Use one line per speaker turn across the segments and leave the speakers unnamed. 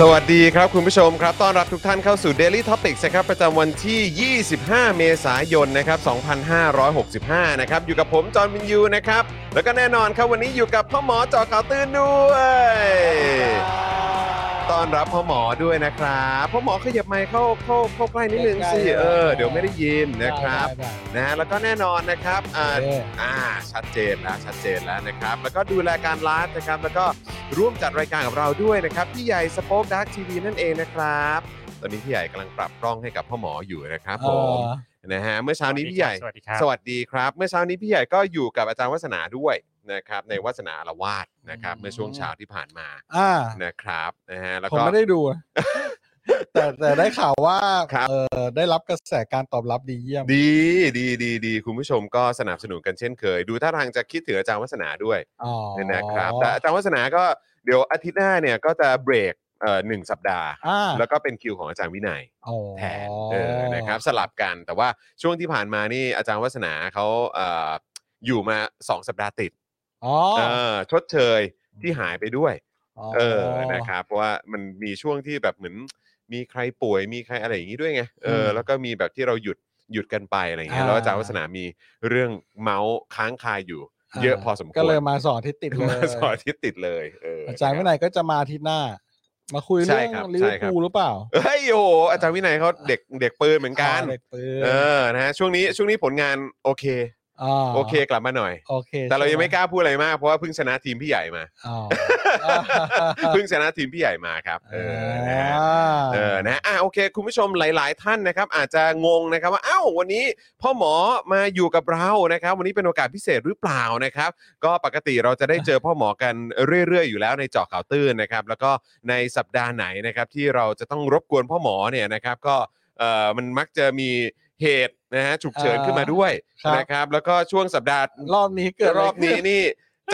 สวัสดีครับคุณผู้ชมครับ ต้อนรับทุกท่านเข้าสู่ Daily Topics นะครับประจำวันที่ 25 เมษายนนะครับ2565 นะครับ อยู่กับผม จอห์นวินยูนะครับ แล้วก็แน่นอนครับวันนี้อยู่กับพ่อหมอจอข่าวตื่นด้วยต้อนรับพ่อหมอด้วยนะครับพ่อหมอขยับไมค์เข้าเข้าเข้าใกล้นิดนึงสิเออเดี๋ยวไม่ได้ยินนะครับนะฮะแล้วก็แน่นอนนะครับอ่า อ่าชัดเจนนะชัดเจนแล้วนะครับ แล้วก็ดูแลการไลฟ์นะครับ แล้วก็ร่วมจัดรายการกับเราด้วยนะครับพี่ใหญ่สป็อคดักทีวีนั่นเองนะครับ ตอนนี้พี่ใหญ่กำลังปรับกล้องให้กับพ่อหมออยู่นะครับผมนะฮะเมื่อเช้านี้พี่ใหญ่
สวัสดีครับ
สวัสดีครับ เมื่อเช้านี้พี่ใหญ่ก็อยู่กับอาจารย์วัฒนาด้วยนะครับ ในวัฒนาละวาดนะครับ
อืม
เมื่อช่วงเช้าที่ผ่านมา
อ่า
นะครับนะฮะแล้ว
ผม
ก็
ไม่ได้ดู แต่แต่ได้ข่าวว่า
ครับ
เออได้รับกระแสการตอบรับดีเยี่ยม
ดีดีดีดีคุณผู้ชมก็สนับสนุนกันเช่นเคย ดูท่าทางจะคิดถึงอาจารย์วัฒนาด้วย
อ๋อ
เนี่ยนะครับแต่อาจารย์วัฒนาก็เดี๋ยวอาทิตย์หน้าเนี่ยก็จะเบรกเอ่อหนึ่งสัปดาห์
อ่า
แล้วก็เป็นคิวของอาจารย์วินัย
อ๋อ
แทนเออนะครับสลับกันแต่ว่าช่วงที่ผ่านมานี่อาจารย์วัฒนาเขาเอ่ออยู่มา 2 สัปดาห์ติด
อ๋อ
เออชดเชยที่หายไปด้วยเออนะครับเพราะว่ามันมีช่วงที่แบบเหมือนมีใครป่วยมีใครอะไรอย่างนี้ด้วยไงเออแล้วก็มีแบบที่เราหยุดหยุดกันไปอะไรอย่างเงี้ยแล้วอาจารย์วัฒนามีเรื่องเมาส์ค้างคาอยู่ เยอะพอสมควร
ก็เลยมาสอนที่ติดเลย
มาสอนที่ติดเลยเออ
อา
อา
จารย์วินัยก็จะมาอาที่หน้า มาคุย
ใช่
เรื่อง
ครับ
ลิเวอ
ใช่
ร์
ครับ
พูลหรือเปล่า
เฮ้ยโอ้โหอาจารย์วินัยเขาเด็กเด็กปืนเหมือนกัน
เด็กปืน
เออนะฮะช่วงนี้ช่วงนี้ผลงานโอเค
า
โอเคกลับมาหน่อย
โอเค
แต่เรายังไม่ก
ใช่ห
ล้าพูดอะไรมากเพราะว่าเพิ่งชนะทีมพี่ใหญ่มา
อ๋อ
เพิ่งชนะทีมพี่ใหญ่มาครับเออนะฮะเออนะฮะอ่ะโอเค คุณผู้ชมหลาย ๆ ท่านนะครับ อาจจะงงนะครับว่าอ้าววันนี้พ่อหมอมาอยู่กับเรานะครับ วันนี้เป็นโอกาสพิเศษหรือเปล่านะครับ ก็ปกติเราจะได้เจอพ่อหมอกันเรื่อย ๆ อยู่แล้วในเจาะข่าวตื้นนะครับ แล้วก็ในสัปดาห์ไหนนะครับที่เราจะต้องรบกวนพ่อหมอเนี่ยนะครับก็เอ่อมันมักจะมีเหตุนะฮะฉุกเฉิน
อ่า
ขึ้นมาด้วย
ครับ
นะครับ แล้วก็ช่วงสัปดาห์
รอบนี้เกิดะไ
รอบนี้นี่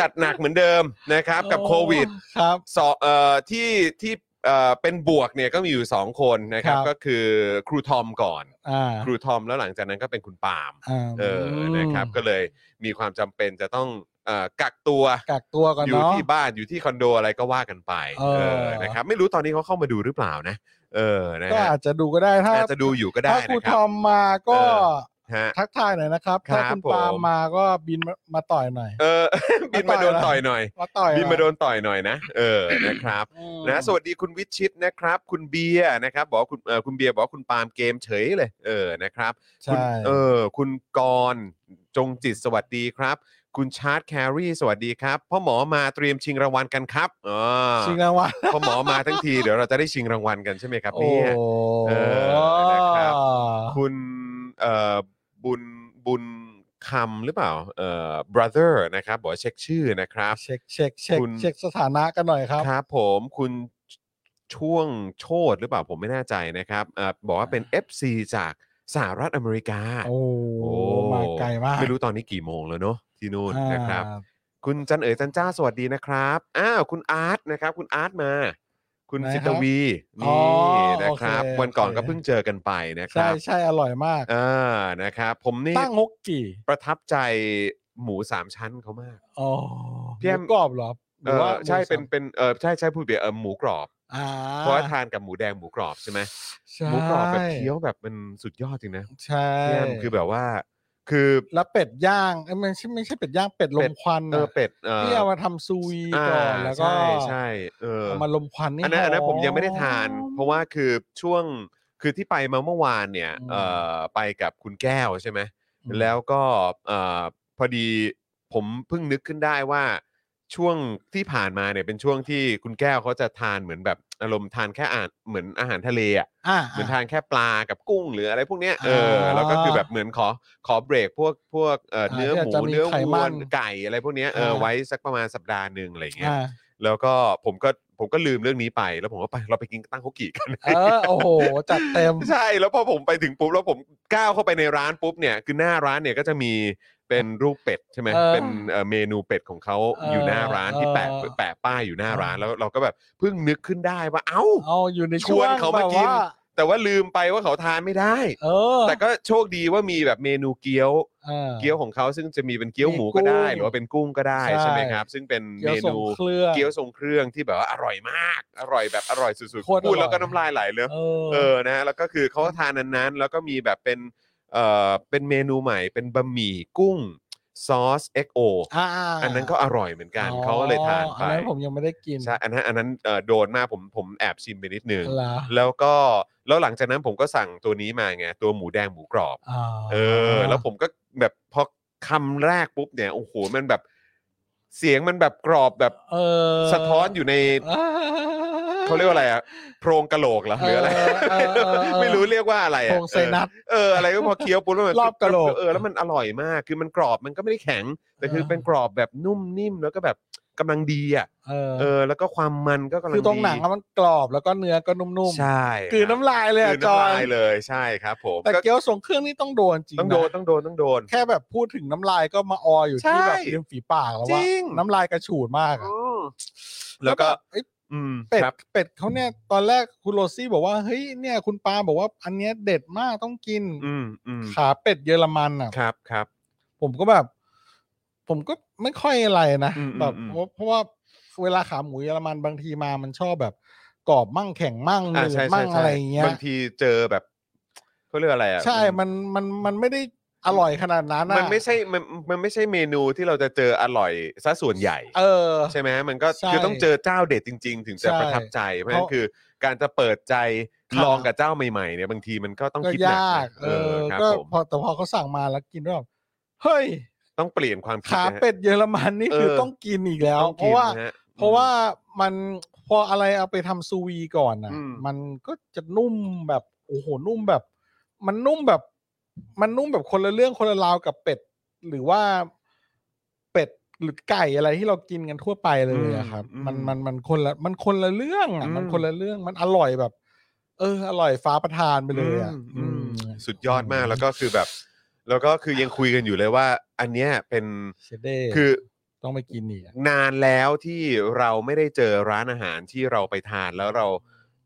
จัดหนักเหมือนเดิมนะครับกับโควิด
ครับ
สองเอ่อที่ที่เอ่อเป็นบวกเนี่ยก็มีอยู่ 2 คนนะครับ
ครับ
ก็คือครูทอมก่อน
อ่า
ครูทอมแล้วหลังจากนั้นก็เป็นคุณปาล์ม
อ่า
เอออนะครับก็เลยมีความจำเป็นจะต้องเอ่อกักตัว
กักตัวก่อน
อยู่
เนาะ
ที่บ้านอยู่ที่คอนโดอะไรก็ว่ากันไป
เออ
นะครับไม่รู้ตอนนี้เขาเข้ามาดูหรือเปล่านะเออนะ
ก็
ฮะ
อาจจะดูก็ได้ถ้า
อาจจะดูอยู่ก็ได้
ถ้าครู
นะค
ท
รั
อบ มมาก็
เออฮะ
ทักทายหน่อยนะครับ
ครับ
ถ้าคุณ
ผม
ปาล์มมาก็บินมามาต่อยหน่อย
เอ อ บินมาโดน
ต่
ต่อ
อย ย
หน่อย
มาต่อย
บินมา
ห
โด
อย
นต่อยหน่อยนะเออนะครับ
อืม
นะสวัสดีคุณวิชิตนะครับ คุณเบียร์นะครับบอกว่าคุณเอ่อคุณเบียร์บอกว่าคุณปาล์มเกมเฉยเลย เออนะครับคุณ
ใช่
เออคุณกรณ์จงจิตสวัสดีครับ คุณชาร์ตแครีสวัสดีครับพ่อหมอมาเตรียมชิงรางวัลกันครับอ๋อ
ชิงรางวัล
พ่อหมอมาทั้งที เดี๋ยวเราจะได้ชิงรางวัลกันใช่ไหมครับ
โอ้
เนี่ย เออนะครับ
คุณ
คุณเอ่อบุญบุญคำหรือเปล่าเอ่อ brother นะครับบอกว่าเช็คชื่อนะครับ
เช็คเช็คเช็ค
คุณ
เช็คสถานะกันหน่อยครับ
ครับผมคุณช่วงโชดหรือเปล่าผมไม่แน่ใจนะครับอาบอกว่าเป็น FC จากสหรัฐอเมริกา
โอ้มาไกลมาก
ไม่รู้ตอนนี้กี่โมงแล้วเนาะที่นู่น
อ่า
นะครับ คุณจันเอ๋ยจันจ้าสวัสดีนะครับอ้าวคุณอาร์ตนะครับ คุณอาร์ตมา คุณ
ไหน
สิ
ค
ต
รับ
วี
อ๋อ
นี่นะครับ
โอเค
วันก่อน
โอเค
ก็เพิ่งเจอกันไปนะค
ใช่
รับ
ใช่อร่อยมาก
อ่านะครับ ผมนี่
ตั้งฮกกี่
ประทับใจหมูสามชั้นเขามาก
อ๋อ
พี่แอม
หมูกรอบเหรอห
เอ
รือ
อ
ว่า
ใช่
หมูสับ
เป็นเป็นเออใช่ใช่พูดเบียร์เออหมูกรอบ
อ่า
เพราะว่าทานกับหมูแดงหมูกรอบใช่ไหม
ใช่
หมูกรอบแบบเคี้ยวแบบมันสุดยอดจริงนะ
ใช่
พี่แอมคือแบบว่า คือ
แล้วเป็ดย่างเอ้ยไม่ใช่ไม่ใช่เป็ดย่างเป็ดลมควัน
เออ
นะ
เป็ดเออ
ที่เอามาทำซุยก่อนแล้วก็
ใช่ใช่เออ
เอา
อ
มาลมควันนี่
อันนั้นอันนั้น
ห
ผมยังไม่ได้ทาน เพราะว่าคือช่วงคือที่ไปมาเมื่อวานเนี่ย
อืม
เออไปกับคุณแก้วใช่ไหม
อืม
แล้วก็เอ่อพอดีผมเพิ่งนึกขึ้นได้ว่าช่วงที่ผ่านมาเนี่ยเป็นช่วงที่คุณแก้วเขาจะทานเหมือนแบบอารมณ์ทานแค่อาหารเหมือนอาหารทะเลอ่ะ
อ่า
เหมือนทานแค่ปลากับกุ้งหรืออะไรพวกเนี้ยเออ
อ่า
แล้วก็คือแบบเหมือนขอขอเบรกพวกพวกเอ่อ
อ่า
เนื้อหมู
ที่อาจจะมี
เนื้อ
ไข
วั
มั
วน ไก่อะไรพวกเนี้ยเอออา ไว้สักประมาณสัปดาห์หนึ่งอะไรอย่างเงี้ย
อ่า
แล้วก็ผมก็ผมก็ลืมเรื่องนี้ไป แล้วผมก็ไปเราไปกินตั้งฮกกี้กัน
เออโอ้โห จัดเต็ม
ใช่แล้วพอผมไปถึงปุ๊บแล้วผมก้าวเข้าไปในร้านปุ๊บเนี่ยคือหน้าร้านเนี่ยก็จะมีเป็นรูปเป็ดใช่ไหม
เออ
เป็นเอ่อเมนูเป็ดของเขา
เออ
อ
อยู่
หน้าร้านที่แปะ
เออ
แปะป้ายอยู่หน้าร้านแล้วเราก็แบบเพิ่งนึกขึ้นได้ว่าเอ้า
เอาอยู่ใน
ช
ช่
ว
วน ง
เขา
แบ
มา
บ
กิน
ว่า
แต่ว่าลืมไปว่าเขาทานไม่ได้
เออ
แต่ก็โชคดีว่ามีแบบเมนูเกี๊ยว
อ่า
เกี๊ยวของเขาซึ่งจะมีเป็นเกี๊ยวหมู
มีกุ้
ก็
ง
ได้ หรือว่าเป็นกุ้งก็ได้
ใช่
ใช่ไหมครับ ซึ่งเป็น
เกี๊ยว
เม
ส่ง
นู
เครื่อง
เกี๊ยวทรงเครื่องที่แบบว่าอร่อยมาก อร่อยแบบอร่อยสุด
โคตร
ๆพูด
อร่อย
แล้วก็น้ำลายไหลเลย
เอ
เอ
อ
อ นะฮะแล้วก็คือเขาก็ทานอันนั้น แล้วก็มีแบบเป็น เอ่อ เป็นเมนูใหม่ เป็นบะหมี่กุ้งซอส XO
อ่า
อันนั้นก็อร่อยเหมือนกัน เขาก็เลยทานไป
อันนั้นผมยังไม่ได้กิน
ใช่ อันนั้นอันนั้นเอ่อโดนมาก ผม ผมแอบชิมไปนิดนึง
เหรอ
แล้วก็ แล้วหลังจากนั้นผมก็สั่งตัวนี้มาไง ตัวหมูแดงหมูกรอบ
อ่า
เออ แล้วผมก็แบบพอคำแรกปุ๊บเนี่ย โอ้โห มันแบบ เสียงมันแบบกรอบแบบ
เออ
สะท้อนอยู่ใน
อ่า
เขาเรียกว่าอะไรอะโพรงกะโหลกเหรอหรืออะไร
เเออเออเออ
ไม่รู้เรียกว่าอะไรอะ
โครงไซนัส
เอออะไรก็พอเคี้ยวปุ๊บแล้วมัน
รอบกะโหลก
เออแล้วมันอร่อยมาก คือมันกรอบมันก็ไม่ได้แข็ง แต่คือ
เออ
เป็นกรอบแบบนุ่มนิ่มแล้วก็แบบกำลังดีอ่ะ
เออ
เออ แล้วก็ความมันก็กำลังดี
คือตรงหนังอะมันกรอบแล้วก็เนื้อก็นุ่ม
ใช่
ๆกลืนน้ำลายเลย
ก
อะ
ลืน
จอ
น้ำลาย ยเลยใช่ครับ ผม
แต่
ก็
เกี๊ยวส่งเครื่องนี่ต้องโดนจริง
ต้องโดนะ ต้องโดนต้องโดน
แค่แบบพูดถึงน้ำลายก็มาอออยู่ที่
ใช่
แบบริมฝีปากแล้วว่า
จริง
น้ำลายกระฉูดมากอะ
อืมแล้ว
บ
ก็
บเอ้ย
อืม
เป็ด
ครับ
เป็ดเขาเนี่ยตอนแรกคุณโรซี่บอกว่าเฮ้ยเนี่ยคุณปาบอกว่าอันเนี้ยเด็ดมากต้องกิน
อืมอืม
ขาเป็ดเยอรมันอ่ะ
ครับครับ
ผมก็แบบ ผมก็ไม่ค่อยอะไรนะ
อืม
แบบ
อืม
เพราะเพราะว่าเวลาขาหมูเยอรมันบางทีมามันชอบแบบกรอบมั่งแข็งมั่งห
ะ
นืด
ใช่
มั่
ใช่
ง
ใช่
อะไรอย่างเงี้ย
บางทีเจอแบบเขาเรียกอะไรอ่ะ
ใช่มันมันมันไม่ได้อร่อยขนาดนั้นอะ
มันไม่ใช่มันมันไม่ใช่เมนูที่เราจะเจออร่อยซะส่วนใหญ่
เออ
ใช่ไหมมันก็
ใช่
คือต้องเจอเจ้าเด็ดจริง ๆ ถึงจะ
ใช่
ประทับใจ เพราะฉะนั้นคือการจะเปิดใจ
ค่ะ
ลองกับเจ้าใหม่ๆเนี่ยบางทีมันก็ต้อง
ก็
คิดหนั
ย
ก
าก
นะ
เออ
ครับ
ก็
ผม
พอแต่พอเขาสั่งมาแล้วกินแล้วแบบเฮ้ย
ต้องเปลี่ยนความคิด
ขา
นะฮะ
เป็ดเยอรมันนี่
เออ
คือต้องกินอีกแล้ว
ต้อง
เพ
กิน
ราะว่า
นฮ
เพราะว่ามันพออะไรเอาไปทำซูวีก่อนนะ
อืม
มันก็จะนุ่มแบบโอ้โหนุ่มแบบ มันนุ่มแบบ มันนุ่มแบบคนละเรื่องคนละราวกับเป็ด หรือว่าเป็ดหรือไก่อะไรที่เรากินกันทั่วไปเลยอะครับ
อืม
มันมันมันคนละมันคนละเรื่องอ่ะ
อืม
มันคนละเรื่องมันอร่อยแบบ เออ อร่อยฟ้าประทานไปเลยอ่ะ
อืมอืม
อืม
สุดยอดมาก
อืม
แล้วก็คือแบบ แล้วก็คือยังคุยกันอยู่เลยว่า อันเนี้ยเป็น
เชเด้
คือ
ต้องไปกินอีกอะ
นานแล้วที่เราไม่ได้เจอร้านอาหารที่เราไปทานแล้วเรา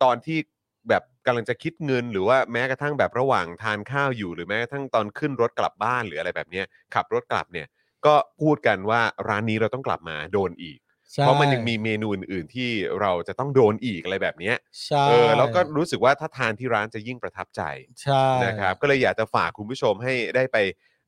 ตอนที่แบบกำลังจะคิดเงิน หรือว่าแม้กระทั่งแบบระหว่างทานข้าวอยู่ หรือแม้กระทั่งตอนขึ้นรถกลับบ้านหรืออะไรแบบเนี้ยขับรถกลับเนี่ย ก็พูดกันว่าร้านนี้เราต้องกลับมาโดนอีก
ใช่
เพราะมันยังมีเมนูอื่นๆที่เราจะต้องโดนอีกอะไรแบบเนี้ย
ใช่
เออแล้วก็รู้สึกว่าถ้าทานที่ร้านจะยิ่งประทับใจ
ใช่
นะครับก็เลยอยากจะฝากคุณผู้ชมให้ได้ไป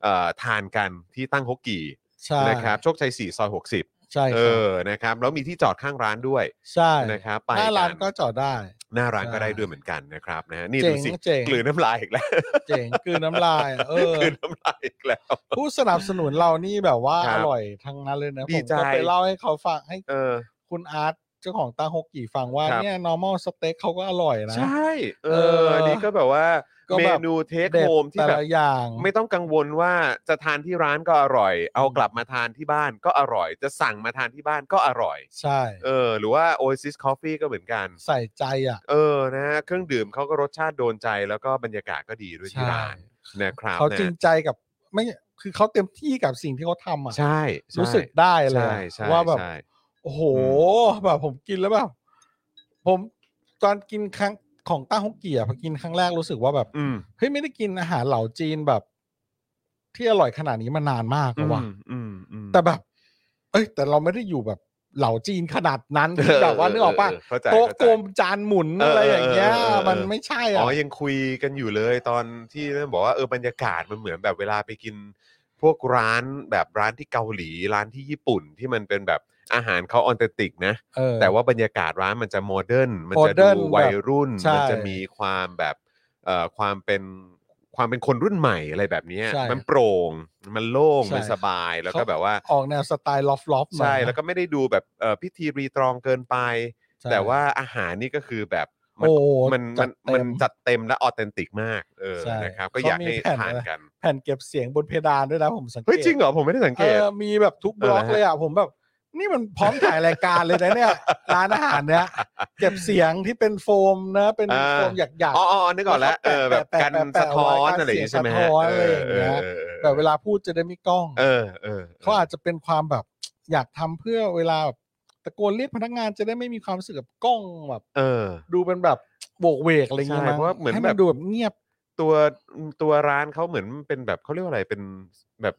เอ่อทานกันที่ตั้งฮกกี่
ใช่
นะครับโชคชัย 4 ซอย 60
ใช่ครับ
เออนะครับแล้วมีที่จอดข้างร้านด้วย
ใช่
นะครับไป
หน้าร้านก็
กั
จอดได้
หน้าร้านก็ได้
ใช่
ด้วยเหมือนกันนะครับนะฮะนี่
เจ๋
ดู
ง
สิ
เจ๋ง
กลืนน้ำลายอีกแล้ว
เจ๋งกลืนน้ำลายเออก
ลืนน้ำลายอีกแล้ว
ผู้สนับสนุนเรานี่แบบว่า
ครั
อบ ร่อยทั้งนั้นเลยนะ
ดี
ผม
ใจ
ก็ไปเล่าให้เขาฟังให้
เออ
คุณอาร์ตเจ้าของตาฮกกี่ฟังว่า
ครับ
เนี่ย normal steak เขาก็อร่อยนะ
ใช่เอ
เอ
อ
อ
อันนี้ก็แบบว่า
ก็
เม
แบบ
นูเทค
เด็ด
โฮมที่
แต่
แบบ
ละอย่าง
ไม่ต้องกังวลว่าจะทานที่ร้านก็อร่อย เอากลับมาทานที่บ้านก็อร่อย จะสั่งมาทานที่บ้านก็อร่อย
ใช่
เออหรือว่า Oasis Coffee ก็เหมือนกัน
ใส่ใจอ่ะ
เออ นะฮะเครื่องดื่มเขาก็รสชาติโดนใจแล้วก็บรรยากาศก็ดีด้วยที่
ใช่
ร้านนะครับ
เขา
นะ
จริงใจกับไม่คือเขาเต็มที่กับสิ่งที่เขาทำอ่ะ
ใช่ใช่
รู้สึกได้เลย
ใช่
อะ
ใช่
ว่าแบบ
ใช่
โอ้โหแบบผมกินแล้วแบบผมตอนกินครั้งของต้าฮกเกียพอกินครั้งแรกรู้สึกว่าแบบ
อืม
เฮ้ยไม่ได้กินอาหารเหล่าจีนแบบ ที่อร่อยขนาดนี้มานานมากแล้วว่ะ
อืมอืมอืม
แต่แบบ เอ้ย แต่เราไม่ได้อยู่แบบ เหล่าจีนขนาดนั้นที่แบบว่านึกออกปะ
เข้าใจ
โต๊ะ
เข้าใจ
กลมจานหมุน
เออ
อะไรอย่างเงี้ย
เออเออ
มันไม่ใช่
อ๋
อ่ะ
อยังคุยกันอยู่เลยตอนที่นั่นบอกว่าเออบรรยากาศมันเหมือนแบบเวลาไปกิน พวกร้านแบบร้านที่เกาหลีร้านที่ญี่ปุ่นที่มันเป็นแบบอาหารเขาออนเทนติกนะ
เออ
แต่ว่าบรรยากาศร้านมันจะโมเดิร์นมันจะ
modern
ดูวัยรุ่น
แบบใช่
มันจะมีความแบบเอ่อความเป็นความเป็นคนรุ่นใหม่อะไรแบบเนี้ย
ใช่
มันโปร่ง มันโล่ง
ใช่
มันสบายแล้วก็แบบว่า
ออกแนวสไตล์ลอฟลอฟ
ใช่ แล้วก็ไม่ได้ดูแบบเอ่อพิธีรีตรองเกินไป แต่ว่าอาหารนี่ก็คือแบบมั
โอ้
น
โห
มัน
จั
มั
ดเต็
นมันจัดเต็มและออเทนติกมากเออ
ใช่
นะครับ ก็
เขา
อยาก
มี
ให้
แผ่น
ทาน
อะไร
กัน
แผ่นเก็บเสียงบนเพดานด้วยนะผมสังเกต
เฮ้ยจริงเหรอผมไม่ได้สัง
เอ
เกต
อมีแบบทุกบล็อก
เออนะฮะ
เลยอ่ะผมแบบ นี่มันพร้อมถ่ายรายการเลยนะเนี่ย ร้านอาหารเนี้ยเก็บเสียงที่เป็นโฟมนะ เป็นโฟมหยัก
อ๋ออ๋อนึกออกแล้วเออแบบ
แปะ
กัน
แปะแปะ
สะท้อน
ไว้กัน
อะไรอย่างงี้
เสียง
ใช่ไหมฮะ
สะท้อนอะไรอย่างเงี้ย
ออออออ
ๆแต่เวลาพูดจะได้ไม่กล้อง
เออเออ
เขาอาจจะเป็นความแบบอยากทำเพื่อเวลาแบบตะโกนเรียกพนักงานจะได้ไม่มีความรู้สึกแบบกล้องแบบ
เออ
ดูเป็นแบบโบกเวกอะไรเงี้ย
ใช่
มั้ง
เพราะว่าเหมือน
ให้
แบ
มั
บ
นดูแบบเงียบ
ตัวตัวร้านเขาเหมือนเป็นแบบเขาเรียกว่าอะไรเป็นแบบ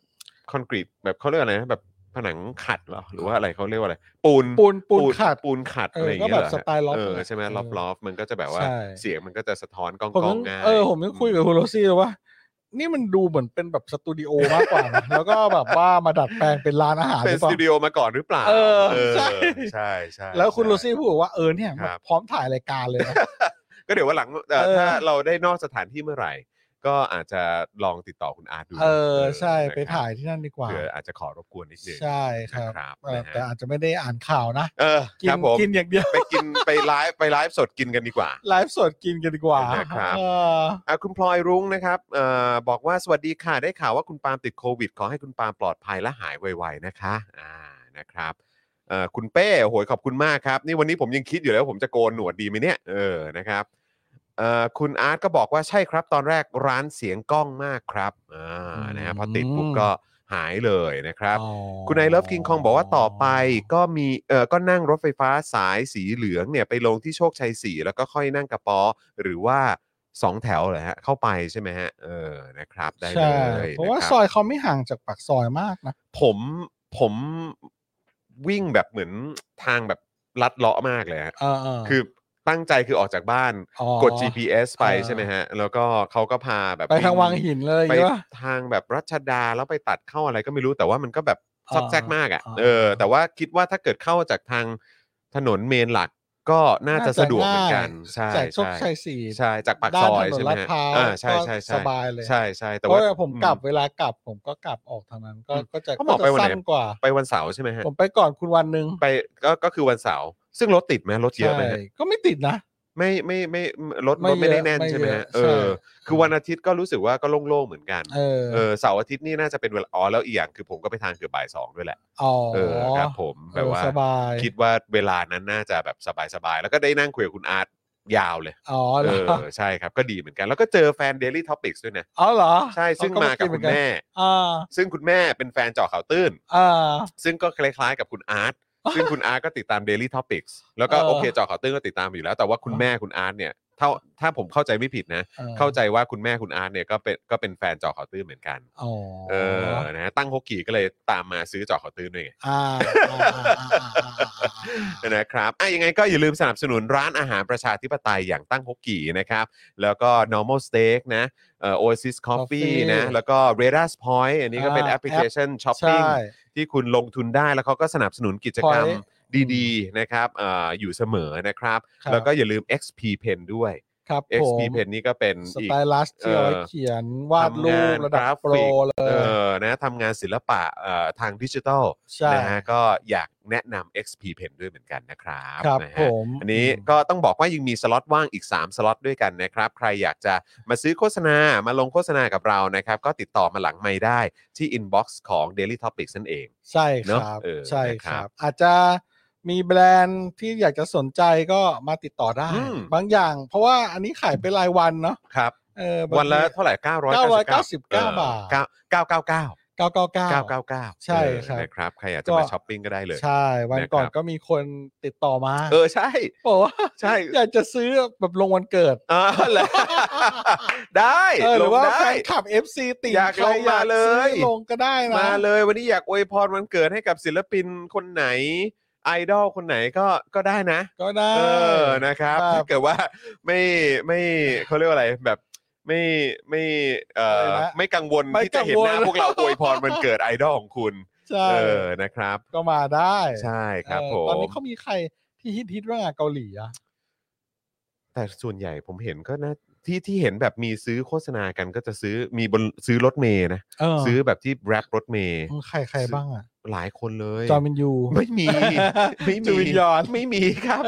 คอนกรีตแบบเขาเรียกอะไรนะแบบผนังขัดเหรอหรือว่าอะไรเขาเรียกว่าอะไร ปูน
ปูนปูนขัด
ปูนขัด
เอออ
อะไรอย่าง
ก็
เงี้ย
แบบ
เหรอ
สไตล์ loft
เออ
นะ
ใช่ไหม
เออ
ลอฟลอฟมันก็จะแบบว่า
ใช่
เสียงมันก็จะสะท้อนกล้อง
ผม
กอ
ต้
ง
อง
ง่าย
เออผมต้องคุยกับคุณโรซี่เลยว่า นี่มันดูเหมือนเป็นแบบสตูดิโอมากกว่านะ แล้วก็แบบว่ามาดัดแปลงเป็นร้านอาหารห
เป็น
รือ
ส
เปล่า
ตูดิโอมาก่อนหรือเปล่า
เออใช่
ใช่ใช่ใช่
แล้วคุณโรซี่พูดว่าเออเนี่ย
ครับ
พร้อมถ่ายรายการเลยนะ
ก็เดี๋ยววันหลังเอ่อ
เออ
ถ้าเราได้นอกสถานที่เมื่อไหร่ ก็อาจจะลองติดต่อคุณอาร์ตดู
เออใช่
นะครับ
ไปถ่ายที่นั่นดีกว่า
เผื่ออาจจะขอรบกวนนิดนึง
ใช่ครับ
นะครับ
เออ
นะฮะ
แต่อาจจะไม่ได้อ่านข่าวนะ
เออ
กิ
คน รับผม
กินอย่างเดียว
ไปกินไปไลฟ์ไปไลฟ์สดกินกันดีกว่า
ไลฟ์สดกินกันดีกว่า
นะครับ
เออ
อ่ะคุณพลอยรุ้งนะครับเอ่อบอกว่าสวัสดีค่ะได้ข่าวว่าคุณปาล์มติดโควิด ขอให้คุณปาล์มปลอดภัยและหายไวๆนะคะอ่านะครับเอ่อคุณเป้โหยขอบคุณมากครับ นี่วันนี้ผมยังคิดอยู่แล้วาผมจะโกนหนวดดีไหมเนี่ยเออนะครับเอ่อคุณอาร์ตก็บอกว่าใช่ครับ ตอนแรกร้านเสียงกล้องมากครับอ่านะฮะพอติดปุ๊บก็หายเลยนะครับ คุณไอเลิฟกิงคองบอกว่าต่อไปก็มีเออก็นั่งรถไฟฟ้าสายสีเหลืองเนี่ยไปลงที่โชคชัย 4 แล้วก็ค่อยนั่งกระป๋อหรือว่า 2 แถวเหรอฮะเข้าไปใช่ไหมฮะเออนะครับได้เล
ใช่
ย
เพราะว่า
คบ
ซอยเขาไม่ห่างจากปากซอยมากนะ
ผมผมวิ่งแบบเหมือนทางแบบลัดเลาะมากเลยฮะ
เออเ
คือตั้งใจคือออกจากบ้านกด GPS ไปใช่ไหมฮะ แล้วก็เขาก็พาแบบ
ไปทางวังหินเลย
ไป
ใช่ปะ
ทางแบบรัชดาแล้วไปตัดเข้าอะไรก็ไม่รู้แต่ว่ามันก็แบบ
อ่า
ซอกแซกมากอ่ะ
อ่า
เออ แต่ว่าคิดว่าถ้าเกิดเข้าจากทางถนนเมนหลักก็น่าจะสะดวกเหมือนกันใช่
จากโชค
ใช่
ชัยสี่
ใช่จากปาก
ด้า
ซ
น
อ
ถน
ย
น
ใช่ไหม
ลาดพ
ฮะ
ร้าว
อ่าใช่ใช่
ก็
ใช่
สบายเลย
ใช่ใช่แต่
เพราะ
ว่า
ว่าผมกลับเวลากลับ ผมก็กลับออกทางนั้น ก็
อืม
ก็จะ
เขาบอก
ก็
ไป
จะ
วันไหน
สั้นกว่า
ไปวันเสาร์ใช่ไหมฮะ
ผมไปก่อนคุณวันหนึ่ง
ไปก็ก็คือวันเสาร์ซึ่งรถติดไหมรถเยอะไหมฮะ
ใช่ก็ไม่ติดนะ
ไม่ไม่ไม่รถ
ไม่
รถไม่ได้
เยอะ
แน่นใช่ไหมฮะ
ไม่เยอะ
เอ
ใช่
อคือวันอาทิตย์ก็รู้สึกว่าก็โล่งๆเหมือนกัน
เออ
เออเสาร์อาทิตย์นี่น่าจะเป็นเวลาอ๋อแล้วอีกอย่างคือผมก็ไปทานเกือบบ่ายสองด้วยแหละ
อ๋อ
เออครับผม
เออ
แบบว่า
สบาย
คิดว่าเวลานั้นน่าจะแบบสบายๆ แล้วก็ได้นั่งคุยกับคุณอาร์ตยาวเลย
อ๋อเหร
เอ
อ
อ ใช่ครับ ก็ดีเหมือนกัน แล้วก็เจอแฟน Daily Topics ด้วยนะ
อ๋อเหรอ
ใช่ ซึ่ง
เอ
มากับ
เห
คุ
อน
ณ
น
แม่
อ่า
ซึ่งคุณแม่เป็นแฟนเจาะข่าวตื้น
อ่า
ซึ่งก็คล้ายๆกับคุณอาร์ต ซึ่งคุณอาร์ตก็ติดตาม Daily Topics แล้วก็
เออ
โอเคเจาะข่าวตื้นก็ติดตามอยู่แล้ว แต่ว่าคุณแม่คุณอาร์ตเนี่ย ถ้าถ้าผมเข้าใจไม่ผิดนะ
ออ
เข้าใจว่าคุณแม่คุณอาร์ตเนี่ยก็เป็นก็เป็นแฟนเจาะข่าวตื้นเหมือนกัน
อ๋อ
เออ นะฮะตั้งฮกกี่ก็เลยตามมาซื้อเจาะข่าวตื้นด้วยไง
อ่าอ่าอ่าอ่าอ่าอ่า
นะครับอ่ะยังไงก็อย่าลืมสนับสนุนร้านอาหารประชาธิปไตยอย่างตั้งฮกกี่นะครับ แล้วก็ normal steak นะเอ่อ oasis coffee
Coffee
นะ แล้วก็ r a d a r s point อันนี้ก็เป็น
อ่า
แอปพลิเคชัน ช้อป
ใช่
ปิ้งที่คุณลงทุนได้แล้วเขาก็สนับสนุนกิจกรรม
Point
ดีๆนะครับเอออยู่เสมอนะครับ
ครับ
แล้วก็อย่าลืม XP Pen ด้วย
ครับผม
XP Pen นี่ก็เป็น
ส
อีก
ไตลัสที่เอาไว้เขียนวาดรูประดับโปรเลย
เออนะทำงานศิลปะเอ่อทางดิจิทัล
ใช่
นะฮะก็อยากแนะนำ XP Pen ด้วยเหมือนกันนะครับ
ครับ
นะ
ผ
ฮะ
ม
อันนี้ก็ต้องบอกว่ายังมีสล็อตว่างอีก 3 สล็อตด้วยกันนะครับ ใครอยากจะมาซื้อโฆษณามาลงโฆษณากับเรานะครับ ก็ติดต่อมาหลังไม่ได้ที่ inbox ของ Daily Topics นั่นเอง
ใช่ค
เนอะ
รับ
เออ
ใช่
นะค
ค
รั
รั
บบ
อาจจะมีแบรนด์ที่อยากจะสนใจก็มาติดต่อได้
อืม
บางอย่าง เพราะว่าอันนี้ขายเป็นรายวันเนาะ
ครับ
เออ
วันละ
บางที
เท่าไหร่ 999
999
เออบ
าท
เก้เก้าเก้าเก้าเก้า
999
เก้าเก้า
ใช่ครับ
เออนะครับ ใครอยากจะมาช้อปปิ้งก็ได้เลย
ใช่ วันก่อน
นะครับ
ก็มีคนติดต่อมา
เออ ใช่
บอกว่า
ใช่
อยากจะซื้อแบบลงวันเกิด
เออเหรอ ได้
เออห
ล
รือ
อ
ว่า
ได้
แฟนคลับ FC ติ่ง
อยาก
ใคร
ลงมาเลย
อกซื้อลงก็ได้นะ
มาเลยวันนี้อยากอวยพรวันเกิดให้กับศิลปินคนไหน ไอดอลคนไหนก็ก็ได้นะ
ก็ได้
เออ นะครับ
ครับ
ถ้าเกิดว่าไม่ไม่เขาเรียกว่าอะไรแบบไม่ไม่เอ่อ
อะไรนะ
ไม่กังวล
ไม่
ที่จะเห็นหน้า
กังวล
พวกเราอวยพรมันเกิดไอดอลของคุณ
ใช่
เออ นะครับ
ก็มาได้
ใช่ครับ
เออ
ผ
ตอน
ม
นี้เขามีใครที่ฮิตฮิตๆว่างอะเกาหลีอะ
แต่ส่วนใหญ่ผมเห็นก็นะที่ที่เห็นแบบมีซื้อโฆษณากันก็จะซื้อมีบนซื้อรถเมย์นะ
เออ
ซื้อแบบที่แรปรถเมย์
เออใครใครบ้างอะ
หลายคนเลย
จอมินยู
ไม่มี ไม่
จู
มี
วิญญาณ
ไม่มีครับ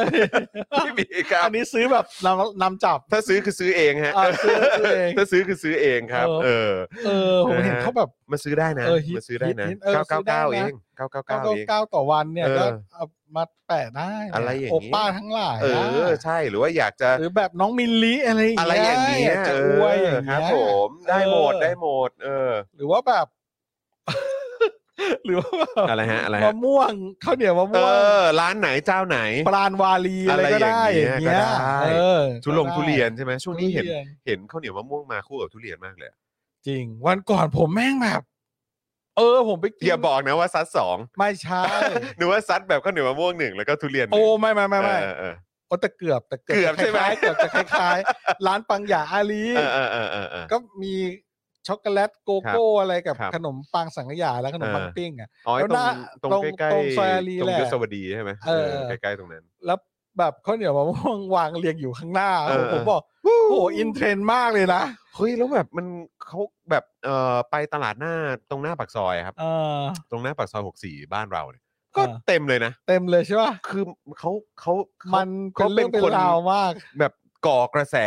ไม่มีครับ
อันนี้ซื้อแบบนำนำจับ
ถ้าซื้อคือซื้อเองฮะ
อ่าซื้อซื้อเอง
ถ้าซื้อคือซื้อเองครับ
เออ
เออ
เออผมเห็น
นะฮะ
เขาแบบ
มาซื้อได้นะ
เออฮิต
มาซื้อได้นะ
ฮิตฮิตเออ
เก้า
ซื้
เก้า
อได้นะ
เก้าเองเก้าเก้าเก้าเอง
999ต่อวันเนี่ย
เออ
ก็เอามาแปะได้น
อะไรอย่างนี้
โอป้าทั้งหลาย
เอ
นะ
อใช่หรือว่าอยากจะ
หรือแบบน้องมิลลิอะไรอย่าง
อะไรอย่าง
เงี้
เงี้ย
ยากจะ
เอ
อวยอ
อย่าง ครั
เงี้ย
บผม ได้หมด
เออ
ได้หมด เออ
หรือว่าแบบ หรือว่าแบบ
อะไรฮะอะไร
มะ
ฮะ
ม่วงข้าวเหนียวมะ
เอ
ม่วง
อ ร้านไหนเจ้าไหน
ปลานวาลีอะไรก็ได้
อะไร
อย่
อา
ย่าง ง
เงี้
เงี้
ย
ย
ก็ได้
เออ
ทุลง
ได้
ทุเรียนใช่ไหมช่วงนี้เห็น
ทุรีย
เห็นข้าวเหนียวมะม่วงมาคู่กับทุเรียนมากเลยอะ
จริง วันก่อนผมแม่งแบบ เออ ผมไปกิน
อย่าบอกนะว่าซัดสอง
ไม่ใช่
หรือว่าซัดแบบข้าวเหนียวมะม่วงหนึ่งแล้วก็ทุเรียนหนึ่ง
โอ้ไม่ไม่ไม่ไม่
เออเออ
โอ้แต่เกือบแต่
เกือบใช่ไหม
คล้ายๆเกือบจะคล้ายๆ ร้านปังหยาอาลี
เออเออเออเออเออ
ก็มีช็อกโกแลตโกโก้อะไรกับ
ครับ
ขนมปังสังขยาและขนมปัง
เออ
ปิ้งอ่ะ
อ๋อไอ้ต
แล้วห
รง
น้า
ตรง
ตรง
ใกล้
ตรง
ๆ
ซอยอารี
ตร
แห
ง
ละ
ยศวดีใช่ไหม
เออ
ใกล้ๆตรงนั้น
แล้วแบบข้าวเหนียวมะม่วงวางเรียงอยู่ข้างหน้า
เออ
ผมบอกโอ้โหอินเทรนด์มากเลยนะ
เฮ้ยแล้วแบบมันเขาแบบเอ่อไปตลาดหน้าตรงหน้าปากซอยครับ
เออ
ตรงหน้าปากซอยหกสี่บ้านเราเนี่ยก็
เออ
เต็มเลยนะ
เต็มเลยใช่ป่ะ
คือเขาเขาเขา
มันเป็นเรื่องเป็นราวมาก
แบบก่อกระแส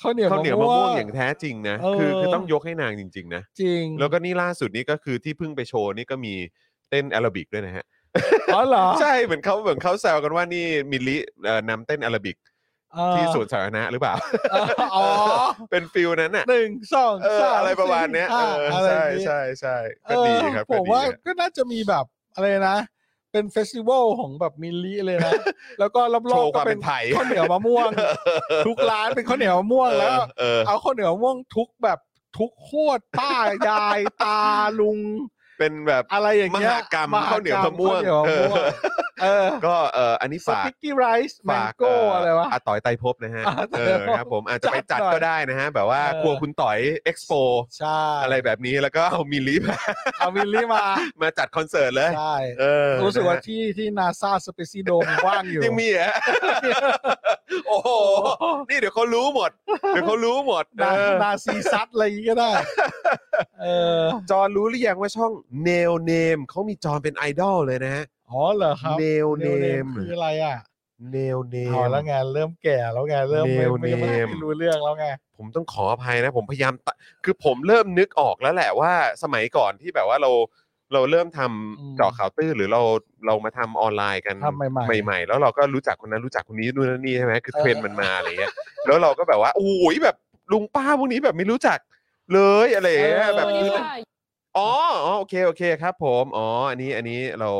ข้าวเหนียว
ข้าวเหนียวมะม่วงอย่าง
แท้
แท้จริงนะ
เออ
คือคือต้องยกให้นางจริง ๆ นะ
จริง
แล้วก็นี่ล่าสุดนี่ก็คือที่เพิ่งไปโชว์นี่ก็มีเต้นแอโรบิกด้วยนะฮะ
อ๋อเหรอ
ใช่เหมือนเขาเหมือนเขาแซวกันว่านี่มิลลิเอ่อนำเต้นแอโรบิก
เออ
ที่สวนสาธารณะหรือเปล่า
เอออ๋อ
เป็นฟิลนั้นน่ะ
หนึ่งสอง
เออ
สาม
อะไรประมาณเนี้ย
สี่
เอ
ห้
อ
อะไรอ
ใช่
ย่างงี้
ใช่ใช่
เอ
ก็
อ
ดีครับ
ผ
ก็
ม
ดี
ว่า
อะ
ก็น่าจะมีแบบอะไรนะ เป็นเฟสติวัลของแบบมิลลิเลยนะ แล้วก็รอบ
โชว์
ๆ
ค
ก็
วาม
เป็
เป็น นไทย
ข้าวเหนียวมะ ม่วง ทุกร้านเป็นข้าวเหนียวมะม่วงแล้ว
เออเออ
เอาข้าวเหนียวมะม่วงทุกแบบทุกโคตรป้ายายตาลุง
เป็นแบบ
อะไรอย่างเงี้ย
มหากรรมข้าวเหนียวมะม่วง
ข้าเหนียวมะม่วงเออ
ก็เอออันนี้
ส
ฝาก
ติ๊กกี้ไรซ์แมง
ฝาก
โก้อะไรวะ
ต่อยไตรภพนะฮะ
อ่ะ
เออครับผมอาจจะไปจัด
จัดหน่อย
ก็ได้นะฮะ แบบว่า
เออ
ครัวคุณต่อยเอ็กซ์โป
ใช่
อะไรแบบนี้แล้วก็เอามิลลิมา
เอาวิลลี่มา
มาจัดคอนเสิร์ตเลย
ใช่
เออ
รู้สึกว่า
นะฮะ
ที่ที่นาซาสเปซิโดมว่างอยู่
ยังมีเหรอ่ะโอ้โห นี่เดี๋ยวเขารู้หมด เดี๋ยวเขารู้หมด
นา
เออ
นาซีซัดอะไรอย่างงี้ก็ได้ เออ
จอนรู้หรือยังว่าช่อง Nail Name เขามีจอนเป็นไอดอลเลยนะฮะ
อ๋อเหรอครับ
Nail
เนลเนม
Name
คืออะไรอ่ะ
Nail Name
เอาแล้วไงเริ่มแก่แล้วไงเริ่มไม่
Nail
ไม่ไม่
name
ไม่รู้เรื่องแล้วไง
ผมต้องขออภัยนะ ผมพยายามตะคือผมเริ่มนึกออกแล้วแหละว่าสมัยก่อนที่แบบว่าเราเราเริ่มท
อืม
ำเจาะข่าวตื้นหรือเราเรามาทำออนไลน์กัน
ทำใหม่ๆ
ใหม่ ๆ แล้วเราก็รู้จักคนนั้นรู้จักคนนี้นู่นนนนี่ใช่ไหมคือ
เออ
เทรนด์มันมาอะไรเงี้ยแล้วเราก็แบบว่าโอ้ยแบบลุงป้าพวกนี้แบบไม่รู้จักเลยอะไรเงี้ยแบบ
เออ
อ๋ออ๋อโอเค โอเคครับ ผม อ๋อ อันนี้ อันนี้เรา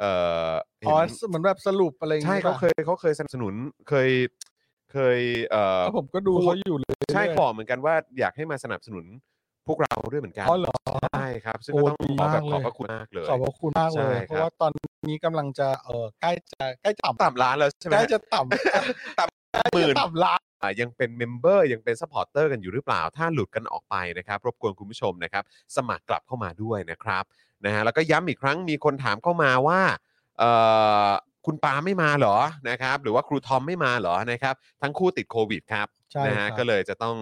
เอ่อเห็น
อ๋อเหมือนแบบสรุปอะไรอย่าง
ใช่
งี้
เขา
ป่ะ
เคยเขาเคยสนับสนุน เคย เคย เอ่อ
แล้วผมก็ดู
พูด
เขาอยู่เลย
ใช่ขอเหมือนกันว่าอยากให้มาสนับสนุนพวกเราด้วยเหมือนกัน
อ๋อเหรอ
ใช่ครับ ซึ่ง
โอ้
ก็ต้อง
ดี
ขอแบบ
มากเลย
ขอบพระคุณมากเลย
ขอบพระคุณมากเลย
ใช่ครับ
เพราะว่าตอนนี้กำลังจะเออใกล้จะใกล้จะต่
ต่ำล้านแล้ว
ำ
ใช่ไหม
ใกล้จะต่
หมื่น
ำต่ำล้าน
อ่ะยังเป็นเมมเบอร์ยังเป็นซัพพอร์เตอร์กันอยู่หรือเปล่า ถ้าหลุดกันออกไปนะครับรบกวนคุณผู้ชมนะครับ สมัครกลับเข้ามาด้วยนะครับนะฮะแล้วก็ย้ำอีกครั้งมีคนถามเข้ามาว่าเอ่อคุณปาไม่มาเหรอนะครับ หรือว่าครูทอมไม่มาเหรอนะครับ ทั้งคู่ติดโควิดครับ
ใช่
นะฮะ
ครับ
ก็เลยจะต้อง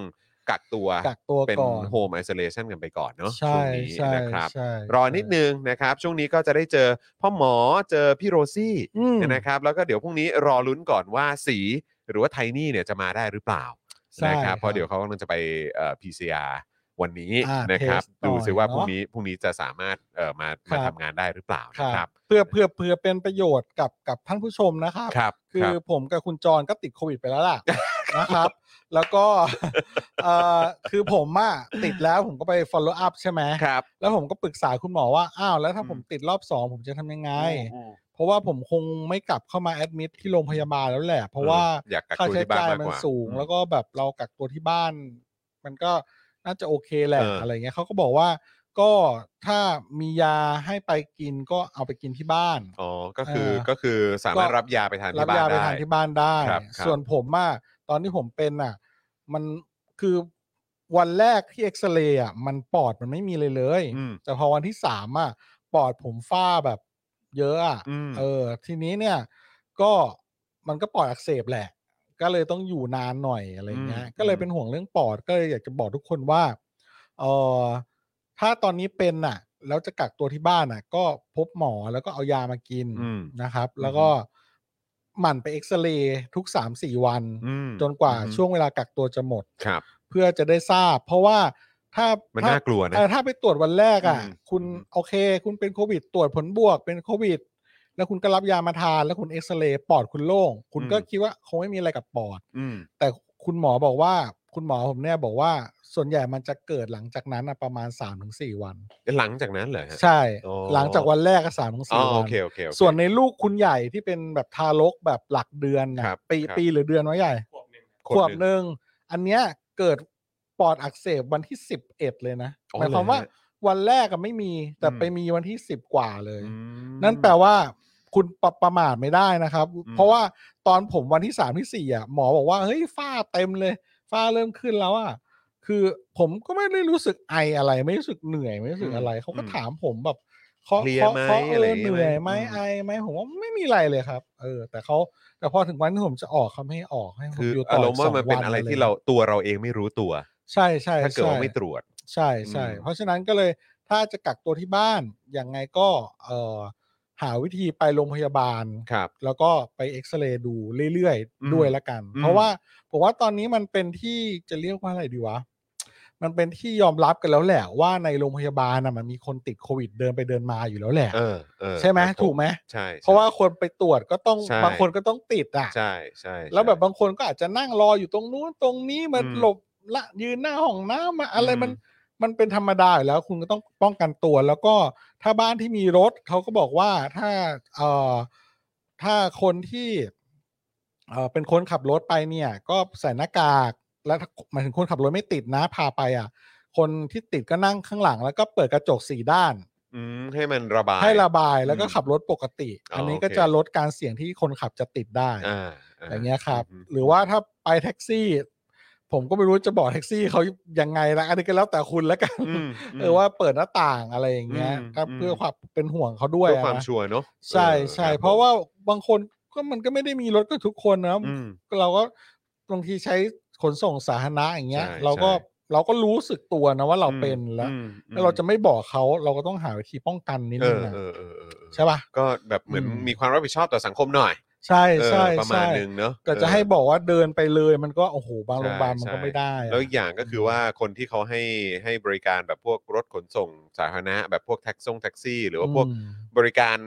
กักตัว
กักตัว
เป็น
ก่อน
โฮมไอโซเลชันกันไปก่อนเนาะ
ใช่
ช่วงนี้
ใช่
นะครับ
ใช่
รอนิดนึงนะครับ ช่วงนี้ก็จะได้เจอพ่อหมอเจอพี่โรซี่
อืม
นะครับแล้วก็เดี๋ยวพรุ่งนี้รอลุ้นก่อนว่าสีหรือว่าไทนี่เนี่ยจะมาได้หรือเปล่า
ใช่
นะครับเพราะเดี๋ยว
ค
เขากำลังจะไปเอ่อ PCR วันนี้
อ่า
นะครับ
เทสหน่อย
ดูซิว่า
เนอะ
พรุ่งนี้พรุ่งนี้จะสามารถเอ่อมา
ครับ
มาทำงานได้หรือเปล่า
รั
นะ
บ
ครับ
เพื่อเพื่อเพื่อเป็นประโยชน์กับกับท่านผู้ชมนะครับ
ครับ
คื
ค
อ
รับ
ผมกับคุณจรก็ติดโควิดไปแล้ว ล่ะ นะครับ แล้วก็ เอ่อคือผมอ่ะติดแล้วผมก็ไป follow up ใช่ไหม
ครับ
แล้วผมก็ปรึกษาคุณหมอว่า อ้าว แล้วถ้า
อืม
ผมติดรอบสองผมจะทำยังไง เพราะว่าผมคงไม่กลับเข้ามาแอดมิดที่โรงพยาบาลแล้วแหละ เพราะว่า
อยากกัก
ค่า
ตัว
ใช้
ที่บ้าน
จ่าย
มาก
มัน
กว่า
สูง
อืม
แล้วก็แบบเรากักตัวที่บ้าน มันก็น่าจะโอเคแหละ
เอออ
อะไรเงี้ยเขาก็บอกว่า ก็ถ้ามียาให้ไปกินก็เอาไปกินที่บ้าน
อ๋อ ก็คือ
เออ
ก็คือสามารถรับยาไปทาน
รั
ที่
บ
บ้าน
ยาไป
ได้
ทานที่บ้านได้
ครับครับ
ส่วนผมอ่ะตอนที่ผมเป็นอ่ะ มันคือวันแรกที่เอ็กซเรย์อ่ะมันปอดมันไม่มีเลยเลย
อืม
แต่พอวันที่สามอ่ะปอดผมฝ้าแบบ เยอะอ่ะ
อืม
เออ ทีนี้เนี่ยก็มันก็ปอดอักเสบแหละ ก็เลยต้องอยู่นานหน่อยอะไรเงี้ย
อืม
ก็เลย
อืม
เป็นห่วงเรื่องปอดก็เลยอยากจะบอกทุกคนว่าเออถ้าตอนนี้เป็นน่ะ แล้วจะกักตัวที่บ้านน่ะ ก็พบหมอแล้วก็เอายามากิน
อืม
นะครับ
อืม
แล้วก็หมั่นไปเอ็กซเรย์ทุกสามสี่วัน
อืม
จนกว่า
อืม
ช่วงเวลากักตัวจะหมด
ครับ
เพื่อจะได้ทราบ เพราะว่าถ้า
มัน
ถ้า
น่ากลัวนะ
เออถ้าไปตรวจวันแรกอ่ะ
อืม
คุณ
อืม
โอเค คุณเป็นโควิดตรวจผลบวกเป็นโควิด แล้วคุณก็รับยามาทาน แล้วคุณเอ็กซเรย์ปอดคุณโล่ง คุณก็คิดว่าคงไม่มีอะไรกับปอด
อืม
แต่คุณหมอบอกว่า คุณหมอผมเนี่ยบอกว่าส่วนใหญ่มันจะเกิดหลังจากนั้นอะประมาณ3าถึงสวัน
หลังจากนั้นเหรอฮะ
ใช่
โอ้
หลังจากวันแรกก็สามถึง
อ๋อ
สี่
โอ
วัน
เคโอเคโอเค
ส่วนในลูกคุณใหญ่ที่เป็นแบบทารกแบบหลักเดือนนะครับ ปี
ครับ
ปีหรือเดือนวะใหญ่ ขวบหนึ่งอันเนี้ยเกิดปอดอักเสบวันที่สิบเอ็ดเลยนะ
อ๋อ
หมายความ
เหรอฮะ
ว่าวันแรกก็ไม่มีแต่
อืม
ไปมีวันที่สิบกว่าเลย
อืม
นั่นแปลว่าคุณประประมาทไม่ได้นะครับ
อืม
เพราะว่าตอนผมวันที่สามที่สี่อ่ะหมอบอกว่าเฮ้ยฝ้าเต็มเลยฝ้าเริ่มขึ้นแล้วอ่ะคือผมก็ไม่ได้รู้สึกไออะไร ไม่รู้สึกเหนื่อยไม่รู้สึกอะไรเขาก็ถามผมแบบเขา
เพลีย
เขา
ไหม
เขาเอ
อะไร
อ
อย่าง
เหนื่
งี้ไหม
อยไหม
อืม
ไอไหมผมว่าไม่มีอะไรเลยครับ เออ แต่เขาแต่พอถึงวันที่ผมจะออกเขาไม่ให้ออกให้ผม
คือ
อยู่ต่
อา
อ
ร
อก
มณ์
ส
ว่า
อง
มัน
วั
เป็น
น
อะไร
อะไร
ที่เราตัวเราเองไม่รู้ตัว
ใช่ใช่
ถ้าเกิด
ใช่
ว่าไม่ตรวจ
ใช่ใช่
อืม
เพราะฉะนั้นก็เลยถ้าจะกักตัวที่บ้านยังไงก็เอ่อหาวิธีไปโรงพยาบาล
ครับ
แล้วก็ไปเอ็กซเรย์ดูเรื่อย
อืม
ๆ ด้วยละกัน
อืม
เพราะว่าผมว่าตอนนี้มันเป็นที่จะเรียกว่าอะไรดีวะ มันเป็นที่ยอมรับกันแล้วแหละว่าในโรงพยาบาลนะมันมีคนติดโควิดเดินไปเดินมาอยู่แล้วแหละ
เออเออ
ใช่ไหม
ครับผ
ถูกไหม
ใช่
เพราะว่าคนไปตรวจก็ต้อง
ใช่
บางคนก็ต้องติดอ่ะ
ใช่ใช่ใช่
แล้วแบบบางคนก็อาจจะนั่งรออยู่ตรงนู้นตรงนี้มา
อืม
หลบละยืนหน้าห้องน้ำมาอะไร
อืม
มันมันเป็นธรรมดาอยู่แล้ว คุณก็ต้องป้องกันตัวแล้วก็ถ้าบ้านที่มีรถเขาก็บอกว่าถ้าเอ่อถ้าคนที่เอ่อเป็นคนขับรถไปเนี่ย ก็ใส่หน้ากากและถ้าหมายถึงคนขับรถไม่ติดนะพาไปอ่ะ คนที่ติดก็นั่งข้างหลัง แล้วก็เปิดกระจกสี่ด้าน
อืมให้มันระบาย
ให้ระบายแล้วก็
อืม
ขับรถปกติ
อ๋ออั
อันนี้
โอเค
ก็จะลดการเสี่ยงที่คนขับจะติดได้
อ่า
อย่างเงี้ยครับ
ม
หรือว่าถ้าไปแท็กซี่ ผมก็ไม่รู้จะบอกแท็กซี่เขายังไงละอันนี้ก็แล้วแต่คุณแล้วกัน
อืมม
เออว่าเปิดหน้าต่างอะไรอย่างเงี้ย
อืม
ถ้า
อืม
เพื่อความเป็นห่วงเขาด้วย
เพื่อความ
นะ
ชัวร์เนอะ
ใช่
ออ
ใช่
คบ
เพราะว่าบางคนก็มันก็ไม่ได้มีรถกันทุกคนนะ
อืม
เราก็บางทีใช้ขนส่งสาธารณะอย่างเงี้ย
ใช่
เราก็
ใช่
เราก็รู้สึกตัวนะว่าเราเป็น
อืม
แล้ว
อืม
แล้วเราจะไม่บอกเขาเราก็ต้องหาวิธีป้องกันนิด
เอ
นึง
อ
นะ
เออเออเออเออ
ใช่ป่ะ
ก็แบบเหมือน
อืม
มีความรับผิดชอบต่อสังคมหน่อย
ใช่
เออ
ใช่
ประมา
ใช่
ณนึงเนอะ
แต่จะ
เออ
ให้บอกว่าเดินไปเลยมันก็โอ้โหบาง
ใช่
โรงพยาบาลมันก็
ใช่
ไม่ได้อะ
แล้วอีกอย่างก็คือว่าคนที่เขาให้ให้บริการแบบพวกรถขนส่งสาธารณะแบบพวกแท็กซ่งแท็กซี่ หรือว่าพวก
อืม
บริการ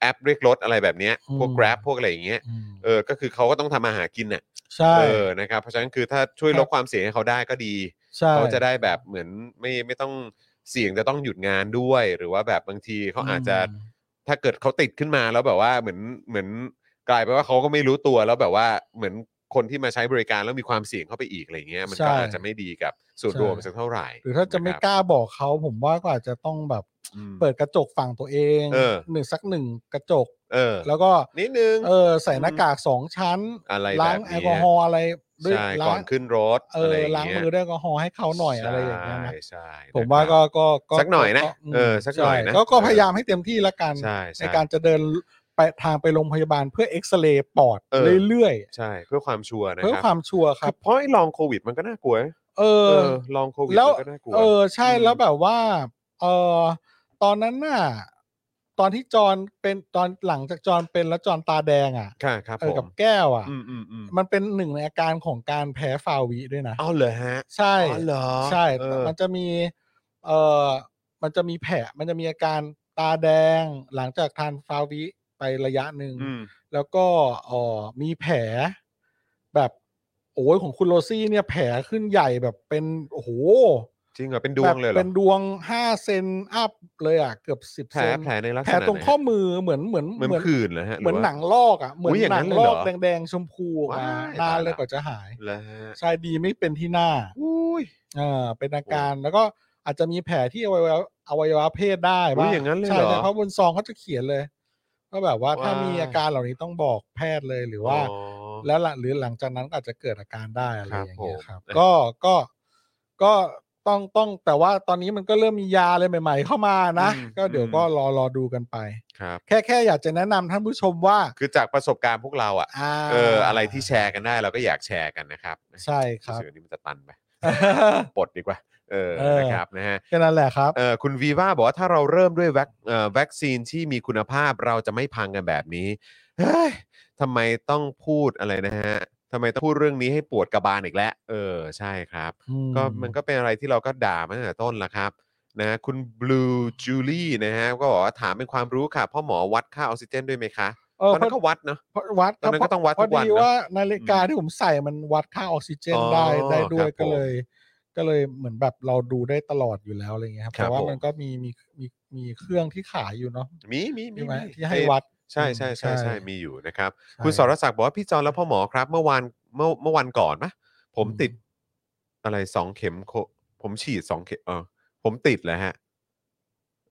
แอปเรียกรถอะไรแบบเนี้ยพวก
อืม
Grab พวกอะไรอย่างเงี้ย
อืม
เออก็คือเขาก็ต้องทำมาหากินน่ะ
ใช่
เออนะครับเพราะฉะนั้นคือถ้าช่วยลดความเสี่ยงให้เขาได้ก็ดี
ใช่
เขาจะได้แบบเหมือนไม่ไม่ต้องเสี่ยงจะต้องหยุดงานด้วย หรือว่าแบบบางทีเขาอาจจะ
อืม
ถ้าเกิดเขาติดขึ้นมาแล้วแบบว่าเหมือนเหมือนกลายไปนว่าเขาก็ไม่รู้ตัวแล้วแบบว่าเหมือนคนที่มาใช้บริการแล้วมีความเสี่ยงเข้าไปอีกอะไรเงี้ยมันก็อาจจะไม่ดีกับส่วนรวมสักเท่าไหร่
หรือถ้าจะไม่
นคบ
กล้าบอกเขาผมว่าก็อาจจะต้องแบบ
อืม
เปิดกระจกฝั่งตัวเอง
เออ
หนึ่งสักหนึ่งกระจก
เออ
แล้วก็
นิดนึง
เออใส่หน้ากากสองชั้น
อะไร
ล้าง
แบบนี้
แอลกอฮอล์อะไรด้วย
ใช่
ล้า
ก่อง นขึ้นรถ
เอ
อะไร
อ
อย่
ล้าง
เย
มือด้วยแอลกอฮอล์ให้เขาหน่อยอะไรอย่างเงี้ยนะ
ใช่ใช่
ผมว่าก็ก็ก็
สักหน่อยนะ
ม
เออสักหน่อยนะ
ใช่ก็ก็พยายามให้เต็มที่ละกัน
ใช่ช่
ในการจะเดินไปทางไปโรงพยาบาลเพื่อเอ็กซเรย์ปอด
เออ
เรื่อย
ใช่เพื่อความชัวร์
ๆ
นะ
เพื่อ
ครับ
ความชัวร์ค
คื
รั
อบ เพราะไอ้ลองโควิดมันก็น่ากลัวนะ
เออ
เออลองโควิด
แล้ว
มันก็น่ากลัว
เออใช่
อืม
แล้วแบบว่าเออตอนนั้นน่ะตอนที่จอนเป็นตอนหลังจากจอนเป็นแล้วจอนตาแดงอ่ะ
ค่ะครับ
เอ
ผ
อกั
ม
บแก้วอ่ะ
อืมอืมอืม
มันเป็นหนึ่งในอาการของการแพ้ฟาวิด้วยนะ
เอาเหรอฮะ
ใช่
อ๋อเหรอ
ใช่
เออ
มันจะมีเออมันจะมีแผลมันจะมีอาการตาแดง หลังจากทานฟาวิไประยะหนึ่ง
อืม
แล้วก็เอ่อมีแผลแบบโอ้ยของคุณโรซี่เนี่ยแผลขึ้นใหญ่แบบเป็นโอ้โห
จริงเหรอเป็นดวงเลยเหร
แบบ
อ
เป็นดวงห้าเซนอัพเลยอ่ะ เกือบสิบ
แผล
เซน
แผลในลักษณะ
แผลตรงข้อ
ไหน
มือเหมือนเหมือน
เหมือนผื่นเหรอฮะ
เหมือน
รืว่า
หนังลอกอ่ะเหมือน
อุ๊ยอย่าง
ห
นั้
นั
น
ง
เล
ล
ยเหร
อ
อก
แดงๆชมพูออกมา
ว้าย
นาน
ตาย
เลย
ละ
กว่าจะหาย
เหรอฮะ
ใช่ดีไม่เป็นที่หน้า
อุ้ย
เออเป็นอาการแล้วก็อาจจะมีแผลที่อวัยวะ อวัยวะเพศได้
อุ๊ย
บ้าง
อย่างนั้นเลย
ใช่
เหรอ
ใช่เพราะบนซองเขาจะเขียนเลยว่าแบบว่าถ้า
ว้ามี
มีอาการเหล่านี้ต้องบอกแพทย์เลยหรือว่า
อ๋อ
แล้วหลังหรือหลังจากนั้นก็อาจจะเกิดอาการได้อะไร
ครับ
อย่างเงี้ยครับ
ผม
ก็ก็ก็ต้องต้องแต่ว่าตอนนี้มันก็เริ่มมียาอะไรใหม่ ๆ เข้ามานะ
อืม
ก็เดี๋ยว
อืม
ก็รอรอดูกันไป
ครับ
แค่แค่อยากจะแนะนำท่านผู้ชมว่า
คือจากประสบการณ์พวกเราอ่ะ
อ่า
เออ อะไรที่แชร์กันได้เราก็อยากแชร์กันนะครับ
ใช่ครับ
สื่อนี้มันจะตันไป ปลดดีกว่า เออ
เออ
นะครับ นะฮะ
ก็ นั่นแหละครับ
เออคุณวีว่าบอกว่าถ้าเราเริ่มด้วยวัคเอ่อวัคซีนที่มีคุณภาพเราจะไม่พังกันแบบนี้เฮ้ยทำไมต้องพูดอะไรนะฮะทำไมต้องพูดเรื่องนี้ให้ปวดกระบาลอีกแล้ว เออใช่ครับ
อื
ก็มันก็เป็นอะไรที่เราก็ด่ามาตั้งแต่ต้นละครับนะฮะคุณบลูจูลี่นะฮะก็บอกว่าถามเป็นความรู้ค่ะพ่อหมอวัดค่าออกซิเจนด้วยไหมคะ
เอ
ต
อ
อน
เพ
นั้
ราะ
นก็วัดเนาะ
เพราะวัด
ตอนนั้นก็ต้องวัด
พ
ทุ
อก
วัน
ดี
นะ
ว่านาฬิกาที่ผมใส่มันวัดค่าออกซิเจน
อ๋อ
ได้ได้ด้ว
ค
ย
รับ
ก็
ผม
เลย ก็เลยเหมือนแบบเราดูได้ตลอดอยู่แล้วอะไรเงี้ยครับ
ครั
แต่
บ
ว่า
ผม
มันก็มีมีมีมีเครื่องที่ขายอยู่เนาะ
มีมีมี
ใช่ไหม
มี
ที่ให้วัด
ใช่ใช่ใช่ใช่
ใช่
มีอยู่นะครับ
ใช่
คุณสรศักดิ์บอกว่าพี่จอนและพ่อหมอครับ เมื่อวานเมื่อเมื่อวันก่อนนะผม
อืม
ติดอะไรสองเข็มโคผมฉีดสองเข็มเออผมติดแหละฮะ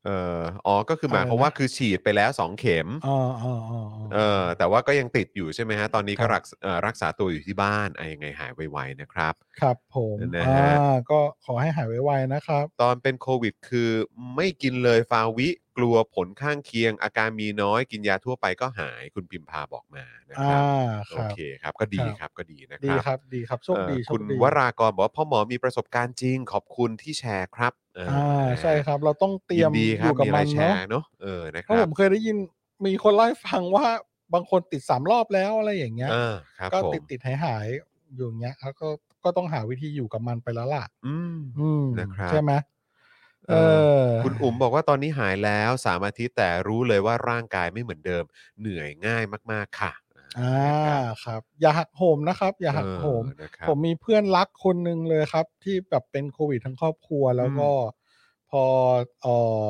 เอออ๋อก็คือหมายความว่าคือฉีดไปแล้วสองเข็ม
อ๋ออ๋ออ๋ออ๋อ
เออแต่ว่าก็ยังติดอยู่ใช่ไหมฮะ ตอนนี้
ค
ก็
รับ
รักษเอ่อรักษาตัวอยู่ที่บ้านอะยังไงหายไวๆนะครับ
ครับผม
นะ
อ่
ฮะ
าก็ขอให้หายไวๆนะครับ
ตอนเป็นโควิดคือไม่กินเลยฟาวิ กลัวผลข้างเคียง อาการมีน้อยกินยาทั่วไปก็หายคุณพิมพาบอกมานะค
อ่า
รั
ครั
บโอ
บ
เคครับ ก็ดี
ครับ
ครับก็ดีนะค
ดี
รับ
ครับดีครับโชคดี
เอ่อ
โช
คุ
ค
ณ
ดี
วรากรบอกว่าพ่อหมอมีประสบการณ์จริง ขอบคุณที่แชร์ครับเ
อ่าใช่ครับ เราต้องเตรียม
นดีค
อ
รับ
ยู่กับ
มีอะไร
มัน
แช
เนาะ
ร์เนาะเออนะค
เพราะผ
รับ
มเคยได้ยินมีคนเล่าให้ฟังว่าบางคนติดสามรอบแล้วอะไรอย่างเงี้ย
เออครับ
ก็
ผม
ติดติดหายหายๆอยู่อย่างเงี้ยแล้วก็ก็ต้องหาวิธีอยู่กับมันไปแล้วล่ะ
อืม
อืม
นะครับ
ใช่ไหม
เอ
เออ
คุณอุ๋มบอกว่าตอนนี้หายแล้วสามอาทิตย์แต่รู้เลยว่าร่างกายไม่เหมือนเดิม เหนื่อยง่ายมาก ๆ ค่ะ
อ่าครับ อย่าหักโหมนะครับ อย่าหักโหม
เออนะครับ
ผมมีเพื่อนรักคนหนึ่งเลยครับ ที่แบบเป็นโควิดทั้งครอบครัว แล้วก็พอเอ่อ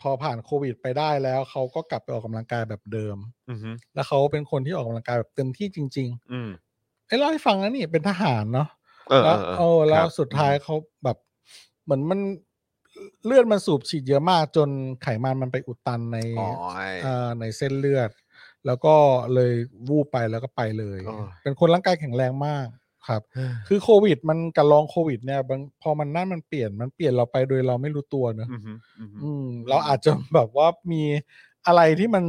พอผ่านโควิดไปได้แล้วเขาก็กลับไปออกกำลังกายแบบเดิม
อือฮึ
แล้วเขาเป็นคนที่ออกกำลังกายแบบเต็มที่จริง
อืม
ๆไอ้ยเล่าให้ฟังนะนี่เป็นทหารเนาะ
เออ
แล้ว
เออ
เออแล้
คว รับ
สุดท้ายเขาแบบเหมือนมันเลือดมันสูบฉีดเยอะมากจนไขมันมันไปอุดตันใน
อ๋อ
เอ่อในเส้นเลือด แล้วก็เลยวูบไปแล้วก็ไปเลย
โอ้ย
เป็นคนร่างกายแข็งแรงมากครับ คือโควิดมันกับลองโควิดเนี่ยบางพอมันนั่นมันเปลี่ยนมันเปลี่ยนเราไปโดยเราไม่รู้ตัวเนอะ
อือฮึอือฮึ
อืม เราอาจจะแบบว่ามีอะไรที่มัน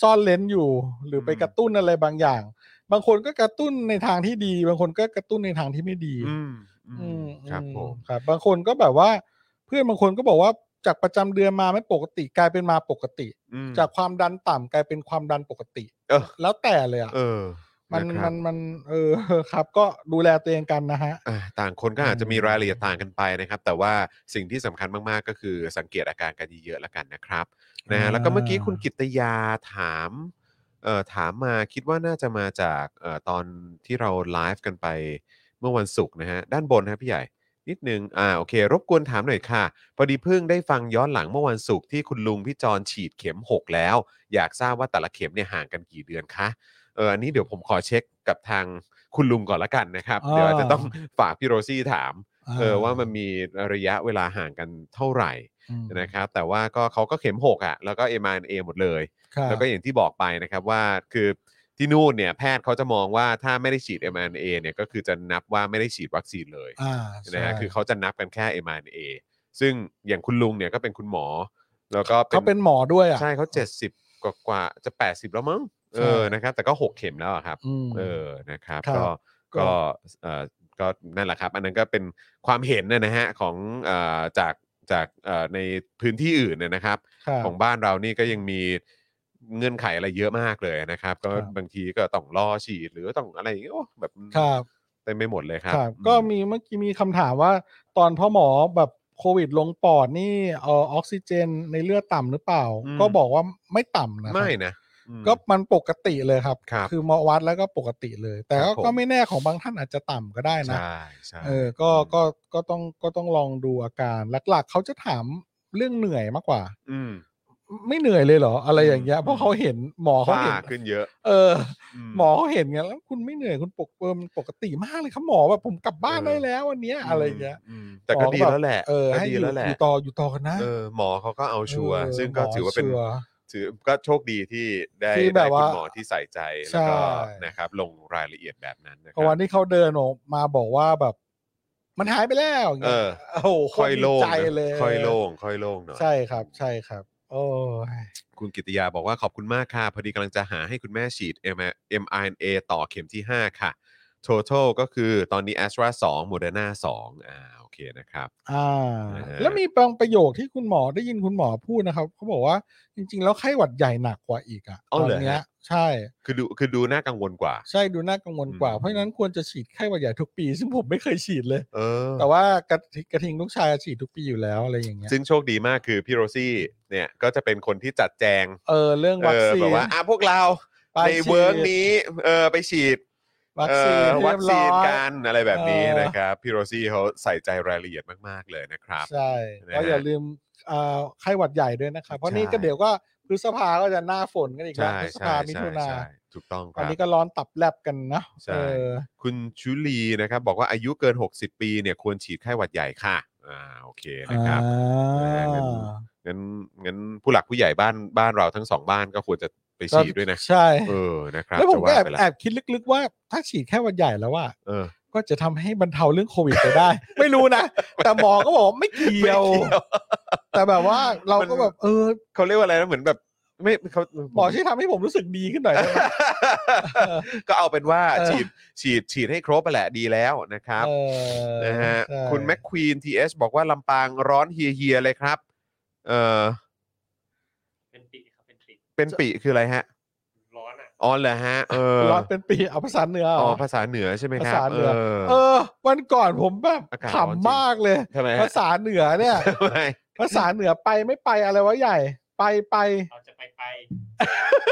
ซ่อนเลนอยู่ หรือไป
อืม
กระตุ้นอะไรบางอย่าง บางคนก็กระตุ้นในทางที่ดี บางคนก็กระตุ้นในทางที่ไม่ดี
อืมอืม
อืม
ครับ
อืม
ผม
ครับ บางคนก็แบบว่า เพื่อนบางคนก็บอกว่าจากประจำเดือนมาไม่ปกติกลายเป็นมาปกติ
อืม
จากความดันต่ำกลายเป็นความดันปกติ
เออ
แล้วแต่เลยอ่ะ
เออ
มัน
นะครับ
มันมันเออ ครับ ก็ดูแลตัวเองกันนะฮะ
อ่าต่างคนก็อาจจะมีรายละเอียดต่างกันไปนะครับ แต่ว่าสิ่งที่สำคัญมากๆ ก็คือสังเกตอาการกันเยอะๆแล้วกันนะครับนะฮะ
อ่า
แล้วก็เมื่อกี้คุณกิตตยาถามเอ่อถามมาคิดว่าน่าจะมาจากเอ่อตอนที่เราไลฟ์กันไปเมื่อวันศุกร์นะฮะด้านบนนะพี่ใหญ่ นิดนึงอ่าโอเค รบกวนถามหน่อยค่ะพอดีเพิ่งได้ฟังย้อนหลังเมื่อวันศุกร์ที่คุณลุงพี่จรฉีดเข็ม 6 แล้ว อยากทราบว่าแต่ละเข็มเนี่ยห่างกันกี่เดือนคะ เอออันนี้เดี๋ยวผมขอเช็คกับทางคุณลุงก่อนละกันนะครับ
อ่า
เดี๋ยวอาจจะต้องฝากพี่โรซี่ถามเออว่ามันมีระยะเวลาห่างกันเท่าไหร่
อืม
นะครับ แต่ว่าก็เขาก็เข็ม 6 อ่ะ แล้วก็ m อ n a หมดเลย
ครับ
แล้วก็อย่างที่บอกไปนะครับว่าคือที่นู่นเนี่ยแพทย์เขาจะมองว่าถ้าไม่ได้ฉีด m อ n a เนี่ยก็คือจะนับว่าไม่ได้ฉีดวัคซีนเลย
อ่า
นะฮะ
ใช่
คือเขาจะนับกันแค่ m อ n a ซึ่งอย่างคุณลุงเนี่ยก็เป็นคุณหมอ แล้วก็
เขาเป็นหมอด้วยอ่ะ
ใช่เขา 70 กว่ากว่าจะ 80 แล้วมั้งเออ
ใช่
นะครับ แต่ก็ 6 เข็มแล้วอะครับ
อืม
เออ นะครับ
ครับ
ก็
ก็
ก็เออก็นั่นแหละครับ อันนั้นก็เป็นความเห็นนะนะฮะของเอ่อจากจากเอ่อในพื้นที่อื่นเนยนะครับ
ครับ
ของบ้านเรานี่ก็ยังมีเงื่อนไขอะไรเยอะมากเลยนะครับ ก็บางทีก็ต้องรอฉีดหรือต้องอะไรอย่างเงี้ยโอ้แบบ
ครับ
เต็มไปหมดเลยครับ
ครับ
อื
ก็มีเมื่อกี้มีคำถามว่า ตอนพ่อหมอแบบโควิดลงปอดนี่เออออกซิเจนในเลือดต่ำหรือเปล่า ก็บอกว่าไม่ต่ำนะครับ
ไม่นะอืม
ก็มันปกติเลยครับ
ครับ
อหมอวัดแล้วก็ปกติเลย แต่
ค
ก็
รับผม
ก็ไม่แน่ของบางท่านอาจจะต่ำก็ได้นะ
ใช่ใช่
เออ ก็ ก็ ก็ต้อง ก็ต้องลองดูอาการ หลักๆ เขาจะถามเรื่องเหนื่อยมากกว่า
อืม
ไม่เหนื่อยเลยเหรออะไรอย่างเงี้ยเพราะเขาเห็นหมอเขา
ฝ้า
เห็น
ขึ้นเยอะ
เออ
ม
หมอเขาเห็นไงแล้วคุณไม่เหนื่อยคุณปกเออมันปกติมากเลยครับหมอแบบผมกลับบ้าน
เออ
ได้แล้ววันเนี้ยอะไรอย่างเงี้ย
มแต่ก็ดี
หมอก็แบบ
แล้วแหละ
เออ
ก็
ให้
ดี
อยู่
แล้วแหละ
อยู่ต่ออยู่ต่อกันนะ
เออหมอเขาก็เอาชัวร์
เ
ซึ่งก็
หม
ถือว่าเป็น
ชัร์
ถือก็โชคดีที่ได้
ที่
ได้
แบบ
คุณ
ว่า
หมอที่ใส่ใจแล้วก็
ใช่
นะครับลงรายละเอียดแบบนั้นนะค
เพ
รั
ราะวันที่เขาเดินออกมาบอกว่าแบบ มันหายไปแล้วย่างงี้ย
เออ
โอ้โห
ค่อยโล่ง
ใจเลย
ค่อยโล่งค่อยโล่งหน่อย
ใช่ครับ ใช่ครับ โอ้ย
คุณกิติยาบอกว่าขอบคุณมากค่ะ พอดีกำลังจะหาให้คุณแม่ฉีด M- mRNA ต่อเข็มที่ 5 ค่ะ total ก็คือตอนนี้ a s t r a 2 Moderna 2อ่าโอเคนะครับ
อ่า
นะฮะ
แล้วมีบางประโยคที่คุณหมอได้ยินคุณหมอพูดนะครับเขาบอกว่าจริง ๆ แล้วไข้หวัดใหญ่หนักกว่าอีกอ่ะตอนเนี้ยใช่
คือดูคือดูน่ากังวลกว่า
ใช่ดูน่ากังวลกว่า
อืม
เพราะฉะนั้นควรจะฉีดไข้หวัดใหญ่ทุกปี ซึ่งผมไม่เคยฉีดเลย
เออ
แต่ว่ากระทิกระทิงลูกชายฉีดทุกปีอยู่แล้วอะไรอย่างเงี้ย
ซึ่งโชคดีมากคือพี่โรซี่เนี่ยก็จะเป็นคนที่จัดแจง
เออเรื่อง
เอ
วัค
อ
ซีน
แบบว่าอ่ะพวกเรา
ไป
ใน
ฉีด
เวิร์กนี้เออไปฉีด
วัค
เอ
ซีน
อ
เรี
วั
ย
ค
บ
ซี
ร้อนย
กันอะไรแบบนี้
เออ
นะครับพี่โรซี่เขาใส่ใจรายละเอียดมาก ๆ เลยนะครับ
ใช่
นะฮะ
ก็อย่าลืมอ่าไข้หวัดใหญ่ด้วยนะครับ เพราะนี่
ใช่
ก็เดี๋ยวก็พฤษภาก็จะหน้าฝนกันอีกแล้ว
ใช่
พฤษภามิ
ใช่ใช่
ถุนา
ใช่ถูกต้องค
อัน
รับ
นี้ก็ร้อนตับแลบกันนะ
ใช่
เออ
คุณชุลีนะครับ บอกว่าอายุเกิน 60 ปีเนี่ยควรฉีดไข้หวัดใหญ่ค่ะอ่าโอเคนะครับ
อ่า
เออ งั้นงั้นผู้หลักผู้ใหญ่บ้านบ้านเราทั้งสองบ้านก็ควรจะไปฉีดด้วยนะ
ใช่
เออนะครับ
แล้วผมก็แอบ
จะาไปละ
แอบคิดลึกๆว่าถ้าฉีดแค่หวัดใหญ่แล้วว่า
เออ
ก็จะทำให้บรรเทาเรื่องโควิดไปได้ ไม่รู้นะ แต่หมอก็บอกว่าไม่เกี่ยว แต่แบบว่าเราก็แบบเออ
เขาเรียกว่าอะไรนะเหมือนแบบไม่เขา
หมอช่วยทำให้ผมรู้สึกดีขึ้นหน่อยได้ไหม
ก็เอาเป็นว่า
เออ
ฉีดฉีดฉีดให้ครบไปแหละดีแล้วนะครับ
เออ
นะฮะ
ใช่
คุณแม็กควีนทีเอสบอกว่าลำปางร้อนเฮียเฮียๆเลยครับ เออ
เป็นปีครับเป็นทริป
เป็นปีคืออะไรฮะ
ร้อนอ่ะ
อ๋อเหรอฮะเออ
ร้อนเป็นปีเอาภาษาเหนือเหร
อ๋อ
อ
ภาษาเหนือใช่ไหม
ภา
ครับ
ษาเหนือ
เอ
เอ
อ
อ วันก่อนผมแบบ
อากาศร้อนจริง
ขำมากเลย
ทำไมฮะ
ภาษาเหนือ เนี่ย
ทำไม
ภาษาเหนือไปไม่ไปอะไรวะใหญ่ ไปไป
เราจะไปไป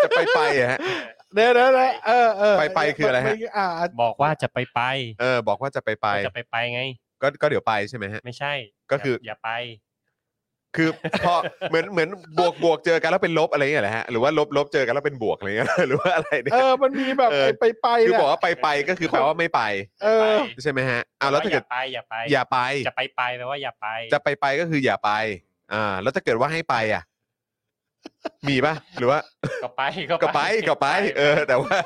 จะไปไปๆอะฮะ
เออ
เด้อเด้อเด้อเออเออ
ไปไปคืออะไรฮะ
อ่า
บอกว่าจะไปไป
เออ บอกว่าจะไปไป
เราจะไปไปไง
ก็ก็เดี๋ยวไปใช่ไหมฮะ
ไม่ใช่
ก็คืออ
ย่าย่าไป
คือ พอเหมือนเหมือนบวกบวกเจอกันแล้วเป็นลบอะไรอย่างเงี้ยแหละฮะหรือว่าลบลบเจอกันแล้วเป็นบวกอะไรอย่างเงี้ ยหรือว่าอะไรเนี่ย
เออมันมีแบบ
เออ
ไปไป
คือ
เนี่
บอก
ย
ว่าไปไปก็คือแปลว่าไม่ไป
เออ
ใช่ไหมฮะอ้าวแล้วถ้าเกิด
อย่าไปอย่าไป
อย่าไป
จะไปไปแปลว่าอย่าไป
จะไปไปก็คืออย่าไปอ่าแล้วถ้าเกิดว่าให้ไปอ่ะ มีปะหรือว่า
ก็ไป
ก็ไปก็ไป เออ แต่ว่า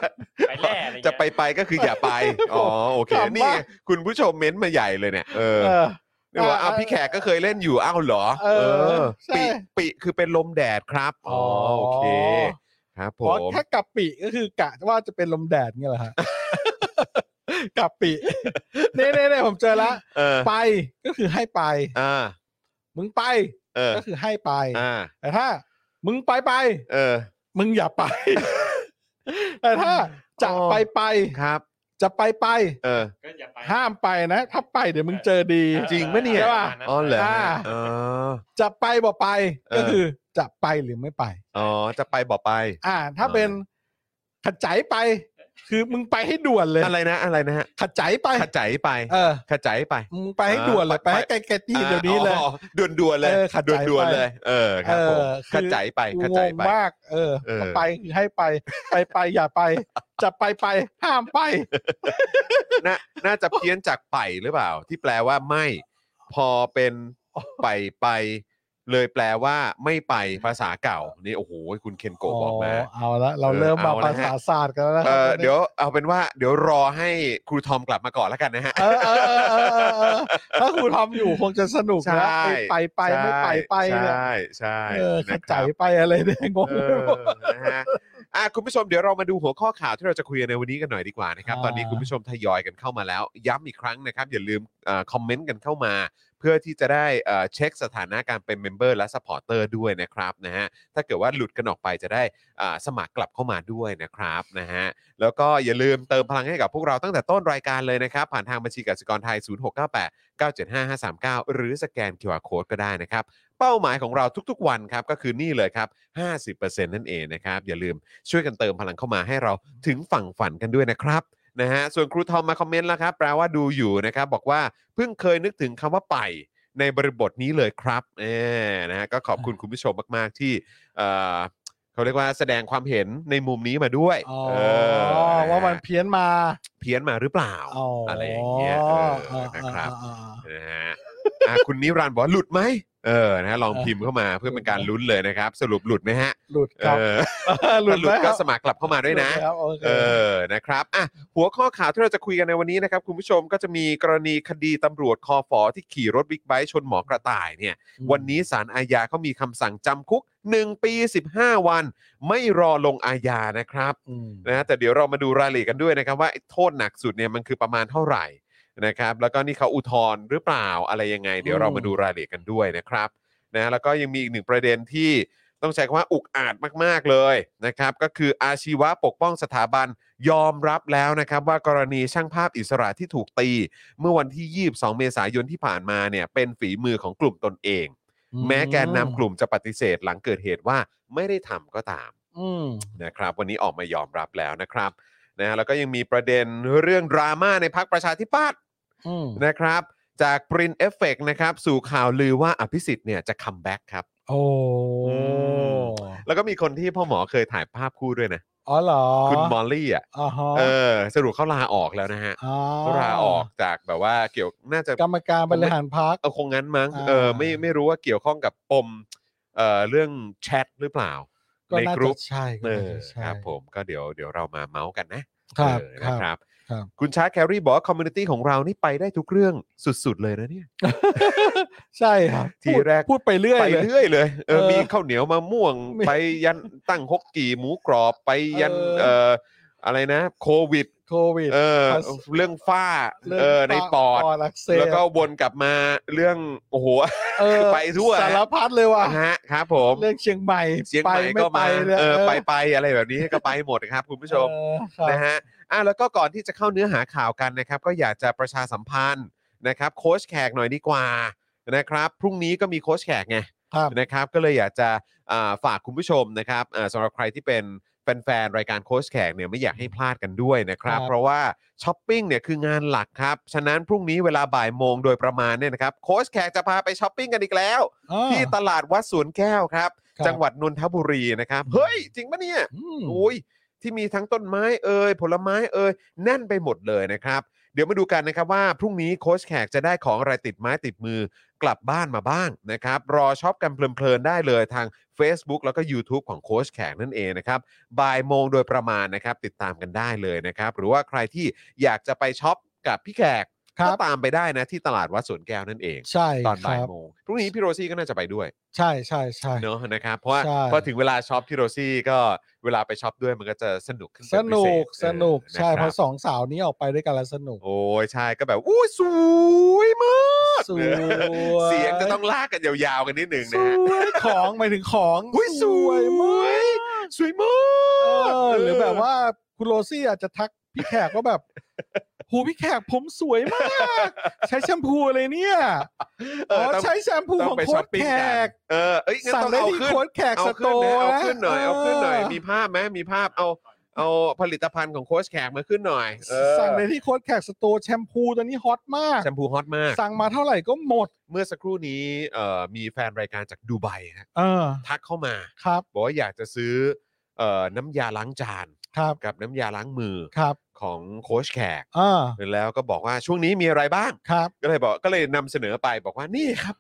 ไปแล่อะไรเงี้ย
จะไปไปก็คืออย่าไปอ๋อโอเค นี่ไงคุณผู้ชมเม้นต์มาใหญ่เลยเนี่ยเออ
เออ
เนี่ยว่าอ้าวพี่แขกก็เคยเล่นอยู่อ้าวเหรอ
เออใช่
ปิปิคือเป็นลมแดดครับอ๋อโอเคครับผ
เพราะ
ม
ถ้ากะปิก็คือกะว่าจะเป็นลมแดดเงี้ยเหรอฮะ กะปิเน่เน่เน่ผมเจอ ละ
เออ
ไปก็คือให้ไป
อ่า
มึงไป
เออ
ก็คือให้ไป
อ่า
แต่ถ้า มึงไปไป
เออ
มึงอย่าไป แต่ถ้าจะ
อ๋อ
ไปไป
ครับ
จะไปไป
เออ
ก็อย่าไป
ห้ามไปนะ ถ้าไปเดี๋ยวมึงเจอดี
จริงปะเนี่ย
ใช่ปะ
อ๋อเหรอฮะ
อ่า
อ๋อ
จะไปบ่ไป
เออ
ก็คือจะไปหรือไม่ไป
อ๋อ จะไปบอกไป
อ่า ถ้า
เออ
เป็นขัดใจไป คือมึงไปให้ด่วนเลย
อะไรนะอะไรนะฮะ
ขัดใจไป
ขจายไป
เออ
ขจายไป
มึงไปให้ด่วนเลย
ไป
ไปให้ไกลไกลๆที่เดี๋ยวนี้เลย
ด่วนด่วนๆเลย
เออขจายไป
ด่วนๆเลย เออครับผม
เออคือ
ขจายไป
กู
ข
ง
จาย
ง
ไป
มาก เออ
เออ
ก็ไปคือให้ไป ไปไปอย่าไป จะไปไปห้ามไป
น่าน่าจะเพี้ยนจากไปหรือเปล่า ที่แปลว่าไม่ พอเป็นไปไป เลยแปลว่าไม่ไปภาษาเก่านี่โอ้โหคุณเคนโกะบอกมา
เอาละเรา
เออ
เริ่มมา
เอาละ
ภา
ฮะ
ษาศาสตร์กันแล้วนะค
เอ
รับ
อเดี๋ยวเอาเป็นว่าเดี๋ยวรอให้ครูทอมกลับมาก่อนแล้วกันนะฮะ
เออเออเออเออเออเออถ้าครูทอมอยู่คงจะสนุกนะ
ใช่
ไปไปไปไม่ไปไปเนี่ย
ใช่ใช่
เออขัด
นะค
ใจ
รับ
ไปอะไรเนี่ยงง
เอ
ไป
อ
หมด
นะฮะอ่ะคุณผู้ชมเดี๋ยวเรามาดูหัวข้อข่าวที่เราจะคุยกันในวันนี้กันหน่อยดีกว่านะครับ
อ่า
ตอนนี้คุณผู้ชมทยอยกันเข้ามาแล้ว ย้ำอีกครั้งนะครับ อย่าลืมคอมเมนต์กันเข้ามา เพื่อที่จะได้เอ่อเช็คสถานะการเป็นเมมเบอร์และสปอร์เตอร์ด้วยนะครับนะฮะถ้าเกิดว่าหลุดกันออกไปจะได้อ่าสมัครกลับเข้ามาด้วยนะครับนะฮะแล้วก็อย่าลืมเติมพลังให้กับพวกเราตั้งแต่ต้นรายการเลยนะครับ ผ่านทางบัญชีกสิกรไทย 0698 975539 หรือสแกน QR Code ก็ได้นะครับ เป้าหมายของเราทุกๆวันครับ ก็คือนี่เลยครับ 50%นั่นเองนะครับ อย่าลืมช่วยกันเติมพลังเข้ามาให้เราถึงฝั่งฝันกันด้วยนะครับนะฮะส่วนครูทอมมาคอมเมนต์แล้วครับ แปลว่าดูอยู่นะครับ บอกว่าเพิ่งเคยนึกถึงคำว่าไป ในบริบทนี้เลยครับเออนะฮะก็ขอบคุณคุณผู้ชมมาก ๆ ที่เอ่อเขาเรียกว่าแสดงความเห็นในมุมนี้มาด้วย
อ๋อ
เออ
ว่ามันเพี้ยนมา
เพี้ยนมาหรือเปล่า
อ๋อ
อะ
อะไร
อย่างเงี้ยเออนะครับ นะฮะอ่ะคุณนิรันดร์บอกว่าหลุดไหมเออนะฮะลองพิมพ์เข้ามาเพื่อเป็นการลุ้นเลยนะครับ สรุปหลุดไหมฮะ
หลุดค
เอ
รับ
อ
หลุด
ถ้าหลุด
แล้ว
ก็สมัครกลับเข้ามาด้วยนะ
หลุแล้วโอเค
เออ นะครับ อ่ะ หัวข้อข่าวที่เราจะคุยกันในวันนี้นะครับ คุณผู้ชมก็จะมีกรณีคดีตำรวจคอฟอที่ขี่รถบิ๊กไบค์ชนหมอกระต่ายเนี่ย
อืม
วันนี้ศาลอาญาเขามีคำสั่งจำคุก 1 ปี 15 วัน ไม่รอลงอาญานะครับ
อืม
นะแต่เดี๋ยวเรามาดูรายละเอียดกันด้วยนะครับว่าไอ้โทษหนักสุดเนี่ยมันคือประมาณเท่าไหร่นะครับแล้วก็นี่เขาอุทธรณ์หรือเปล่าอะไรยังไง เดี๋ยวเรามาดูรายละเอียดกันด้วยนะครับนะแล้วก็ยังมีอีกหนึ่งประเด็นที่ต้องใช้คำว่าอุกอาจมาก ๆ เลยนะครับก็คืออาชีวะปกป้องสถาบันยอมรับแล้วนะครับ ว่ากรณีช่างภาพอิสระที่ถูกตี เมื่อวันที่ 22 เมษายนที่ผ่านมาเนี่ยเป็นฝีมือของกลุ่มตนเอง แม้แกนนำกลุ่มจะปฏิเสธหลังเกิดเหตุว่าไม่ได้ทำก็ตาม
อืม
นะครับวันนี้ออกมายอมรับแล้วนะครับนะฮะแล้วก็ยังมีประเด็นเรื่องดราม่าในพักประชาธิปัตย์
อืม
นะครับ จากปรินเอฟเฟกนะครับสู่ข่าวลือว่าอภิสิทธิ์เนี่ยจะคัมแบ็กครับ
โอ้
อื แล้วก็มีคนที่พ่อหมอเคยถ่ายภาพคู่ด้วยนะ
อ๋อเหรอ
คุณมอลลี่อ่ะ
อ๋อฮะ
เออสรุปเขาลาออกแล้วนะฮะ
อ๋อ
เขาลาออกจากแบบว่าเกี่ยวน่าจะ
กรรมการบริหารพัก
เอาคงงั้นมั้ง
อ่า
เออไม่ไม่รู้ว่าเกี่ยวข้องกับปมเอ่อเรื่องแชทหรือเปล่า
ก็
ใน
น่าก
รุ๊ป
จะใช่ก็
เอ
น่า
อ
จะใช่
ครับผมก็เดี๋ยวเดี๋ยวเรามาเมาส์กันนะครับ เออ
ค
นะ
รับ
ครับ
ครับ
คุณชาร์ตแครีบอกว่าคอมมูนิตี้ของเรานี่ไปได้ทุกเรื่องสุด ๆ เลยนะเนี่ย
ใช่ครับ
ทีแรก
พูดพูดไปเรื่อย
ไป
เลย
เรื่อยเลยเออ
เออ
มีข้าวเหนียวมะม่วง
มี
ไปยันตั้งฮกกี่หมูกรอบไปยัน
เออ
เอ่ออะไรนะ โควิด
โควิด
เออ
ภาษา
เรื่องฝ้า
รื่อง
เออในปอด
ปอดอักเสบ
แล้วก็วนกลับมาเรื่อง โอ้โห
เออ
ไปทั่ว
สารพัดเลยว่ะ
นะฮะครับผม
เรื่องเชียงใหม่
เสียงใหม่ก็มา
เลย
เออไปไปอะไรแบบนี้ก็ไปหมดครับคุณผู้ชม
เออครับ
นะฮะ อ่ะแล้วก็ก่อนที่จะเข้าเนื้อหาข่าวกันนะครับ ก็อยากจะประชาสัมพันธ์นะครับ โค้ชแขกหน่อยดีกว่านะครับ พรุ่งนี้ก็มีโค้ชแขกไง
ครับ
นะครับ ก็เลยอยากจะอ่าฝากคุณผู้ชมนะครับอ่าสำหรับใครที่เป็นแฟนๆรายการโค้ชแขกเนี่ยไม่อยากให้พลาดกันด้วยนะครับ
ครับ
เพราะว่าช้อปปิ้งเนี่ยคืองานหลักครับ ฉะนั้นพรุ่งนี้เวลาบ่ายโมงโดยประมาณเนี่ยนะครับโค้ชแขกจะพาไปช้อปปิ้งกันอีกแล้ว
อ่า
ที่ตลาดวัดสวนแก้วครับ
ครับ
จังหวัดนนทบุรีนะครับ เฮ้ย จริงปะเนี่ย
อืม
โอ้ย ที่มีทั้งต้นไม้เอ่ยผลไม้เอ่ยแน่นไปหมดเลยนะครับ เดี๋ยวมาดูกันนะครับว่าพรุ่งนี้โค้ชแขกจะได้ของอะไรติดไม้ติดมือกลับบ้านมาบ้างนะครับ รอช็อปกันเพลินๆได้เลยทาง Facebook แล้วก็ YouTube ของโค้ชแขกนั่นเองนะครับบ่ายโมงโดยประมาณนะครับติดตามกันได้เลยนะครับ หรือว่าใครที่อยากจะไปช็อปกับพี่แขก
ครั
ก็
บ
ตามไปได้นะที่ตลาดวัดสวนแก้วนั่นเอง
ใช่
ตอนบ่าย
ครับ
โมงพรุ่งนี้พี่โรซี่ก็น่าจะไปด้วย
ใช่ใช่ใช่
เนอะนะครับเพราะว่า
ใช่
พอถึงเวลาช็อปพี่โรซี่ก็เวลาไปช็อปด้วยมันก็จะสนุกขึ้น
ส
เป็นพิ
นุ
เศ
ก
ษ
สนุก
เออ
ใช่
นะ
เพ
ครับ
ราะสองสาวนี้ออกไปด้วยกันแล้วสนุก
โอ้ยใช่ก็แบบอู้สวยมาก
สว
เออย เสียงจะต้องลากกันยาวๆกันนิดหนึ่ง
ส
นะฮะ
วยของหมายถึงของ
อุ้ยสวย
มาม
าก กสวยมา
เอก อหรือแบบว่าคุณโรซี่อาจจะทักพี่แขกว่า แบบหูพี่แขกผมสวยมาก ใช้แชมพูอะไรเนี่ย
เอ
อ๋อ
อต้อง
ใช้แชมพู
ต้อ
ข
ง
อง
ไป
โค้
ช้อ
ด
ปปิ้ง
แข
กัน
ก
เออเอ้ยงั้น
สั่ง
ต้อง
ได้
เอา
ที่
ขึ้น
โค้ดแขก
เอา
ส
ขึ้
โต
นนะ
ร์
เอาขึ้นหน่อยเอาขึ้นหน่อย
เ
มีภาพไหมมีภาพเอาเอาผลิตภัณฑ์ของโค้ชแขกมาขึ้นหน่อยเออ
สั่งได้ที่โค้ดแขกสโตร์แชมพูตอนนี้ฮอตมาก
แชมพูฮอตมาก
สั่งมาเท่าไหร่ก็หมด
เมื่อสักครู่นี้เอ่อมีแฟนรายการจากดูไบฮะ
เออ
ทักเข้ามา
ครับ
บอกว่าอยากจะซื้อเอ่อน้ำยาล้างจาน
ครับ
กับน้ำยาล้างมือ
ครับ
ของโค้ชแขก
อ่า
แล้วก็บอกว่าช่วงนี้มีอะไรบ้าง
ครับ
ก็เลยบอกก็เลยนำเสนอไปบอกว่านี่ครับ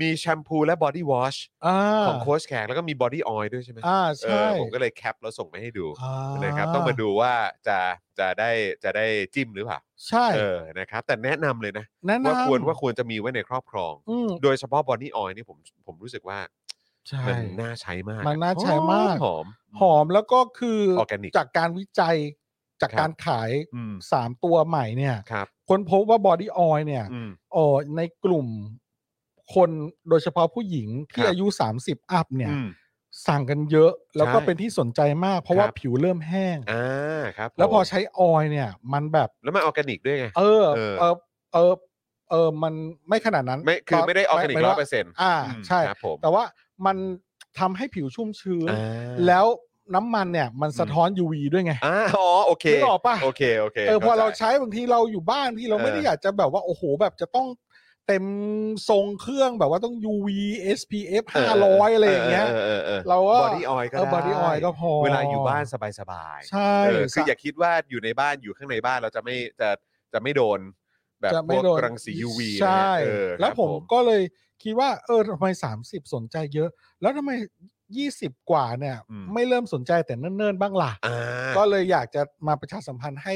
มีแชมพูและบอดี้วอช
อ่า
ของโค้ชแขกแล้วก็มีบอดี้ออยล์ด้วยใช่ไหม
อ่า
เอ
ใช่
อผมก็เลยแคปแล้วส่งไปให้ดู
อ่า
นะครับ ต้องมาดูว่าจะจะได้จะได้จิ้มหรือเปล่า
ใช่
เออนะครับ แต่แนะนำเลยนะ
แนะนำ
ว่าควรว่าควรจะมีไว้ในครอบครอง
อืม
โดยเฉพาะบอดี้ออยล์นี่ผมผมรู้สึกว่า
ใช่
มันน่าใช้มาก
มันน่าใช้มาก
หอม
หอมแล้วก็คือ
ออร์แกนิก
จากการวิจัยจาก
ครับ
การขาย
อืม
สามตัวใหม่เนี่ย
ครับ
คนพบว่าบอดี้ออยเนี่ย
อืม
เอ๋อในกลุ่มคนโดยเฉพาะผู้หญิงที่
ครับ
อายุ 30 อัพเนี่ย
อืม
สั่งกันเยอะแล้วก็
ใช่
เป็นที่สนใจมาก เพราะว่า
ครับ
ผิวเริ่มแห้ง
อ่าครับผม
แล้วพอใช้ออยเนี่ย มันแบบ
แล้วมันออร์แกนิกด้วยไง
เออ
เออ
เออ เออ เออ มันไม่ขนาดนั้น
ไม่คือไม่ได้ออร์แกนิก
ไม่
ร้อ
ว่าย
เปอร์เซ็นต์
อ่า ใช่
ครับผม
แต่ว่ามันทำให้ผิวชุ่มชื้น
อ่า
แล้วน้ำมันเนี่ย มันสะท้อน UV ด้วยไง
อ่าอ๋อโอเค
นึกออกปะ
โอเคโอเค
เออ พอ
ข้ใจ
เราใช้บางทีเราอยู่บ้านที่เราไม่ได้
เออ
อ
อ
ยากจะแบบว่า โอ้โห แบบจะต้อง เต็มทรงเครื่องแบบว่าต้อง UV SPF 500 อะไรอย่างเงี้ย เราก็
บอดี้ออยก็
เออบอดี้ออยก็พอ
เวลาอยู่บ้านสบายๆ
ใช่
เออคือ
สะ
อย่าคิดว่าอยู่ในบ้านอยู่ข้างในบ้านเราจะไม่จะจะไม่โดน แบบ
จะ
พ
ไม่
วก
โดน
รังสี UV
ใช่
นะฮะเออครับ
แล้วผมก็เลยคิดว่า เออทำไม 30 สนใจเยอะ แล้วทำไม 20 กว่าเนี่ย
อืม
ไม่เริ่มสนใจแต่เนิ่นๆ บ้างล่ะ
อ่า
ก็เลยอยากจะมาประชาสัมพันธ์ให้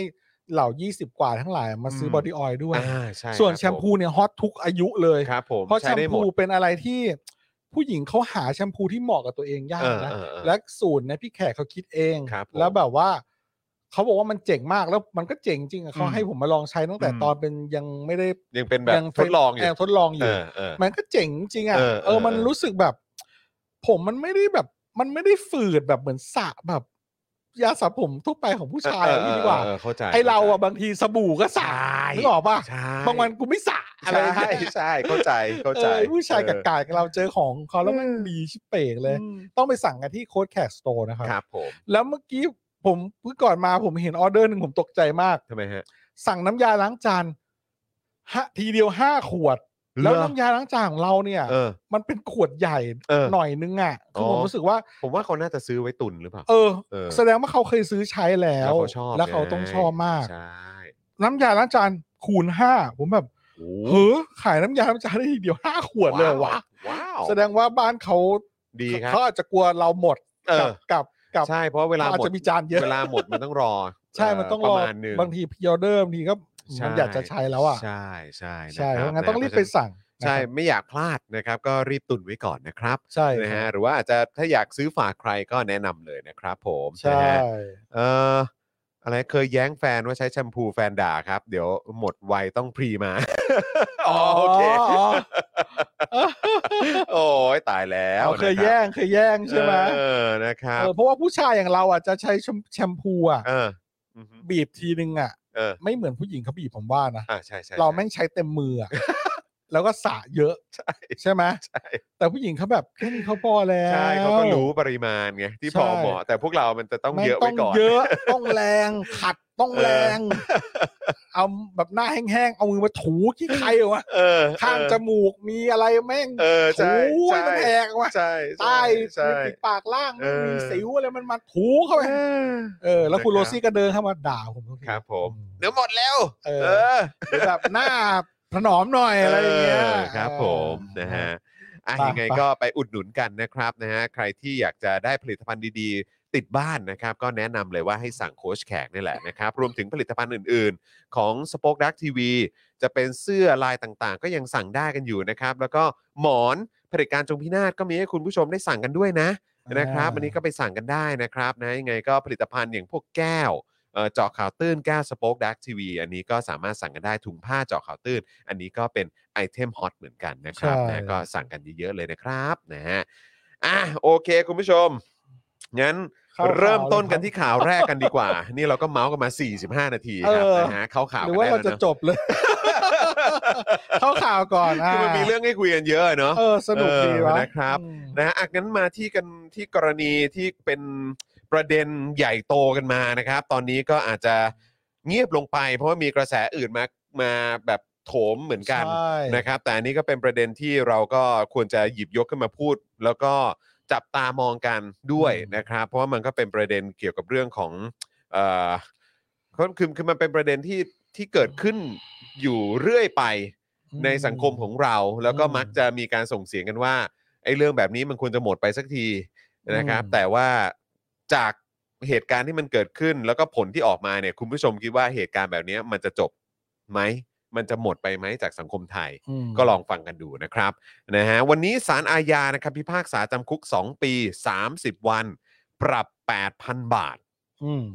เหล่า 20 กว่าทั้งหลายมาซื้ออบ
ม
อดี้ออยล์ด้วย
อ่าใช่
ส่วน
ครับ
แชมพูเนี่ยฮอตทุกอายุเลย
ครับผม
เพราะแช
ใช้
ม
ได้ห
พู
ด
เป็นอะไรที่ผู้หญิงเขาหาแชมพูที่เหมาะกับตัวเองยาก
เออ
นะ
เออเออ
และสูตรเนี่ยพี่แขกเขาคิดเอง
ครับผม
แล้วแบบว่าเขาบอกว่ามันเจ๋งมากแล้วมันก็เจ๋งจริงอะเขา
อืม
ให้ผมมาลองใช้ตั้งแต่
อืม
ตอนเป็นยังไม่ได้
ยังเป็นแบบ
ยั
ทดลองอยู่
เทดลองอ
เอยู่ อเออ
มันก็เจ๋งจริงอะ
เออเออ
เออมัน
เออ
รู้สึกแบบ ผมมันไม่ได้แบบ มันไม่ได้ฝืดแบบเหมือนสระแบบยาสระผมทั่วไปของผู้ชายอะพี่ดีกว่า
เออเออเข้าใจ
ไอเราอะบางทีสบู่ก็สระ
ใช่
นึกออกปะ
ใช่
บางวันกูไม่สระอะไรอย่าง
ใช่
เงี้ย
ใช่เข้าใจเข้าใจ
ออผู้ชายกาก
เอ
ๆกับเราเจอของเขาแล้วมันดีชิบเป่งเลย ต้องไปสั่งกันที่โค้ดแขกสโตร์นะค
อ
รับ
ครับผม
แล้วเมื่อกี้ผมเมื่อก่อนมาผมเห็นออเดอร์หนึ่งผมตกใจมาก
ทำไมฮะ
สั่งน้ำยาล้างจานฮะทีเดียวห้าขวด แล้ว
เหรอ
น้ำยาล้างจานของเราเนี่ย
เออ
มันเป็นขวดใหญ่
เออ
หน่อยนึงอ่ะคืออ
อ
ผมรู้สึกว่า
ผมว่าเขาน่าจะซื้อไว้ตุนหรือเปล่า
เออ
เออ
แสดงว่าเขาเคยซื้อใช้แล้ว
แล้วเขาชอบ
แล้วเขาต้องชอบมาก
ใช่
น้ำยาล้างจานคูณห้าผมแบบ
โอ้
เฮ้อขายน้ำยาล้างจานได้ทีเดียวห้าขวดเลยเหรอวะ
ว้าว
แสดงว่าบ้านเขา
ดีครับ
เขาอาจจะกลัวเราหมด
เอ
กั
อ
บกับกับ
ใช่เพราะเวลาหม
อาจ
ด
จะมีจานเยอะ
เวลาหมดมันต้องรอ
ใช่มันต้องร
ป
อ
ระมาณหนึ่ง
บางทีพิออเดอร์บางทีก็
ใช่
มันอยากจะใช้แล้วอ่ะ
ใช่ใช่
ใช่
ค
เพ
บ
ราะงั้น
นะ
ต้องรีบไป
เพาะฉะนั้น
สั่ง
ใช่
นะครับ
ไม่อยากพลาดนะครับ ก็รีบตุนไว้ก่อนนะครับ
ใช่
นะ
ค
ฮะ
รับ
หรือว่าอาจจะถ้าอยากซื้อฝากใครก็แนะนำเลยนะครับผม
ใช่
นะฮะเอ่ออะไรเคยแย้งแฟนว่าใช้แชมพูแฟนด่าครับ เดี๋ยวหมดไวยต้องพรีมา อ๋อโอเค
อ๋อ
โอ้ยตายแล้ว
อ๋อเคย
นะครับ
แย่งเคยแย่งใช่ไหม
เออนะครับ
เออเพราะว่าผู้ชายอย่างเราอ่ะจะใช้แชมแชมพูอ่ะ
เอออือฮึ
บีบทีนึงอ่ะ
เออ
ไม่เหมือนผู้หญิงเขาบีบผมว่านะ
อ่าใช่ใช่
เรา
ใช่
แม่งใช้เต็มมืออ่ะแล้วก็สระเยอะ
ใช่
ใช่ไหม
ใช่
แต่ผู้หญิงเขาแบบแค่นี้เขาพอแล้ว
ใช่เขาก็รู้ปริมาณไงที่พอเหมาะแต่พวกเรามันจะต้อง
แม่
เยอะไว้ก่อน
เยอะ ต้องแรงขัดต้องแรง เอาแบบหน้าแห้งๆ เอามือมาถูที่ใครออกมา
เออ
ข้างจ
เออ
มูกมีอะไรแม่ง
เออ
ถู
ใช่
ให้
ใช่
มันแหกออกมา
ใช่
ใต้
ใช่
มี
ใช่
ปากล่าง
เออ
มีสิวอะไรมันมาถูเข้าไป
เออ
เออแล้วคุณ
นะค
โร
รับ
ซี่ก็เดินเข้ามาด่าผมทุกที
ครับผม
อื
เดี๋ยวหมดแล้ว
เออ
เออ
หรือแบบ หน้าถนอมหน่อยอะไรอย่างเงี้ย
ออครับผมนะฮะอ่ะ
ไป
ยังไงก็ไปอุดหนุนกันนะครับนะฮะใครที่อยากจะได้ผลิตภัณฑ์ดีๆ ติดบ้านนะครับ ก็แนะนำเลยว่าให้สั่งโค้ชแขกนี่แหละนะครับ รวมถึงผลิตภัณฑ์อื่นๆ ของ Spoke Dark TV จะเป็นเสื้อลายต่างๆ ก็ยังสั่งได้กันอยู่นะครับ แล้วก็หมอนเผลิตการจงพินาศก็มีให้คุณผู้ชมได้สั่งกันด้วยนะ นะครับ
า
วันนี้ก็ไปสั่งกันได้นะครับนะยังไงก็ผลิตภัณฑ์อย่างพวกแก้วเอ่อเจาะข่าวตื้นแก้วสป็อคดักทีวีอันนี้ก็สามารถสั่งกันได้ถุงผ้าเจาะข่าวตื้น อันนี้ก็เป็นไอเทมฮอตเหมือนกันนะครับ
ใช่
นะก็สั่งกันเยอะๆเลยนะครับนะฮะอ่ะโอเคคุณผู้ชม งั้น
ข้าข่าว
เริ่มต้นกัน
เลย
ที่ข่าวแรกกันดีกว่า นี่เราก็เมาส์กันมา 45 นาทีครับ
เออ
นะฮะเข้า
ครับ
ข่าว
หรือว่าเรา
กัน
จะ
ได้แล้วน
จบเลย เข้าข่าวก่อนอ่ะ
คือมันมีเรื่องให้คุยกันเยอะเนาะ
เออสนุกดี
เออ
วะ
นะครับ
อืม
นะฮะอ่ะงั้นมาที่กันที่กรณีที่เป็นประเด็นใหญ่โตกันมานะครับ ตอนนี้ก็อาจจะเงียบลงไป เพราะว่ามีกระแสอื่นมามาแบบโถมเหมือนกัน
ใช่
นะครับ แต่อันนี้ก็เป็นประเด็นที่เราก็ควรจะหยิบยกขึ้นมาพูด แล้วก็จับตามองกันด้วย
อืม
นะครับ เพราะว่ามันก็เป็นประเด็นเกี่ยวกับเรื่องของเอ่อคือคือคือมันเป็นประเด็นที่ที่เกิดขึ้นอยู่เรื่อยไป ในสังคมของเรา แล้วก็
อืม
มักจะมีการส่งเสียงกันว่าไอ้เรื่องแบบนี้มันควรจะหมดไปสักทีนะครับ
อืม
แต่ว่าจากเหตุการณ์ที่มันเกิดขึ้น แล้วก็ผลที่ออกมาเนี่ยคุณผู้ชมคิดว่าเหตุการณ์แบบนี้มันจะจบไหม มันจะหมดไปไหมจากสังคมไทย
ม
ก็ลองฟังกันดูนะครับนะฮะวันนี้ศาลอาญานะครับพิพากษาจำคุก 2 ปี 30 วัน ปรับ 8,000 บาท
อืม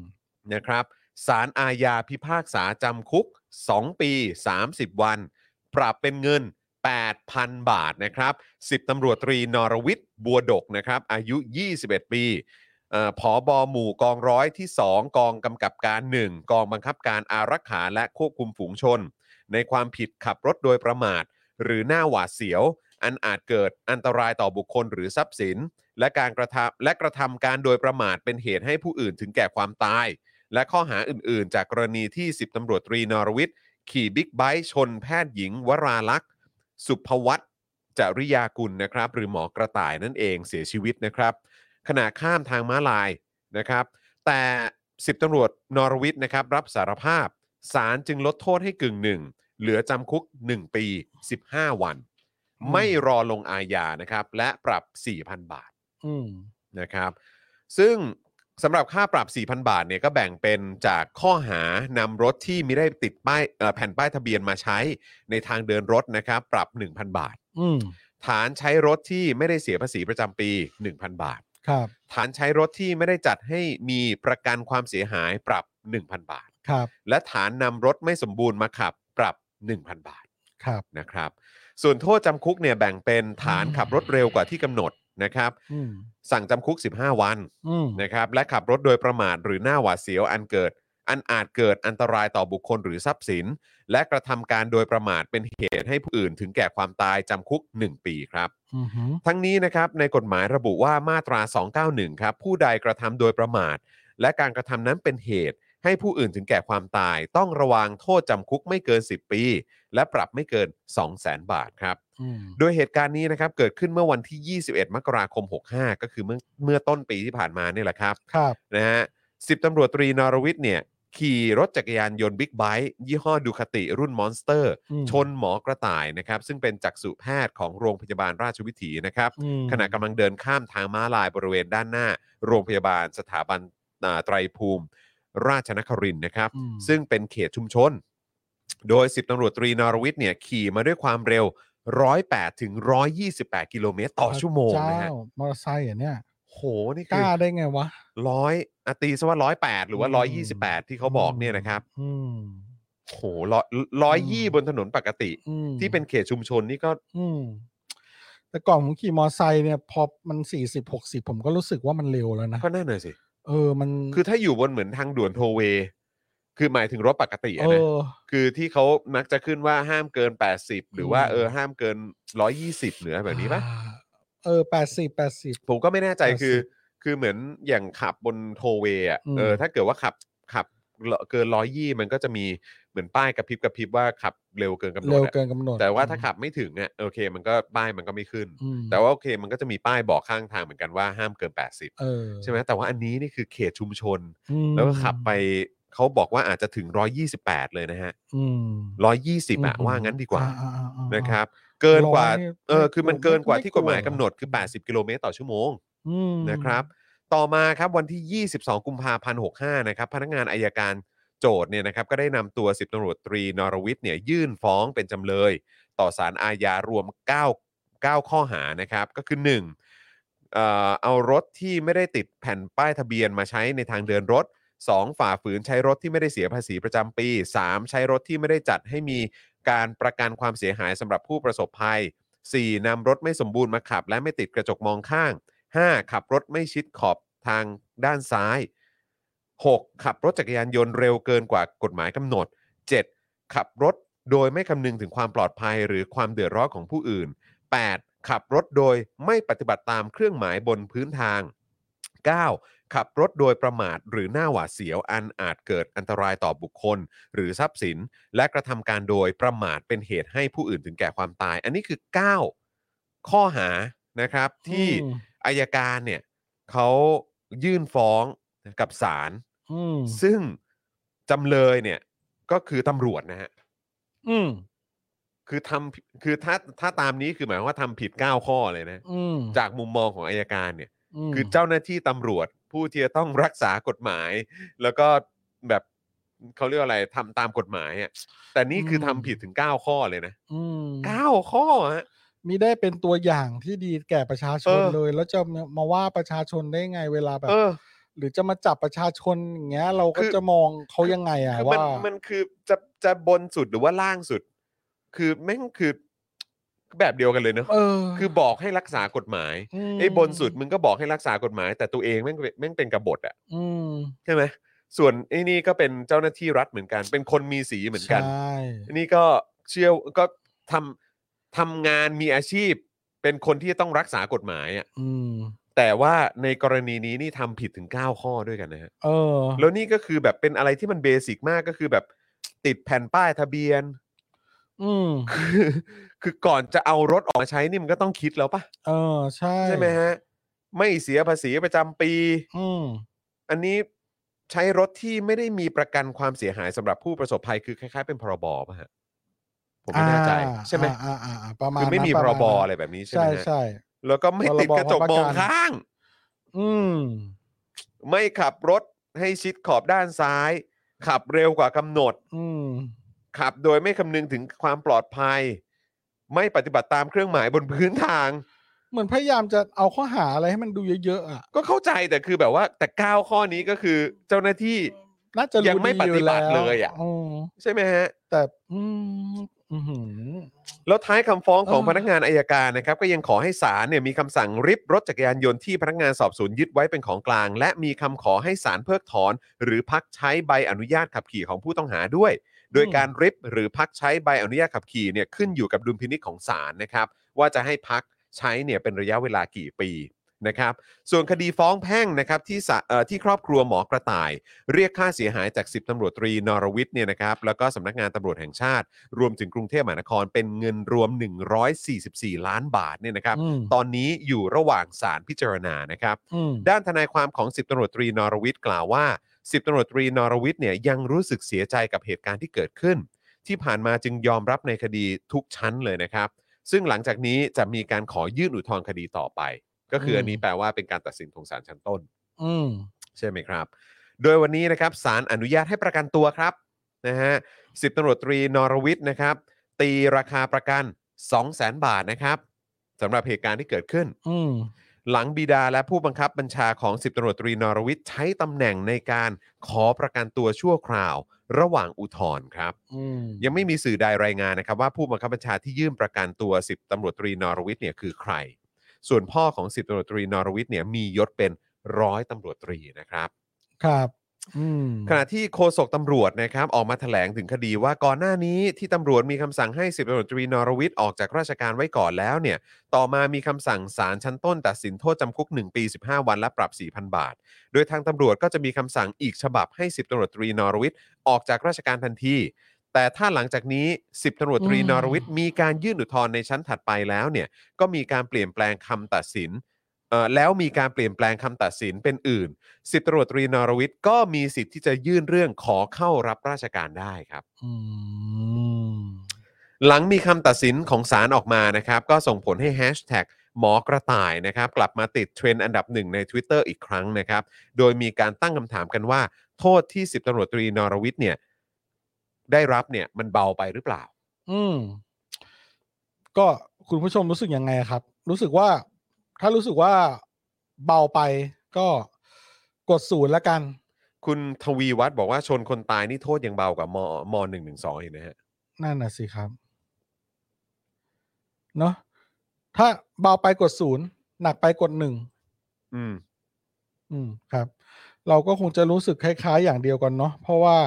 นะครับศาลอาญาพิพากษาจำคุก 2 ปี 30 วัน ปรับเป็นเงิน 8,000 บาทนะครับ10ตำรวจตรีนรวิทย์บัวดกนะครับอายุ 21 ปีเอ่อผอบอหมู่กองร้อยที่ 2 กองกำกับการ 1 กองบังคับการอารักขาและควบคุมฝูงชน ในความผิดขับรถโดยประมาท หรือหน้าหวาดเสียว อันอาจเกิดอันตรายต่อบุคคลหรือทรัพย์สิน และการกระทำและกระทำการโดยประมาทเป็นเหตุให้ผู้อื่นถึงแก่ความตาย และข้อหาอื่น ๆ จากกรณีที่ 10ตำรวจตรีนรวิทย์ขี่บิ๊กไบค์ชนแพทย์หญิงวราลักษณ์ สุภวัตจริยากุลนะครับ หรือหมอกระต่ายนั่นเองเสียชีวิตนะครับ ขณะข้ามทางม้าลายนะครับ แต่สิบตำรวจนรวิทย์นะครับ รับสารภาพศาลจึงลดโทษให้กึ่งหนึ่งเหลือจำคุก 1 ปี 15 วัน
อืม
ไม่รอลงอาญานะครับ และปรับ 4,000 บาท
อืม
นะครับซึ่งสำหรับค่าปรับ 4,000 บาทเนี่ยก็แบ่งเป็นจากข้อหานำรถที่ไม่ได้ติดป้ายเอ่อแผ่นป้ายทะเบียนมาใช้ในทางเดินรถนะครับปรับ 1,000 บาท
อืม
ฐานใช้รถที่ไม่ได้เสียภาษีประจำปี 1,000 บาท
ครับ
ฐานใช้รถที่ไม่ได้จัดให้มีประกันความเสียหายปรับ 1,000 บาท
ครับ
และฐานนำรถไม่สมบูรณ์มาขับปรับ 1,000 บาท
ครับ
นะครับส่วนโทษจำคุกเนี่ยแบ่งเป็นฐานขับรถเร็วกว่าที่กำหนดนะครับ
อืม
สั่งจำคุก 15 วัน
อืม
นะครับและขับรถโดยประมาทหรือหน้าหวาดเสียวอันเกิด อันอาจเกิดอันตรายต่อบุคคลหรือทรัพย์สิน และกระทำการโดยประมาทเป็นเหตุให้ผู้อื่นถึงแก่ความตายจำคุก 1 ปีครับ
อือหือ
ทั้งนี้นะครับในกฎหมายระบุว่ามาตรา 291 ครับ ผู้ใดกระทำโดยประมาท และการกระทำนั้นเป็นเหตุ ให้ผู้อื่นถึงแก่ความตาย ต้องระวังโทษจำคุกไม่เกิน 10 ปี และปรับไม่เกิน 200,000 บาทครับ
อืม
โดยเหตุการณ์นี้นะครับเกิดขึ้นเมื่อวันที่ 21 มกราคม 65 ก็คือเมื่อเมื่อต้นปีที่ผ่านมาเนี่ยแหละครับ
ครับ
นะฮะสิบตำรวจตรีนรวิทย์เนี่ยขี่รถจักรยานยนต์บิ๊กไบค์ยี่ห้อดูคาติรุ่นมอนสเตอร์
อืม
ชนหมอกระต่ายนะครับซึ่งเป็นจักษุแพทย์ของโรงพยาบาลราชวิถีนะครับ
อืม
ขณะกำลังเดินข้ามทางม้าลายบริเวณด้านหน้า โรงพยาบาลสถาบันอ่าไตรภูมิ ราชนครินทร์นะครับ
อืม
ซึ่งเป็นเขตชุมชน โดย 10ตำรวจตรีนรวิทย์เนี่ยขี่มาด้วยความเร็ว 108ถึง128 กิโลเมตรต่อชั่วโมงนะฮะ
เจ้ามอเตอร์ไซค์เหรอ่ะเนี่ย
โห นี่
ก
คือ
ล้าได้ไงวะ
ร้อยอะตีซะว่าร้อยแปดหรือว่า
อืม
ร้อยยี่สิบแปดที่เขาบอกเนี่ยนะครับ
อืม
โหร้อยร้อยยี่บนถนนปกติ
อืม
ที่เป็นเขตชุมชนนี่ก็
อืม แต่ก่อนผมขี่มอไซค์เนี่ย พอมันสี่สิบหกสิบผมก็รู้สึกว่ามันเร็วแล้วนะ
ก็น่าหน่อยสิ
เออมัน
คือถ้าอยู่บนเหมือนทางด่วนโทเวย์คือหมายถึงรถปกติ
เอ
อะนะ
อ
คือที่เขามักจะขึ้นว่าห้ามเกิน 80 หรือว่า
อืม
เออห้ามเกิน 120 เหนือแบบนี้ปะ
เออแปดสิบแปดสิบ
ผมก็ไม่แน่ใจ
80
คือ คือเหมือนอย่างขับบนโทเวย์อะ
อืม
เออถ้าเกิดว่าขับขับเกินร้อยยี่มันก็จะมีเหมือนป้ายกระพริบกระพริบว่าขับเร็วเกินกำหน
เร็
ด
ว
อะ
เกินกำหนด
แต่ว่าถ้าขับไม่ถึงเนี่ยโอเค มันก็ป้ายมันก็ไม่ขึ้น
อืม
แต่ว่าโอเคมันก็จะมีป้ายบอกข้างทางเหมือนกันว่าห้ามเกิน 80
เออ
ใช่ไหมแต่ว่าอันนี้นี่คือเขตชุมชน
อืม
แล้วก็ขับไปเขาบอกว่าอาจจะถึง 128 เลยนะฮะ
อืม
120อะว่างั้นดีกว่า
อ่อ่อ่อ่
นะครับเกินกว่า
ร้อยเนี่ย
เออคือมันเกินกว่าที่
ไม่ก
ก
ลั
ฎ
ว
หมาย
เหรอ
กำหนดคือ 80 กิโลเมตรต่อชั่วโมง
อืม
นะครับ ต่อมาครับวันที่ 22 กุมภาพันธ์65 นะครับ พนักงานอายการโจทย์เนี่ยนะครับก็ได้นำตัว 10ตำรวจตรีนรวิทย์เนี่ยยื่นฟ้องเป็นจำเลย ต่อศาลอาญารวม 9 9 ข้อหานะครับ ก็คือ 1. เอ่อเอารถที่ไม่ได้ติดแผ่นป้ายทะเบียนมาใช้ในทางเดินรถ 2. ฝ่าฝืนใช้รถที่ไม่ได้เสียภาษีประจำปี 3. ใช้รถที่ไม่ได้จัดให้มีการประกันความเสียหายสำหรับผู้ประสบภัย 4. นำรถไม่สมบูรณ์มาขับ และไม่ติดกระจกมองข้าง 5. ขับรถไม่ชิดขอบทางด้านซ้าย 6. ขับรถจักรยานยนต์เร็วเกินกว่ากฎหมายกำหนด 7. ขับรถโดยไม่คำนึงถึงความปลอดภัยหรือความเดือดร้อนของผู้อื่น 8. ขับรถโดยไม่ปฏิบัติตามเครื่องหมายบนพื้นทาง 9. ขับรถโดยประมาทหรือหน้าหวาดเสียวอันอาจเกิดอันตรายต่อบุคคล หรือทรัพย์สิน และกระทำการโดยประมาทเป็นเหตุให้ผู้อื่นถึงแก่ความตาย อันนี้คือ 9 ข้อหานะครับที่
อืม
อายการเนี่ยเขายื่นฟ้องกับศาล
อืม
ซึ่งจำเลยเนี่ยก็คือตำรวจนะฮะ
อืม
คือทำคือถ้าถ้าตามนี้คือหมายความว่าทำผิด 9 ข้อเลยนะ
อืม
จากมุมมองของอายการเนี่ย
ม
คือเจ้าหน้าที่ตำรวจผู้ที่จะต้องรักษากฎหมาย แล้วก็แบบเขาเรียกอะไรทำตามกฎหมายอ่ะแต่นี่คือทำผิดถึง 9 ข้อเลยนะ
อืม
9 ข้อฮะ
มีได้เป็นตัวอย่างที่ดีแก่ประชาชน
เออ
เลย แล้วจะมาว่าประชาชนได้ไงเวลาแบบ
เออ
หรือจะมาจับประชาชนอย่างเงี้ย เราก็
คือ
จะมองเขายังไงอ่ะ
คือมั
ว่าน
มันคือจะจะบนสุดหรือว่าล่างสุด คือแม่งคือแบบเดียวกันเลยเนอะ
เออ
คือบอกให้รักษากฎหมาย
ม
ไอ้บนสุดมึงก็บอกให้รักษากฎหมาย แต่ตัวเองแม่งเป็นแม่งเป็นกบฏอ่ะ
อืม
ใช่ไหมส่วนไอ้นี่ก็เป็นเจ้าหน้าที่รัฐเหมือนกัน เป็นคนมีสีเหมือนกัน
ใช่
อันนี่ก็เชื่อก็ทำทำงานมีอาชีพ เป็นคนที่ต้องรักษากฎหมายอะ
อืม
แต่ว่าในกรณีนี้นี่ทำผิดถึง 9 ข้อด้วยกันนะฮะ
เออ
แล้วนี่ก็คือแบบเป็นอะไรที่มันเบสิกมากก็คือแบบติดแผ่นป้ายทะเบียน
อืม
คือคือก่อนจะเอารถออกมาใช้นี่มันก็ต้องคิดแล้วปะ
เออใช่
ใช่ไหมฮะ ไม่เสียภาษีประจำปี
อืม
อันนี้ใช้รถที่ไม่ได้มีประกันความเสียหายสำหรับผู้ประสบภัยคือคล้ายๆ เป็นพรบป่ะฮะผมไม่แน่ใจ
อ่า
ใช่ไหม
อ่าอ่าอ่าประมาณ
คือไม่มีพรบ
นั้น
อะไรแบบนี้ใช่ไหม
ใช่
ฮะ
ใช่
แล้วก็ไม่ติดกระจกมองข้าง
อืม
ไม่ขับรถให้ชิดขอบด้านซ้าย ขับเร็วกว่ากำหนด
อืม
ขับโดยไม่คำนึงถึงความปลอดภัย ไม่ปฏิบัติตามเครื่องหมายบนพื้นทาง
เหมือนพยายามจะเอาข้อหาอะไรให้มันดูเยอะๆอ่ะ
ก็เข้าใจแต่คือแบบว่าแต่ 9 ข้อนี้ก็คือเจ้าหน้าที่
น่าจะรู้
ยังไม่
ดีอ
ปฏิบัติ
แว
เลยอะ
ม
ใช่ไหมฮะ
แต่ อืม อือหือ
แล้วท้ายคำฟ้องของ
เออ
พนักงานอายการนะครับ ก็ยังขอให้ศาลเนี่ยมีคำสั่งริบรถจักรยานยนต์ที่พนักงานสอบสวนยึดไว้เป็นของกลาง และมีคำขอให้ศาลเพิกถอน หรือพักใช้ใบอนุญาตขับขี่ของผู้ต้องหาด้วย โดยการริบหรือพักใช้ใบอนุญาตขับขี่เนี่ยขึ้นอยู่กับดุลพินิจของศาลนะครับ ว่าจะให้พักใช้เนี่ยเป็นระยะเวลากี่ปีนะครับ ส่วนคดีฟ้องแพ่งนะครับที่ศาเอ่อที่ครอบครัวหมอกระต่าย เรียกค่าเสียหายจาก 10ตำรวจตรีนรวิทย์เนี่ยนะครับแล้วก็สำนักงานตำรวจแห่งชาติ รวมถึงกรุงเทพมหานครเป็นเงินรวม 144 ล้านบาทเนี่ยนะครับ
อืม
ตอนนี้อยู่ระหว่างศาลพิจารณานะครับ
อืม
ด้านทนายความของ 10ตำรวจตรีนรวิทย์กล่าวว่า 10ตำรวจตรีนรวิทย์เนี่ยยังรู้สึกเสียใจกับเหตุการณ์ที่เกิดขึ้น ที่ผ่านมาจึงยอมรับในคดีทุกชั้นเลยนะครับ ซึ่งหลังจากนี้จะมีการขอยื่นอุทธรณ์คดีต่อไป ก็คืออันนี้แปลว่าเป็นการตัดสินของศาลชั้นต้น
อืม
ใช่ไหมครับ โดยวันนี้นะครับศาลอนุญาตให้ประกันตัวครับนะฮะสิบตำรวจตรีนรวิทย์นะครับ ตีราคาประกัน 2 0 0แสนบาทนะครับสำหรับเหตุการณ์ที่เกิดขึ้น
อืม
หลังบิดาและผู้บังคับบัญชาของสิบตำรวจตรีนรวิทย์ใช้ตำแหน่งในการขอประกันตัวชั่วคราว ระหว่างอุทธรณ์ครับ
อืม
ยังไม่มีสื่อใดรายงานนะครับว่าผู้บังคับบัญชาที่ยื่นประกันตัว 10ตำรวจตรีนรวิทย์เนี่ยคือใคร ส่วนพ่อของ10ตำรวจตรีนรวิทย์เนี่ยมียศเป็นร้อยตำรวจตรีนะครับ
ครับ อืม
ขณะที่โฆษกตำรวจนะครับออกมาแถลงถึงคดีว่าก่อนหน้านี้ที่ตำรวจมีคำสั่งให้สิบตำรวจตรีนรวิทย์ออกจากราชการไว้ก่อนแล้วเนี่ยต่อมามีคำสั่งศาลชั้นต้นตัดสินโทษจำคุก 1 ปี 15 วันและปรับ 4,000 บาท โดยทางตำรวจก็จะมีคำสั่งอีกฉบับให้สิบตำรวจตรีนรวิทย์ออกจากราชการทันที แต่ถ้าหลังจากนี้สิบตำรวจตรี
อืม
นรวิทย์มีการยื่นอุทธรณ์ในชั้นถัดไปแล้วเนี่ยก็มีการเปลี่ยนแปลงคำตัดสินเอ่อแล้วมีการเปลี่ยนแปลงคำตัดสินเป็นอื่น สิบตำรวจตรีนรวิทย์ก็มีสิทธิ์ที่จะยื่นเรื่องขอเข้ารับราชการได้ครับ
อืม
หลังมีคำตัดสินของศาลออกมานะครับ ก็ส่งผลให้แฮชแท็กหมอกระต่ายนะครับ กลับมาติดเทรนด์อันดับหนึ่งใน Twitter อีกครั้งนะครับ โดยมีการตั้งคำถามกันว่า โทษที่ 10ตำรวจตรีนรวิทย์เนี่ย ได้รับเนี่ยมันเบาไปหรือเปล่า
อืม ก็คุณผู้ชมรู้สึกยังไงครับ รู้สึกว่า ถ้ารู้สึกว่าเบาไปก็กดศูนย์ละกัน
คุณทวีวัฒน์บอกว่าชนคนตายนี่โทษยังเบากว่ามมหนึ่งหนึ่งสองอีกนะฮะ
นั่นน่ะสิครับ เนาะถ้าเบาไปกดศูนย์หนักไปกดหนึ่ง
อืม
อืมครับ เราก็คงจะรู้สึกคล้ายๆ อย่างเดียวกันเนาะเพราะว่า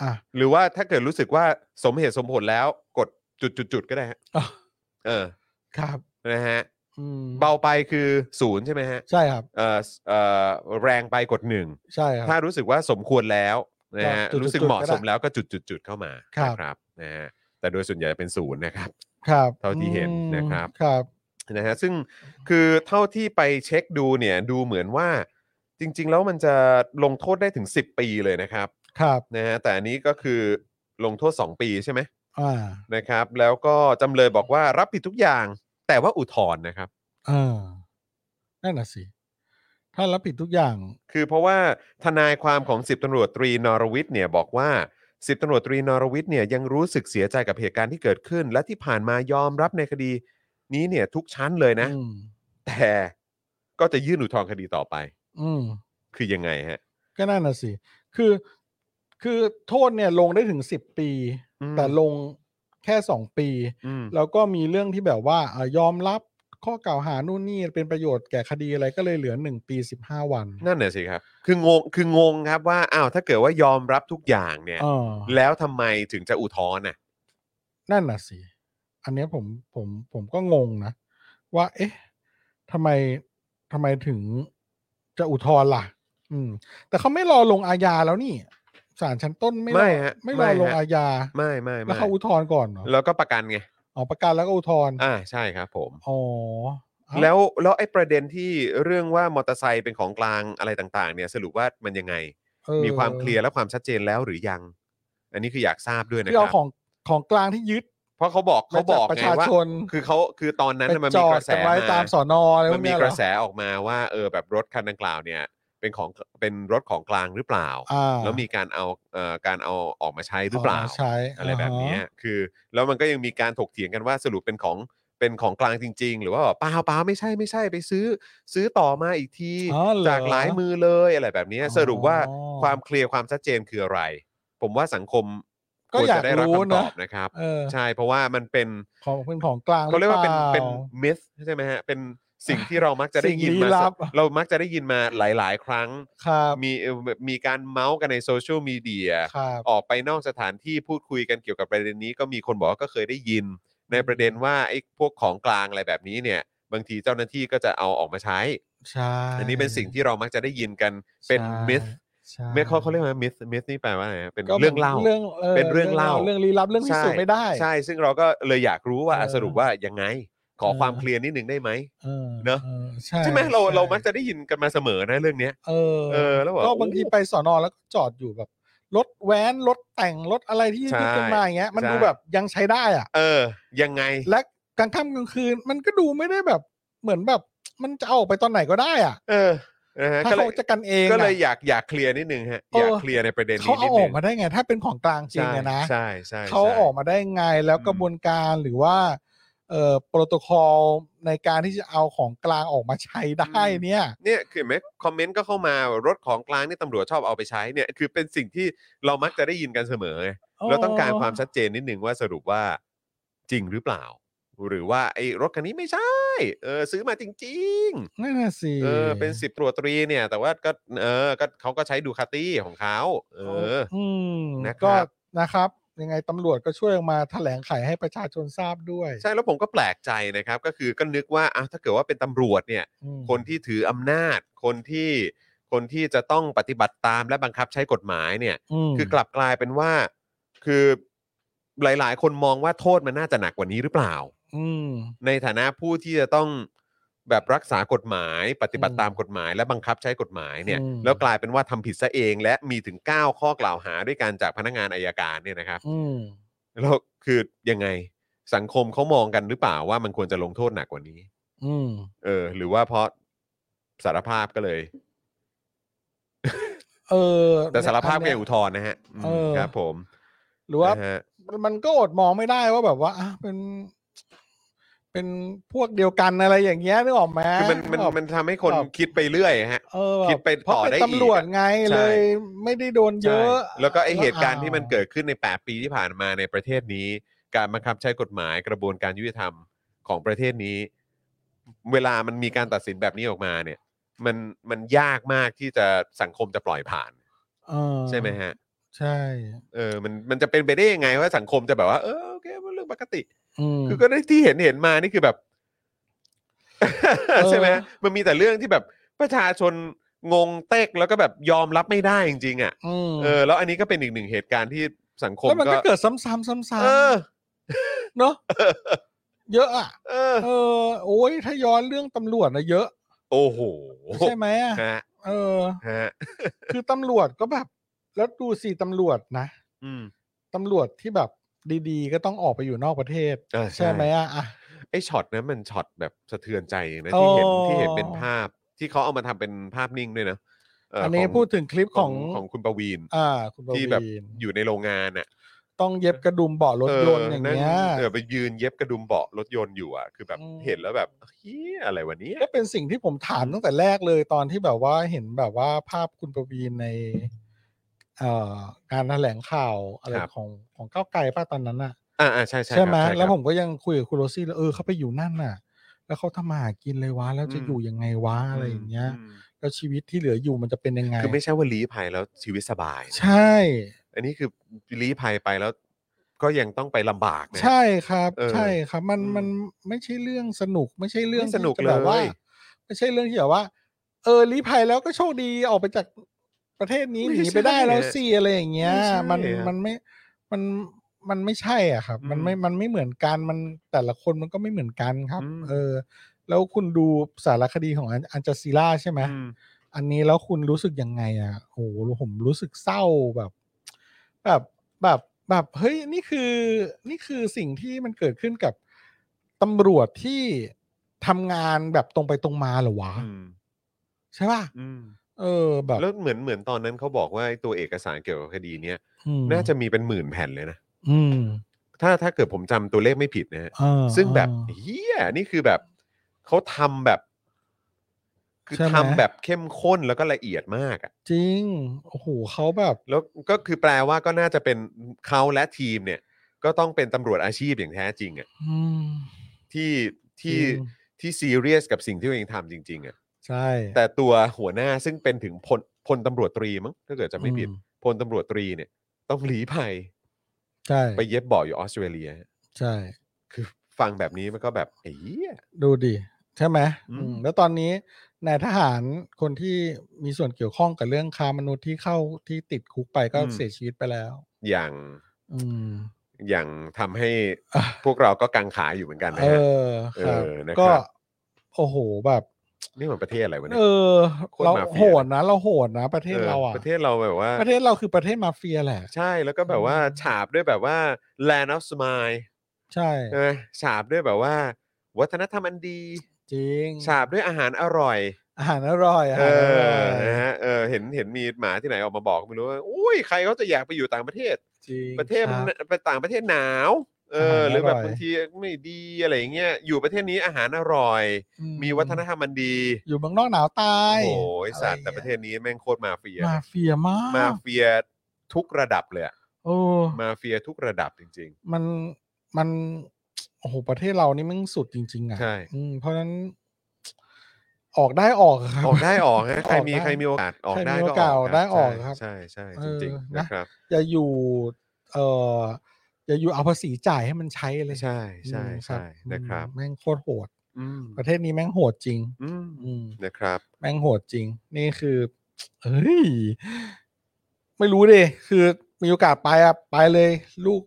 อ่ะ
หรือว่าถ้าเกิดรู้สึกว่าสมเหตุสมผลแล้วกดจุดจุดจุดๆๆก็ได้ฮะ
อ่ะ
เออ
ครับ
นะฮะ
อืม
เบาไปคือศูนย์ใช่ไหมฮะ
ใช่ครับ
เอ่อเอ่อแรงไปกดหนึ่ง
ใช่ครับ
ถ้ารู้สึกว่าสมควรแล้วนะฮะ
ก็จุดๆๆ
รู้สึกเหมาะ
ก็
ส
ได้
มแล้วก็จุดจุดจุดๆๆเข้ามา
ครับ
นะครับนะฮะแต่โดยส่วนใหญ่เป็นศูนย์นะครับ
ครับ
เท่าที่เห็นนะครับ
อืมครับ
นะฮะซึ่งคือเท่าที่ไปเช็คดูเนี่ยดูเหมือนว่าจริง ๆ แล้วมันจะลงโทษได้ถึง 10 ปีเลยนะครับ
ครับ
นะฮะแต่อันนี้ก็คือลงโทษ 2 ปีใช่ไหม
อ่า
นะครับ แล้วก็จำเลยบอกว่ารับผิดทุกอย่าง แต่ว่าอุทธรณ์นะครับ
เออนั่นน่ะสิ ถ้ารับผิดทุกอย่าง
คือเพราะว่าทนายความของสิบตำรวจตรีนรวิทย์เนี่ยบอกว่าสิบตำรวจตรีนรวิทย์เนี่ยยังรู้สึกเสียใจกับเหตุการณ์ที่เกิดขึ้น และที่ผ่านมายอมรับในคดีนี้เนี่ยทุกชั้นเลยนะ
อืม
แต่ก็จะยื่นอุทธรณ์คดีต่อไป
อืม
คือยังไงฮะ
ก็นั่นน่ะสิ คือ คือโทษเนี่ยลงได้ถึงสิบปี
อืม
แต่ลงแค่สองปี
อืม
แล้วก็มีเรื่องที่แบบว่าเอ่อยอมรับข้อกล่าวหานู่นนี่เป็นประโยชน์แก่คดีอะไรก็เลยเหลือหนึ่งปีสิบห้าวัน
นั่นน่ะสิครับ คืองงคืองงครับว่าอ้าวถ้าเกิดว่ายอมรับทุกอย่างเนี่ย
เออ
แล้วทำไมถึงจะอุทธรณ์น่ะ
นั่นน่ะสิ อันเนี้ยผมผมผมก็งงนะ ว่า เอ๊ะทำไมทำไมถึงจะอุทธรณ์ล่ะ อืม แต่เขาไม่รอลงอาญาแล้วนี่ ศาลชั้นต้นไม่
ไม่
รอ
ฮะ
ไม่
ไม่
รอลง
ฮะ
อาญา
ไม่ไม่
แล้ว
ไม่
เขาอุทธรณ์ก่อนเหรอ
แล้วก็ประกันไง
อ๋อประกันแล้วก็อุทธรณ์
อ่าใช่ครับผม
อ๋อเอ้า
แล้วแล้วไอ้ประเด็นที่เรื่องว่ามอเตอร์ไซค์เป็นของกลางอะไรต่างๆ เนี่ยสรุปว่ามันยังไง
เออ
มีความเคลียร์และความชัดเจนแล้วหรือยัง อันนี้คืออยากทราบด้วยนะ
ที่
ค
เอา
รับ
ของของกลางที่ยึด
เพราะเขาบอกเขาบอ
ม
ก
จประ
ไง
ชา
ว่า
ชน
คือเขาคือตอนนั้นน่ะ
ไป
มัน
จ
มี
อก ด
ระแส
กันไว้
มา
ตามสอนออะไรพ
มั
วน ก
มี
เนี้ย
ก
เหร
ระ
อ
แสออกมาว่าเออแบบรถคันดังกล่าวเนี่ยเป็นของเป็นรถของกลางหรือเปล่า
อ่า
แล้วมีการเอาเอ่อการเอาออกมาใช้หรือเปล่า
ใช้
อะไรแบบเนี้ยคือแล้วมันก็ยังมีการถกเถียงกันว่าสรุปเป็นของเป็นของกลางจริง ๆ หรือว่าแบบเปล่าเปล่าไม่ใช่ไม่ใช่ไปซื้อ ซื้อต่อมาอีกที
อ๋อเรอ
จากหลายมือเลยอะไรแบบเนี้ย
อ๋อ
สรุปว่าความเคลียร์ความชัดเจนคืออะไร ผมว่าสังคม
ก็
ควร
อยา
จะ
ก
ได้รับ
รู้
คำต
นะ
อบนะครับ
เออ
ใช่เพราะว่ามันเป็น
ของเป็นของกลาง
เขาเรียกว่าเป็น
หอ
เป็น
ล่
มิสใช่ไหมฮะเป็นสิ่งที่เรามักจะได้ยิน
สิ่งลี้
มา
ลั
สั
บ
กเรามักจะได้ยินมาหลาย ๆ ครั้ง
ครับ
มีเอ่อมีการเมาส์กันในโซเชียลมีเดีย
ครับ
ออกไปนอกสถานที่พูดคุยกันเกี่ยวกับประเด็นนี้ ก็มีคนบอกว่าก็เคยได้ยิน ในประเด็นว่าไอ้พวกของกลางอะไรแบบนี้เนี่ย บางทีเจ้าหน้าที่ก็จะเอาออกมาใช้
ใช่
อันนี้เป็นสิ่งที่เรามักจะได้ยินกันเป็น
ใช่
มิส
ใช่
เมื่อเขาเขาเรียกว่ามิสมิสนี่แปลว่าอะไรฮะเป็น
ก็
เรื่องเล่า
เรื่อง
เป็นเรื่องเล่า
เรื่องลี้ลับเรื่องพิสูจน์ไม่ได้
ใช่ ซึ่งเราก็เลยอยากรู้ว่าอ่ะ
เออ
สรุปว่ายังไง ขอ
เออ
ความเคลียร์นิดนึงได้ไหม
เออ
เนอะ
ออใช่
ใช่ไหมเราเรามักจะได้ยินกันมาเสมอนะเรื่องเนี้ย
เออ
เออแล้วแบบ
ก็บางทีไปสอนอแล้วก็จอดอยู่แบบรถแว้นรถแต่งรถอะไรที่
ใช่
ยึดกันมาอย่างเงี้ย มัน
ใช่
ดูแบบยังใช้ได้อ่ะ
เออ ยังไง
และกลางค่ำกลางคืนมันก็ดูไม่ได้แบบเหมือนแบบ มันจะเอาออกไปตอนไหนก็ได้อ่ะ
เออนะฮะ
ถ้า
ก็เล
เขา
ย
จะกันเอง
ก็เลย
อะ
อยากอยากเคลียร์นิดนึงฮะ
เอออ
อยากเคลียร์ในประเด็น
เขา
นี้นิ
เอา
ด
อ
นึ
อก
ง
มาได้ไง ถ้าเป็นของกลางจริง
ใช่
อะนะ
ใช่ใช่ใช่
เขาออกมาได้ไงแล้ว
อืม
กระบวนการหรือว่าเอ่อโปรโตคอลในการที่จะเอาของกลางออกมาใช้ได้เนี่ย
เนี่ยคือเห็นไหมคอมเมนต์ก็เข้ามารถของกลางนี่ตำรวจชอบเอาไปใช้เนี่ยคือเป็นสิ่งที่เรามักจะได้ยินกันเสมอไงเราต้องการความชัดเจนนิดนึงว่าสรุปว่าจริงหรือเปล่า หรือว่าไอ้รถคันนี้ไม่ใช่เออซื้อมาจริง ๆ
นั่นน่ะสิ
เออเป็นสิบตรวจตรีเนี่ย แต่ว่าก็เออก็เขาก็ใช้ดูคาตี้ของเขาเออ
อืม
นะครับ
ก็นะครับ ยังไงตำรวจก็ช่วยออกมาแถลงไขให้ประชาชนทราบด้วย
ใช่แล้วผมก็แปลกใจนะครับ ก็คือก็นึกว่าอ้าวถ้าเกิดว่าเป็นตำรวจเนี่ย
อืม
คนที่ถืออำนาจ คนที่คนที่จะต้องปฏิบัติตามและบังคับใช้กฎหมายเนี่ย
ม
คือกลับกลายเป็นว่า คือหลายๆ คนมองว่าโทษมันน่าจะหนักกว่านี้หรือเปล่า
อืม
ในฐานะผู้ที่จะต้องแบบรักษากฎหมาย ปฏิบัติ
อืม
ตามกฎหมาย และบังคับใช้กฎหมายเนี่ย
อืม
แล้วกลายเป็นว่าทำผิดซะเอง และมีถึง 9 ข้อกล่าวหาด้วยการจากพนักงานอายการเนี่ยนะครับ
อืม
แล้วคือยังไงสังคมเขามองกันหรือเปล่าว่ามันควรจะลงโทษหนักกว่านี้
อืม
เออ หรือว่าเพราะสารภาพก็เลย
เออ
แต่สารภาพก็
เย
ยังอุทธรณ์นะฮะอืม
เออ
ครับผม
หรือว่า
นะฮะ
มันก็อดมองไม่ได้ว่าแบบว่าอ่ะเป็น เป็นพวกเดียวกันอะไรอย่างเงี้ยนึกออกไหม
คือมันมัน
กออก
มันทำให้คน
แบบ
คิดไปเรื่อยฮะ
เออแบบ
คิดไป
เพราะ
ต่อ
เป็น
ได้อีก
ตำรวจไง
ใช่
เลยไม่ได้โดนเยอะ
ใช่แล้วก็ไอเหตุการณ์ที่มัน
อ้ว
เกิดขึ้นใน 8 ปีที่ผ่านมาในประเทศนี้ การบังคับใช้กฎหมายกระบวนการยุติธรรมของประเทศนี้ เวลามันมีการตัดสินแบบนี้ออกมาเนี่ย มันมันยากมากที่จะสังคมจะปล่อยผ่าน
เออ
ใช่ไหมฮะ
ใช่
เออมันมันจะเป็นไปได้ยังไงว่าสังคมจะแบบว่าเออโอเคมันเรื่องปกติ
ม
คือก็ได้ที่เห็นเห็นมานี่คือแบบ ใช่ไหม
เออ
มันมีแต่เรื่องที่แบบประชาชนงงเต๊กแล้วก็แบบยอมรับไม่ได้จริงๆอ่ะ
ม
เออแล้วอันนี้ก็เป็นอีกหนึ่งเหตุการณ์ที่สังคม
แล้วมันก็
ก็
เกิดซ้ำๆซ้
เออ
ำๆเนาะเยอะอ่ะ
เออ
เออ โอ้ยถ้าย้อนเรื่องตำรวจนะเยอะ
โอ้โห
ใช่ไหมอ่ะ
ฮะ
เออ
ฮะ
คือตำรวจก็แบบ แล้วดูสิตำรวจนะ
อืม
ตำรวจที่แบบดีๆ ก็ต้องออกไปอยู่นอกประเทศ
เออ
ใช่ไหมอ่ะอ่ะ
ไอช็อตนั้นมันช็อตแบบสะเทือนใจนะที่เห็น
โอ้
ที่เห็นเป็นภาพที่เขาเอามาทำเป็นภาพนิ่งด้วยนะเ
อันนี้
ขง
พูดถึงคลิปของ
ของคุณประวีน
อ่า คุณประ
ที่แบบ
วีน
อยู่ในโรงงานอ่ะ
ต้องเย็บกระดุมเบาะรถยนต์อย่างเงี้ย
เออไปยืนเย็บกระดุมเบาะรถยนต์อยู่อ่ะคือแบบ
อืม
เห็นแล้วแบบเฮียอะไรวะเนี้
ก็เป็นสิ่งที่ผมถามตั้งแต่แรกเลยตอนที่แบบว่าเห็นแบบว่าภาพคุณประวีนใน เอ่อการแถลงข่าวอะไรของของก้าวไกลป่ะตอนนั้นน่ะ
อ่าอ่าใช่ใช่ครับ
ไหม
ใช่ครับ
แล้วผมก็ยังคุยกับคุณโรซี่เลยเออเขาไปอยู่นั่นน่ะ แล้วเขาทำมาหากินเลยวะแล้วจะ
อืม
อยู่ยังไงวะอะไรอย่างเงี้ย
ม
แล้วชีวิตที่เหลืออยู่มันจะเป็นยังไง
คือไม่ใช่ว่าลี้ภัยแล้วชีวิตสบายนะ
ใช่
อันนี้คือลี้ภัยไปแล้วก็ยังต้องไปลำบากนะ
ใช่ครับ
เออ
ใช่ครับ มัน
อืม
มันไม่ใช่เรื่องสนุก ไม่ใช่เรื่อง
ไม่สนุก
ที่จะแบบว่า
เลย
ไม่ใช่เรื่องที่แบบว่า เออลี้ภัยแล้วก็โชคดีออกไปจาก ประเทศนี้
ไม่
ห
ใช่
นีไปได้แล้วสิอะไรอย่างเงี้ย
ไม่ใช่
มัน
อะ
มันไม่มันมันไม่ใช่อ่ะครับ มัน
อืม
ไม่มันไม่เหมือนกันมันแต่ละคนมันก็ไม่เหมือนกันครับ
อืม
เออ แล้วคุณดูสารคดีของอันอันจาซีล่าใช่ไหม
อืม
อันนี้แล้วคุณรู้สึกยังไงอะ่ะโอ้โหผมรู้สึกเศร้าแบบ แบบแบบแบบเฮ้ยนี่คือ นี่คือสิ่งที่มันเกิดขึ้นกับตำรวจที่ทำงานแบบตรงไปตรงมาเหรอวะ
อืม
ใช่ป่ะ
อืม
เออ แบบ
แล้วเหมือนเหมือนตอนนั้นเขาบอกว่าไอ้ตัวเอกสารเกี่ยวกับคดีเนี้ย
อืม
น่าจะมีเป็นหมื่นแผ่นเลยนะ
อืม
ถ้าถ้าเกิดผมจำตัวเลขไม่ผิดนะฮะ
เออ
ซึ่งแบบ
เออ
เฮียนี่คือแบบเขาทำแบบ คือ
ใช่ไหม
ทำแบบเข้มข้นแล้วก็ละเอียดมากอะ
จริงโอ้โหเขาแบบ
แล้วก็คือแปลว่าก็น่าจะเป็นเขาและทีมเนี่ย ก็ต้องเป็นตำรวจอาชีพอย่างแท้จริงอะ
อืม
ที่ที่
จริง
ที่ซีเรียสกับสิ่งที่ตัวเองทำจริง ๆอะ
ใช่
แต่ตัวหัวหน้าซึ่งเป็นถึงพลพลตำรวจตรีมั้งถ้าเกิดจะไม่ผิด
อื
พลตำรวจตรีเนี่ย ต้องหลีภัย
ใช่
ไปเย็บบ่ออยู่ออสเตรเลียฮะ
ใช่
คือฟังแบบนี้มันก็แบบไอ้เหี้ย
ดูดิใช่ไหม
อืม
อืมแล้วตอนนี้นายทหารคนที่มีส่วนเกี่ยวข้องกับเรื่องค้ามนุษย์ที่เข้าที่ติดคุกไปก็เสียชีวิตไปแล้ว
อย่าง
อืม
อย่างทำให้
อ่ะ
พวกเราก็กังขาอยู่เหมือนกันนะ
เอ
ฮะ
อครับ
เออนะครับ
ก็โอ้โหแบบ
นี่มันประเทศอะไรวะเนี่
เอย อ
โคตร
เรา
มาเฟีย
โหดนะ เราโหดนะประเทศเราอ่ะ
ประเทศเราแบบว่า
ประเทศเราคือประเทศมาเฟียแหละ
ใช่แล้วก็แบบว่า
อืม
ฉาบด้วยแบบว่า land of smile
ใช่
ใช่ไหมฉาบด้วยแบบว่า วัฒนธรรมอันดี
จริง
ฉาบด้วยอาหารอร่อย
อาหารอร่อยอา
เอ
หารอร่
อ
อย
นะฮะเออเห็นเห็นมีหมาที่ไหนออกมาบอกไม่รู้ว่าอุ้ยใครเขาจะอยากไปอยู่ต่างประเทศ
จริง
ประเทศมัน
คบ
ไปต่างประเทศหนาวเออ
อาหาร
หรือแบ
อ
บ
ร่อย
บางทีไม่ดีอะไรอย่างเงี้ยอยู่ประเทศนี้อาหารอร่อย
อื
มีวัฒนธรรมมันดี
อยู่เมืองนอกหนาวตาย
โอ้ยสัตว์
อ
แต่
ไอ
ประ
ย่าง
เทศนี้แม่งโคตรมาเฟีย
งี้ยมาเฟียมาก
มาเฟียทุกระดับเลยอะ
โอ้
มาเฟียทุกระดับจริง
มันมัน โอ้โหประเทศเรานี่มันสุดจริง ๆ อ่ะ
ใช่
อืมเพราะฉะนั้น ออกได้ออกครับ
ๆออกได้ออกฮะใครมี
ออกได้
ใครมีโอกาสออก
ใคร
ได้
มีโอ
ก็
กาส
ออก
ได้ออกครับ
ใช่ใช่
เอ
ใช่
อ
จริงๆ
นะ
นะครับ
อย่าอยู่ เอ่ออย่าอยู่เอาภาษีจ่ายให้มันใช้เลย
ใช่ใช่
อืม
ใช่นะครับ
อืมแม่งโคตรโหด
อืม
ประเทศนี้แม่งโหดจริง
อืม
อืม
นะครับ
แม่งโหดจริง นี่คือเฮ้ย ไม่รู้ดิคือมีโอกาสไปอ่ะไปเลย ลูก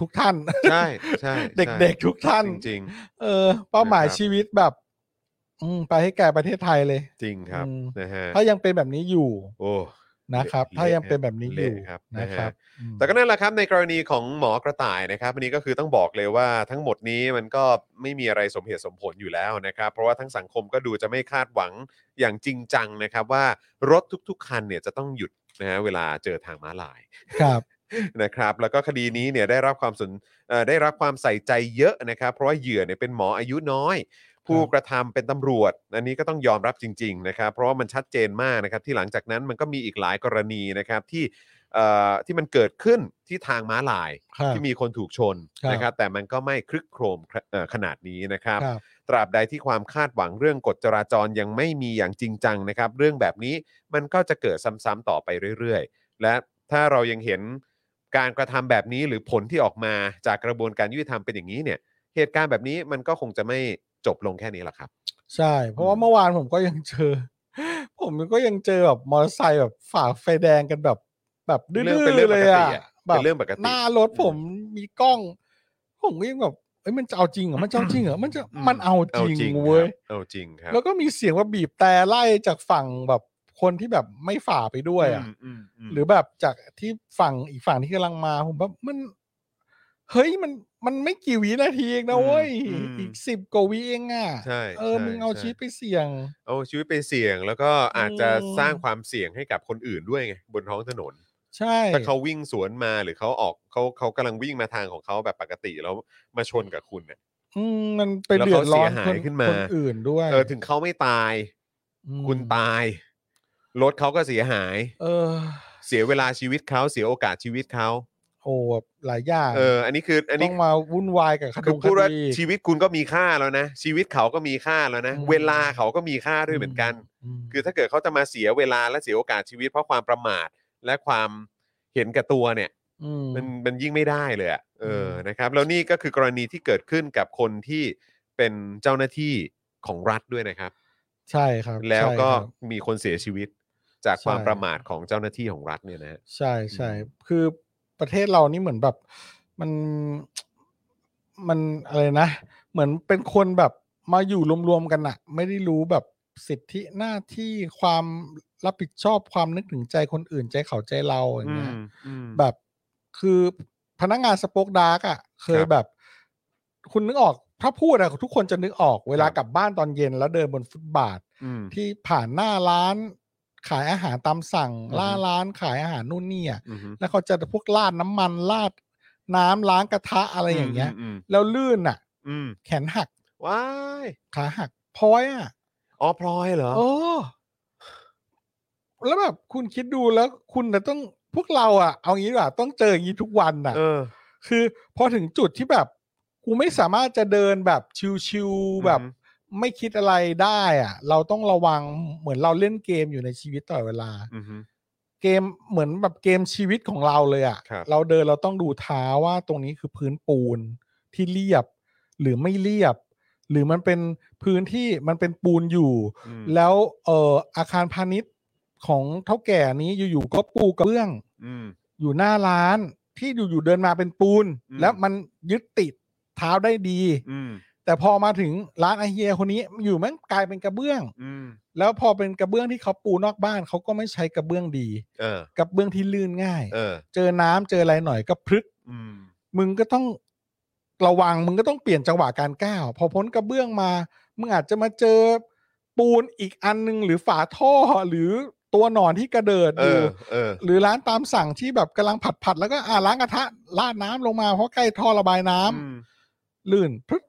ทุกท่าน
ใช่ใช่ใช่
เด็ก ๆ ทุกท่าน
จริง
เออ เป้าหมาย
นะครับ
ชีวิตแบบ อืมไปให้แก่ประเทศไทยเลย
ๆ จริงครับ
อืม
นะฮะ
ถ้ายังเป็นแบบนี้อยู่
โอ้
นะครับ
เละ
ถ้ายังเป็นแบบนี้อยู่
เละครับ
นะ
นะฮะ
ครับอืม
แต่ก็นั่นแหละครับในกรณีของหมอกระต่ายนะครับวันนี้ก็คือต้องบอกเลยว่าทั้งหมดนี้มันก็ไม่มีอะไรสมเหตุสมผลอยู่แล้วนะครับ เพราะว่าทั้งสังคมก็ดูจะไม่คาดหวังอย่างจริงจังนะครับ ว่ารถทุกๆ คันเนี่ยจะต้องหยุดนะฮะเวลาเจอทางม้าลาย
ครับ
นะครับแล้วก็คดีนี้เนี่ยได้รับความสนเอ่อได้รับความใส่ใจเยอะนะครับ เพราะว่าเหยื่อเนี่ยเป็นหมออายุน้อย ผู้กระทำเป็นตำรวจ อันนี้ก็ต้องยอมรับจริง ๆ นะครับ เพราะว่ามันชัดเจนมากนะครับ ที่หลังจากนั้นมันก็มีอีกหลายกรณีนะครับที่เอ่อที่มันเกิดขึ้นที่ทางม้าลาย
ครับ
ที่มีคนถูกชน
ครับ
นะครับ แต่มันก็ไม่คลึกโครมเอ่อขนาดนี้นะครับ
ครับ
ตราบใดที่ความคาดหวังเรื่องกฎจราจรยังไม่มีอย่างจริงจังนะครับ เรื่องแบบนี้มันก็จะเกิดซ้ำๆต่อไปเรื่อยๆ และถ้าเรายังเห็นการกระทำแบบนี้หรือผลที่ออกมาจากกระบวนการยุติธรรมเป็นอย่างนี้เนี่ย เหตุการณ์แบบนี้มันก็คงจะไม่จบลงแค่นี้หรอกครับ
ใช่ เพราะ
อื
ว่าม เมื่อวานผมก็ยังเจอ ผมก็ยังเจอแบบมอเตอร์ไซค์แบบฝ่าไฟแดงกันแบบ แบบดื้
รื่อ
อ
งเป็นเรื่อง
ๆเล
ป
ย
ก
อ่ะ
ติอะ
แบ
เป็
บ
นเรื่องปก
ห
ติ
น้ารถผมมีกล้อง ผมก็ยังแบบเอ้ยมันจะเอาจริงเหรอมันจะเอาจริงเหรอมันจะ
อืม
มันเอาจ
เอาจริ
ริ
ง
ง
ค
เว้
รั
ย
บเอาจริงครับ
แล้วก็มีเสียงว่าบีบแต่ไล่จากฝั่งแบบคนที่แบบไม่ฝ่าไปด้วยอ่ะ
อืมมม
หรือแบบจากที่ฝั่งอีกฝั่งที่กำลังมาผมแบบมัน เฮ้ยมันมันไม่กี่วินาทีเองนะเว้ยอีกสิบกว่าวิเองอ่ะ
ใช่
เออ
ใช่
มึงเอา
ใช่
ชีวิตไปเสี่ยง
เอาชีวิตไปเสี่ยง แล้วก็อาจจะ
อืม
สร้างความเสี่ยงให้กับคนอื่นด้วยไงบนท้องถนน
ใช่
ถ้าเขาวิ่งสวนมาหรือเขาออกเขาเขากำลังวิ่งมาทางของเขาแบบปกติแล้วมาชนกับคุณเนี่ย
อืมมันไป
แล้ว
เดือ
เขา
ดร้อน
เสียหาย
คน
ขึ้นมา
คนอื่นด้วย
เออถึงเขาไม่ตาย
อืม
คุณตาย รถเขาก็เสียหาย
เออ
เสียเวลาชีวิตเขาเสียโอกาสชีวิตเขา
โอ้แบบหลายอย่าง
เออ อันนี้คืออัน
ต้
นี้
องมาวุ่นวายกับค
คื
ดี
อพูดว่า
คดี
ชีวิตคุณก็มีค่าแล้วนะ ชีวิตเขาก็มีค่าแล้วนะ
อืม
เวลาเขาก็มีค่าด้วยเหมือนกัน
ม
คือถ้าเกิดเขาจะมาเสียเวลาและเสียโอกาสชีวิต เพราะความประมาทและความเห็นแก่ตัวเนี่ย
อืม
มันมันยิ่งไม่ได้เลยอะเอออ
ม
นะครับ แล้วนี่ก็คือกรณีที่เกิดขึ้นกับคนที่เป็นเจ้าหน้าที่ของรัฐด้วยนะครับ
ใช่ครับ
แล้วก็
ใช่ครับ
มีคนเสียชีวิต จากความ
ใช่
ประมาทของเจ้าหน้าที่ของรัฐเนี่ยนะฮะ
ใช่ใช่คือประเทศเรานี่เหมือนแบบมันมันอะไรนะ เหมือนเป็นคนแบบมาอยู่รวมๆกันอะไม่ได้รู้แบบสิทธิหน้าที่ความรับผิดชอบความนึกถึงใจคนอื่นใจเขาใจเราอย่างเงี้ย แบบคือพนักงานสป็อกดาร์กอ่ะเคย
ครับ
แบบ คุณนึกออกถ้าพูดอะทุกคนจะนึกออกเวลา
ครับ
กลับบ้านตอนเย็นแล้วเดินบนฟุตบาท
อืม
ที่ผ่านหน้าร้าน ขายอาหารตามสั่ง
อือฮึ
ล่าร้านขายอาหารนู่นนี่อะ
อืม
แล้วเขาจะพวกราดน้ำมันราดน้ำล้างกระทะอะไรอย่างเงี้ย
มม
แล้วลื่นอะ
อืม
แขนหัก
ว้าย
ขาหักพลอยอะ
อ๋อพลอยเหรอ
เออ แล้วแบบคุณคิดดูแล้วคุณจะต้องพวกเราอะเอางี้ดีกว่าต้องเจออย่างนี้ทุกวันอะ
เออ
คือพอถึงจุดที่แบบกูไม่สามารถจะเดินแบบชิวๆแบบ
อือฮึ
ไม่คิดอะไรได้อะเราต้องระวังเหมือนเราเล่นเกมอยู่ในชีวิตตลอดเวลา
อืม
เกมเหมือนแบบเกมชีวิตของเราเลยอะ
ครับ
เราเดินเราต้องดูเท้าว่าตรงนี้คือพื้นปูนที่เรียบ หรือไม่เรียบ หรือมันเป็นพื้นที่มันเป็นปูนอยู่
อืม
แล้วเอ่ออาคารพาณิชย์ของเท่าแก่นี้อยู่ๆก็ปูกระเบื้อง
อืม
อยู่หน้าร้านที่อยู่ๆเดินมาเป็นปูน
อืม
แล้วมันยึดติดเท้าได้ดี
อืม
แต่พอมาถึงร้านไอเฮียคนนี้อยู่แม่งกลายเป็นกระเบื้อง
อืม
แล้วพอเป็นกระเบื้องที่เขาปูนอกบ้านเขาก็ไม่ใช้กระเบื้องดี
เออก
ระเบื้องที่ลื่นง่าย
เออ
เจอน้ำเจออะไรหน่อยก็พลึก
อืม
มึงก็ต้องระวังมึงก็ต้องเปลี่ยนจังหวะการก้าวพอพ้นกระเบื้องมามึงอาจจะมาเจอปูนอีกอันนึงหรือฝาท่อหรือตัวหนอนที่กระเดิด
เอ
อยู่
อ เออ
หรือร้านตามสั่งที่แบบกำลังผัดผัดๆแล้วก็อ่าล้างกระทะลาดน้ำลงมาเพราะใกล้ท่อระบายน้ำ
อืม
ลื่นพรึด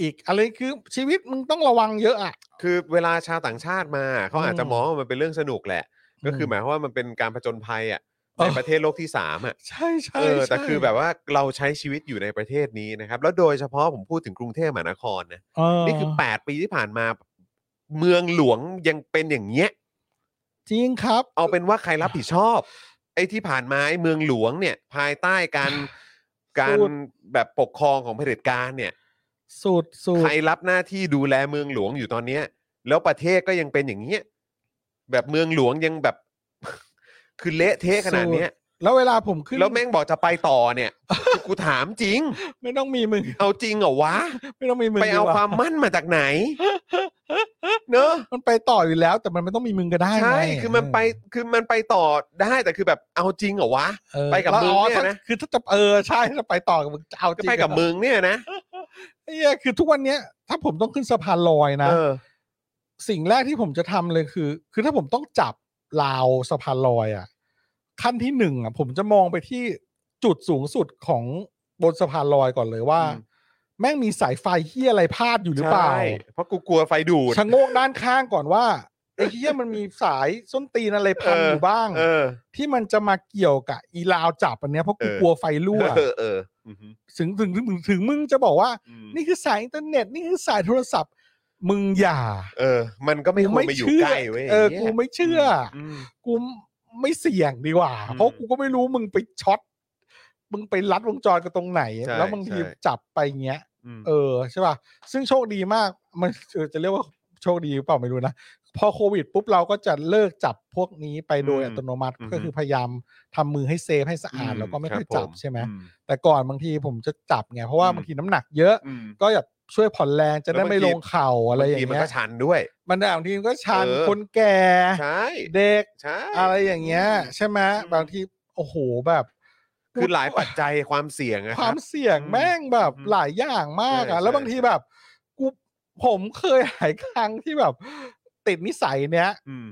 อีกอะไรคือชีวิตมึงต้องระวังเยอะอ่ะ
คือเวลาชาวต่างชาติมาเขาอาจจะ
อืม
มองว่ามันเป็นเรื่องสนุกแหละ ก็คือหมายความว่ามันเป็นการผจญภัยอ่ะ
เอ
ใน
อ
ประเทศโลกที่สามอ่ะ
ใช่ใช่
เออแต่
ใช่
คือแบบว่าเราใช้ชีวิตอยู่ในประเทศนี้นะครับ แล้วโดยเฉพาะผมพูดถึงกรุงเทพมหานครนะ
เ
นี่คือ 8 ปีที่ผ่านมา เมืองหลวงยังเป็นอย่างเงี้ย
จริงครับ
เอาเป็นว่าใครรับผิดชอบ ไอ้ที่ผ่านมาไอ้เมืองหลวงเนี่ย ภายใต้การการ
พูด
แบบปกครองของเผด็จการเนี่ย
สุดสุด
ใครรับหน้าที่ดูแลเมืองหลวงอยู่ตอนเนี้ย แล้วประเทศก็ยังเป็นอย่างเงี้ยแบบเมืองหลวงยังแบบ คือเละเทะขนาดเนี้ย
แล้วเวลาผมขึ้น
แล้วแม่งบอกจะไปต่อ เนี่ย กูถามจริง
ไม่ต้องมีมึง
เอาจริงเหรอวะ
ไม่ต้องมีมึง
ไปเอา
ดีก
ความมั่นมาจากไหน เนอะ
มันไปต่ออยู่แล้ว แต่มันไม่ต้องมีมึงก็ได้
ใช่
ไง
คือมันไปคือมันไปต่อได้แต่คือแบบเอาจริงเหรอวะ
เออ
ไปกับมึงเนี่ย
แล้วอ๋อถ้า
นะ
คือถ้าจะเออใช่ถ้าไปต่อกับมึงจะเอาจ
ก็
ริ
ไปกับมึงเนี่ยนะ
เอ้ยคือทุกวันเนี้ยถ้าผมต้องขึ้นสะพานลอยนะ
เออ
สิ่งแรกที่ผมจะทำเลยคือ คือถ้าผมต้องจับราวสะพานลอยอะ่ะ ขั้นที่หนึ่งอะ่ะ ผมจะมองไปที่จุดสูงสุดของบนสะพานลอยก่อนเลยว่า
อืม
แม่งมีสายไฟเฮียอะไรพาดอยู่หรือเปล่า
ใช่เพราะกูกลัวไฟดูด
ชะโงกด้านข้างก่อนว่าไอ้เฮียมันมีสายส้นตีนอะไรพัน
เออ
อ
อ
ยู่บ้าง
เออ
ที่มันจะมาเกี่ยวกับอีราวจับอันเนี้ยเพราะกู
เออ
กลัวไฟรั่ว
เออเอออือฮึ
ถึงถึงถึงถึงถึงมึงจะบอกว่า
อืม
นี่คือสายอินเทอร์เน็ตนี่คือสายโทรศัพท์ มึงอย่า
เออ มันก็ไม่คว
กู
รมาอยู่
เชื่
ใกล้เว้ย
เออ
ย่าง
กู
งี้ย
ไม่เชื่ออ
ม
กูไม่เสี่ยงดีกว่า
อืม
เพราะกูก็ไม่รู้มึงไปช็อต มึงไปรัดวงจรกันตรงไหน
ใช่
แล้วบางที
ใช่
จับไปเงี้ย
อืม
เออ ใช่ป่ะ ซึ่งโชคดีมาก มันเออจะเรียกว่าโชคดีหรือเปล่าไม่รู้นะ พอโควิดปุ๊บเราก็จะเลิกจับพวกนี้ไปโดยอัตโนมัติ ก็คือพยายามทำมือให้เซฟให้สะอาดแล้วก็ไม่ค่อย
รับ
จับ
ผ
ใช่ไหม
อื
แต่ก่อนบางทีผมจะจับไง เพราะว่า
อืม
บางทีน้ำหนักเยอะ
อืม
ก็แบบช่วยผ่อนแรงจะได้
แล้วบาง
ไม่ล
ที
งเข่าอะไรอย่าง
บทีมัน
เงี้
ก็
ย
ชันด้วย
มันบางทีมันก็ชัน
เออ
คนแก่
ใช่
เด็ก
ใช่
อะไรอย่างเงี้ย ใช่ไหม
อืม
บางทีโอ้โหแบบ
คือหลายปัจจัยความเสี่ยงอะ
ค
ครั
วา
บ
มเสี่ยง
อืม
แม่งแบบ
อืม
หลายอย่างมาก
ใช่
อ่ะ แล้ว
ใช่
บางทีแบบกูผมเคยหลายครั้งที่แบบ ติดนิสัยเนี้ย
อืม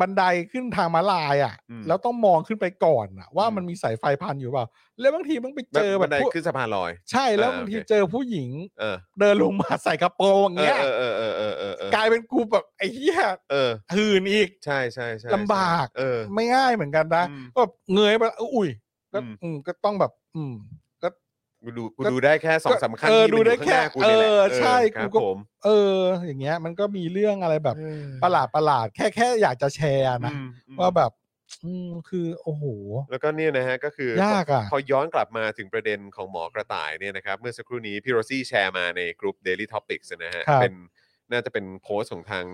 บันไดขึ้นทางม้าลายอ่ะ
อืม
แล้วต้องมองขึ้นไปก่อนอ่ะ ว่า
อืม
มันมีสายไฟพันอยู่เปล่า แล้วบางทีมันไป
เจ
เจ
อ
อ
บั
แบ
น
บ
ได
พวก
ขึ้นสะพานลอย
ใช่แล้ว
อ่า
บางที
โอเค
เจอผู้หญิง
เออ
เดินลงมาใส่กระโปรงอย่าง
เออ
เงี้ย
เออเออเออเออเออก
ลายเป็นกูแบบไอ้เหี้ย
เออ
หืนอีก
ใช่ใช่ใช่
ลำบาก
เออ
ไม่ง่ายเหมือนกันนะ
อืม
ก็แบบเงยไปแล้วอุ้ยก็
อืม
อืมก็ต้องแบบ อืม
กูดูกูดูได้แค่สองสามขั้น
เออ
ที่มัน
ดูได้
อยู่ข้างหน้า
แค่
กูนี่ยแหละ
เออใช่
ครั
กู
บ
ก็
ผม
เออ อย่างเงี้ย มันก็มีเรื่องอะไรแบบ ประหลาดประหลาดแค่แค่อยากจะแชร์นะ
อืมอืม
ว่าแบบ อืมคือโอ้โห
แล้วก็เนี่ยนะฮะก็คือ
ยากอ่ะ
พอย้อนกลับมาถึงประเด็นของหมอกระต่ายเนี่ยนะครับ เมื่อสักครู่นี้พี่โรซี่แชร์มาในกลุ่ม Daily Topics นะฮะ
ครับ
เป็นน่าจะเป็นโพสต์ของทาง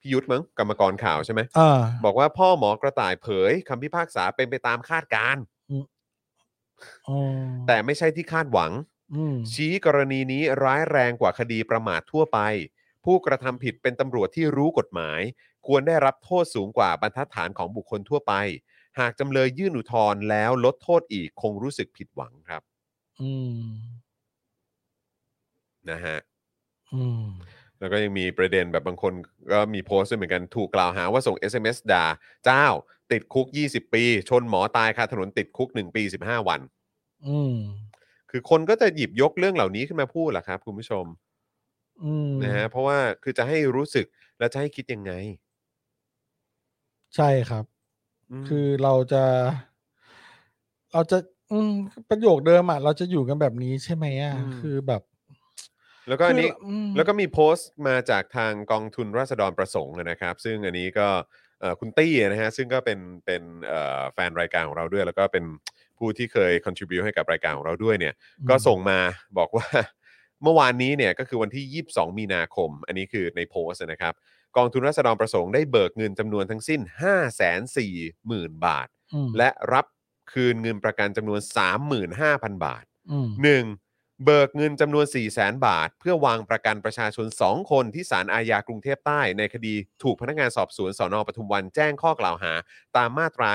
พิยุทธ์มั้งกรรมกรข่าวใช่ไหม
อ่า
บอกว่าพ่อหมอกระต่ายเผยคำพิพากษาเป็นไปตามคาดการณ์
อ๋อ
แต่ไม่ใช่ที่คาดหวัง
อืม
ชี้กรณีนี้ร้ายแรงกว่าคดีประมาททั่วไป ผู้กระทำผิดเป็นตำรวจที่รู้กฎหมาย ควรได้รับโทษสูงกว่าบรรทัดฐานของบุคคลทั่วไป หากจำเลยยื่นอุทธรณ์แล้วลดโทษอีกคงรู้สึกผิดหวังครับ
อืม
นะฮะ
อืม
แล้วก็ยังมีประเด็นแบบบางคนก็มีโพสต์ด้วยเหมือนกันถูกกล่าวหาว่าส่ง SMS ด่าเจ้า ติดคุก 20 ปี ชนหมอตายคาถนนติดคุก 1 ปี 15 วัน
อืม
คือคนก็จะหยิบยกเรื่องเหล่านี้ขึ้นมาพูดแหละครับ คุณผู้ชม
อืม
นะฮะเพราะว่าคือจะให้รู้สึกและจะให้คิดยังไง
ใช่ครับ
ม
คือเราจะ เราจะ อืมประโยคเดิมอ่ะเราจะอยู่กันแบบนี้ใช่ไหมอ่ะคือแบบ
แล้วก็อันนี้
คือืม
แล้วก็มีโพสต์มาจากทางกองทุนราษฎรประสงค์นะครับ ซึ่งอันนี้ก็เอ่อคุณตี้นะฮะซึ่งก็เป็นเป็นเอ่อแฟนรายการของเราด้วย แล้วก็เป็นผู้ที่เคย contribu ให้กับรายการของเราด้วยเนี่ย ก็ส่งมาบอกว่า เมื่อวานนี้เนี่ยก็คือวันที่ 22 มีนาคม อันนี้คือในโพสต์นะครับ กองทุนราษฎรประสงค์ได้เบิกเงินจำนวนทั้งสิ้น 540,000 บาท
อืม
และรับคืนเงินประกันจำนวน 35,000 บาท
อืม
1. เบิกเงินจำนวน 4 0 0แสนบาท เพื่อวางประกันประชาชน 2 คนที่ศาลอาญากรุงเทพใต้ในคดีถูกพนักงานสอบสวนสอนอปทุมวันแจ้งข้อกล่าวหา ตามมาตรา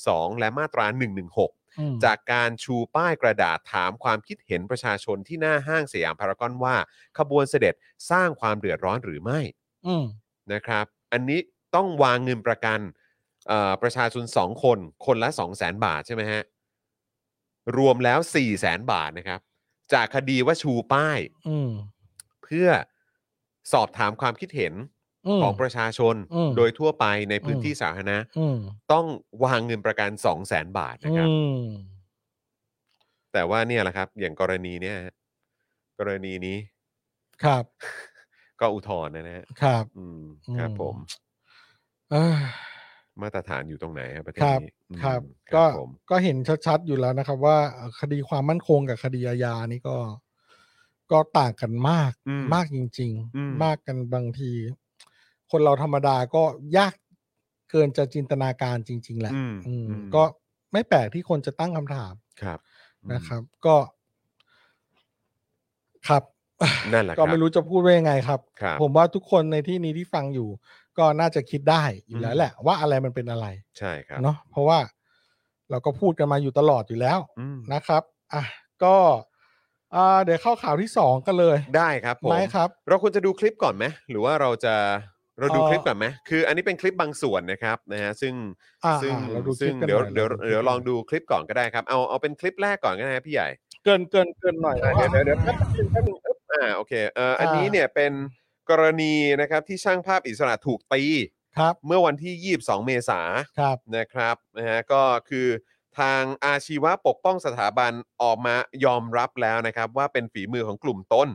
112 และมาตรา 116
อืม
จากการชูป้ายกระดาษถามความคิดเห็นประชาชนที่หน้าห้างสยามพารากอนว่า ขบวนเสด็จสร้างความเดือดร้อนหรือไม่
อืม
นะครับ อันนี้ต้องวางเงินประกันเอ่อประชาชน 2 คนคนละ 2 0 0แสนบาทใช่ไหมฮะ รวมแล้ว 4 0 0แสนบาทนะครับ จากคดีว่าชูป้าย
อืม
เพื่อสอบถามความคิดเห็น
อืม
ของประชาชน
อืม
โดยทั่วไปในพื้น
อืม
ที่สาธารณะ
อืม
ต้องวางเงินประกัน 2 0 0แสนบาทนะครับ
อืม
แต่ว่าเนี่ยแหละครับอย่างกรณีเนี่ยฮะกรณีนี้
ครับ
ก็อุทธรณ์นะฮะ
ครับ
อืม
อืม
ครับผม
เอ้ย
มาตรฐานอยู่ตรงไหนครับประเทศนี้อืม
ครับก็
ผม
ก็เห็นชัดๆอยู่แล้วนะครับ ว่าเอ่อคดีความมั่นคงกับคดีอาญานี่ก็ ก็ต่างกันมาก
อื
มากจริง
อืม
ๆ มากกันบางที คนเราธรรมดาก็ยากเกินจะจินตนาการจริง ๆ แหละ
อืม
อืม
อืม
ก็ไม่แปลกที่คนจะตั้งคำถาม
ครับ
นะครับ ก็ ครับ
นั่นแหละค
ก็
รับ
ไม่รู้จะพูดว่ายังไงครับ
ครับ
ผมว่าทุกคนในที่นี้ที่ฟังอยู่ ก็น่าจะคิดได้อยู่แล้ว
อืม
แหละ ว่าอะไรมันเป็นอะไร
ใช่ครับ
เนาะเพราะว่าเราก็พูดกันมาอยู่ตลอดอยู่แล้ว
อืม
นะครับอ่ะก็อ่าเดี๋ยวเข้าข่าวที่สองกันเลย
ได้ครับผม
ไหมครับ
เราควรจะดูคลิปก่อนไหมหรือว่าเราจะเราดู
เอ่อ
คลิปก่อนไหมคือ อันนี้เป็นคลิปบางส่วนนะครับนะฮะซึ่ง
อ่า
ซึ่ง
อ่าเราดูค
ซึ่
ลิ
ง
ปกัน
เดี๋ยว
หน่อราคลิป
เดี๋ยวเดี๋ยวลองดูคลิปก่อนก็ได้ครับเอาเอาเป็นคลิปแรกก่อนก็ได้นะพี่ใหญ่
เกินเกินเกินหน่อย
อ่ะเดี๋ยวเดี๋ยวเดี๋ยวแป๊บนึงแป๊บนึงอึ๊บอ่าโอเคเอ่ออันนี้เนี่ยเป็นกรณีนะครับที่ช่างภาพอิสระถูกตี
ครับ
เมื่อวันที่ 22 เมษา
ครับ
นะครับนะฮะก็คือทางอาชีวะปกป้องสถาบันออกมายอมรับแล้วนะครับว่าเป็นฝีมือของกลุ่มต้น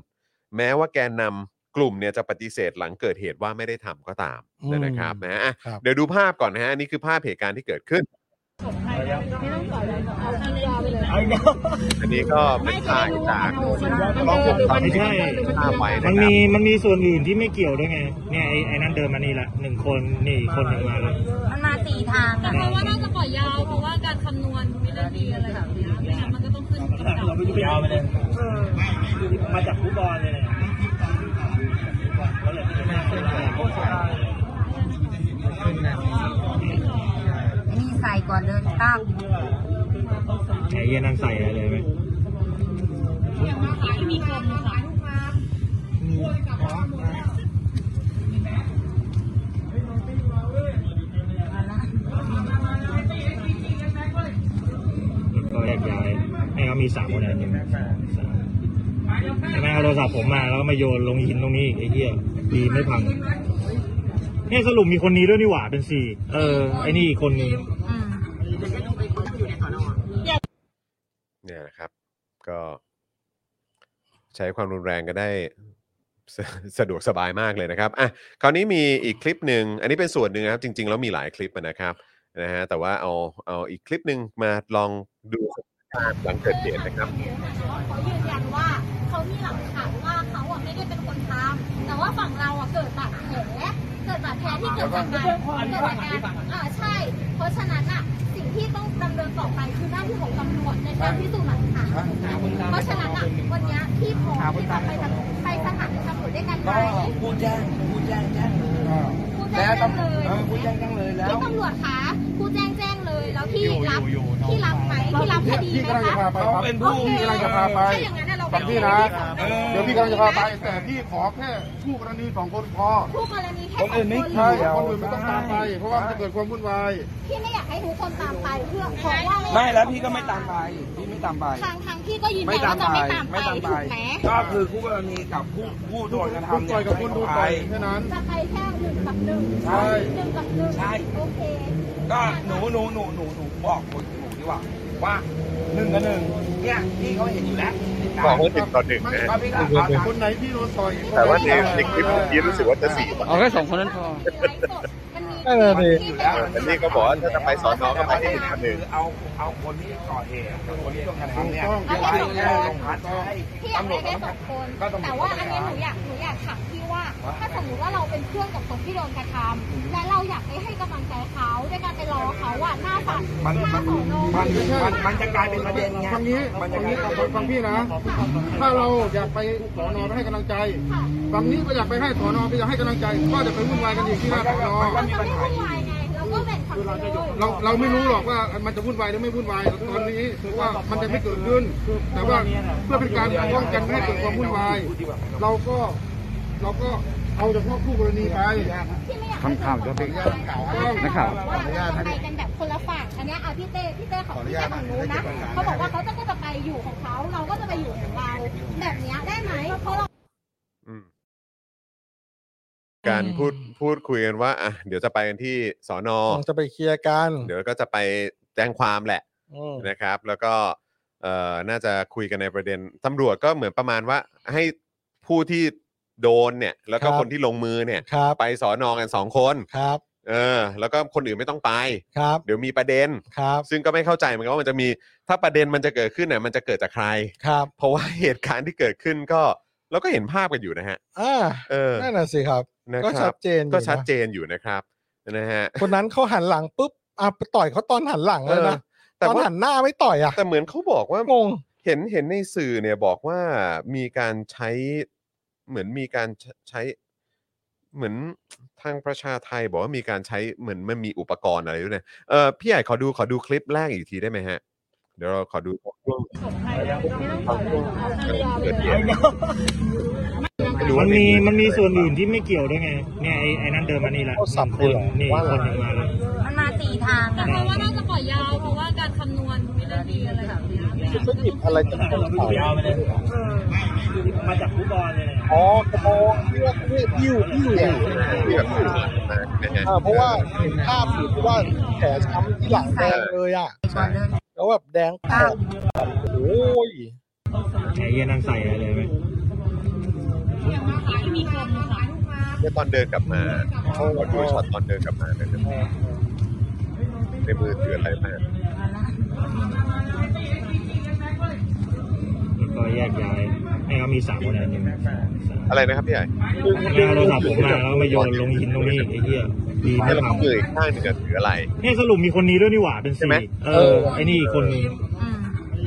แม้ว่าแกนนำกลุ่มเนี่ยจะปฏิเสธหลังเกิดเหตุว่าไม่ได้ทำก็ตามนะครับนะฮะอ่ะ
ครับ
เดี๋ยวดูภาพก่อนนะฮะอันนี่คือภาพเหตุการณ์ที่เกิดขึ้น อันนี้ก็เป็นถ่ายจากกล้องวงจรปิดที่ภาพไว้
มั
นะ
น
ครับ
มีมันมีส่วนอื่นที่ไม่เกี่ยวด้วยไง เนี่ยไอ้ไอ้นั่นเดินมานี่ละหนึ่งคนนี่อีกคนหนึ่งมาแล้ว
มันมาสี่ทาง
แต่เขาว่าน่าจะปล่อยยาวเพราะว่าการคำนวณวินาทีอะไรแบบเนี้ยไม่งั้นมันก็ต้องขึ้นกับเรา
ยาวไปเลยมาจากฟุตบอลเลยเนี่ย
นี่ใส่ก่อนเดินตั้ง
ไอ้เหี้ย็นนั่งใส่อะไรเลยไหม
มีคนมาหลายลูกค้า
ก็แยกย้ายให้เขามีสามคนเนี่ยหนึ่งสองสามใช่ไหมเอาโทรศัพท์ผมมาแล้วก็มาโยนลงหินตรงนี้อีกไอ้เหี้ยดีไม่พังเนี่ยสรุปมีคนนี้ด้วยนี่หว่าเป็นสี่เออไอ้นี่อีกคนนึง
อืม
เนี่ยนะครับ ก็ใช้ความรุนแรงก็ได้สสะ ดวกสบายมากเลยนะครับอ่ะคราวนี้มีอีกคลิปหนึ่งอันนี้เป็นส่วนหนึ่งนะครับจริง ๆ แล้วมีหลายคลิปนะครับนะฮะแต่ว่าเอาเอาอีกคลิปหนึ่งมาลองดูสถานการณ์หลังเกิดเหตุนะครับ
เขายืนยันว่าเขามีหลักฐานว่าเขาอ่ะไม่ได้เป็นคนทำแต่ว่าฝั่งเราอ่ะเกิดบาดแผลเกิดบาด
พร้อมที่จะทำงานในหน่วยงานอ่าใช่ เพราะฉะนั้นอ่ะสิ่งที่ต้องดำเนินต่อไปคือหน้าที่ของตำรวจในการพิสูจน์หลักฐานเพราะฉะนั้นอ่ะวันเนี้ยพี่พร้อมที่จะไปทำไปสถานีตำรวจด้วยกันไหม
พูดแจ้งพูดแจ้งแจ้งเลย
พูด
แล้
แจ้
ว
งแจ้งเลย
เออพูดแจ้งแจ้งเลยแล้ว
พี่ตำรวจคะพูดแจ้งแจ้งเลยแล้วพี่รับพี่รับไหมพี่รับคดี
พี่
ไหม
กำลังจะ
คะ
พาไปครับ
เป็นผู้
พี่กำลังจะพาไป
ถ้าอย่างนั้นน่ะเรา
ฟังพี่นะ
เออ
เดี๋ยวพี่กำลังจะพาไป แต่พี่ขอแค่คู่กรณีสองคนพอ
ผู้กรณีแค่สองคน
ใช่คนอื่นไม่ต้องตามไป เพราะว่าจะเกิดความวุ่นวาย
พี่ไม่อยากให้ทุกคนตามไปเพื่อเพราะว่า
ไม่แล้วพี่ก็ไม่ตามไป พี่ไม่ตามไป
ทางทางพี่ก็ยืนยันว่าจะไม่ตามไปถูกไหม
ก็คือคู่กรณีกับผู้ผู้โดนกระทำเนี่ยกับคนดูไปแค่นั้น
จะไปแค่หนึ่งกับหนึ่ง
ใช่
หนึ่งกับหนึ่ง
ใช่
โอเค
ก็หนูหนูหนูหนูหนูบอกคนหนูดีกว่าว่าหนึ่งกับหนึ่งเนี่ยพี่เขาเห็นอยู่แล้ว
บอกว่าหนึ่งต่อหนึ่ง
ไม่
นะ
ครับพี่ครับคนไหนพี่โดนต่อย
แต่ว่าในในคลิปเมื่อกี้รู้สึกว่าจะสี่
เอาแค่สองคนนั้นพอไลฟ์สดมัน
เออ
มี
ดิ
ที่
อยู่
เป็น
แล้ว
แต่นี่ก็บอกว่าถ้าจะไปสอนน้องก็ไปที่หนึ่งต่อหนึ่ง
คือเอาเอาคนที่ก่อเหตุกับคนที่โดนกระทำเนี่ย
เอา
ไป
แค่สองคน
แค่โรงพักให้
พี่อยากได้แค่สองคน แต่ว่าอัน
ตำรวจ
เนี้ยหนูอยากหนูอยากถามพี่ว่า ถ้าสมมติว่าเราเป็นเพื่อนกับคนที่โดนกระทำและเราอยากไปให้กำลังใจเขาด้วยการไปรอเขาว่าหน้าศาล
มัน
หน้า
มัน
สอนอ
มันมันมันจะกลายเป็นประเด็นไงฟังนี้มันจะกลายเป็นฟังพี่นะ ถ้าเราอยากไปสอนอไปให้กำลังใจ
ค่ะ
ฝั่งนี้ก็อยากไปให้สอนอไปอยากให้กำลังใจ ก็จะไปวุ่นวายกันอีกที่หน้าสอนอ
เราจะไม่วุ่นวายไง เราก็แบ่งฝั่งไปเลย
เราเราไม่รู้หรอกว่ามันจะวุ่นวายหรือไม่วุ่นวายตอนนี้คือว่ามันจะไม่เกิดขึ้น แต่ว่าเพื่อเป็นการป้องกันไม่ให้เกิดความวุ่นวาย เราก็เราก็เอาเฉพาะคู่กรณีไป
ที่ไม่อยากทำข่าวจะเป็นนักข่าวว่าเราจะไปกันแบบคนละฝั่งอันเนี้ยเอาพี่เต้พี่เต้เขาพี่เต้ฝั่งนู้นนะเขาบอกว่าเขาจะก็จะไปอยู่ของเขาเราก็จะไปอยู่ของเรา แบบเนี้ยได้ไหมเพราะเรา
อืมการพูดพูดคุยกันว่าอ่ะเดี๋ยวจะไปกันที่สอนอ
ต้องจะไปเคลียร์กัน
เดี๋ยวก็จะไปแจ้งความแหละ
อืม
นะครับ แล้วก็เอ่อน่าจะคุยกันในประเด็นตำรวจก็เหมือนประมาณว่า ให้ผู้ที่โดนเนี่ย แล้วก็
ครับ
คนที่ลงมือเนี่ย
ครับ
ไปสอนอกันสองคน
ครับ
เออ แล้วก็คนอื่นไม่ต้องไป
ครับ
เดี๋ยวมีประเด็น
ครับ
ซึ่งก็ไม่เข้าใจเหมือนกันว่ามันจะมีถ้าประเด็นมันจะเกิดขึ้นเนี่ยมันจะเกิดจากใคร
ครับ
เพราะว่าเหตุการณ์ที่เกิดขึ้นก็เราก็เห็นภาพกันอยู่นะฮะ
อ่า
เออ
นั่นน่ะสิครับ
นะ
ก็
ค
ชั
รั
ด
บ
เจนอยู่
ก็
นะ
ชัดเจนอยู่นะครับนะฮะ
คนนั้นเขาหันหลังปุ๊บอ่ะไปต่อยเขาตอนหันหลังเลยนะ
เออแต่
ตอน
ว่า
หันหน้าไม่ต่อยอ่ะ
แต่เหมือนเขาบอกว่าง
ง
เห็นเห็นในสื่อเนี่ยบอกว่ามีการใช้เหมือนมีการใช้ใช้เหมือนทางประชาไทยบอกว่ามีการใช้เหมือนมันมีอุปกรณ์อะไรด้วยเนี่ยเออพี่ใหญ่ขอดูขอดูคลิปแรกอีกทีได้ไหมฮะ เดี๋ยวเราขอดูช่วงเกิดเหตุ
มันมีมันมีส่วนอื่นที่ไม่เกี่ยวด้วยไง เนี่ยไอ้ไอ้นั่นเดินมานี่ละ
โอ้สับ
คน
เลยเหรอ
นี่
ว่า
คน
อะไร
หนึ่งมาแล้ว
มันมาสี่ทาง
แต่
อ่ะ
เพราะว่าน่าจะปล่อยยาวเพราะว่าการคำนวณวินาทีอะไรแบบเนี้ยไม่งั้นมัน
จะ
ก็
หยิ
ต้
บ
อง
อะไรจากกระเป๋า
มาจากฟุตบอลเนี่ย
อ๋อกระโปรงที่ว่าที่ยิ้วยิ้วอ่ะ
ที่แบบสื่อสารมานะฮะ
อ่าเพราะว่าเห็นภาพอยู่ที่ว่าแผลช้ำที่หลังแดงเลยอ่ะแล้วแบบแดงปากโอ้ย
ไอ้เหี้ยนั่นใส่อะไรเลยไหม
เนี่ยตอนเดินกลับมาขอดูช็อตตอนเดินกลับมาหน่อยได้ไหมในมือถืออะไรมา
แล้วก็แยกย้ายให้เขามีสามคนอันหนึ่งสามสาม
อะไรนะครับพี่ใหญ่
มันเอาโทรศัพท์ผมมาแล้วก็มาโยนลงหินตรงนี้อีกไอ้เหี้ยดี
ให้
ไม่
เรา
ท
เอามืออีกข้างหนึงอะถืออะไร
ำเนี่ยสรุปมีคนนี้ด้วยนี่หว่าเป็น
ใช่ไหม
สี่เออไอ้นี่อีกคนนึง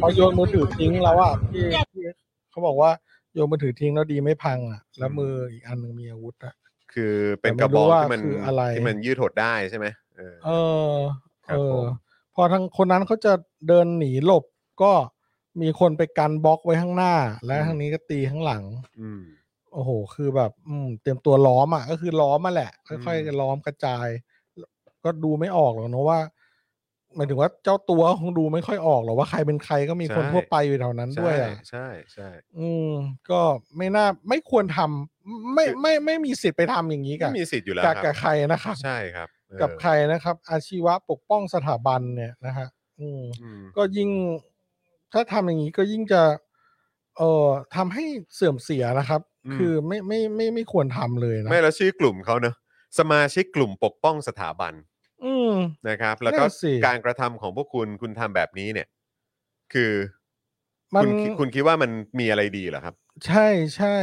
พอโยนมือถือทิ้งแล้วอ่ะพี่พี่เขาบอกว่าโยนมือถือทิ้งแล้วดีไม่พังอ่ะ แล้วมืออีกอันหนึ่งมีอาวุธอ่ะ
คือเป็นกระบอกที่มัน
แต่ไม่รู้ว่าคืออะไร
ที่มันยืดหดได้ใช่ไหมเออ
เออ
ครับ
เอ
ผ
อ
ม
พอทางคนนั้นเขาจะเดินหนีหลบก็มีคนไปกันบล็อกไว้ข้างหน้า และทางนี้ก็ตีข้างหลัง
อืม
โอ้โห คือแบบ อืม เตรียมตัวล้อมอ่ะ ก็คือล้อมมาแหละ ค่อย
อืม
ๆล้อมกระจาย ก็ดูไม่ออกหรอกเนอะว่าหมายถึงว่าเจ้าตัวคงดูไม่ค่อยออกหรอกว่าใครเป็นใครก็มีคนทั่วไปอยู่แถวนั้นด้วยอ่ะ
ใช่ใช่
อืมก็ไม่น่าไม่ควรทำไม่ไม่ไม่ไม่มีสิทธิ์ไปทำอย่างนี้
ก็
กับ
มีสิทธิ์อยู่แล้วค
กั
รั
บบกับใครนะครับ
ใช่ครับเออ
กับใครนะครับ อาชีวะปกป้องสถาบันเนี่ยนะฮะอืม
อืม
ก็ยิ่ง ถ้าทำอย่างนี้ก็ยิ่งจะ เอ่อทำให้เสื่อมเสียนะครับ คือไม่ไม่ไม่ไม่ควรทำเลยนะ
ไม่แล้วชื่อกลุ่มเขาเนอะสมาชิกกลุ่มปกป้องสถาบัน
อืม
นะครับ แล้วก็
นั่นสิ
การกระทำของพวกคุณคุณทำแบบนี้เนี่ย คือ
มัน
คุณคิดคุณคิดว่ามันมีอะไรดีเหรอครับ
ใช่ใช่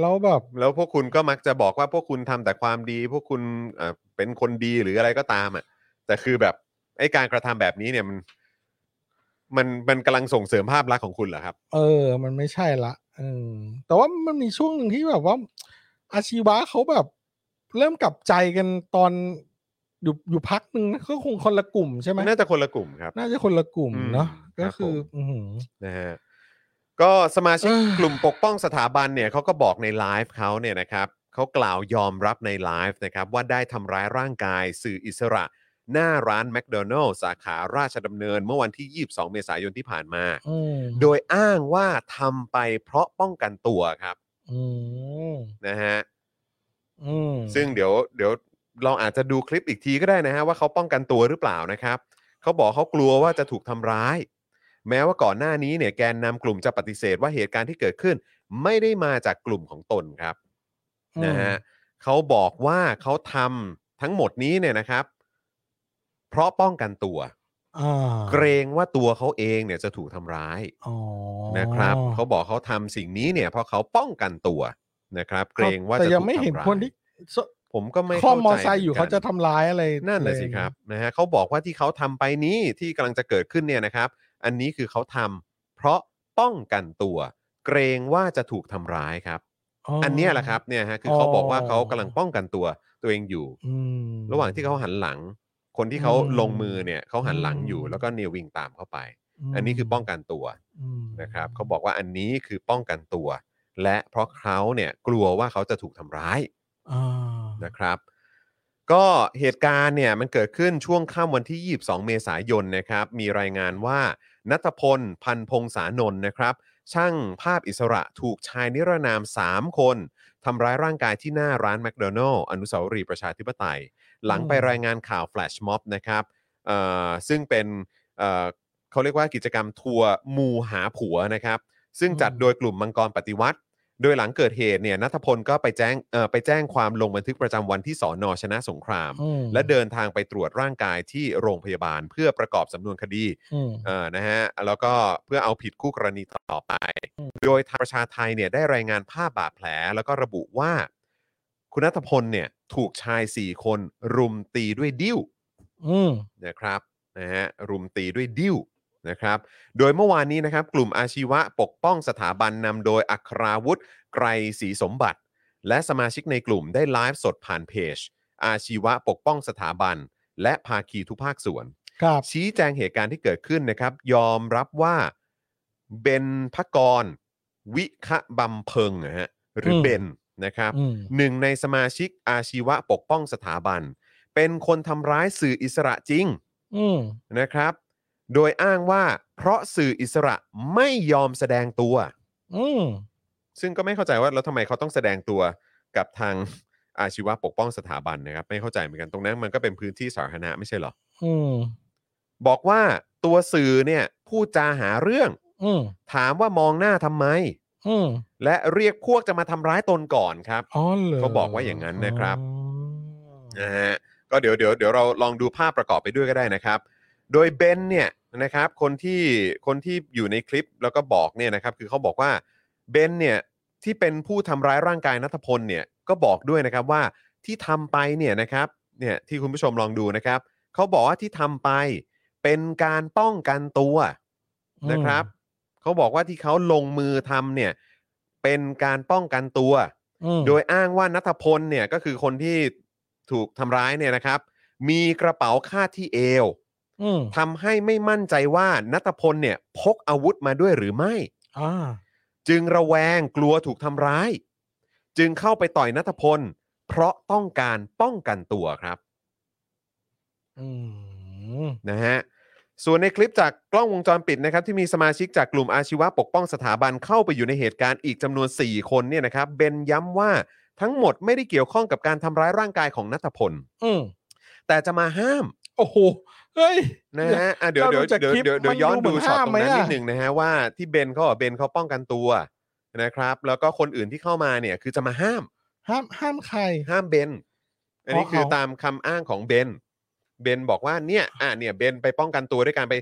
แล้วแบบ
แล้วพวกคุณก็มักจะบอกว่าพวกคุณทำแต่ความดี พวกคุณเอ่อเป็นคนดีหรืออะไรก็ตามอ่ะแต่คือแบบไอ้การกระทำแบบนี้เนี่ยมัน มันมันกำลังส่งเสริมภาพลักษณ์ของคุณเหรอครับ
เออ มันไม่ใช่ละเออแต่ว่ามันมีช่วงหนึ่งที่แบบว่า อาชีวะเขาแบบ เริ่มกลับใจกันตอนอยู่อยู่พักหนึ่งนะก็คงคนละกลุ่มใช่ไหม
น่าจะคนละกลุ่มครับ
น่าจะคนละกลุ่ม
อืม
เนาะ
ครั
ก็
บ
คือ
ผม
อือหือ
นะฮะก็สมาชิก
เอ้ย
กลุ่มปกป้องสถาบันเนี่ยเขาก็บอกในไลฟ์เขาเนี่ยนะครับเขากล่าวยอมรับในไลฟ์นะครับว่าได้ทำร้ายร่างกายสื่ออิสระ หน้าร้านแมคโดนัลล์สาขาราชดำเนิน เมื่อวันที่ 22 เมษายนที่ผ่านมา
อืม
โดยอ้างว่าทำไปเพราะป้องกันตัวครับ
อืม
นะฮะ
อืม
ซึ่งเดี๋ยวเดี๋ยวเราอาจจะดูคลิปอีกทีก็ได้นะฮะว่าเขาป้องกันตัวหรือเปล่านะครับ เขาบอกเขากลัวว่าจะถูกทำร้าย แม้ว่าก่อนหน้านี้เนี่ยแกนนำกลุ่มจะปฏิเสธว่าเหตุการณ์ที่เกิดขึ้น ไม่ได้มาจากกลุ่มของตนครับนะฮะเขาบอกว่าเขาทำทั้งหมดนี้เนี่ยนะครับ เพราะป้องกันตัว
อ่า
เกรงว่าตัวเขาเองเนี่ยจะถูกทำร้าย
อ๋อ
นะครับเขาบอกเขาทำสิ่งนี้เนี่ยเพราะเขาป้องกันตัวนะครับ เกรงว่า
แต่
จะ
ยัง
ถูก
ไม่เห็น
ทำร้าย
คนที่ส
ผมก็ไม่
ข้อ
เข้าม
อ
ใจ
ไซค์อยู่เขาจะทำร้ายอะไร
นั่นแหละสิครับนะฮะเขาบอกว่าที่เขาทำไปนี้ที่กำลังจะเกิดขึ้นเนี่ยนะครับ อันนี้คือเขาทำเพราะป้องกันตัว เกรงว่าจะถูกทำร้ายครับ อันเนี้ยแหละครับเนี่ยฮะคือเขาบอกว่าเขากำลังป้องกันตัวตัวเองอยู่
อืม
ระหว่างที่เขาหันหลัง คนที่เขา
อืม
ลงมือเนี่ยเขาหันหลังอยู่
อืม
แล้วก็เนยวิ่งตามเข้าไป อันนี้คือป้องกันตัว
อืม
นะครับเขาบอกว่าอันนี้คือป้องกันตัว และเพราะเขาเนี่ยกลัวว่าเขาจะถูกทำร้าย
อ่า
นะครับ ก็เหตุการณ์เนี่ยมันเกิดขึ้นช่วงค่ำวันที่ 22 เมษายนนะครับ มีรายงานว่านัทพล พันพงษานนท์นะครับ ช่างภาพอิสระถูกชายนิรนาม 3 คนทำร้ายร่างกายที่หน้าร้านแมคโดนัลล์อนุสาวรีย์ประชาธิปไตย หลังไปรายงานข่าวแฟลชม็อบนะครับเอ่อซึ่งเป็นเอ่อเขาเรียกว่ากิจกรรมทัวร์มูหาผัวนะครับ ซึ่งจัดโดยกลุ่มมังกรปฏิวัติ โดยหลังเกิดเหตุเนี่ยนัทพลก็ไปแจ้งเอ่อไปแจ้งความลงบันทึกประจำวันที่สอนอชนะสงคราม
อืม
และเดินทางไปตรวจร่างกายที่โรงพยาบาล เพื่อประกอบสำนวนคดี
อืม
เอ่อนะฮะแล้วก็เพื่อเอาผิดคู่กรณีต่อไป โดยทางประชาไทยเนี่ยได้รายงานภาพบาดแผล แล้วก็ระบุว่า คุณนัทพลเนี่ยถูกชาย 4 คนรุมตีด้วยดิ้ว
อืม
นะครับนะฮะรุมตีด้วยดิ้วนะครับ โดยเมื่อวานนี้นะครับ กลุ่มอาชีวะปกป้องสถาบันนำโดยอัคราวุธ ไกรศรีสมบัติ และสมาชิกในกลุ่มได้ไลฟ์สดผ่านเพจ อาชีวะปกป้องสถาบัน และภาคีทุกภาคส่วน
ครับ
ชี้แจงเหตุการณ์ที่เกิดขึ้นนะครับ ยอมรับว่าเบนพกร วิคะบัมเพิงนะฮะหรืออ
ม
เบนนะครับ
อืม
หนึ่งในสมาชิกอาชีวะปกป้องสถาบัน เป็นคนทำร้ายสื่ออิสระจริง
อืม
นะครับ โดยอ้างว่าเพราะสื่ออิสระไม่ยอมแสดงตัว
อืม
ซึ่งก็ไม่เข้าใจว่าแล้วทำไมเขาต้องแสดงตัวกับทางอาชีวะปกป้องสถาบันนะครับ ไม่เข้าใจเหมือนกันตรงนั้นมันก็เป็นพื้นที่สาธารณะไม่ใช่เหรอ
อืม
บอกว่าตัวสื่อเนี่ยพูดจาหาเรื่อง
อืม
ถามว่ามองหน้าทำไม
อืม
และเรียกพวกจะมาทำร้ายตนก่อนครับ
อ๋อเหรอ
เขาบอกว่าอย่างนั้นนะครับ
อ๋อ
นะฮะก็เดี๋ยวเดี๋ยวเดี๋ยวเราลองดูภาพประกอบไปด้วยก็ได้นะครับ โดยเบนเนี่ยนะครับคนที่คนที่อยู่ในคลิปแล้วก็บอกเนี่ยนะครับคือเขาบอกว่าเบนเนี่ยที่เป็นผู้ทำร้ายร่างกายนัทพลเนี่ยก็บอกด้วยนะครับว่าที่ทำไปเนี่ยนะครับเนี่ยที่คุณผู้ชมลองดูนะครับเขาบอกว่าที่ทำไปเป็นการป้องกันตัวนะครับเขาบอกว่าที่เขาลงมือทำเนี่ยเป็นการป้องกันตัว
อืม
โดยอ้างว่านัทพลเนี่ยก็คือคนที่ถูกทำร้ายเนี่ยนะครับ มีกระเป๋าคาดที่เอว
อืม
ทำให้ไม่มั่นใจว่านัทพลเนี่ยพกอาวุธมาด้วยหรือไม่
อ่า
จึงระแวงกลัวถูกทำร้าย จึงเข้าไปต่อยนัทพล เพราะต้องการป้องกันตัวครับ
อืม
นะฮะส่วนในคลิปจากกล้องวงจรปิดนะครับ ที่มีสมาชิกจากกลุ่มอาชีวะปกป้องสถาบันเข้าไปอยู่ในเหตุการณ์อีกจำนวน 4 คนเนี่ยนะครับเบนย้ำว่าทั้งหมดไม่ได้เกี่ยวข้องกับการทำร้ายร่างกายของนัทพล
อืม
แต่จะมาห้าม
โอ้โหเฮ้ย
นะฮะอ่ะเดี๋ยว
เรา
เดี๋ยว
ดูจาก
เดี๋ยว
คลิป
เดี๋ยวเดี๋ยว
มัน
ย้อน
ดูเหมื
ดู
อน
ช็อต
ห้าม
ตรง
ไหม
นั้นนิด
อะ
หนึ่งนะฮะว่าที่เบนเขาบอกเบนเขาป้องกันตัวนะครับ แล้วก็คนอื่นที่เข้ามาเนี่ยคือจะมาห้าม
ห้ามห้ามใคร
ห้ามเบนอันนี้
เพราะ
คือ
เขา
ตามคำอ้างของเบนเบนบอกว่าเนี่ยอ่ะเนี่ยเบนไปป้องกันตัวด้วยการไป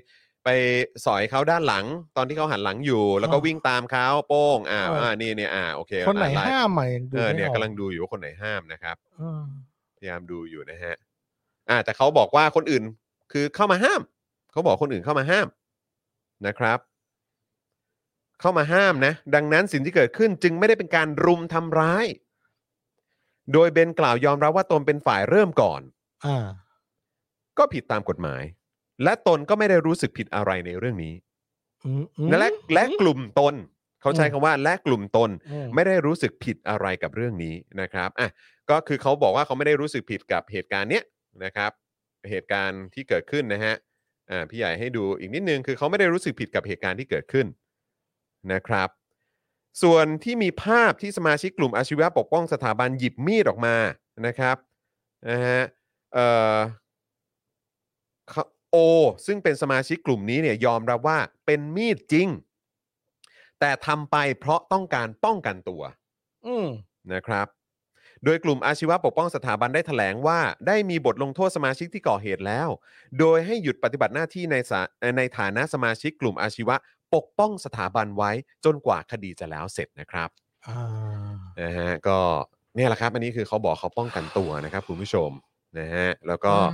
ไปสอยเขาด้านหลัง ตอนที่เขาหันหลังอยู่ แล้วก็วิ่งตามเขาโป้งอ่าอ่านี่เนี่ยอ่าโอเค
คนไหน
ลฟ์
ห้ามใหม่ยังดู
เออ
ไม่
เนี่ย
ออก
กำลังดูอยู่ว่าคนไหนห้ามนะครับ
เออ
พยายามดูอยู่นะฮะ อ่า แต่เขาบอกว่าคนอื่นคือเข้ามาห้าม เขาบอกคนอื่นเข้ามาห้ามนะครับ เข้ามาห้ามนะ ดังนั้นสิ่งที่เกิดขึ้นจึงไม่ได้เป็นการรุมทำร้าย โดยเบนกล่าวยอมรับว่าตนเป็นฝ่ายเริ่มก่อน
อ่า
ก็ผิดตามกฎหมาย และตนก็ไม่ได้รู้สึกผิดอะไรในเรื่องนี้
อืมอืม
และและกลุ่มตน เขาใช้
อืม
คำว่าและกลุ่มตน
อืม
ไม่ได้รู้สึกผิดอะไรกับเรื่องนี้นะครับ อ่ะ ก็คือเขาบอกว่าเขาไม่ได้รู้สึกผิดกับเหตุการณ์เนี้ยนะครับ เหตุการณ์ที่เกิดขึ้นนะฮะ อ่า พี่ใหญ่ให้ดูอีกนิดนึง คือเขาไม่ได้รู้สึกผิดกับเหตุการณ์ที่เกิดขึ้นนะครับ ส่วนที่มีภาพที่สมาชิกกลุ่มอาชีวะปกป้องสถาบันหยิบมีดออกมานะครับ นะฮะ เอ่อเขาโอ ซึ่งเป็นสมาชิกกลุ่มนี้เนี่ยยอมรับว่าเป็นมีดจริง แต่ทำไปเพราะต้องการป้องกันตัว
อืม
นะครับ โดยกลุ่มอาชีวะปกป้องสถาบันได้แถลงว่า ได้มีบทลงโทษสมาชิกที่ก่อเหตุแล้ว โดยให้หยุดปฏิบัติหน้าที่ในสาในฐานะสมาชิกกลุ่มอาชีวะปกป้องสถาบันไว้จนกว่าคดีจะแล้วเสร็จนะครับ
อ่า
นะฮะก็เนี่ยแหละครับ อันนี้คือเขาบอกเขาป้องกันตัวนะครับคุณผู้ชมนะฮะแล้วก็
อ่า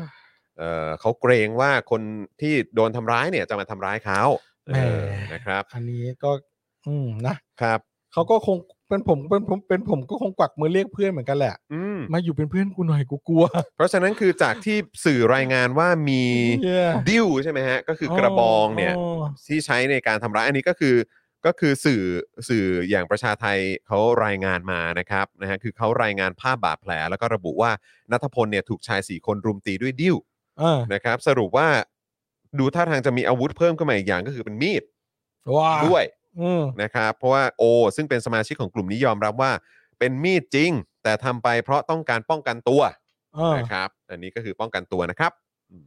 เอ่อเขาเกรงว่าคนที่โดนทำร้ายเนี่ยจะมาทำร้ายเขา
แหม
เออนะครับ
อันนี้ก็ อืมนะครับ เขาก็คงเป็นผมเป็นผมเป็นผมก็คงกวักมือเรียกเพื่อนเหมือนกันแหละ
อืม
มาอยู่เป็นเพื่อนกูหน่อยกูกลัว
เพราะฉะนั้นคือจากที่สื่อรายงานว่ามี
เหี้ย
ดิ้วใช่ไหมฮะ ก็คือกระบองเนี่ย
โ
ที่ใช้ในการทำร้ายอันนี้ก็คือก็คือสื่อสื่ออย่างประชาไทยเขารายงานมานะครับนะฮะคือเขารายงานภาพบาดแผล แล้วก็ระบุว่านัทพลเนี่ยถูกชาย 4 คนรุมตีด้วยดิ้ว
อ่า
นะครับ สรุปว่าดูท่าทางจะมีอาวุธเพิ่มขึ้นมาอีกอย่างก็คือเป็นมีด
ว้า
ด้วย
อืม
นะครับ เพราะว่าโอ ซึ่งเป็นสมาชิกของกลุ่มนี้ยอมรับว่าเป็นมีดจริง แต่ทำไปเพราะต้องการป้องกันตัว
อ่า
นะครับ อันนี้ก็คือป้องกันตัวนะครับ
อืม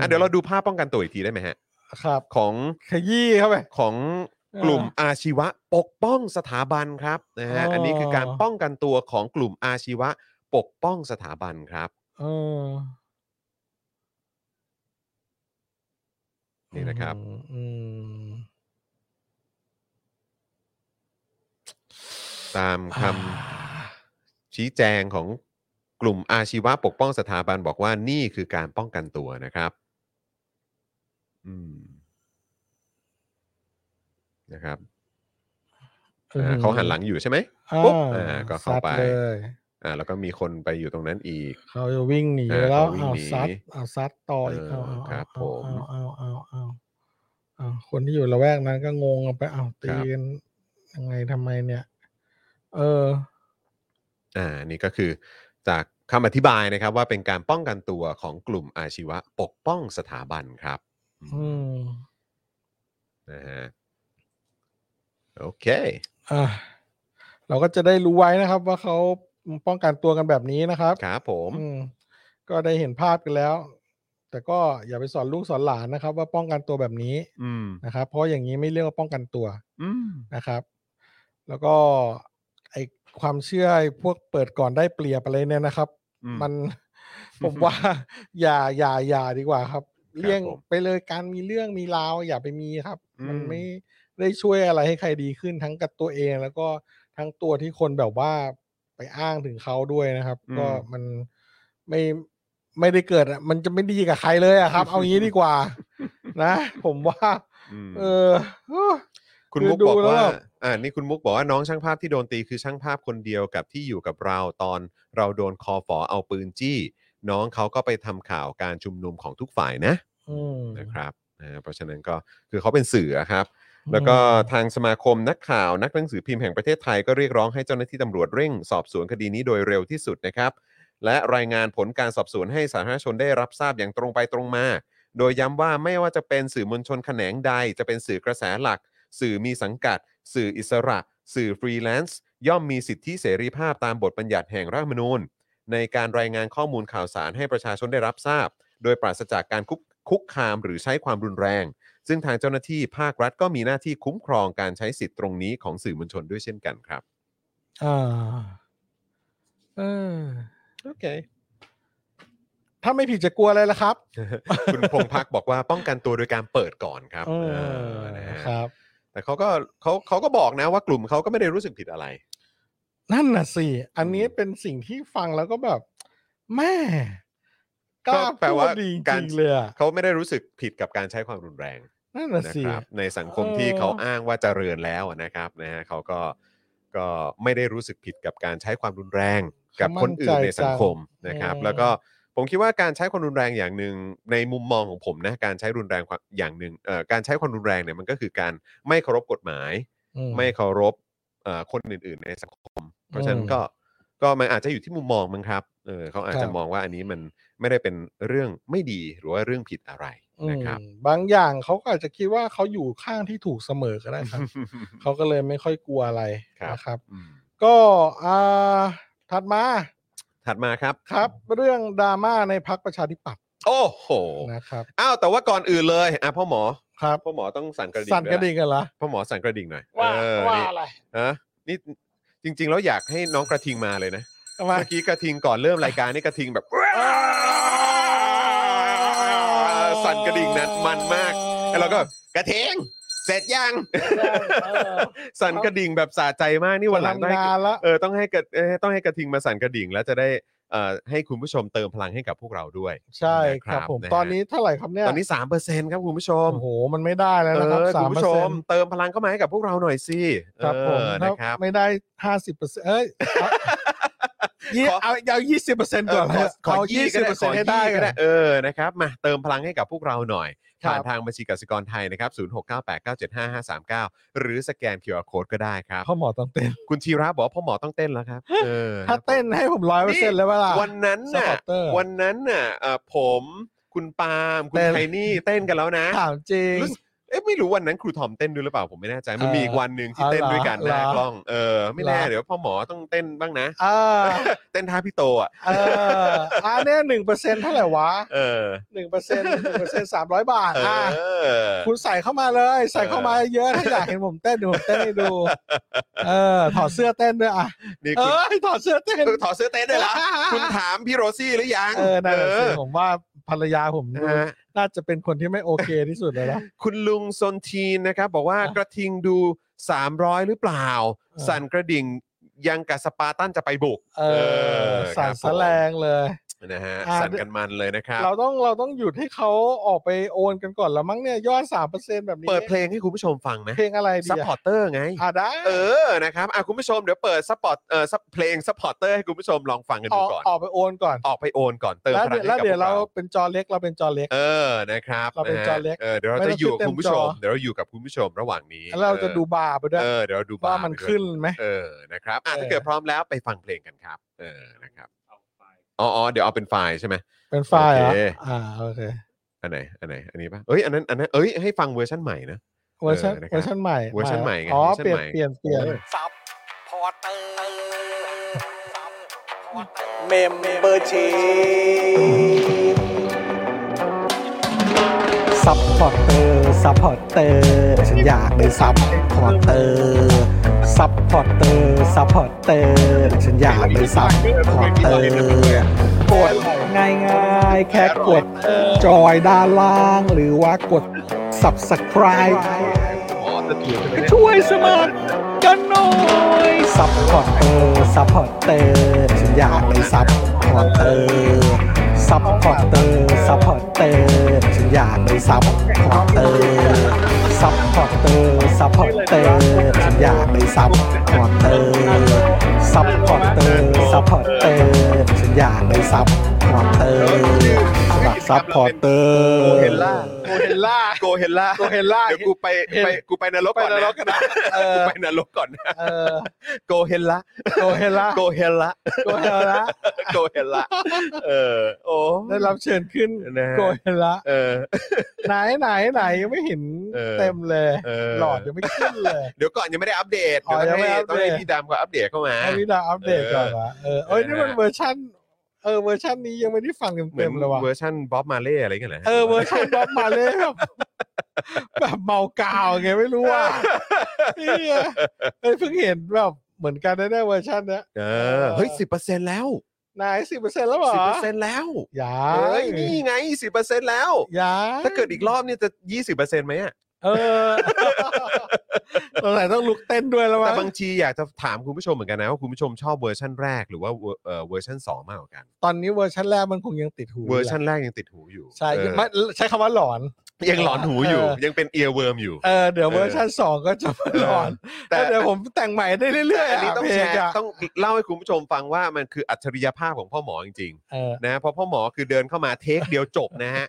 อ่ะเดี๋ยวเราดูภาพป้องกันตัวอีกทีได้ไหมฮะ
ครับ
ของ
ขยี้เข้าไป
ของกลุ่มอาชีวะปกป้องสถาบันครับนะฮะ
อ๋ออั
อันนี้คือการป้องกันตัวของกลุ่มอาชีวะปกป้องสถาบันครับ
เออ
นี่นะครับ
อืม
ตามคำ
อ่า
ชี้แจงของกลุ่มอาชีวะปกป้องสถาบันบอกว่านี่คือการป้องกันตัวนะครับอืมนะครับ
อืม
อ่าเขาหันหลังอยู่ใช่ไหม ปุ๊บอ่าก็เข้าไป
ซัดเลย
อ่าแล้วก็มีคนไปอยู่ตรงนั้นอีก
เขาจะวิ่งหนี
เออ
แล้ว
เขาวิ่ง
เอา
หนี
ซัดเอาซัดต่ออีกเอา
เออ
เอา
ครับ
เอา
ผม
เอาเอาเอาเอาเอาคนที่อยู่ละแวกนั้นก็งงกันไปเอาตี
ครับ
กันยังไงทำไมเนี่ย เออ
อ่านี่ก็คือจากคำอธิบายนะครับ ว่าเป็นการป้องกันตัวของกลุ่มอาชีวะปกป้องสถาบันครับ
อืม
นะฮะโอเค
อ่าเราก็จะได้รู้ไว้นะครับ ว่าเขาป้องกันตัวกันแบบนี้นะครับ
ครับผม
อืมก็ได้เห็นภาพกันแล้ว แต่ก็อย่าไปสอนลูกสอนหลานนะครับ ว่าป้องกันตัวแบบนี้
อืม
นะครับ เพราะอย่างนี้ไม่เรียกว่าป้องกันตัว
อืม
นะครับ แล้วก็ไอความเชื่อไอ้พวกเปิดก่อนได้เปรียบอะไรเนี่ยนะครับ
อื
มัน ผมว่า อย่าอย่าอย่าดีกว่าครับ เลี่ยง
ผม
ไปเลยการมีเรื่องมีราวอย่าไปมีครับ มัน
อืม
ไม่ได้ช่วยอะไรให้ใครดีขึ้นทั้งกับตัวเอง แล้วก็ทั้งตัวที่คนแบบว่าไปอ้างถึงเขาด้วยนะครับ
อืม
ก็มันไม่ไม่ได้เกิดอะมันจะไม่ดีกับใครเลย อะครับ เอางี้ดีกว่า นะ ผมว่า
ม
เออ
คุณ
คือ
มุกบอก
ดูแล้ว
ว่า
แบบ
อ่านี่คุณมุกบอกว่าน้องช่างภาพที่โดนตีคือช่างภาพคนเดียวกับที่อยู่กับเราตอนเราโดนคอฝอเอาปืนจี้ น้องเขาก็ไปทำข่าวการชุมนุมของทุกฝ่ายนะ
อืม
นะครับอ่าเพราะฉะนั้นก็คือเขาเป็นสื่ออะครับ แล้วก็ทางสมาคมนักข่าวนักหนังสือพิมพ์แห่งประเทศไทยก็เรียกร้องให้เจ้าหน้าที่ตำรวจเร่งสอบสวนคดีนี้โดยเร็วที่สุดนะครับ และรายงานผลการสอบสวนให้สาธารณชนได้รับทราบอย่างตรงไปตรงมา โดยย้ำว่าไม่ว่าจะเป็นสื่อมวลชนแขนงใด จะเป็นสื่อกระแสหลัก สื่อมีสังกัด สื่ออิสระ สื่อฟรีแลนซ์ย่อมมีสิทธิเสรีภาพตามบทบัญญัติแห่งรัฐธรรมนูญ ในการรายงานข้อมูลข่าวสารให้ประชาชนได้รับทราบ โดยปราศจากการคุกคุกคามหรือใช้ความรุนแรง ซึ่งทางเจ้าหน้าที่ภาครัฐก็มีหน้าที่คุ้มครองการใช้สิทธิ์ตรงนี้ของสื่อมวลชนด้วยเช่นกันครับ
อ่า เออ
โอเค
ถ้าไม่ผิดจะกลัวอะไรล่ะครับ
คุณพงพักบอกว่าป้องกันตัวโดยการเปิดก่อนครับ
เอ
เอ
อ
อนะฮะ
ครับ
แต่เขาก็เขาเขาก็บอกนะว่ากลุ่มเขาก็ไม่ได้รู้สึกผิดอะไร
นั่นน่ะสิ อันนี้เป็นสิ่งที่ฟังแล้วก็แบบแม่กล้า
ก็แปล
พูด
ว่า
ดีจ
การ
ริงๆเลยอะ
เขาไม่ได้รู้สึกผิดกับการใช้ความรุนแรง
นั่นน่ะ
นะ
สิ
ครับในสังคม
เออ
ที่เขาอ้างว่าเจริญแล้วนะครับนะฮะเขาก็ก็ไม่ได้รู้สึกผิดกับการใช้ความรุนแรง กับคนอื่นในสังคมนะครับ แล้วก็ผมคิดว่าการใช้ความรุนแรงอย่างหนึ่งในมุมมองของผมนะการใช้รุนแรงความอย่างหนึ่งเอ่อการใช้ความรุนแรงเนี่ยมันก็คือการไม่เคารพกฎหมาย
อืม
ไม่เคารพเอ่อคนอื่น ๆ ในสังคม เพราะฉะนั้นก็ก็มันอาจจะอยู่ที่มุมมองมั้งครับเออเขาอาจ
ครั
จะ
บ
มองว่าอันนี้มันไม่ได้เป็นเรื่องไม่ดีหรือว่าเรื่องผิดอะไรนะครับ
อืมบางอย่างเขาก็อาจจะคิดว่าเขาอยู่ข้างที่ถูกเสมอก็ได้ครับ เขาก็เลยไม่ค่อยกลัวอะไร
ครับ
นะครับ
อืม
ก็อ่าถัดมา
ถัดมาครับ
ครับ เรื่องดราม่าในพักประชาธิปัตย์
โอ้โห
นะครับ
อ้าวแต่ว่าก่อนอื่นเลยอ่ะพ่อหมอ
ครับ
พ่อหมอต้องสั่นกระดิ่ง
สั่นกระดิ่งกันละ
ด้วยนพ่อหมอสั่นกระดิ่งหน่อย
ว่า
เออ
ว่า
นี่
อะไร
ฮะนี่จริง ๆ แล้วอยากให้น้องกระทิงมาเลยนะ
ทำไม
เมื่อกี้กระทิงก่อนเริ่มรายการนี่กระทิงแบบ สั่นกระดิ่งนั้นมันมาก แล้วเราก็แบบกระทิงเสร็จยัง
เออ
สั่นกระดิ่งแบบสะใจมากนี่วันหลังต้อ
ทำ
งให้
งานละ
เออต้องให้กระเอ่อต้องให้กระทิงมาสั่นกระดิ่ง แล้วจะได้เอ่อให้คุณผู้ชมเติมพลังให้กับพวกเราด้วย
ใช่
นะค
ค
รั
รั
บบ
ผม
นะฮะ
ตอนนี้เท่าไหร่ครับเนี่ย
ตอนนี้สามเปอร์เซ็นครับคุณผู้ชม
โอ้โหมันไม่ได้แล้วนะครับ
เออคุ
สา
ณ
มเปอ
ผู้ช
ร์เซ็
ม
นต์
เติมพลังเข้ามาให้กับพวกเราหน่อยสิ
ครับ
เออ
ผมถ้า
นะครับ
ไม่ได้ห้าสิบเปอร์เซ็นต์เอ้ยเอายี่
ขอ
เอาเอายี่สิบเปอร์เซ็นต์ก่อน
เออขอ
เอา
ยี่
ยี่
ก็
สิบเปอร์เซ็
ได้ข
น
อ
ต์
ยี่
ให้ได้
ก็
ก็
ได้
ได้
เออนะครับมาเติมพลังให้กับพวกเราหน่อย
ครับ
ผ่านทางบัญชีกสิกรไทยนะครับ 0698975539 หรือสแกน QR Code ก็ได้ครับ
พ่อหมอต้องเต้น
คุณธีระบอกว่าพ่อหมอต้องเต้นแล้วครับเออ
ถ้าเต้นให้ผมร้อยเปอร์เซ็นต์แล้วเวลา
วันนั้นน่ะ
supporter
วันนั้นน่ะเอ่อผมคุณปาล์มคุณ
เต้น
ไทนี่เต้นกันแล้วนะ
ถามจริง
รู้สึก เอ๊ะไม่รู้วันนั้นครูทอมเต้นด้วยหรือเปล่าผมไม่แน่ใจมัน
เอ่อ
มีอีกวันหนึ่งที่เต้นด้วยกัน
อ๋อ
ห
เหรอ
น้ากล้องเออไม่แน่
เหรอ
เดี๋ยวพ่อหมอต้องเต้นบ้างนะ
อ่า
เต้นท่าพี่โตอ่ะ
เอออันเนี้หนึ่งเปอร์เซ็นต์เท่าไหร่วะ
เออ
หนึ่งเปอร์เซ็นต์หนึ่งเปอร์เซ็นต์สามร้อยบาท
เอ
อ่ะ
อ
คุณใส่เข้ามาเลย ใส่เข้ามาเยอะถ้าอยากเห็นผมเต้นเดี๋ยวผมเต้นให้ดู เออถอดเสื้อเต้นด้วยอ่ะ
นี่
เอ
คุณ
อถอดเสื้อเต้น
คุณถอดเสื้อเต้นด้วยเหรอคุณถามพี่โรซี่หรือยัง
เออนั่นแหละ
เอ
สิ
อ
ผมว่าภรรยาผมดู
นะฮะ
น่าจะเป็นคนที่ไม่โอเคที่สุดเลยนะ
คุณลุงซนทีนนะครับ บอกว่า
อ่ะ
กระทิงดู 300 หรือเปล่า
ออ
สั่นกระดิ่งยังกับสปาร์ตันจะไปบุก
เออ
ค
สั่น
รับ
สะแรงเลย
ผมนะฮะ
อ่า
สั่นกันมันเลยนะครับ
เราต้องเราต้องหยุดให้เขาออกไปโอนกันก่อนแล้วมั้งเนี่ยยอดสามเปอร์เซ็นแบบนี้
เปิดเพลงให้คุณผู้ชมฟังไหม
เพลงอะไรดี
ซัพพอร์เตอร์ไง
อ่ะได้
เออ นะครับอ่ะคุณผู้ชมเดี๋ยวเปิดซัพพอร์ตเอ่อ sub- เพลงซัพพอร์เตอร์ให้คุณผู้ชมลองฟังกัน
อ
ดู
อก
ก่อน
ออกไปโอนก่อน
ออกไปโอนก่อนเติม
แล้ว
พลั
เดี๋ยวแล้ว
งให้กับ
เดี๋ยว
พวก
เรา
เรา
เป็นจอเล็กเราเป็นจอเล็ก
เออ นะครับ
เราเป็น
ฮ
จอเล็ก
เออ เดี๋ยวเรา
ไม่ต้อ
จะ
ง
อยู่กับ
ขึ้นเต็ม
คุณผู้ชม
จอ
เดี๋ยวเราอยู่กับคุณผู้ชมระหว่างนี้
แล้วเราจะดูบาร์ไปด้วย
เออ เดี๋ยวเราดู
ว่า
บ้า
มัน
ไปด้วย
ขึ้นไหม
เออ นะครับอ่ะ
เออ
ถ้าเกิดพร้อมแล้วไปฟังเพลงกันครับ เออ นะครับอ๋ออ๋อเดี๋ยวเอาเป็นไฟล์ใช่ไหม
เป็นไฟล์เหรอ
โอเค
อ่าโอเค
อันไหน อันไหน อันนี้ปะเอ้ย อันนั้น อันนั้น เอ้ย ให้ฟังเวอร์ชันใหม่นะ
เวอร์ชัน
เออนะค
เว
รับ
อร์ชันใหม่
เวอร์ชันใหม่ไง
อ๋อ
เวอร์ชัน
เปลี่ยน
ใหม่
เปลี่ยนเปลี่ยน
ซับพอร์เตอร์เมมเบอร์ชีซับพอร์เตอร์ซับพอร์เตอร์ฉันอยากเป็นซับพอร์เตอร์ซับพอร์เตอร์ซับพอร์เตอร์ฉันอยากเป็นซับพอร์เตอร์กดง่ายๆ แค่กดจอยด้านล่าง หรือว่ากด subscribe
อ๋อจะถูกใช่ไหม
ก็
เนี่ย
ช่วยสมัครกันหน่อยซัพพอร์เตอร์ซัพพอร์เตอร์ฉันอยากเป็นซัพพอร์เตอร์ซัพพอร์เตอร์ซัพพอร์เตอร์ฉันอยากเป็นซัพพอร์เตอร์ซัพพอร์เตอร์ซัพพอร์เตอร์ฉันอยากเป็นซัพพอร์เตอร์ซัพพอร์เตอร์ซัพพอร์เตอร์ฉันอยากเป็นซัพพอร์เตอร์สมัครซัพพอร์เตอร์
โกเฮลล่า
โกเฮลล่า
โกเฮลล่า
โกเฮลล่า
เดี๋ยวกูไปไปกูไปนรกก่อน
ไปนร
นะ
กกันนะเออ
กูไปนรกก่อนนะ
เออ
โกเฮลล่า
โกเฮลล่า
โกเฮลล่า
โกเฮลล่า
โกเฮลล่าเออโอ้
ได้รับเชิญขึ้น
นะฮะ
โกเฮลล่า
เออ
ไหนไหนไหนยังไม่เห็น
เออ
เต็มเลย
เออ
หลอดยังไม่ขึ้นเลย
เดี๋ยวก่อนยังไม่ได้อัปเดต
อ๋อ
เดี๋ยวต้องให้
ยังไม่อัปเดต
ต้องให้พี่ดำก็อัปเดตเข้ามา
ให้วิดาอัปเดตก่อนวะเออเอ้ย
เออ
นี่มันเวอร์ชันเออเวอร์ชันนี้ยังไม่ได้ฟัง
เหมื
เต็
อน
มๆเลยว่ะ
เวอร์ชันบ๊อบมาเล่อะไรกันเหรอ
เออเวอร์ชันบ๊อบมาเลยแบบแบบเมากาวไงไม่รู้ว่าเหี้ยเอ้ยเพิ่งเห็นแบบเหมือนกันได้ได้เวอร์ชันเนี้ย
เออเฮ้ยสิบเปอร์เซ็นต์แล้ว
นายสิบเปอร์เซ็นต์แล้วเหรอ
สิบเปอร์เซ็นต์แล้ว
อย่า
เอ้ยนี่ไงสิบเปอร์เซ็นต์แล้ว
อย่า
ถ้าเกิดอีกรอบเนี่ยจะยี่สิบเปอร์เซ็นต์ไหมอะ
เออตอนไหนต้องลุกเต้นด้วยแล้ว
แต่
มั้ง
บางทีอยากจะถามคุณผู้ชมเหมือนกันนะว่าคุณผู้ชมชอบเวอร์ชันแรกหรือว่าเวอร์เอ่อเวอร์ชันสองมากกว่ากัน
ตอนนี้เวอร์ชันแรกมันคงยังติดหู
เวอร์ชัน
แหละ
แรกยังติดหูอยู่
ใช่
เออ
ไม่ใช้คำว่าหลอน
ยังหลอนหูอยู่
เออ
ยังเป็นเอียร์เวิร์มอยู่
เออเดี๋ยวเวอร์ชันสองก็จะมาหลอน
แต่
แต่เดี๋ยวผมแต่งใหม่ได้เรื่อยๆ
อันนี้ต้องแชร์
เพลอะ
ต้องเล่าให้คุณผู้ชมฟังว่ามันคืออัจฉริยภาพของพ่อหมอจริง
เออ
ๆนะเพราะพ่อหมอคือเดินเข้ามาเทคเดียวจบ นะฮะ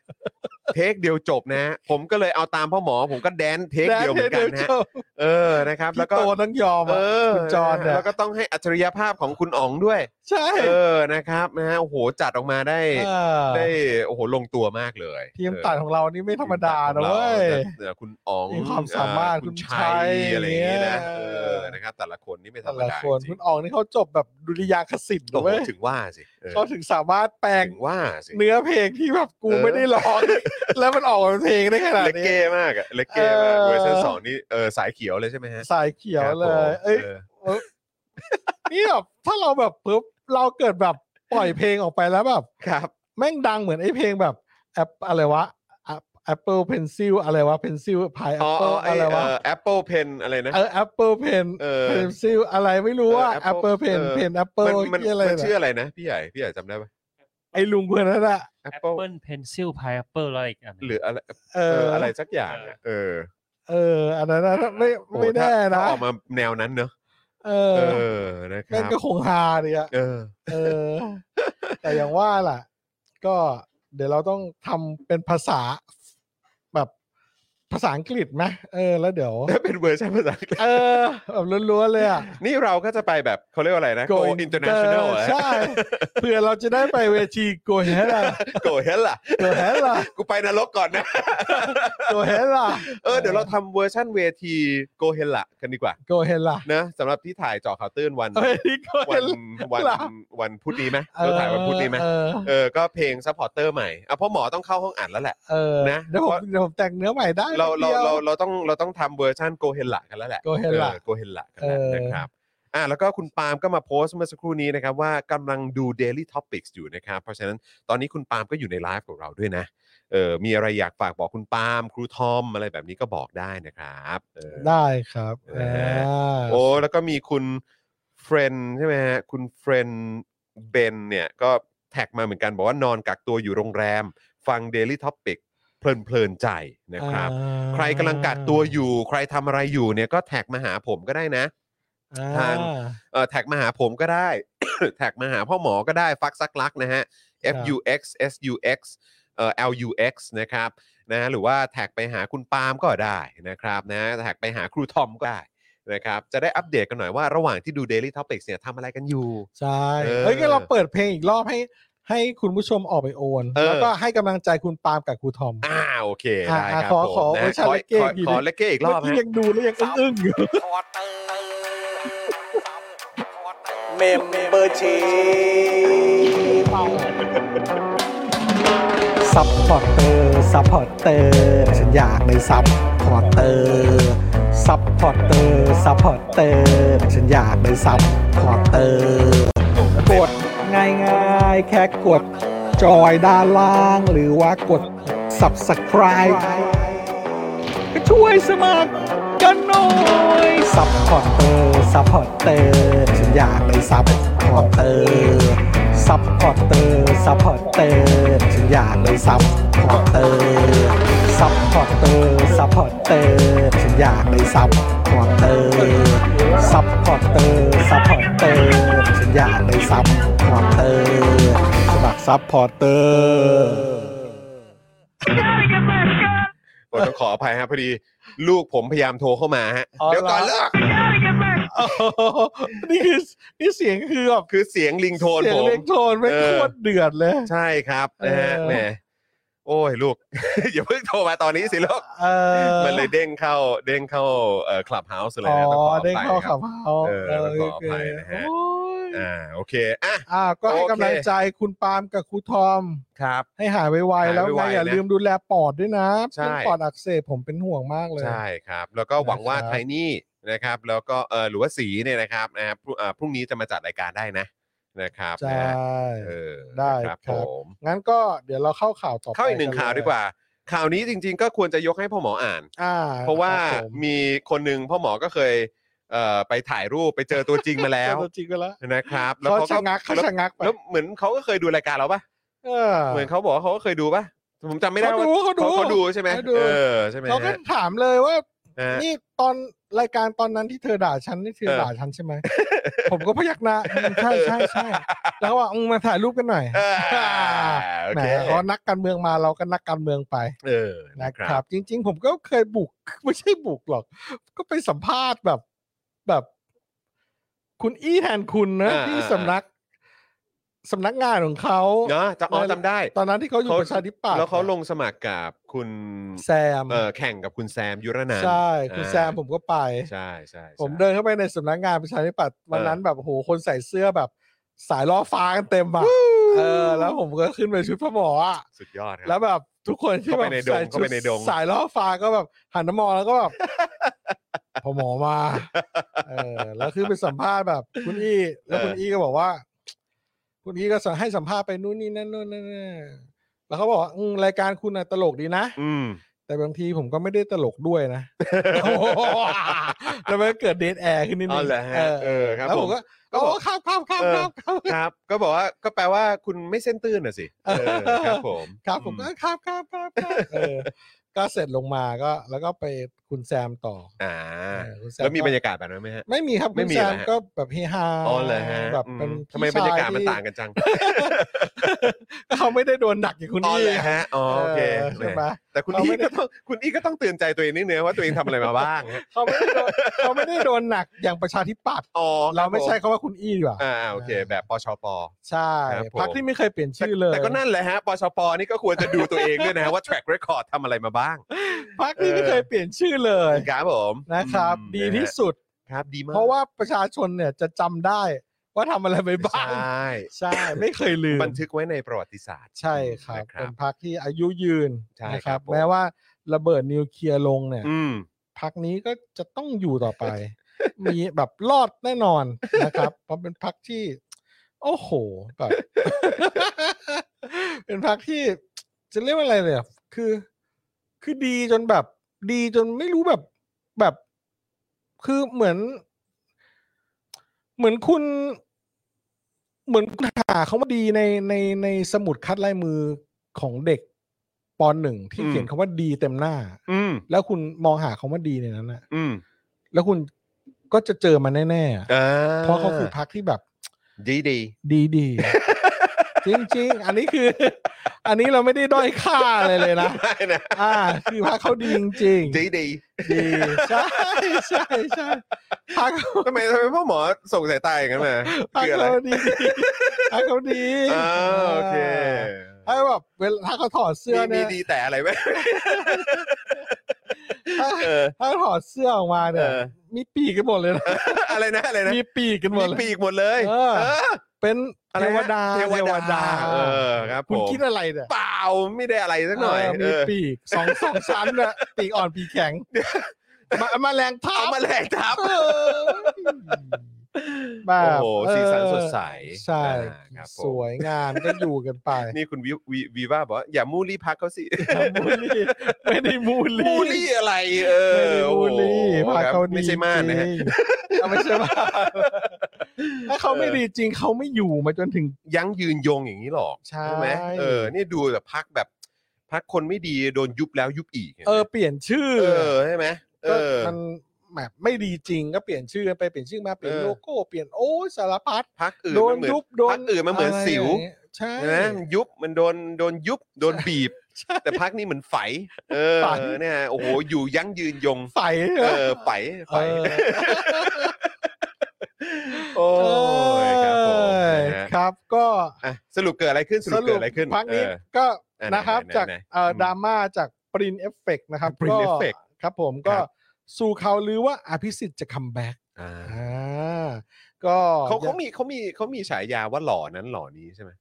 เทคเดียวจบนะฮะผมก็เลยเอาตามพ่อหมอผมก็แดนเทคเดียวเหมือนกันนะฮะ
ดี๋ยว
เออนะครับ
พี่
แล้วก็
โตต้องยอม
เอ
อะ
อ
คุณจอนเนี่ย
แล้วก็ต้องให้อัจฉริยภาพของคุณอ๋องด้วย
ใช่
เออนะครับนะฮะโอ้โหจัดออกมาได้
เออ
ได้โอ้โหลงตัวมากเลย
ทีมตัด
เออ
ของเรานี่ไม่ธรรมดานะเว้ย
เออคุณอ๋อง
มีความสามารถ
เอ่อคุณ
คุณชั
ชั
ย
ยอะไรอย่างงี้นะ
เอ
เอ
อ
อนะครับแต่ละคนนี่ไม่ธร
แต่
รม
ละ
ดา
คน
จริ
คุ
ง
ณอองนี่เขาจบแบบดุริยางคศิลป์
โอ้โห
เว้ย
ถึงว่าสิออ
เขาถึงสามารถแปลง
ถึงว่าสิ
เนื้อเพลงที่แบบกูไม่ได้ร้อง แล้วมันออกเป็นเพลงได้ขนาด
เลก
นี้
เก้มากอะเลกเก้มาก
เออ
เวอร์ชันสองนี่เออสายเขียวเลยใช่ไหมฮะ
สายเขียวเล
ครับ
ย
ผม
เอ้ย
ออ
เออนี่แบบถ้าเราแบบเพิ่มเราเกิดแบบปล่อยเพลงออกไปแล้วแบบ
ครับ
แม่งดังเหมือนไอ้เพลงแบบแอปอะไรวะแอปเปิลเพนซิลอะไรวะเพนซิลพายแอ
อ๋อ
ปเปิ
อ๋
ล
อ
อะ
ไอ้
ไรวะ
แอปเปิลเพนอะไรนะ
เออแอปเปิลเพน
เออ
เพนซิลอะไรไม่รู้ว่า
เออ
แอป
Apple
เปิลเพน
เออ
เพนแอปเปิล
มันมัน
ที่อะไร
มันชื่อ
น่ะ
อะไรนะ พี่ใหญ่พี่ใหญ่จำได้ปะ
ไอ้ลุงคนนั้นอะ
แอ
แอ
ป
ป
เปิล
เปิลเพนซิลพายแอปเปิลอะไรอีกอันหนึ่ง
หรืออะไร
เอ
เอ
อ
อ
อ
อะไรสักอย่างอะเออ
เอออันนั้นน่ะไม่
โอ้
ไม่
ถ้า
แน่
ถ้า
นะ
ออกมาแนวนั้นเนอะ
เออ
เออนะค
แม่
รั
ง
บ
ก็คงฮาเลยอะ
เออ
เออ แต่อย่างว่าล่ะ ก็เดี๋ยวเราต้องทำเป็นภาษาแบบภาษาอังกฤษไหมเออแล้วเดี๋ยว
ถ้าเป็นเวอร์ชันภาษาอังกฤษ
เออแบบล้วนๆเลยอ่ะ
นี่เราก็จะไปแบบเขาเรียกว่าอะไรนะ go
Inter
international เหรอ
ใช่ เพื่อเราจะได้ไปเวที go ahead ล่ะ
go hell ล่ะ
go ahead ล่ะ
กูไปนรกก่อนนะ
go ahead ล่ะ
เออเดี๋ยวเราทำเวอร์ชันเวที go hell ล่ะกันดีกว่า
go ahead ล่ะ
นะสำหรับที่ถ่ายเจอข่าวตื้นวัน
เวที go
วัน
ahead ล่ะ
วันวันพุธนี้ไหมเราถ่ายวันพุธนี้ไหม
เออ
เออก็เพลง supporter ใหม่อ่ะเพราะหมอต้องเข้าห้องอัดแล้วแหละ
เออ
นะ
เดี๋ยวผมเดี๋ยวผมแต่งเนื้อใหม่ได้
เราเรา
แป๊บดียว
เราเราต้องเราต้องทำเวอร์ชัน go hell ล่ะกันแล้วแหละ
go ahead ล่ะ
โกเฮนละกันแล้ว
เออ
นะครับอ่าแล้วก็คุณปาล์มก็มาโพสต์เมื่อสักครู่นี้นะครับ ว่ากำลังดู Daily Topics อยู่นะครับ เพราะฉะนั้นตอนนี้คุณปาล์มก็อยู่ในไลฟ์ของเราด้วยนะเออมีอะไรอยากฝากบอกคุณปาล์มครูทอมอะไรแบบนี้ก็บอกได้นะครับเออ
ได้ครับ
เออ
า
โอ้แล้วก็มีคุณเฟรนใช่ไหมฮะคุณเฟรนเบนเนี่ยก็แท็กมาเหมือนกัน บอกว่านอนกักตัวอยู่โรงแรม ฟัง Daily Topic เพลินๆใจนะครับ
อ่า
ใครกำลังกักตัวอยู่ ใครทำอะไรอยู่เนี่ยก็แท็กมาหาผมก็ได้นะ
อ่
ทาง เอ่อแท็กมาหาผมก็ได้ แท็กมาหาพ่อหมอก็ได้ฟักซักลักนะฮะ F U X S U X เอ่อ L U X นะครับนะหรือว่าแท็กไปหาคุณปาล์มก็ได้นะครับนะแท็กไปหาครูทอมก็ได้นะครับจะได้อัปเดตกันหน่อยว่าระหว่างที่ดู Daily Topics เนี่ยทำอะไรกันอยู่
ใช่
เออ
เฮ้ยงั้นเราเปิดเพลงอีกรอบให้ ให้คุณผู้ชมออกไปโอน
เออ
แล้วก็ให้กำลังใจคุณปาล์มกับครูทอม
อ่าโอเค
อ่า
ได้ครับ
ขอ
ผม
ขอเวอ
นะ
ร์ชัน
ขอ
เล็กเก้
ขอ
อีกนิด
ขอเล็กเก้อีกรอบ
เมื่
ฮะ
กี้ยังดูแล้วยังอึ้งๆอยู่
เมมเบอร์ชีซัพพอร์เตอร์ซัพพอร์เตอร์ฉันอยากเป็นซัพพอร์เตอร์ซัพพอร์เตอร์ซัพพอร์เตอร์ฉันอยากเป็นซัพพอร์เตอร์กดง่ายๆ แค่กดจอยด้านล่าง หรือว่ากด subscribe ก็ช่วยสมัครกันหน่อย ซัพพอร์เตอร์ ซัพพอร์เตอร์ฉันอยากเป็นซัพพอร์เตอร์ ซัพพอร์เตอร์ ซัพพอร์เตอร์ฉันอยากเป็นซัพพอร์เตอร์ ซัพพอร์เตอร์ ซัพพอร์เตอร์ฉันอยากเป็นซัพพอร์เตอร์ ซัพพอร์เตอร์ ซัพพอร์เตอร์ฉันอยากเป็นซัพพอร์เตอร์ สมัครซัพพอร์เตอร์
ผมต้องขออภัยฮะพอดีลูกผมพยายามโทรเข้ามาฮะ
อ๋อ
เดี๋ยวก่อน
เหร
เลิ
อ
ก
โอ้โหนี่คือนี่เสียงคือแบบ
คือเสียงลิงโทน
เสีย
ผ
ง
ม
เล็กโทนไม่
เอ
โค
อ
ตรเดือดเลย
ใช่ครับนะฮะ
เออ
แหมโอ้ยลูก อย่าเพิ่งโทรมาตอนนี้สิลูก
เออ
มันเลยเด้งเข้าเด้งเข้าเอ่อคลับเฮาส์เลย
อ๋อ
นะต้องขออภัย
ได้เข้า
ค
ขั
รั
บเฮา
เออต้องขออภัยนะฮะ
โอ้ย
อ่าโอเคอ่ะ
อ่าก็ให้
โอเค
กำลังใจคุณปาล์มกับครูทอม
ครับ
ให้หายไวๆแล้ว
หาย
ไง
ไวๆ
อย่า
นะ
ลืมดูแลปอดด้วยนะ
ใช่
เป็นปอดอักเสบผมเป็นห่วงมากเลย
ใช่ครับ แล้วก็หวังว่า
นะครับ
ไทนี่นะครับ แล้วก็เออหรือว่าสีเนี่ยนะครับนะฮะพรุ่งอ่าพรุ่งนี้จะมาจัดรายการได้นะ นะครับ
ใช่
นะเออ
ได้
นะครับ
ครั
ผ
บ
ม
งั้นก็เดี๋ยวเราเข้าข่าวต่อไป
เข้าอีกหนึ่ง
กั
ข่า
เล
ว
ย
ดีกว่า ข่าวนี้จริง ๆ ก็ควรจะยกให้พ่อหมออ่าน
อ่า
เพราะว่า
คบผม
มีคนหนึ่งพ่อหมอก็เคยเอ่อไปถ่ายรูปไปเจอตัวจริงมาแล้ว
เจอตัวจริงไปแล้ว
นะครับ แล้ว
เขา
เขา
ชะ
ก็
งักเขา
แล้ว
ชะงักไป
แล้วเหมือนเขาก็เคยดูรายการเราปะ
เอ
เหมือนเขาบอกว่าเขาก็เคยดูปะผมจำไม่ได้ว่า
เขาดูเขาดู
เขาดูใช่ไหม
เขาดู
เออใช่ไหม
เขาก็ถามเลยว่า
ฮะ
นี่ตอนรายการตอนนั้นที่เธอด่าฉันนี่เธอ
เออ
ด่าฉันใช่ไหม ผมก็พยักหน้าอืมใช่ใช่ใช่ แล้วว่าอืมมาถ่ายรูปกันหน่อย
เออโอ
แหม
เค
เขานักการเมืองมาเราก็นักการเมืองไป
เออนะ
นะ
ค
ครั
รับ
บ จริง ๆ ผมก็เคยบุก ไม่ใช่บุกหรอก ก็ไปสัมภาษณ์แบบแบบ คุณอี้แทนคุณนะ
อ่า
ที่
อ่า
สำนักสำนักงานของเขา
เนาะจะอ๋อจำได้
ตอนนั้นที่เขาอยู่
เขา
ประชาธิปัตย์
แล้วเขาลงสมัครกับคุณ
แซม
เออแข่งกับคุณแซมยุรนันท์
ใช่คุณแซมผมก็ไป
ใช่ใช่ใช่
ผมเดินเข้าไปในสำนักงานประชาธิปัตย์วันนั้นแบบโอ้โหคนใส่เสื้อแบบสายล้อฟ้ากันเต็มอ่ะเออแล้วผมก็ขึ้นไปชุดพระหมออ่ะ
สุดยอดครับ
แล้วแบบทุกคนที่แบบใส่
เข้าไปในดงเข้า
ชุ
ไป
ด
ในดง
สายล้อฟ้าก็แบบหันมามองแล้วก็แบบ พอหมอมาเออแล้วคือไปสัมภาษณ์แบบ คุณอี้แล้วคุณอี้ก็บอกว่า คุณอี้ก็สั่งให้สัมภาษณ์ไปนู่นนี่นั่นนู่นนั่นนั่นแล้วเขาบอกว่าอืมรายการคุณน่ะตลกดีนะ
อืม
แต่บางทีผมก็ไม่ได้ตลกด้วยนะ แล้วมันก็เกิดเดทแอร์ขึ้นนิดนึ
อ๋องเหรอฮะเออครับ
แล้วผ
ผม ม
ก็
ก็บอก
โอ้ครับครับครับ
เออ
ครับครับ
ครับ ก็บอกว่าก็แปลว่าคุณไม่เส้นตื้นน่ะสิเออครับผม
ครับผมก็ครับครับครับครับเออ ก็เสร็จลงมาก็ แล้วก็ไปคุณแซมต่อ
อ่า
อคุณซ
แล้วมี
ก็
บรรยากาศแบบนั้นไหมฮะ
ไม่มีครับ
ไม่
คุณ
มี
แซ
เหรอ
ม
ฮะ
ก็แบบเฮฮา
อ๋อเหรอฮะ
แบบ
อืม
เป็น
ทำไมบรรยากาศมัน
พี่ช
ต่างกันจัง
ที่ เขาไม่ได้โดนหนักอย่างคุณ
อ๋อ
นี่
เหรอฮะอ๋อโอเค
เออ
แห
ใช่ไห
ม
ม
แต่คุณ
เรา
อี
ไม่ได้
ก็ต้องคุณอีก็ต้องเตือนใจตัวเองนิดนึงว่าตัวเองทำอะไรมาบ้างฮะ
เขาไม่ได้โดนเขาไม่ได้โดนหนักอย่างประชาธิปัตย์
อ๋อคบ
เราไม่ใช่
ผ
เขาว่าคุณอี้ดีกว่า
อ่าโอเค แบบปชป
ใช่
ครับผม
พักที่ไม่เคยเปลี่ยน
แต่
ชื่อเลย
แต่ก็นั่นแหละฮะปชปนี่ก็ควรจะดูตัวเองด้วยนะฮะว่า track record ทำอะไรมาบ้าง
พักที่ไม่เคยเปลี่ยนชื่อเลย
ครับผม
นะครับ
อืม
ดีที่สุด
ครับดีมาก
เพราะว่าประชาชนเนี่ยจะจำได้ว่าทำอะไรไปบ้าง
ใช่
ใช่ ไม่เคยลืม
บันทึกไว้ในประวัติศาสตร์
ใช่ครับ
นะ
เป็นพักที่อายุยืน
ใช่
นะค
ครั
รั
บบ ผม
แม้ว่าระเบิดนิวเคลียร์ลงเนี่ย
อืม
พักนี้ก็จะต้องอยู่ต่อ ไป มีแบบรอดแน่นอนนะครับ เพราะเป็นพักที่ โอ้โหแบบ เป็นพักที่จะเรียกว่าอะไรเลยอะคือ คือดีจนแบบ ดีจนไม่รู้แบบแบบ คือเหมือน เหมือนคุณ เหมือนคุณหาคำว่าดีในในในสมุดคัดลายมือของเด็กปหนึ่งที่
อืม
เขียนคำว่าดีเต็มหน้า
อืม
แล้วคุณมองหาคำว่าดีในนั้นนะ
อืม
แล้วคุณก็จะเจอมันแน่ๆอะ
อ่า
เพราะเขาคือพักที่แบบ
ดีดี
ดีดีจริงๆ อันนี้คือ อันนี้เราไม่ได้ด้อยค่าอะไรเลยนะ
ไม่นะ
อ่า คือพักเขาดีจริงๆ
ดีดี
ดีใช่ใช่ใช่พัก
ทำไมทำไมพ่อหมอส่งสายตาอย่างนั้นมา
พัก
คืออะไร
เขาดีพักเขาดี
อ่าโอเค
ถ้าแบบเวลาถ้าเขาถอดเสื้อ
มี
เนี่ย
ดีแต่อะไรไหม
ถ้า
เออ
ถ้าถอดเสื้อออกมาเนี่ย
เออ
มีปีกกันหมดเลยนะ
อะไรนะอะไรนะ
มีปีกกันหมดเลย
ปีกหมดเลย
เออ
เออ
เป็น
อะไร
เท
นะ
วดา
เทวดาเออครับ
คุณ
ผม
คิดอะไรเนี่ย
เปล่าไม่ได้อะไรสักหน่อย
เ
เอ
มี
อ
ปีกสองสองชั้นนะปีกอ่อนปีกแข็ งมามาแรงท้า
เอามาแหลกทับ
เออแบบ
โอ้โหสีสันสดใส
ใช่
อ่าครับผม
สวยงามก็อยู่กันไป
นี่คุณวิววีว่าบอกว่าอย่ามูลลี่พักเขาสิ
มูลลี่ไม่ได้มูลลี่
มูลลี่อะไรเอ
ไม่
อ
ได้มูลลี่
โอ้โห
พา
ครับ
เขาดี
ไม่ใช่ม่านนะฮะ
จริงเอาไม่ใช่มานถ้าเขาไม่ดีจริงเขาไม่อยู่มาจนถึง
ยั้งยืนยงอย่างนี้หรอก
ใช่
ไหมเออนี่ดูแบบพักแบบพักคนไม่ดีโดนยุบแล้วยุบอีก
เออเปลี่ยนชื่อ
เออใช่ไหมเอ
ก็
อ
มันแบบไม่ดีจริงก็เปลี่ยนชื่อไปเปลี่ยนชื่อมาเปลี่ยน
เออ
โลโก้เปลี่ยนโอ้ยสารพัด
พักอื่น
โด
มัน นเหมือน
ยุบโดน
พักอื่นมันเหมือนะ
ไร
สิว
ย่างเงี้ยใช่
ใช่ไหมมันยุบมันโดนโดนยุบโดนบีบ แต่พักนี้เหมือนไฝเออ
ไฝ
เนี่ยโอ้โหอยู่ยั้งยืนยง
ใสใช่
เอ
ไหม
อไฝไฝ
เออ
โอ้ยครับผมนะฮะ
ครับก็
อ่ะสรุปเกิดอะไรขึ้นสรุปเกิดอะไรขึ้น
พักนี้
เออ
ก็
อ่ะ
นะครับ
ไหนๆ
จาก
ไหนๆ
เอ่ออ
ม
ดราม่าจากปรินเอฟเฟกนะครับ
Print
ก็
Effect
ครับผมก็
ครับ
สู่เขาวลือว่าอภิสิทธิ์จะคัมแบ็ก
อ่า
อ่าก็
เขาเขามีเขามีเขามีฉายาว่าหล่อนั้นหล่อนี้ใช่ไหม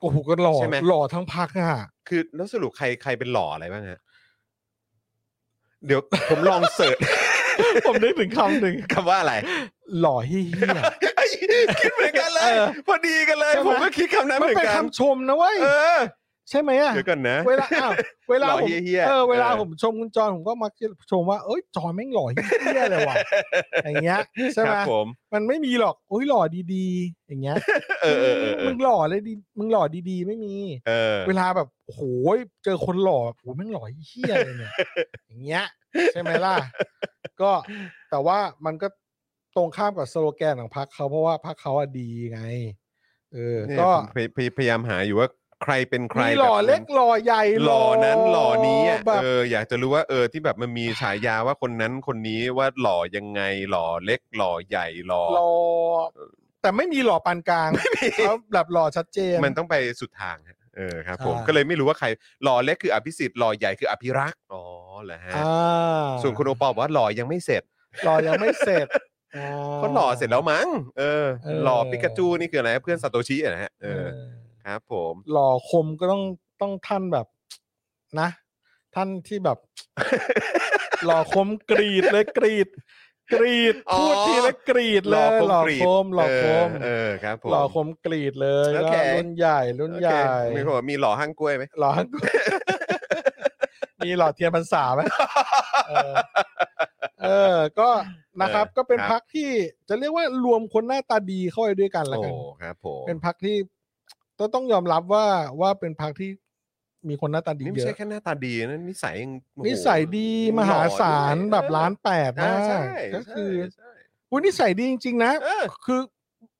โอ้โหก็หล่อ
ใช่ไหม
หล่อทั้งพักอ่ะ
คือแล้วสรุปใครใครเป็นหล่ออะไรบ้างฮะ เดี๋ยวผมลองเสิร์ช
ผมนึกถึงคำหนึ่ง
คำว่าอะไร
หล่อเฮี้ย
ไอ้ ยคิดเหมือนกันเลย
เออ
พอดีกันเลย
ใช่ไหม
ผมก็คิดคำนั้น
มัน
เหมือ
เป็น
นกัน
คำชมนะเว้ย
เออ
ใช่ไหมอ่ะ
เดี๋ยวกันนะ
เวลาอ้าวเวลา
หล่อ
ผม
เหี้ยๆ
เออเวลา
เออ
ผมชมคุณจอนผมก็มักจะชมว่าเอ้ยจอนแม่งหล่อเฮี้ย เลยว่ะอย่างเงี้ยใช่
ค
ไหม
รับผม
มันไม่มีหรอกอุ้ยหล่อดีๆ อย่างเงี้ย
เออเออเออเอ
มึ
อง
หล่อเลยดีมึงหล่อดีๆ ไม่มี
เออ
เวลาแบบโอ้โหเจอคนหล่อโอ้โหแม่งหล่อเฮี้ยเลยเนี่ย อย่างเงี้ย ใช่ไหมล่ะ ก็แต่ว่ามันก็ตรงข้ามกับสโลแกนของพรรคเขาเพราะว่าพรรคเขาอะดีไง เออ
เนี่ย
ก็
ผมพยพยพยายามหาอยู่ว่าใครเป็นใคร
มีหล่อ
แบบ
เล็กหล่อใหญ่
หล่อนั้นหล่อนี้อะ
แบบ
เอออยากจะรู้ว่าเออที่แบบมันมีฉายาว่าคนนั้นคนนี้ว่าหล่อยังไงหล่อเล็กหล่อใหญ่หล่อ
หล่อแต่ไม่มีหล่อปานกลางเขาแบบหล่อชัดเจน
มันต้องไปสุดทางฮะเออครับผม
ใช่
ก็เลยไม่รู้ว่าใครหล่อเล็กคืออภิสิทธิ์หล่อใหญ่คืออภิรักษ์อ๋อเหรอฮะ
อ่า
ส่วนคุณโอปอลบอกว่าหล่อยังไม่เสร็จ
หล่อยังไม่ เสร็จอ่า
ก็หล่อเสร็จแล้วมั้งเออ
เออ
หล่อปิกาจูนี่คืออะไรเพื่อนซาโตชิอะนะฮะเอ
เอ
อ
อ
ครับผม
หล่อคมก็ต้องต้องท่านแบบนะ ท่านที่แบบ หล่อคมกรีดเลยกรีด กรีดพูดทีละกรีดเลยหล่อคมหล่อคม
เออครับผม
หล่อคมกรีดเลย
โอ
แล้ว
เค
รุ่นใหญ่รุ่นใหญ่
โอเคมีคนบอกมีหล่อห้างกล้วยไหม
หล่อ มีหล่อเทียนพรรษาไหมเออเออ ก็นะครับ ก็เป็นพักที่จะเรียกว่ารวมคนหน้าตาดีเข้าไปด้วยกันละ
โอ้
กัน
ครับผม
เป็นพักที่ต้องต้องยอมรับว่าว่าเป็นพักที่มีคนหน้าตาดี
นี่ไม่
เย
ใช่
อะ
แค่หน้าตาดีนะนิสัยยังโอ้โห
นิสัยดี
ยัง
มหาศาล
หอด้วย
แบบล้านแปด
อ่
มาก
ใช่
ก็คือ
ใช่
อุ้ยนิสัยดีจริง ๆ นะ
ใช่เออ
คือ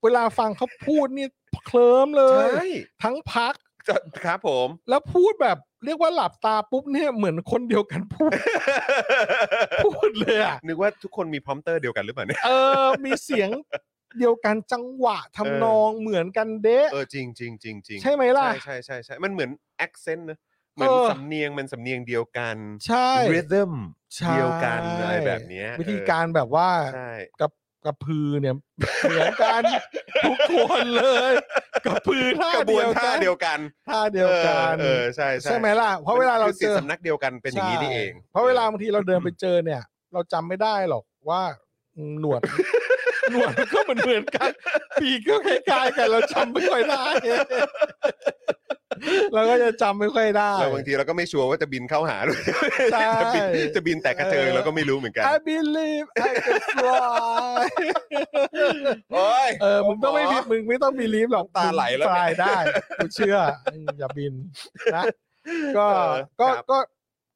เวลาฟังเขาพูดนี่เคลิ้มเลย
ใช่
ทั้งพัก
จะครับผม
แล้วพูดแบบเรียกว่าหลับตาปุ๊บเนี่ยเหมือนคนเดียวกันพูด พูดเลยอะ
นึกว่าทุกคนมีพร้อมเตอร์เดียวกันหรือเปล่าเนี่ย
เออ มีเสียงเดียวกันจังหวะทำ
เออ
นองเหมือนกันเดะ
เออจริงจริงจริงจริง
ใช่ไหมล่ะ
ใช่ใช่ใช่ใช่มันเหมือน accent นะเหมือน
เออ
สำเนียงมันสำเนียงเดียวกัน
ใช่
ริทึม
ใช่
เดียวกันอะไรแบบเนี้ย
วิธีการแบบว่า
เออใช่
กับกับพือเนี่ย เหมือนกัน ทุกคน เลยกับพือก ท่า
ระบ
เดี
วน
ยว
ท่า
กัน
เดียวกัน
ท่าเดียวกัน
เออเออใช่ใช่
ใช่ไหมล่ะเพราะเวลาเรา
มันคือ
เจอ
สิทธิ์สำนักเดียวกันเป็นอย่างนี้นี่เอง
ใช่เพราะเวลาบางทีเราเดินไปเจอเนี่ย เราจำไม่ได้หรอกว่าหนวด หนวดมันก็เหมือนเหมือนกัน ปีกก็คล้ายๆกันเราจำไม่ค่อยได้เราก็จะจำไม่ค่อยได้
แล้วบางทีเราก็ไม่ชัวร์ว่าจะบินเข้าหาหรือ
ใช่
จะบินจะบินแต่กระเจิงเราก็ไม่รู้เหมือนกัน
I believe I can fly
โอ้ย
เออมึงต้องไม่บินมึงไม่ต้องมีลีฟหรอก
ตาไหลแล้ว
มึงฟายได้กูเชื่ออืมอย่าบินนะก็
เออ
ก็
ครับ
ก็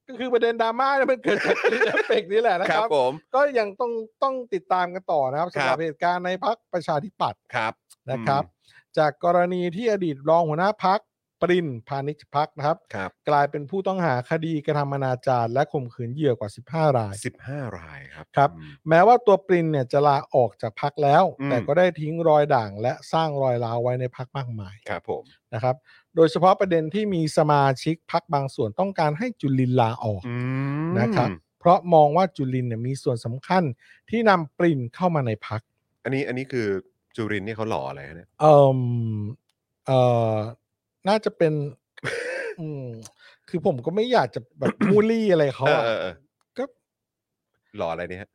ก็คือประเด็นดราม่าเนี่ยมันเกิดจากคลิปเอฟเฟกต์นี่แหละนะ
ค
ค
รั
รั
บบ ผม
ก็ยังต้องต้องติดตามกันต่อนะครับสำห
ครั
รับบ เหตุการณ์ในพักประชาธิปัตย์
ครับ
นะครับ
อื
จากกรณีที่อดีตรองหัวหน้าพักปรินพานิชพักนะครับ
ครับ
กลายเป็นผู้ต้องหาคดีกระทำอนาจารและข่มขืนเหยื่อกว่า 15 ราย
สิบห้ารายครับ
ครับ
อืม
แม้ว่าตัวปรินเนี่ยจะลาออกจากพักแล้ว
อืม
แต่ก็ได้ทิ้งรอยด่างและสร้างรอยร้าวไว้ในพักมากมาย
ครับผม
นะครับ โดยเฉพาะประเด็นที่มีสมาชิกพักบางส่วนต้องการให้จุลินลาออก
อืม
นะครับ เพราะมองว่าจุลินเนี่ยมีส่วนสำคัญที่นำปรินเข้ามาในพัก
อันนี้อันนี้คือจุรินทร์นี่เขาหล่ออะไรฮะเนี่ย
เอ่มเอ่อน่าจะเป็น อืมคือผมก็ไม่อยากจะแบบมูลลี่อะไรเขาอะ
เออเออเออ
ก็
หล่ออะไรเนี่ยฮะ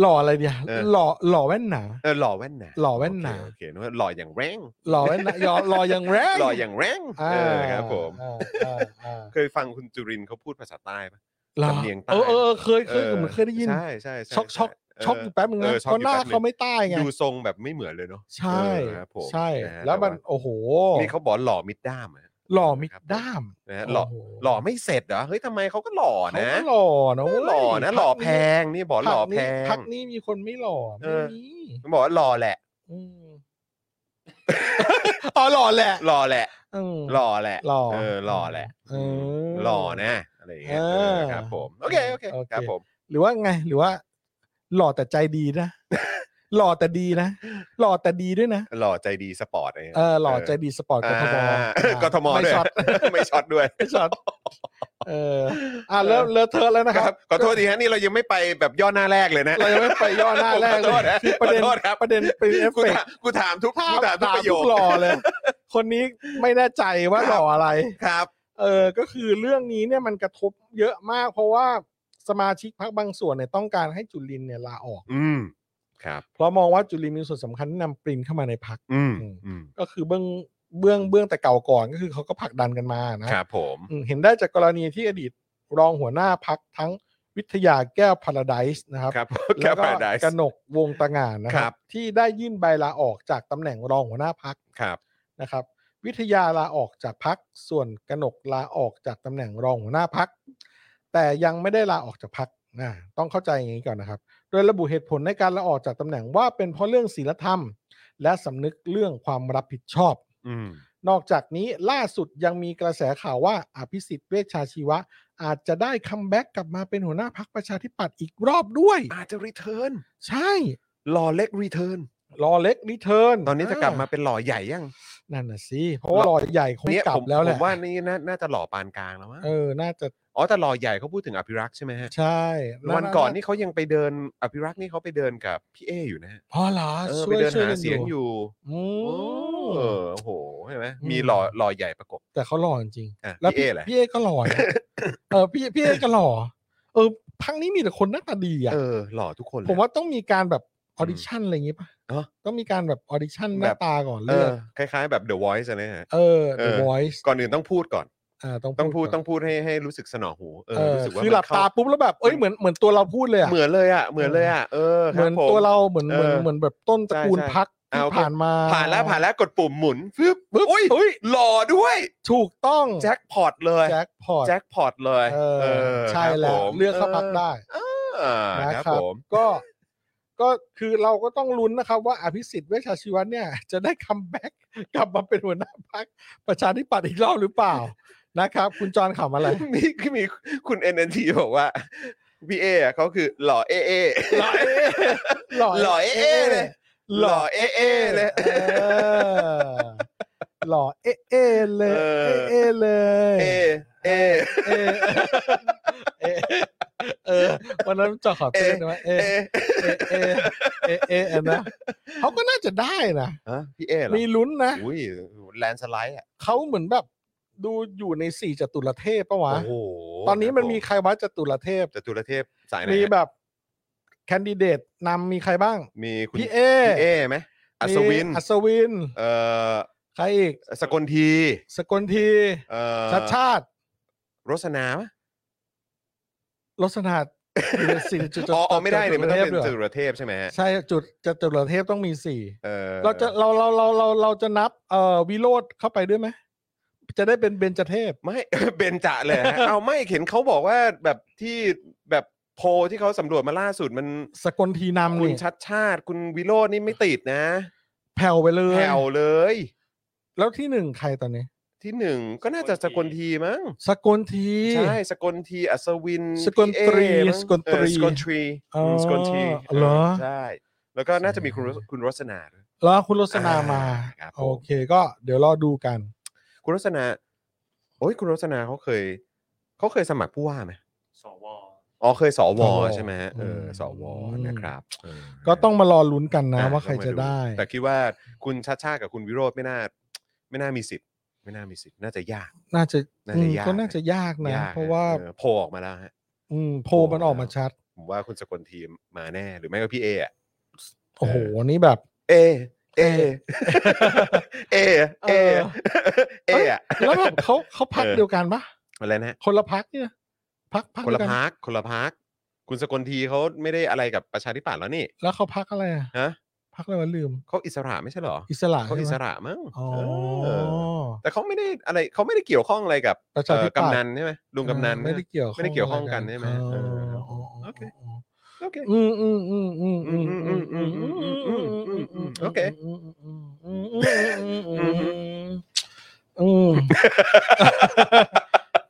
หล่ออะไรเนี่ย
เออ
หล่อหล่อแว่นหนา
เออหล่อแว่นหนา
หล่อแว่นหนา
โอเคโอเคนึกว่าหล่ออย่างแรง
หล่อแว่นหนาหล่อหล่ออย่างแรง
หล่ออย่างแรง
า
เออครับผม
อ่าอ่าอ่า
เคยฟังคุณจุรินทร์เขาพูดภาษาใต้ปะ
หรอ
สำเนียงใต้
เออเออเออเคยเคยผมเคยได้ยิน
ใช่ใช่ใ
ช็อกช็อก
เ
ช็อกอยู่แป๊บนึงนะ
เออช็อก
เพราะ
อยู่
หน้า
แป๊บนึง
เขาไม่ใต้ไง
ดูทรงแบบไม่เหมือนเลยเนาะ
ใช่
เออครับผม
ใช่
ะฮะ
แล้วมัน
ต่า
โอ้โห
นี่เขาบอกหล่อมิดด้ามอะ
หล่อมิด
ครับผ
ด้าม
นะฮะหล่อ
โโ
หล่อไม่เสร็จเหรอเฮ้ยทำไมเขาก็หล่อ
เขา
นะ
ก็หล่อนะเว้ย
หล่อนะหล่อแพงนี่บอกหล่อแพง
พักนี้มีคนไม่หล่อ
เอ
ไม่
อ
มี
เขาบอกว่าหล่อแหละ
มอ๋อหล่อแหละ
หล่อแหละ
อืม
หล่อแหละ
หล่อ
เออหล่อแหละ
เออ
หล่อนะอะไรอย่างเงี้ย
เออ
เออครับผมโอเคโอเค
โอเค
ครับผม
หรือว่าไง หรือว่า หล่อแต่ใจดีนะ หล่อแต่ดีนะ หล่อแต่ดีด้วยนะ
หล่อใจดีสปอร์ตอะไรเงี้ย
เออหล่อใจดีสปอร์ตกทม
อ่ากทม
ไม่
ด้วย
ช็อต
ไม่ช็อตด้วย
ไม่ช็อตเอออ่ะเริ่มเลอะเทอะแล้วนะ
ค
ค
รั
รั
บบ ขอโทษทีฮะนี่เรายังไม่ไปแบบย่อหน้าแรกเลยนะ
เรายังไม่ไปย่อหน้าแรก
ขอ
เล
โทษ
ย
นะ
คือประเด็น
ขอโทษครับ
ประเด็นเป็นเอฟ
กู
เฟก
ถามกูถามทุก
ท่า
กูถามทุก
ด่า
ประโย
ทุก
ค
หล่อเลย คนนี้ไม่แน่ใจว่าหล่ออะไร
ครับ
เออ ก็คือเรื่องนี้เนี่ยมันกระทบเยอะมาก เพราะว่าสมาชิกพรรคบางส่วนเนี่ยต้องการให้จุลินเนี่ยลาออก
อืม ครับ
เพราะมองว่าจุลินมีส่วนสำคัญที่นำปรินเข้ามาในพัก
อืมอืม
ก็คือเบื้องเบื้องเบื้องแต่เก่าก่อนก็คือเขาก็ผลักดันกันมานะครับ
ผม
อืมเห็นได้จากกรณีที่อดีตรองหัวหน้าพักทั้งวิทยาแก้วพาราไดซ์นะครับ
ครับแล้
แล้ว ว
ก็
ก็กนกวงศ์ตระหงานนะค
ครั
รับ บ ที่ได้ยื่นใบลาออกจากตำแหน่งรองหัวหน้าพัก
ครับ
นะครับ วิทยาลาออกจากพักส่วนกนกลาออกจากตำแหน่งรองหัวหน้าพัก แต่ยังไม่ได้ลาออกจากพักนะต้องเข้าใจอย่างนี้ก่อนนะครับ โดยระบุเหตุผลในการลาออกจากตำแหน่งว่าเป็นเพราะเรื่องศีลธรรม และสำนึกเรื่องความรับผิดชอบ
อืม
นอกจากนี้ล่าสุดยังมีกระแสข่าวว่าอภิสิทธิ์เวชชาชีวะ อาจจะได้คัมแบ็กกลับมาเป็นหัวหน้าพักประชาธิปัตย์อีกรอบด้วย
อาจจะรีเทิร์น
ใช่
หล่อเล็กรีเทิร์น
รอเล็กรีเทิร์น
ตอนนี้จะกลับมาเป็นหล่อใหญ่ยัง
นั่นน่ะสิ เพราะว่ารอใหญ่คง
เนี่ย
กลั
ผ
บ
ม
แล้วแห
ผ
ละ
มว่านี่น่าน่าจะหล่อปานกลางแล้วมั้ง
เออ น่าจะ
อ๋อแต่หล่อใหญ่เขาพูดถึงอภิรักษ์ใช่ไหมฮะ
ใช่
วันก่อนนี่เขายังไปเดินอภิรักษ์นี่เขาไปเดินกับพี่เออยู่นะฮะ
อ๋อเหรอ
เออ
ช่
ไป
วย
เดิน
ช่วย
หา
กัน
เสียงอยู่
อื
โอ้
ม
โอ้โหใช่ไหม
อืม
มีหล่อหล่อใหญ่ประกบ
แต่เขาหล่อจ ริง
อ่ะ
ๆแล้ว
พี่เอแหละ
พี่เอก็หล่อ นะเออพี่พี่เอก็หล่อเออพังนี้มีแต่คนหน้าตาดีอ่ะ
เออหล่อทุกคนเลย
ผมว่าต้องมีการแบบออดิชั่นอะไรอย่างงี้ป่ะ
เนอะ
ต้องมีการแบบออดิชั่นหน้าตาก่อน
เอ
เลือ
อก คล้ายๆแบบ The Voice อะนะฮะ
เออ The
เออ
Voice
ก่อนอื่นต้องพูดก่อน
อ่าต้อง
ต้องพูด
ก่น
ต้องพูดให้ให้รู้สึกสนอหูเออ
เออ
รู้สึกว่า
คือหลับ
มันเข้
ตาปุ๊บแล้วแบบเอ้ยเหมือนเหมือนตัวเราพูดเลยอะ
เหมือนเลยอ่ะเหมือนเลยอ่ะเออค
เห
รั
มื
บ
อน
ผม
ตัวเราเหมือนเหมือน
เออ
เหมือนแบบต้นตระกูล
ใช่ใช่
พัก
อ่า
ที่
โอเค
ผ่านมา
ผ่านแล้วผ่านแล้วกดปุ่มหมุนฟึบ
ปึ๊บ
อุ้ย
เฮ้ย
หล่อด้วย
ถูกต้อง
แจ็คพอตเลย
แจ็คพอต
แจ็คพอตเลย
เออ
เออ
ใช่
ครับ
แล้
ผ
ว
ม
เลือกเข้าพักได้
เออ
นะ
ครับ
ครั
ผ
บ
ม
ก็ก็คือเราก็ต้องลุ้นนะครับว่าอภิสิทธิ์เวชชาชีวะเนี่ย จะได้คัมแบ็กกลับมาเป็นหัวหน้าพักประชาธิปัตย์อีกรอบหรือเปล่านะครับ คุณจรขำอะไร
มีมีคุณ NNT บอกว่าพี่เอะเขาคือหล่อเอะเอะ
หล่อเอ๊ะหล่อ
หล่อเอะเอะเลยหล่อเอะเอะเลย
เออหล่อเอ๊ะเอ๊ะเลย
เออ
เอ๊ะเลย
เอะเอะ
เอ๊ะเอ๊ะเออวันนั้นจะขอเต้นไหมเอ๊ะ
เอะ
เอ๊ะเอ๊ะเอ๊ะเอ๊ะอะนะเขาก็น่าจะได้นะ
ฮะพี่เอะเหรอ
มีลุ้นนะ
อุ้ยแลนสไลด์อ่ะ
เขาเหมือนแบบดูอยู่ในสี่จตุรเทพปะวะ
โอ้โห
ตอนนี้มัน
ครับผ
มีใครวะจตุรเทพ
จตุรเทพสายไหน
มี
ฮะ
แบบแคนดิเดตนำมีใครบ้าง
มีคุณ
พี่เอ
พี่เอไหมอัศวิน
มีอัศวิน
เอ่อ
ใครอีก
สกลที
สกลที
เอ่อ
ชัดชาติ
รสนามะ
รสนาดสี่จุด
อ๋ออ๋อไม่ได้เนี่ยมันต้องเป็น
จุด
จ
จุ
ตุ
ด
รเทพใช่ไหมฮะ
ใช่จุดจตุรเทพต้องมีสี่
เออ
เราจะเราเราเราเราเราจะนับเอ่อวิโรธเข้าไปด้วยไหมจะได้เป็นเบญจเทพ
ไม่ เบนจะเลย ฮะเอาไม่เห็นเขาบอกว่าแบบที่แบบโพลที่เขาสำรวจมาล่าสุดมัน
สกลทีนำ
คุณ
นี่
ชัดชาติ คุณวิโรจน์นี่ไม่ติดนะ
แผ่วไปเลย
แผ่วเลย
แล้วที่หนึ่งใครตอนนี้
ที่หนึ่งก็น่าจะสกลทีมั้ง
สกลที
ใช่สกลทีอัศวิน
สกลตรี
พี่เอมั้ง
สกลตรี
เออสกลตรี
อ๋ออื
มสกลตรี
เหรอ
ใช่แล้วก็น่าจะมีคุณรสคุณรสนาด้วย
แล้วคุณรสนามา
อ่าครับผม
โอเคก็เดี๋ยวรอดูกัน
คุณรสนาโอ้ยคุณรสนาเขาเคยเขาเคยสมัครผู้ว่าไหม
สว
อ๋อเคยสว
สว
ใช่ไหมฮะเออ
ม
สวนะครับเออ
ก็ต้องมารอลุ้นกันนะ
อ่
ว่าใคร
ต้องม
จะได้
แต่คิดว่าคุณชาชาติกับคุณวิโรธไม่น่า ไม่น่ามีสิทธิ์ ไม่น่ามีสิทธิ์น่าจะยาก
น่าจะ
น่า
อื
จะ
ม
ยาก
ก็น่าจะยากนะ
ยก
เพราะว่า
ออโผล่ออกมาแล้วฮะ
อืมโพล
โพล
มันออกมา
แล้ว
ชัด
ผมว่าคุณสกลทีมมาแน่หรือไม่ก็พี่เออะ
โอ้โห นี่แบบ
เอเอเอเอ
เออ
เอ
เอ้ย
อะ
แล้วแบบเขาเขาพักเดียวกันปะ
อะไรนะฮะ
คนละพักเนี่ย พักพัก
คนละ
เดียวกั
พักคนละพักคุณสกลทีเขาไม่ได้อะไรกับประชาธิปัตย์แล้วนี่
แล้วเขาพักอะไรอะ
ฮะ
พักอะไรวะลืม
เขาอิสระไม่ใช่เหรอ
อิสระ
เขาอิส
ใช่ไหม
ระมั้ง
อ๋อ
เออแต่เขาไม่ได้อะไรเขาไม่ได้เกี่ยวข้องอะไรกับ
ประชาธิปัตย์
เอ่อกำนันใช่ไหมลุงกำนัน
อ่าไม่ได้เกี่ยวข้อง
ไม่ได้เกี่ยวข้องกันใช่ไหมเออ
อ๋อ
โอเค โอ เค
อืมอืมอืมอืมอืม
อืมอืมอืมอืมอืมอืมอืมโอเค
อืมอืมอืมอืมอืมอืมอืม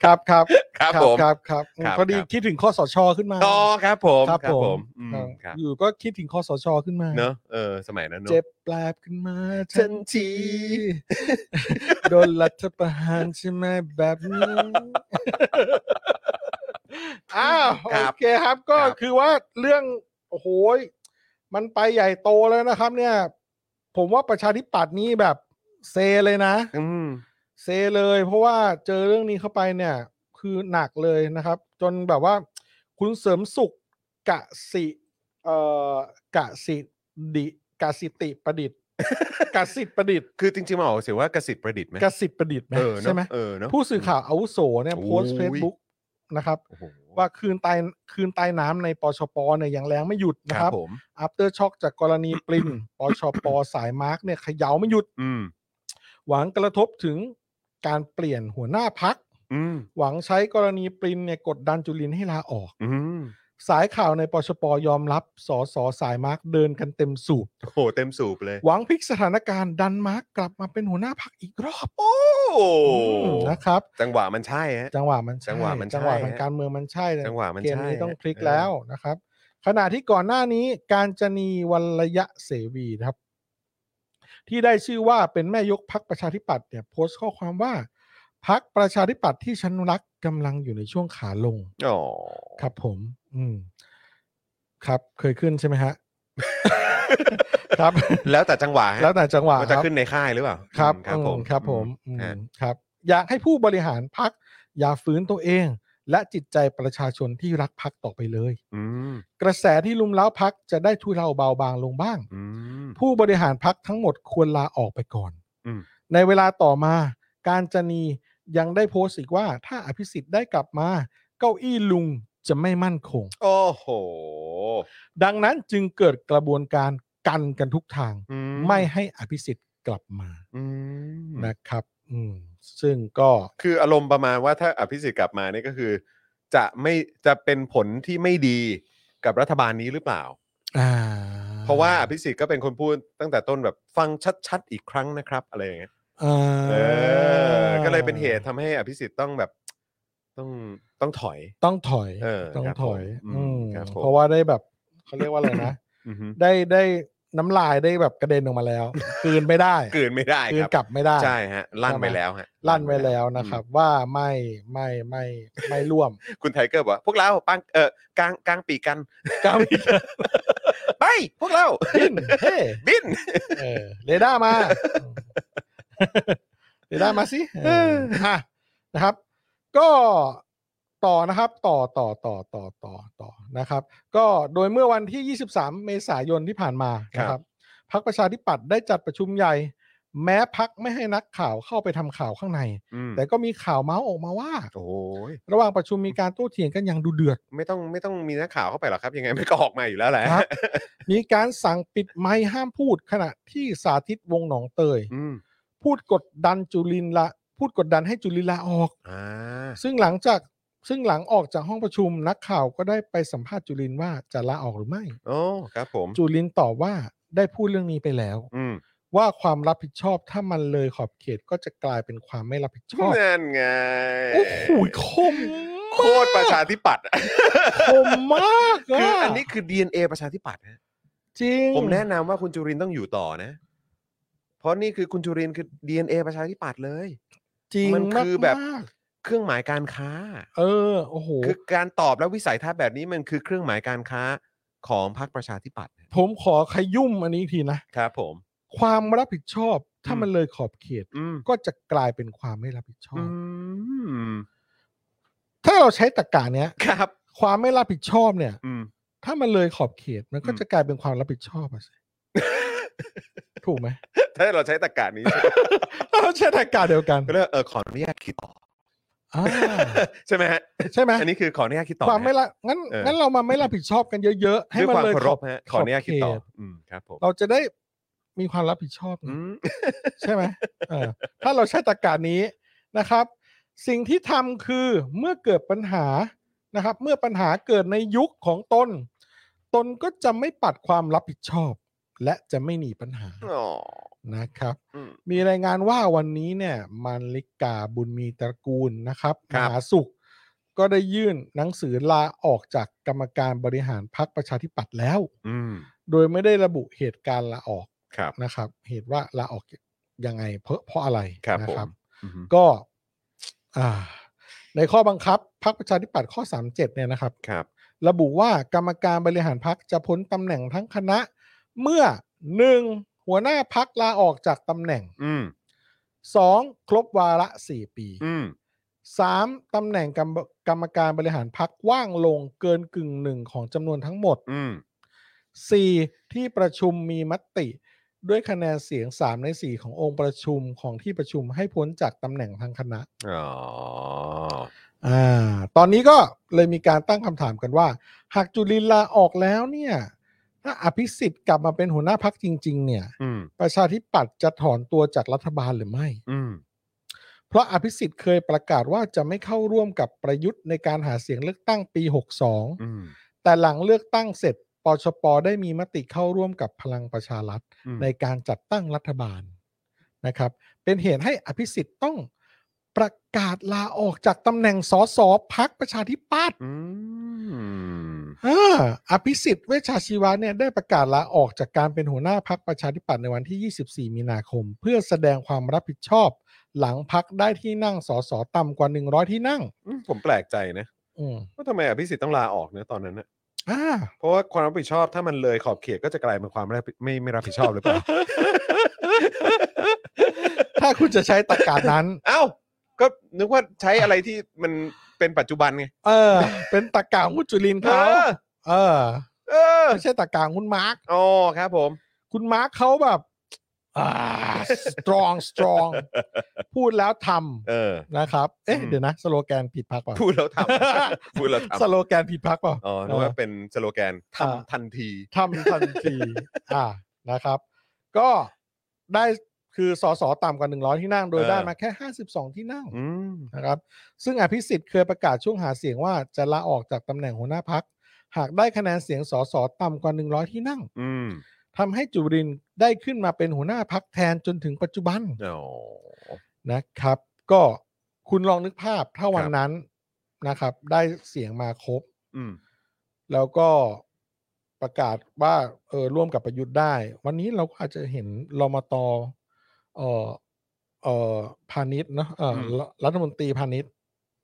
ครับครับ
ครับผม
ครับครับอืม
ครับ
พอดี
ครับ
คิดถึงข้อสชขึ้นมา
ต่อครับผม
ครับผม
อืม
ครับ
ครับ
อยู่ก็คิดถึงคอสชขึ้นมา
เนอะเออสมัยนั้นเนอะ
เจ็บแปลบขึ้นมา
ทันที
โดนรัฐประหารใช่ไหมแบบนี้อ้าว
ค
โอ
รับ
เคครับก็
ครับ
คือว่าเรื่อง โอ้โหยมันไปใหญ่โตแล้วนะครับ เนี่ย ผมว่าประชาธิปัตย์นี่แบบเซเลยนะ
อืม
เซเลย เพราะว่าเจอเรื่องนี้เข้าไปเนี่ย คือหนักเลยนะครับ จนแบบว่า คุณเสริมสุขกะสิเอ่อกะสิ ดิกาสิติประดิษฐ์ กาสิตประดิษฐ์
คือจริงๆมาออกเสียงว่ากระสิบประดิษฐ์ไหม
กาสิตประดิษฐ์ไหม
เออเนอะ
ใช่ไหม
เออเนอะ
ผู้สื่อข่าวอาวุโสเนี่ย
โอ้ย
โพสต์เฟซบุ๊กนะครับ
โอ้โห
ว่าคืนใตายคืนใตายน้ำในปชปเนี่ยยังแรงไม่หยุดนะ
ค
ครั
รับบ ผม
after shock จากกรณีปริน ปชปสายมาร์กเนี่ยเขย่าไม่หยุด
อืม
หวังกระทบถึงการเปลี่ยนหัวหน้าพัก
อืม
หวังใช้กรณีปรินเนี่ยกดดันจุลินให้ลาออก
อืม
สายข่าวในปชปยอมรับสสสายมาร์กเดินกันเต็มสูบ
โอ้โหเต็มสูบเลย
หวังพลิกสถานการณ์ดันมาร์กกลับมาเป็นหัวหน้าพักอีกรอบ
โอ้โห
นะครับ
จังหวะมันใช่ฮะ
จังหวะมันใช่
จังหวะมันใช่
จังหวะทางการเมืองมันใช่เลย
จังหวะมัน
เกม
ใช่
นี้ต้องพลิก
เออ
แล้วนะครับ ขณะที่ก่อนหน้านี้การจนีวัลยะเสวีนะครับ ที่ได้ชื่อว่าเป็นแม่ยกพักประชาธิปัตย์เนี่ยโพสต์ข้อความว่าพักประชาธิปัตย์ที่ฉันรักกำลังอยู่ในช่วงขาลง
อ๋อ
ครับผม อืม ครับเคยขึ้นใช่ไหมฮะ ครับ
แล้วแต่จังหวะฮะ
แล้วแต่จังหวะ
มัน
ค
จะ
รับ
ขึ้นในค่ายหรือเปล่า
ครับ
อืครับ
อื
ผม
ครับผม
อืม
อื
ฮะ
มครับ อยากให้ผู้บริหารพักอย่าฝืนตัวเอง และจิตใจประชาชนที่รักพักต่อไปเลย
อืม
กระแสที่ลุมเล้าพักจะได้ทุเลาเบาบางลงบ้าง
อืม
ผู้บริหารพักทั้งหมดควรลาออกไปก่อน
อืม
ในเวลาต่อมา การจนียังได้โพสต์อีกว่า ถ้าอภิสิทธิ์ได้กลับมา เก้าอี้ลุงจะไม่มั่นคง
โอ้โห
ดังนั้นจึงเกิดกระบวนการกันกันทุกทาง
อื
ไม่ให้อภิสิทธิ์กลับมา
อืม
นะครับ อืมซึ่งก็
คืออารมณ์ประมาณว่าถ้าอภิสิทธิ์กลับมาเนี่ยก็คือ จะไม่จะเป็นผลที่ไม่ดีกับรัฐบาลนี้หรือเปล่า
อ่า
เพราะว่าอภิสิทธิ์ก็เป็นคนพูดตั้งแต่ต้นแบบฟังชัดๆ อีกครั้งนะครับ อะไรอย่างเงี้ย
อ่า
เออ ก็เลยเป็นเหตุทำให้อภิสิทธิ์ต้องแบบต้องต้องถอย
ต้องถอย
เออ
ต้อง
ครับ
ถอย
ผม
อืม
ครับผม
เพราะว่าได้แบบเขาเรียกว่าอะไร นะ
อือฮึ
ได้ได้น้ำลายได้แบบกระเด็นออกมาแล้ว คืนไม่ได้
กลืนไม่ได้
คื
คน รับ
กลับไม่ได้
ใช่ฮะ ลั่นไปแล้วฮะ
ลั่นไว้แล้วนะครับ ว่าไม่ไม่ไม่ไม่ร่วม
อืมคุณไทเกอร์บอกว่าพวกเราปังเออกลางกลางปีกกัน
กลางปีกกัน
ไปพวกเรา
บินเฮ้
บิน
เออเรด้าร์มาเรด้าร์มาสิเอออ่ะนะครับ ก็ต่อนะครับต่อต่อต่อต่อต่อต่อนะครับ ก็โดยเมื่อวันที่ 23 เมษายนที่ผ่านมานะค
ครั
รับ บพักประชาธิปัตย์ได้จัดประชุมใหญ่ แม้พักไม่ให้นักข่าวเข้าไปทำข่าวข้างใน
อืม
แต่ก็มีข่าวเมาส์ออกมาว่า
โอ้ย
ระหว่างประชุมมีการโต้เถียงกันอย่างดูเดือด
ไม่ต้องไม่ต้องมีนักข่าวเข้าไปหรอกครับ ยังไงไม่ก็ออกมาอยู่แล้วแหละ
ครับ มีการสั่งปิดไม้ห้ามพูดขณะที่สาธิตวงศ์หนองเตย
อืม
พูดกดดันจุลินละ พูดกดดันให้จุลินลาออก
อ่า
ซึ่งหลังจากซึ่งหลังออกจากห้องประชุมนักข่าวก็ได้ไปสัมภาษณ์จุลินว่าจะลาออกหรือไม่
โอ้ครับผม
จุลินตอบว่าได้พูดเรื่องนี้ไปแล้ว
อืม
ว่าความรับผิดชอบถ้ามันเลยขอบเขตก็จะกลายเป็นความไม่รับผิดชอบ
นั่นไง
โอ้โหคม
โคตรประชาธิปัตย์อะ
คมมากะ
คืออันนี้คือ DNA ประชาธิปัตย์ฮะ
จริง
ผมแนะนำว่าคุณจุรินทร์ต้องอยู่ต่อนะ เพราะนี่คือคุณจุรินทร์คือ DNA ประชาธิปัตย์เลย
จริง
มันคือแบบ
มาก
เครื่องหมายการค้า
ๆเออโอ้โห
คือการตอบและวิสัยทัศน์แบบนี้มันคือเครื่องหมายการค้าของพรรคประชาธิปัตย์
ผมขอขยุ่มอันนี้อีกทีนะ
ครับผม
ความรับผิดชอบถ้า
อืม
มันเลยขอบเขต
อืม
ก็จะกลายเป็นความไม่รับผิดชอบ
อืม
ถ้าเราใช้ตรรกะเนี้ย
ครับ
ความไม่รับผิดชอบเนี่ย
อืม
ถ้ามันเลยขอบเขตมันก็
อืม
จะกลายเป็นความรับผิดชอบ อะสิถูกไหม
ถ้าเราใช้ตรรกะนี้
ถ้าเราใช้ตรรกะเดียวกัน
ก็เรียกว่าเออขออนุญาตคิดต่อ
อ่า
ใช่ไหมฮะ
ใช่ไหม
อันนี้คือขออนุญาตคิดต่อ
ความ
นะ
ไม่ละงั้น
เออ
งั้นเรามาไม่รับผิดชอบกันเยอะๆให้
ด้วย
มัน
ความ
เลย
เคารพฮะขออนุญาตคิดต่อ
ขบเข
อืมครับผม
ตเราจะได้มีความรับผิดชอบไง
อืม
ใช่ไหมเออถ้าเราใช้ตรรกานี้นะครับ สิ่งที่ทำคือเมื่อเกิดปัญหานะครับ เมื่อปัญหาเกิดในยุคของตน ตนก็จะไม่ปัดความรับผิดชอบ และจะไม่หนีปัญหา
อ๋อ
นะครับ
อืม
มีรายงานว่าวันนี้เนี่ยมาริกาบุญมีตระกูลนะครับ
ค
ม
รับ
หาสุข ก็ได้ยื่นหนังสือลาออกจากกรรมการบริหารพรรคประชาธิปัตย์แล้ว
อืม
โดยไม่ได้ระบุเหตุการณ์ลาออก
ครับ
นะครับ เหตุว่าลาออกยังไงเพราะเพราะอะไร
ครับ
นะ
ผม อือฮึ
ก็อ่าในข้อบังคับพรรคประชาธิปัตย์ข้อ 37 เนี่ยนะครับ
ครับ
ระบุว่ากรรมการบริหารพักจะพ้นตำแหน่งทั้งคณะ เมื่อ 1. หัวหน้าพักลาออกจากตำแหน่ง
อืม
2. ครบวาระ 4 ปี
อืม
3. ตำแหน่งกรรมกรรมการบริหารพักว่างลงเกินกึ่งหนึ่งของจำนวนทั้งหมด
อืม
4. ที่ประชุมมีมติ ด้วยคะแนนเสียง 3 ใน 4 ขององค์ประชุมของที่ประชุมให้พ้นจากตำแหน่งทางคณะ
อ๋อ
อ่า ตอนนี้ก็เลยมีการตั้งคำถามกันว่า หากจุลินลาออกแล้วเนี่ย ถ้าอภิสิทธิ์กลับมาเป็นหัวหน้าพักจริง ๆ เนี่ย
อืม
ประชาธิปัตย์จะถอนตัวจากรัฐบาลหรือไม่
อืม
เพราะอภิสิทธิ์เคยประกาศว่าจะไม่เข้าร่วมกับประยุทธ์ในการหาเสียงเลือกตั้งปี
อืม
62 แต่หลังเลือกตั้งเสร็จ ปชป ได้มีมติเข้าร่วมกับพลังประชารัฐ
อืม
ในการจัดตั้งรัฐบาลนะครับ เป็นเหตุให้อภิสิทธิ์ต้องประกาศลาออกจากตำแหน่งสสพักประชาธิปัตย์
อืม
อ่าอภิสิทธิ์เวชชาชีวะเนี่ยได้ประกาศลาออกจากการเป็นหัวหน้าพักประชาธิปัตย์ในวันที่ 24 มีนาคม เพื่อแสดงความรับผิดชอบ หลังพักได้ที่นั่งสสต่ำกว่า 100 ที่นั่ง
อืมผมแปลกใจนะ
อืม
ว่าทำไมอภิสิทธิ์ต้องลาออกเนะตอนนั้นนะ
อ่า
เพราะว่าความรับผิดชอบถ้ามันเลยขอบเขตก็จะกลายเป็นความไม่รับผิดไม่ไม่รับผิดชอบหรือเปล่า
ถ้าคุณจะใช้ตรรกานั้น
เอ้า ก็นึกว่าใช้อะไรที่มันเป็นปัจจุบันไง
เออ เป็นตรรกะของคุณจุลินทร์
เอ
เขาเอ
อ
อ
เออ
ไม่ใช่ตรรกะของคุณมาร์ค
อ๋อครับผม
คุณมาร์คเขาแบบอ่า strong strong พูดแล้วท
เออ
ำนะครับ เอ๊ะ
อืม
เดี๋ยวนะ สโลแกนผิดพักป่ะ
พูดแล้วทำ พูดแล้ว
ส
ทำ
โลแกนผิดพักป่ะ
อ๋อนึกว่า
เออ
เป็นสโลแกน
อ่า
ทำทันที
ทำทันที อ่านะครับ ก็ได้คือสอสอต่ำกว่า 100 ที่นั่ง โดย
เออ
ได้มาแค่ 52 ที่นั่ง
อืม
นะครับ ซึ่งอภิสิทธิ์เคยประกาศช่วงหาเสียงว่าจะลาออกจากตำแหน่งหัวหน้าพัก หากได้คะแนนเสียงสอสอต่ำกว่า 100 ที่นั่ง
อืม
ทำให้จุรินทร์ได้ขึ้นมาเป็นหัวหน้าพักแทนจนถึงปัจจุบัน
อ๋อ
นะครับ ก็คุณลองนึกภาพถ้าวั
คน รับ
นั้นนะครับ ได้เสียงมาครบ
อืม
แล้วก็ประกาศว่าเออร่วมกับประยุทธ์ได้ วันนี้เราก็อาจจะเห็นรมตเออเออพาณิชย์เนอะเออ
อืม
รัฐรัฐมนตรีพาณิชย์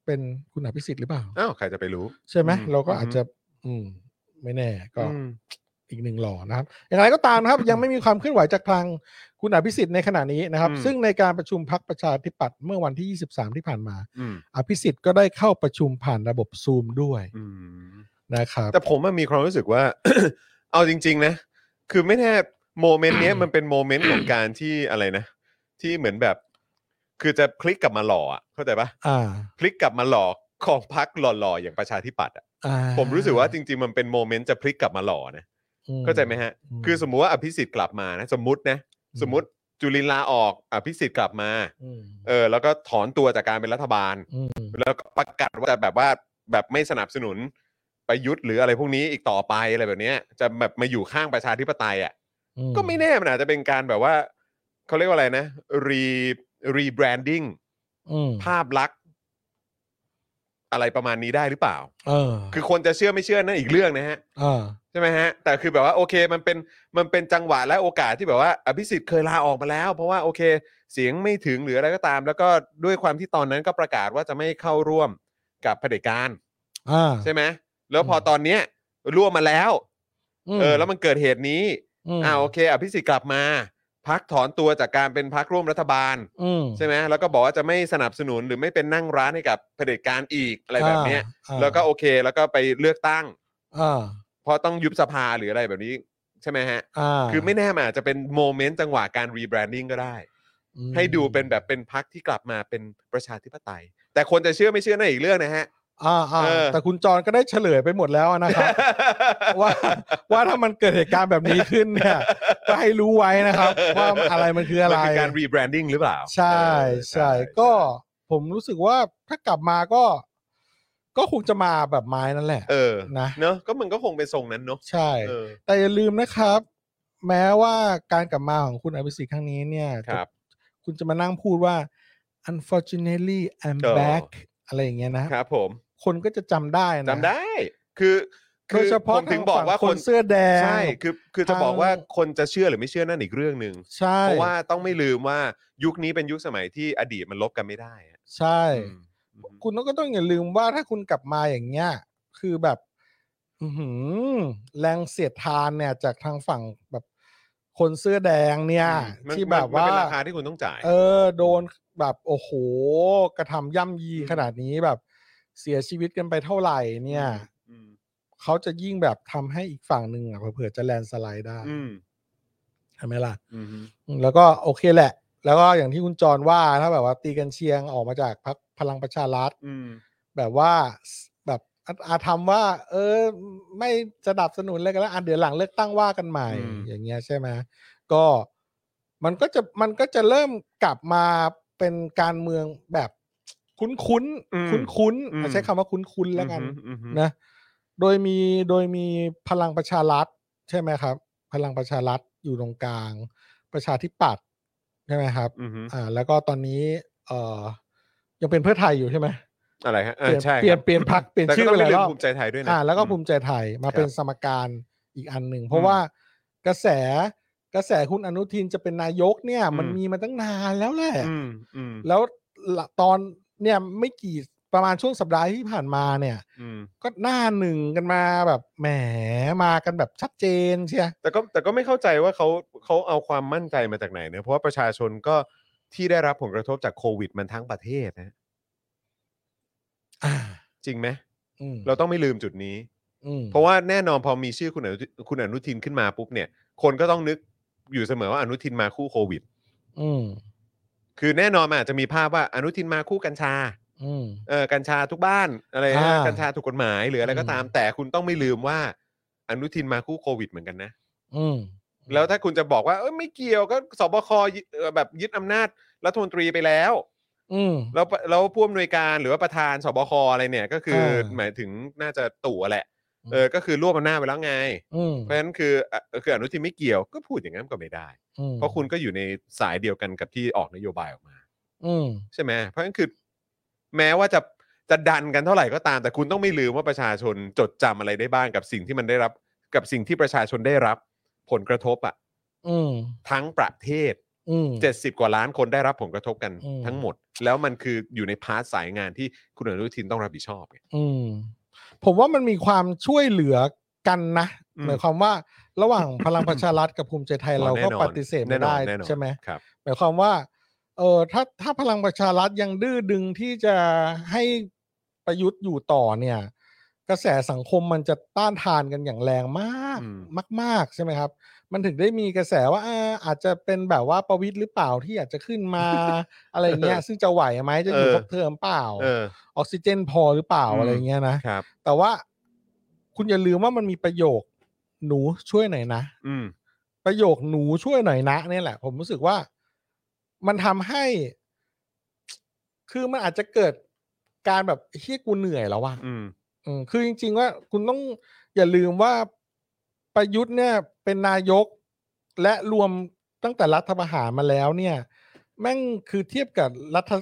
เป็นคุณอภิสิทธิ์หรือเปล่า
อ้าว ใครจะไปรู้
ใช่ไหม
อืม
เราก็
อืม
อาจจะ อืม ไม่แน่ก็
อืม
อีกหนึ่งหล่อนะครับอย่างไรก็ตาม นะครับ ยังไม่มีความเคลื่อนไหวจากทางคุณอภิสิทธิ์ในขณะนี้นะครับ
อืม
ซึ่งในการประชุมพักประชาธิปัตย์เมื่อวันที่ 23 ที่ผ่านมา
อืม
อภิสิทธิ์ก็ได้เข้าประชุมผ่านระบบซูมด้วย
อืม
นะครับ
แต่ผมมันมีความรู้สึกว่า เอาจริง ๆ นะ คือไม่แน่โมเมนต์เนี้ยมันเป็นโมเมนต์ของการที่อะไรนะ ที่เหมือนแบบ คือจะพลิกกลับมาหล่ออะเข้าใจปะ
อ่า
พลิกกลับมาหล่อของพักหล่อๆอย่างประชาธิปัตย์อะ
อ่า
ผมรู้สึกว่าจริง ๆ มันเป็นโมเมนต์จะพลิกกลับมาหล่อนะ
อื
เข้าใจไหมฮะ
อืม
คือสมมุติว่าอภิสิทธิ์กลับมานะ สมมตินะ สมมติจุลินลาออกอภิสิทธิ์กลับมา
อืม
เออแล้วก็ถอนตัวจากการเป็นรัฐบาล
อืม
แล้วก็ประกาศว่าจะแบบว่าแบบไม่สนับสนุนประยุทธ์หรืออะไรพวกนี้อีกต่อไปอะไรแบบเนี้ยจะแบบมาอยู่ข้างประชาธิปไตยอ่ะ
อื
ก็ไม่แน่มันอาจจะเป็นการแบบว่าเขาเรียกว่าอะไรนะรีรีแบรนดิ้ง
อืม
ภาพลักษณ์อะไรประมาณนี้ได้หรือเปล่า
เออ
คือคนจะเชื่อไม่เชื่อนั่นอีกเรื่องนะฮะ
เออ
ใช่ไหมฮะ แต่คือแบบว่าโอเคมันเป็นมันเป็นจังหวะและโอกาสที่แบบว่า อภิสิทธิ์เคยลาออกมาแล้ว เพราะว่าโอเค เสียงไม่ถึงหรืออะไรก็ตาม แล้วก็ด้วยความที่ตอนนั้นก็ประกาศว่าจะไม่เข้าร่วมกับเผด็จการ
อ่า
ใช่ไหมแล้วพออ
ม
ตอนเนี้ยร่วมมาแล้ว
ม
เออแล้วมันเกิดเหตุนี้
ม
อ่าโอเค อภิสิทธิ์กลับมา พักถอนตัวจากการเป็นพักร่วมรัฐบาล
อืม
ใช่ไหมแล้วก็บอกว่าจะไม่สนับสนุนหรือไม่เป็นนั่งร้านให้กับเผด็จการอีกอะไรแบบเนี้ย
อ่า
แล้วก็โอเค แล้วก็ไปเลือกตั้ง
อ่า
เพราะต้องยุบสภาหรืออะไรแบบนี้ใช่ไหมฮะ
อ่า
คือไม่แน่มันอาจจะเป็นโมเมนต์จังหวะการรีแบรนดิ้งก็ได้
อืม
ให้ดูเป็นแบบเป็นพักที่กลับมาเป็นประชาธิปไตย แต่คนจะเชื่อไม่เชื่อนั่นอีกเรื่องนะฮะ
อ่าอ่า
เออ
แต่คุณจรก็ได้เฉลยไปหมดแล้วนะครับ ว่า ว่าถ้ามันเกิดเหตุการณ์แบบนี้ขึ้นเนี่ย ก็ให้รู้ไว้ นะครับ ว่าอะไรมันคืออะไร
มันคือการรีแบรนดิ้งหรือเปล่า
ใช่
เออ
ใช่ก็ผมรู้สึกว่าถ้ากลับมาก็ ก็คงจะมาแบบไม้นั่นแหละ
เออ
นะ
เนอะก็มันก็คงเป็นทรงนั้นเนอะ
ใช่
เออ
แต่อย่าลืมนะครับ แม้ว่าการกลับมาของคุณอภิสิทธิ์ครั้งนี้เนี่ย
ครับ
จะคุณจะมานั่งพูดว่า unfortunately I'm
เออ
back อะไรอย่างเงี้ยนะ
ครับผม
คนก็จะจำได้นะ
จำได้ คือ
โดยเฉพาะ
ผมถึงบอกว่า
ทฝั่คนเสื้อแดง
ใช่คือคือจะ
ทาง
บอกว่าคนจะเชื่อหรือไม่เชื่อนั่นอีกเรื่องหนึ่ง
ใช่
เพราะว่าต้องไม่ลืมว่ายุคนี้เป็นยุคสมัยที่อดีตมันลบกันไม่ได้อะ
ใช่
อืม
คุณก็ต้องอย่าลืมว่าถ้าคุณกลับมาอย่างเงี้ยคือแบบ อื้อหือแรงเสียดทานเนี่ย จากทางฝั่งแบบคนเสื้อแดงเนี่ย
อืมมัน
ที่แบบ
มัน
ว่า
เป็นราคาที่คุณต้องจ่าย
เออ โดนแบบโอ้โห กระทำย่ำยีขนาดนี้แบบ เสียชีวิตกันไปเท่าไหร่เนี่ย
อืม
เขาจะยิ่งแบบทำให้อีกฝั่งหนึ่งอ่ะเผื่อๆจะแลนด์สไลด์ได้
อืม
ใช่ไหมล่ะ
อืม
อืมแล้วก็โอเคแหละ แล้วก็อย่างที่คุณจรว่าถ้าแบบว่าตีกันเชียงออกมาจากพรรคพลังประชารัฐ
อืม
แบบว่าสแบบอาอาทำว่า เออ ไม่สนับสนุนเลยกันแล้วอันเดี๋ยวหลังเลือกตั้งว่ากันใหม่
อืม
อย่างเงี้ยใช่ไหมก็มันก็จะมันก็จะเริ่มกลับมาเป็นการเมืองแบบคุ้นคุ้น
อืม
คุ้นคุ้นๆ
อืม
ใช้คำว่าคุ้นคุ้นๆแล้วกัน
อืมอืม
นะ โดยมีโดยมีพลังประชารัฐใช่ไหมครับ พลังประชารัฐอยู่ตรงกลาง ประชาธิปัตย์ใช่ไหมครับ
อืม
อ่า แล้วก็ตอนนี้เอ่อยังเป็นเพื่อไทยอยู่ใช่ไหม
อะไรฮะ
เป
เออ
ลี่ยน
ใช่
เปลี่ยน
ครับ
เปลี่ยนพักเปลี่ยน
แต่ก็
ชื่อ
ต้
ไป
ง
หลาย
ลื
ร
ม
อบ
ภูมิใจไทยด้วยนะ
อ่า แล้วก็ภูมิใจไทยมา
ครับ
เป็นสมการอีกอันหนึ่งเพราะ
อืม
ว่ากระแสกระแสคุณอนุทินจะเป็นนายกเนี่ย มัน
อืม
มีมาตั้งนานแล้วแหละ
อืมอืม
แล้วละตอนเนี่ยไม่กี่ประมาณช่วงสัปดาห์ที่ผ่านมาเนี่ย
อืม
ก็หน้าหนึ่งกันมาแบบแหมมากันแบบชัดเจนเชีย
แต่ก็แต่ก็ไม่เข้าใจว่าเขาเขาเอาความมั่นใจมาจากไหนเนอะเพราะว่าประชาชนก็ที่ได้รับผลกระทบจากโควิดมันทั้งประเทศนะ
อ่า
จริงไหม
อืม
เราต้องไม่ลืมจุดนี้
อืม
เพราะว่าแน่นอนพอมีชื่อคุณอนุทินคุณอนุทินขึ้นมาปุ๊บเนี่ย คนก็ต้องนึกอยู่เสมอว่าอนุทินมาคู่โควิด
อืม
คือแน่นอนมันอาจจะมีภาพว่าอนุทินมาคู่กัญชา
อืม
เออกัญชาทุกบ้านอะไรนะ
อ่า
กัญชาถูกกฎหมายหรืออะไรก็ตาม
อืม
แต่คุณต้องไม่ลืมว่าอนุทินมาคู่โควิดเหมือนกันนะ
อืม
แล้วถ้าคุณจะบอกว่าเอ้ยไม่เกี่ยวก็สบคยึดเอ่อแบบยึดอำนาจรัฐมนตรีไปแล้ว
อืม
แล้วแล้วผู้อำนวยการหรือว่าประธานสบคอะไรเนี่ย ก็คือ
เออ
หมายถึงน่าจะตู่แหละ เออก็คือรวบอำนาจไปแล้วไง
อืม
เพราะฉะนั้นคืออ่ะคืออนุทินไม่เกี่ยวก็พูดอย่างนั้นก็ไม่ได้
อืม
เพราะคุณก็อยู่ในสายเดียวกันกับที่ออกนโยบายออกมา
อืม
ใช่ไหมเพราะฉะนั้นคือ แม้ว่าจะจะดันกันเท่าไหร่ก็ตาม แต่คุณต้องไม่ลืมว่าประชาชนจดจำอะไรได้บ้างกับสิ่งที่มันได้รับ กับสิ่งที่ประชาชนได้รับ ผลกระทบอะ
อืม
ทั้งประเทศ
อืม
70 กว่าล้านคนได้รับผลกระทบกัน
อืม
ทั้งหมด แล้วมันคืออยู่ในพาร์ทสายงานที่คุณอนุทินต้องรับผิดชอบไง
อืมผมว่ามันมีความช่วยเหลือกันนะ
อืม
หมายความว่าระหว่างพลังประชารัฐกับภูมิใจไทยเราก็
แน่นอน
ปฏิเสธไม่
แน่นอ
ได้
นแน่นอน
ใช่ไหม
ครับ
หมายความว่า เออถ้าถ้าพลังประชารัฐยังดื้อดึงที่จะให้ประยุทธ์อยู่ต่อเนี่ย กระแสสังคมมันจะต้านทานกันอย่างแรงมาก
อืม
มาก ๆ ใช่ไหมครับ มันถึงได้มีกระแสว่าอาอาจจะเป็นแบบว่าประวิทย์หรือเปล่าที่อาจจะขึ้นมา อะไรเงี้ย ซึ่งจะไหวไหมจะอยู่ครบเทอมเปล่า
เออ
ออกซิเจนพอหรือเปล่า
อืม
อะไรเงี้ยนะ
ครับ
แต่ว่าคุณอย่าลืมว่ามันมีประโยคหนูช่วยหน่อยนะ
อืม
ประโยคหนูช่วยหน่อยนะเนี่ยแหละ ผมรู้สึกว่ามันทำให้ คือมันอาจจะเกิดการแบบเฮียกูเหนื่อยแล้วว่ะ
อืม
อืมคือจริง ๆ ว่าคุณต้องอย่าลืมว่าประยุทธ์เนี่ย เป็นนายก และรวมตั้งแต่รัฐประหารมาแล้วเนี่ย แม่งคือเทียบกับรัฐ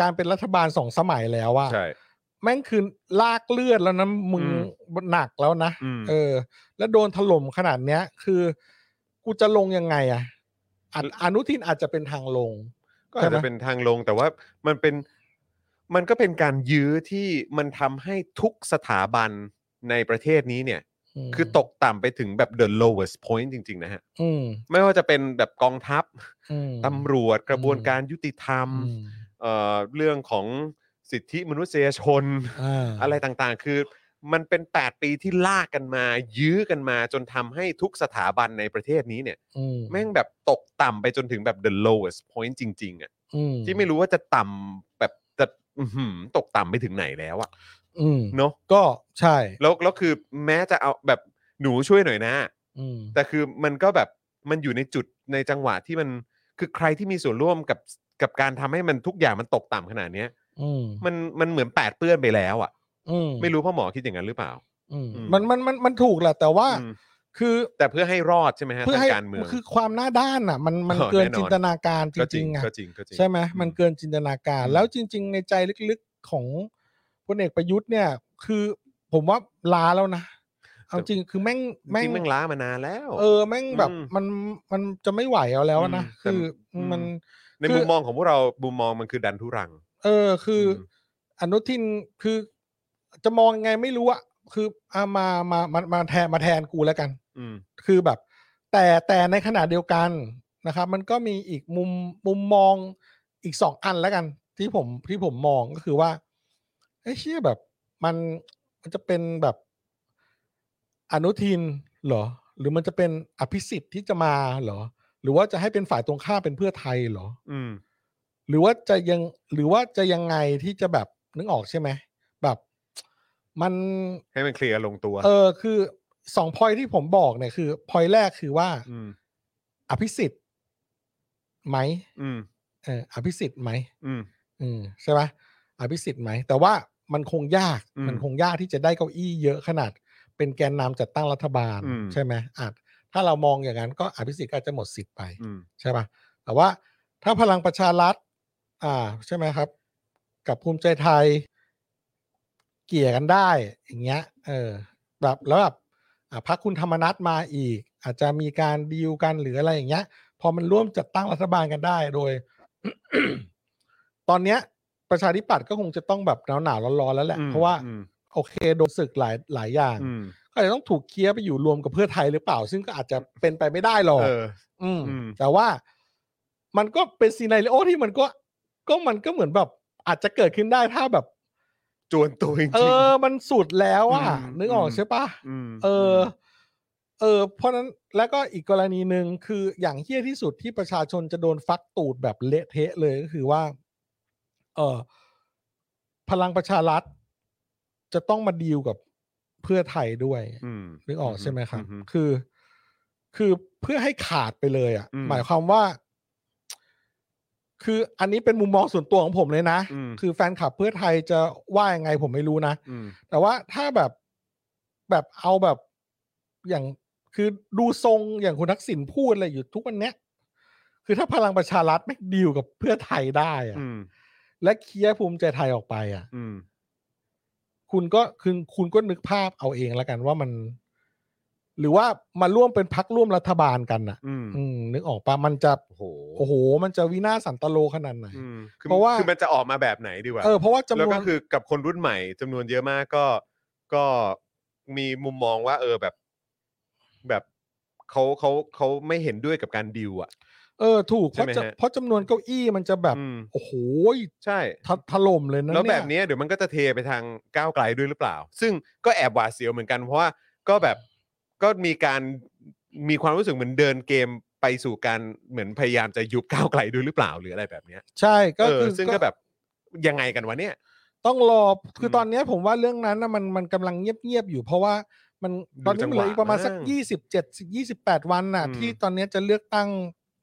การเป็นรัฐบาลสองสมัยแล้วว่า
ใช่
แม่งคือลากเลือดแล้วนะมึง
อื
หนักแล้วนะ
อืม
เออ แล้วโดนถล่มขนาดเนี้ย คือกูจะลงยังไงอะอ่ะอนุทินอาจจะเป็นทางลง
ก็อาจ
ใช่
จะ
ไหม
เป็นทางลงแต่ว่ามันเป็นมันก็เป็นการยื้อที่มันทำให้ทุกสถาบันในประเทศนี้เนี่ย
ม
คือตกต่ำไปถึงแบบ the lowest point จริง ๆ นะฮะ
อืม
ไม่ว่าจะเป็นแบบกองทัพ
อืม
ตำรวจกระบวน
อืม
การยุติธรรม
อืม
เอ่อเรื่องของสิทธิมนุษยชน
อ่า
อะไรต่างๆ คือมันเป็น 8 ปีที่ลากกันมา ยื้อกันมาจนทำให้ทุกสถาบันในประเทศนี้เนี่ย
อืม
แม่งแบบตกต่ำไปจนถึงแบบ the lowest point จริง ๆอะ
อืม
ที่ไม่รู้ว่าจะต่ำแบบจะอื้อหือตกต่ำไปถึงไหนแล้วอะ
อืม
เนาะ
ก็ใช่
แล้วแล้วคือแม้จะเอาแบบหนูช่วยหน่อยนะ
อืม
แต่คือมันก็แบบมันอยู่ในจุดในจังหวะที่มันคือใครที่มีส่วนร่วมกับกับการทำให้มันทุกอย่างมันตกต่ำขนาดเนี้ย
อืม
มันมันเหมือนแปดเปื้อนไปแล้วอะ
อืม
ไม่รู้พ่อหมอคิดอย่างนั้นหรือเปล่า
อืม
อืม
มันมันมันมันถูกแหละแต่ว่า
อืม
คือ
แต่เพื่อให้รอดใช่ไหมฮะ
เพื่อ
ทา
ให้
งการเมือง
คือความหน้าด้านอ่ะ มันมัน
เออ
เกิน
แน่นอน
จินตนาการจ
ก็จริ
ริ
ง
งๆอะ
ก็จริงก็จริง
ใช่ไหมมันเกินจินตนาการ
อืม
แล้วจริง ๆ ในใจลึกๆของพลเอกประยุทธ์เนี่ย คือผมว่าล้าแล้วนะเอาจริงคือแม่ง
แม่
แม่
ง
ง
แม่งล้ามานานแล้ว
เออแม่งแบบ
อืม
มันมันจะไม่ไหวเอาแล้วนะ
อืมแต่
คือ
อืม
มัน
ใน
คือ
มุมมองของพวกเรามุมมองมันคือดันทุรัง
เออคืออ
ม
อนุทินคือจะมองยังไงไม่รู้อะคืออามามามามาแทนมาแทนกูแล้วกัน
อืม
คือแบบ แต่แต่ในขณะเดียวกันนะครับ มันก็มีอีกมุมมุมมองอีกสองอันแล้วกัน ที่ผมที่ผมมองก็คือว่าไอ้ยเชี่ยแบบ มันมันจะเป็นแบบ อนุทินเหรอ หรือมันจะเป็นอภิสิทธิ์ที่จะมาเหรอ หรือว่าจะให้เป็นฝ่ายตรงข้ามเป็นเพื่อไทยเหรอ
อืม
หรือว่าจะยังหรือว่าจะยังไงที่จะแบบนึกออกใช่ไหมแบบมัน
ให้มันเคลียร์ลงตัว
เออคือสองพอยที่ผมบอกเนี่ยคือพอยแรกคือว่า
อืม
อภิสิทธิ์ไหม
อืม
เอออภิสิทธิ์ไหม
อืม
อืมใช่ไหมอภิสิทธิ์ไหม แต่ว่ามันคงยาก
อืม
มันคงยากที่จะได้เก้าอี้เยอะขนาด เป็นแกนนำจัดตั้งรัฐบาล
อืม
ใช่ไหมอาจถ้าเรามองอย่างนั้น ก็อภิสิทธิ์ก็อาจจะหมดสิทธิ์ไป
อืม
ใช่ปะ่ะ แต่ว่าถ้าพลังประชารัฐ อ่า ใช่ไหมครับ กับภูมิใจไทย เกลี่ยกันได้ อย่างเงี้ย เออ แบบแล้วแบบอ่ะพักคุณธรรมนัฐมาอีก อาจจะมีการดีลกันหรืออะไรอย่างเงี้ย พอมันร่วมจัดตั้งรัฐบาลกันได้โดย ตอนเนี้ย ประชาธิปัตย์ก็คงจะต้องแบบหนาวหนาวๆร้อนๆแล้วแหละ
อืม
เพราะว่า
อืม
โอเคโดนศึกหลายหลายอย่าง
อืม
ก็อาจจะต้องถูกเคลียร์ไปอยู่รวมกับเพื่อไทยหรือเปล่า ซึ่งก็อาจจะเป็นไปไม่ได้หรอก
เออ
อืม
อืม
แต่ว่ามันก็เป็นซีนาริโอที่มันก็ก็มันก็เหมือนแบบ อาจจะเกิดขึ้นได้ถ้าแบบ
จวนตัวจริงๆ
เออ มันสุดแล้วอ่ะ
อืม
นึกออก
อืม
ใช่ปะ
ม
เออ เออ เพราะนั้นแล้วก็อีกกรณีหนึ่งคืออย่างเฮี้ยที่สุดที่ประชาชนจะโดนฟักตูดแบบเละเทะเลยก็คือว่า เออพลังประชารัฐ จะต้องมาดีลกับเพื่อไทยด้วย
อืม
นึกออกใช่ไหมครับ
อืม
คือ คือเพื่อให้ขาดไปเลยอ่ะ
อืม
หมายความว่า คืออันนี้เป็นมุมมองส่วนตัวของผมเลยนะ
อืม
คือแฟนคลับเพื่อไทยจะว่ายังไงผมไม่รู้นะ
อืม
แต่ว่าถ้าแบบแบบเอาแบบอย่างคือดูทรงอย่างคุณทักษิณพูดอะไรอยู่ทุกวันเนี้ย คือถ้าพลังประชารัฐไม่งดีลกับเพื่อไทยได้อะ
อืม
และเคลียร์ภูมิใจไทยออกไปอ่ะ
อืม
คุณก็คือคุณก็นึกภาพเอาเองแล้วกันว่ามัน หรือว่ามาร่วมเป็นพักร่วมรัฐบาลกันน่ะ
อืม
อืม นึกออกปะมันจะ
โอ้โห
โอ้โห มันจะวินาศสันตโลขนาดไหน
อืมคือ
เพราะว่า
คือมันจะออกมาแบบไหนดีกว่า
เออเพราะว่าจำ
แล้ว
นว
ก็
น
คือกับคนรุ่นใหม่จำนวนเยอะมากก็ก็มีมุมมองว่า เออแบบ แบบเขาเขาเขาไม่เห็นด้วยกับการดิวอ่ะ
เออถูก
ใช่
เพราะ
ไหม
จะ
ฮะ
เพราะจำนวนเก้าอี้มันจะแบบ
อืม
โอ้โห
ใช่
ถถล่มเลยนะ
แล้ว
เนี่ย
แบบเนี้ยเดี๋ยวมันก็จะเทไปทางก้าวไกลด้วยหรือเปล่า ซึ่งก็แอบหวาดเสียวเหมือนกันเพราะว่าก็แบบก็มีการมีความรู้สึกเหมือนเดินเกมไปสู่การเหมือนพยายามจะยุบก้าวไกลด้วยหรือเปล่าหรืออะไรแบบเนี้ย
ใช่ก็
เออ
คือ
ซึ่งก็แบบยังไงกันวะเนี่ย
ต้องรอคืออ
ม
ตอนเนี้ยผมว่าเรื่องนั้นนะมันมันกำลังเงียบๆอยู่ เพราะว่ามันตอนนี้มันเหลืออีกประมาณสัก
ดูจังหวะ
ยี่สิบเจ็ดยี่สิบแปดวันน่ะ
อืม
ที่ตอนเนี้ยจะเลือกตั้ง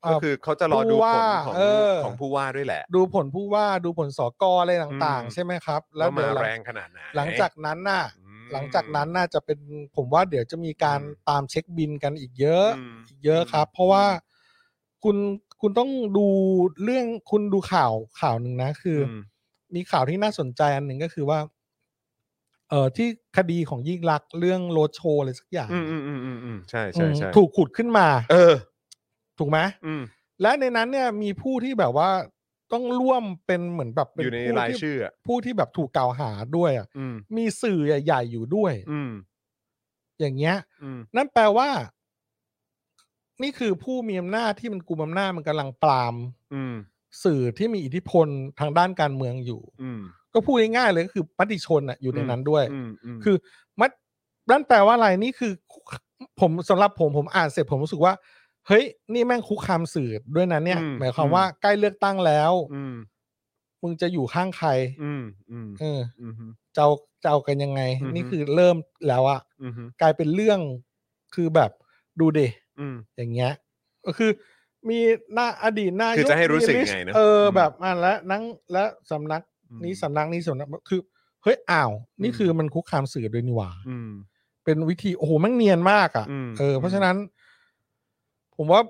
เอ่
ก็
อ
คือเขาจะรอดู
ผู้
ผ
ว่า
ลของ
เออ
ของผู้ว่าด้วยแหละ
ดูผลผู้ว่าดูผลสกอะไรต่าง
อืม
ๆ ใช่ไหมครับ
แล้วมา
เดี๋ยวหลั
แรงขนาดไหน
หลังจากนั้นน่ะ
อืม
หลังจากนั้นน่าจะเป็นผมว่าเดี๋ยวจะมีการ
อืม
ตามเช็คบินกันอีกเยอะ
อืม
อีกเยอะครับ เพราะว่า
อืม
คุณคุณต้องดูเรื่องคุณดูข่าวข่าวหนึ่งนะ คืออ
ม
มีข่าวที่น่าสนใจอันหนึ่งก็คือว่า เอ่อที่คดีของยิ่งรักษณ์เรื่องโรดโชว์อะไรสักอย่าง
อืมอืมอืมอืมอืมใช่ใช่ใช่
อืมถูกขุดขึ้นมา
เออ
ถูกไหม
อืม
และในนั้นเนี่ยมีผู้ที่แบบว่าต้องร่วมเป็นเหมือนแบบเป็
อยู่ใน
ผู้
ราย
ที่
ชื่ออะ
ผู้ที่แบบถูกกล่าวหาด้วยอะ
อืม
มีสื่อใหญ่ๆอยู่ด้วย
อืม
อย่างเงี้ย
อืม
นั่นแปลว่า นี่คือผู้มีอำนาจที่มันกลุ่มอำนาจมันกำลังปราม
อืม
สื่อที่มีอิทธิพลทางด้านการเมืองอยู่
อืม
ก็พูดง่ายๆเลยก็คือมติชนอะอยู่ในนั้นด้วย
อืมม
คือมัดนั่นแปลว่าอะไรนี่คือ ผมสำหรับผมผมอ่านเสร็จผมรู้สึกว่า เฮ้ย นี่แม่งคุกคามสื่อด้วยนะเนี่ย หมายความว่าใกล้เลือกตั้งแล้ว
ม
มึงจะอยู่ข้างใคร
อืมอืม
เออ
อืม
จะเอาจะเอากันยังไง
อือฮึ
นี่คือเริ่มแล้วอะ
อืม
กลายเป็นเรื่องคือแบบดูดิ
อืม
อย่างเงี้ยก็คือ มีหน้าอดีตหน้ายก
คือจะให้รู้สึก
มีลิส
ไงเนอะ
เอออ
ม
แบบอ่านแล้วนังและสำนักนี้สำนักนี้สำนักคือเฮ้ยอ้าว นี่คือมันคุกคามสื่อด้วยนี่หว่า
อืม
เป็นวิธีโอ้โหแมันเนียนมาก
อืม
อะ่ะเออ เพ
อื
ราะ
ม
ฉะนั้น ผมว่า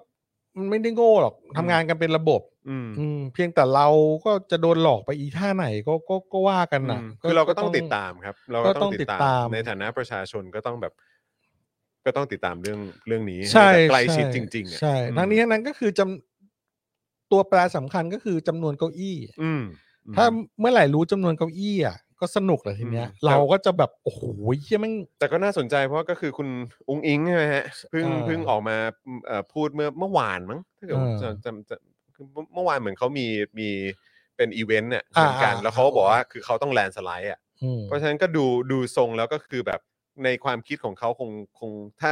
มันไม่ได้โง่หรอกทำงานกันเป็นระบบ
อืม
อืม เพียงแต่เราก็จะโดนหลอกไปอีท่าไหนก็ก็ก็ว่ากันนะ
อืมคือเราก็ต้องติดตามครับ เราก็
ก็
ต้
ต้
อ
อง ง
ติด
ติด
ตา
ตาม ม
ในฐานะประชาชนก็ต้องแบบ ก็ต้องติดตามเรื่องเรื่องนี้
ใช่
ห้แบบใกล้ชิด
ใช่
จริงๆอะ
ใช่
อืม
ทั้งนี้ทั้งนั้นก็คือจำตัวแปรสำคัญก็คือจำนวนเก้าอี้
อืม
ถ้าเมื่อไหร่รู้จำนวนเก้าอี้อ่ะก็สนุกเลยทีเนี้ย
อืม
เราก็จะแบบโอ้โหเหี้ยแม่ง
แต่ก็น่าสนใจเพราะก็คือคุณอุ้งอิงใช่ไหมฮะเพิ่ง
เออ
เพิ่งออกมาเอ่อพูดเมื่อเมื่อวานมั้งถ้าเกิด
เออ
จำจำจำคือเมื่อวานเหมือนเขามีมีเป็นอีเวนต์เนี่ยเหมือนกัน
อ่าอ่า
แล้วเขาบอกว่าคือเขาต้องแลนสไลด์อ่ะ
อืม
เพราะฉะนั้นก็ดูดูทรงแล้วก็คือแบบ ในความคิดของเขาคงคงถ้า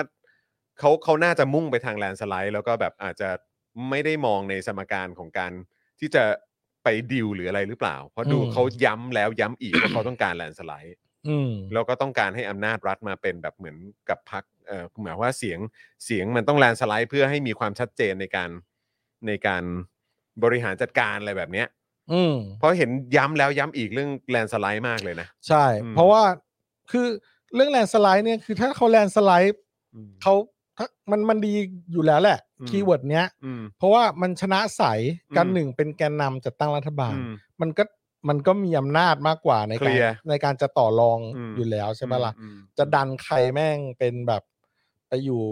เขาเขาน่าจะมุ่งไปทางแลนสไลด์ แล้วก็แบบอาจจะไม่ได้มองในสมการของการที่จะไปดิวหรืออะไรหรือเปล่า เพราะดู
อืม
เขาย้ำแล้วย้ำอีกว่าเขาต้องการแลนสไลด์
อืม
แล้วก็ต้องการให้อำนาจรัฐมาเป็นแบบเหมือนกับพักเอ่อหมายว่าเสียงเสียงมันต้องแลนสไลด์ เพื่อให้มีความชัดเจนในการในการบริหารจัดการอะไรแบบเนี้ย
อืม
เพราะเห็นย้ำแล้วย้ำอีกเรื่องแลนสไลด์มากเลยนะ
ใช่
อืม
เพราะว่าคือเรื่องแลนด์สไลด์เนี่ยคือถ้าเขาแลนด์สไลด์
อืม
เขาถ้ามันมันดีอยู่แล้วแหละ
อืม
คีย์เวิร์ดเนี้ย
อืม
เพราะว่ามันชนะใสการ
อืม
หนึ่งเป็นแกนนำจัดตั้งรัฐบาล
อืม
มันก็มันก็มีอำนาจมากกว่าใน
เคลี
การ
ยร์
ในการจะต่อรอง
อืม
อยู่แล้วใช่ไหมล่ะ
อืม
จะดันใครแม่งเป็นแบบไปอยู่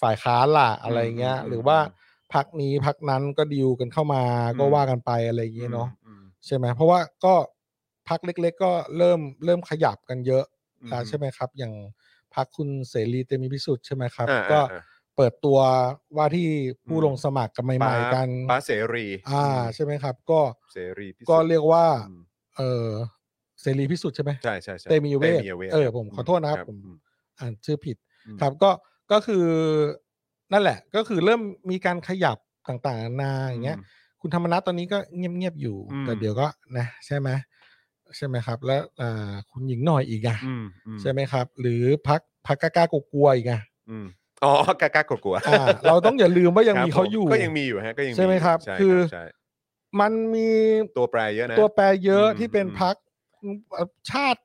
ฝ่ายค้านล่ะอะไรเงี้ย
อืมอืม
หรือว่า
อืม
พักนี้พักนั้นก็ดีลกันเข้ามาก็
อืม
ว่ากันไปอะไรอย่างเงี้ยเนาะ
อืม
ใช่ไหมเพราะว่าก็พักเล็ก ๆ ก็เริ่มเริ่มขยับกันเยอะ
อืม
แล้วใช่ไหมครับ อย่างพักคุณเสรีเตมีพิสุทธิ์ใช่ไหมครับ
อ่า
ก็
อ่า
เปิดตัวว่าที่ผู้
อืม
ลงสมัครกันใหม่ ๆ กัน
ป้าเสรี
อ่าใช่ไหมครับ ก็
เสรีพิสุทธิ์
ก็เรียกว่า
อืม
เออเสรีพิสุทธิ์ใช่ไหม
ใช่ใช่ใช่
เตมีเวท
ต
เออผมขอโทษนะครับผม
อืม
อ่านชื่อผิด
อืม
ครับก็ก็คือนั่นแหละ ก็คือเริ่มมีการขยับต่างๆนานาอย่างเงี้ย
ม
คุณธรรมนัฐตอนนี้ก็เงียบๆอยู่
อืม
แต่เดี๋ยวก็นะใช่ไหมใช่ไหมครับ แล้วอ่าคุณหญิงหน่อยอีกอะ
อืมอืม
ใช่ไหมครับ หรือพักพักกล้าๆกลัวๆอีกอะ
อืมอ๋อกากากลัวๆ
อ่า เราต้องอย่าลืมว่ายัง
ครับ
มีเขา
ผ
อยู่
ก็ยังมีอยู่ฮะก็ยัง
ใช่ไหม
อยู่
ครับ
ใช่
คือ
ใช่
มันมี
ตัวแปรเยอะนะ
ตัวแปรเยอะ
อืม
ที่เป็น
อืม
พักชาติ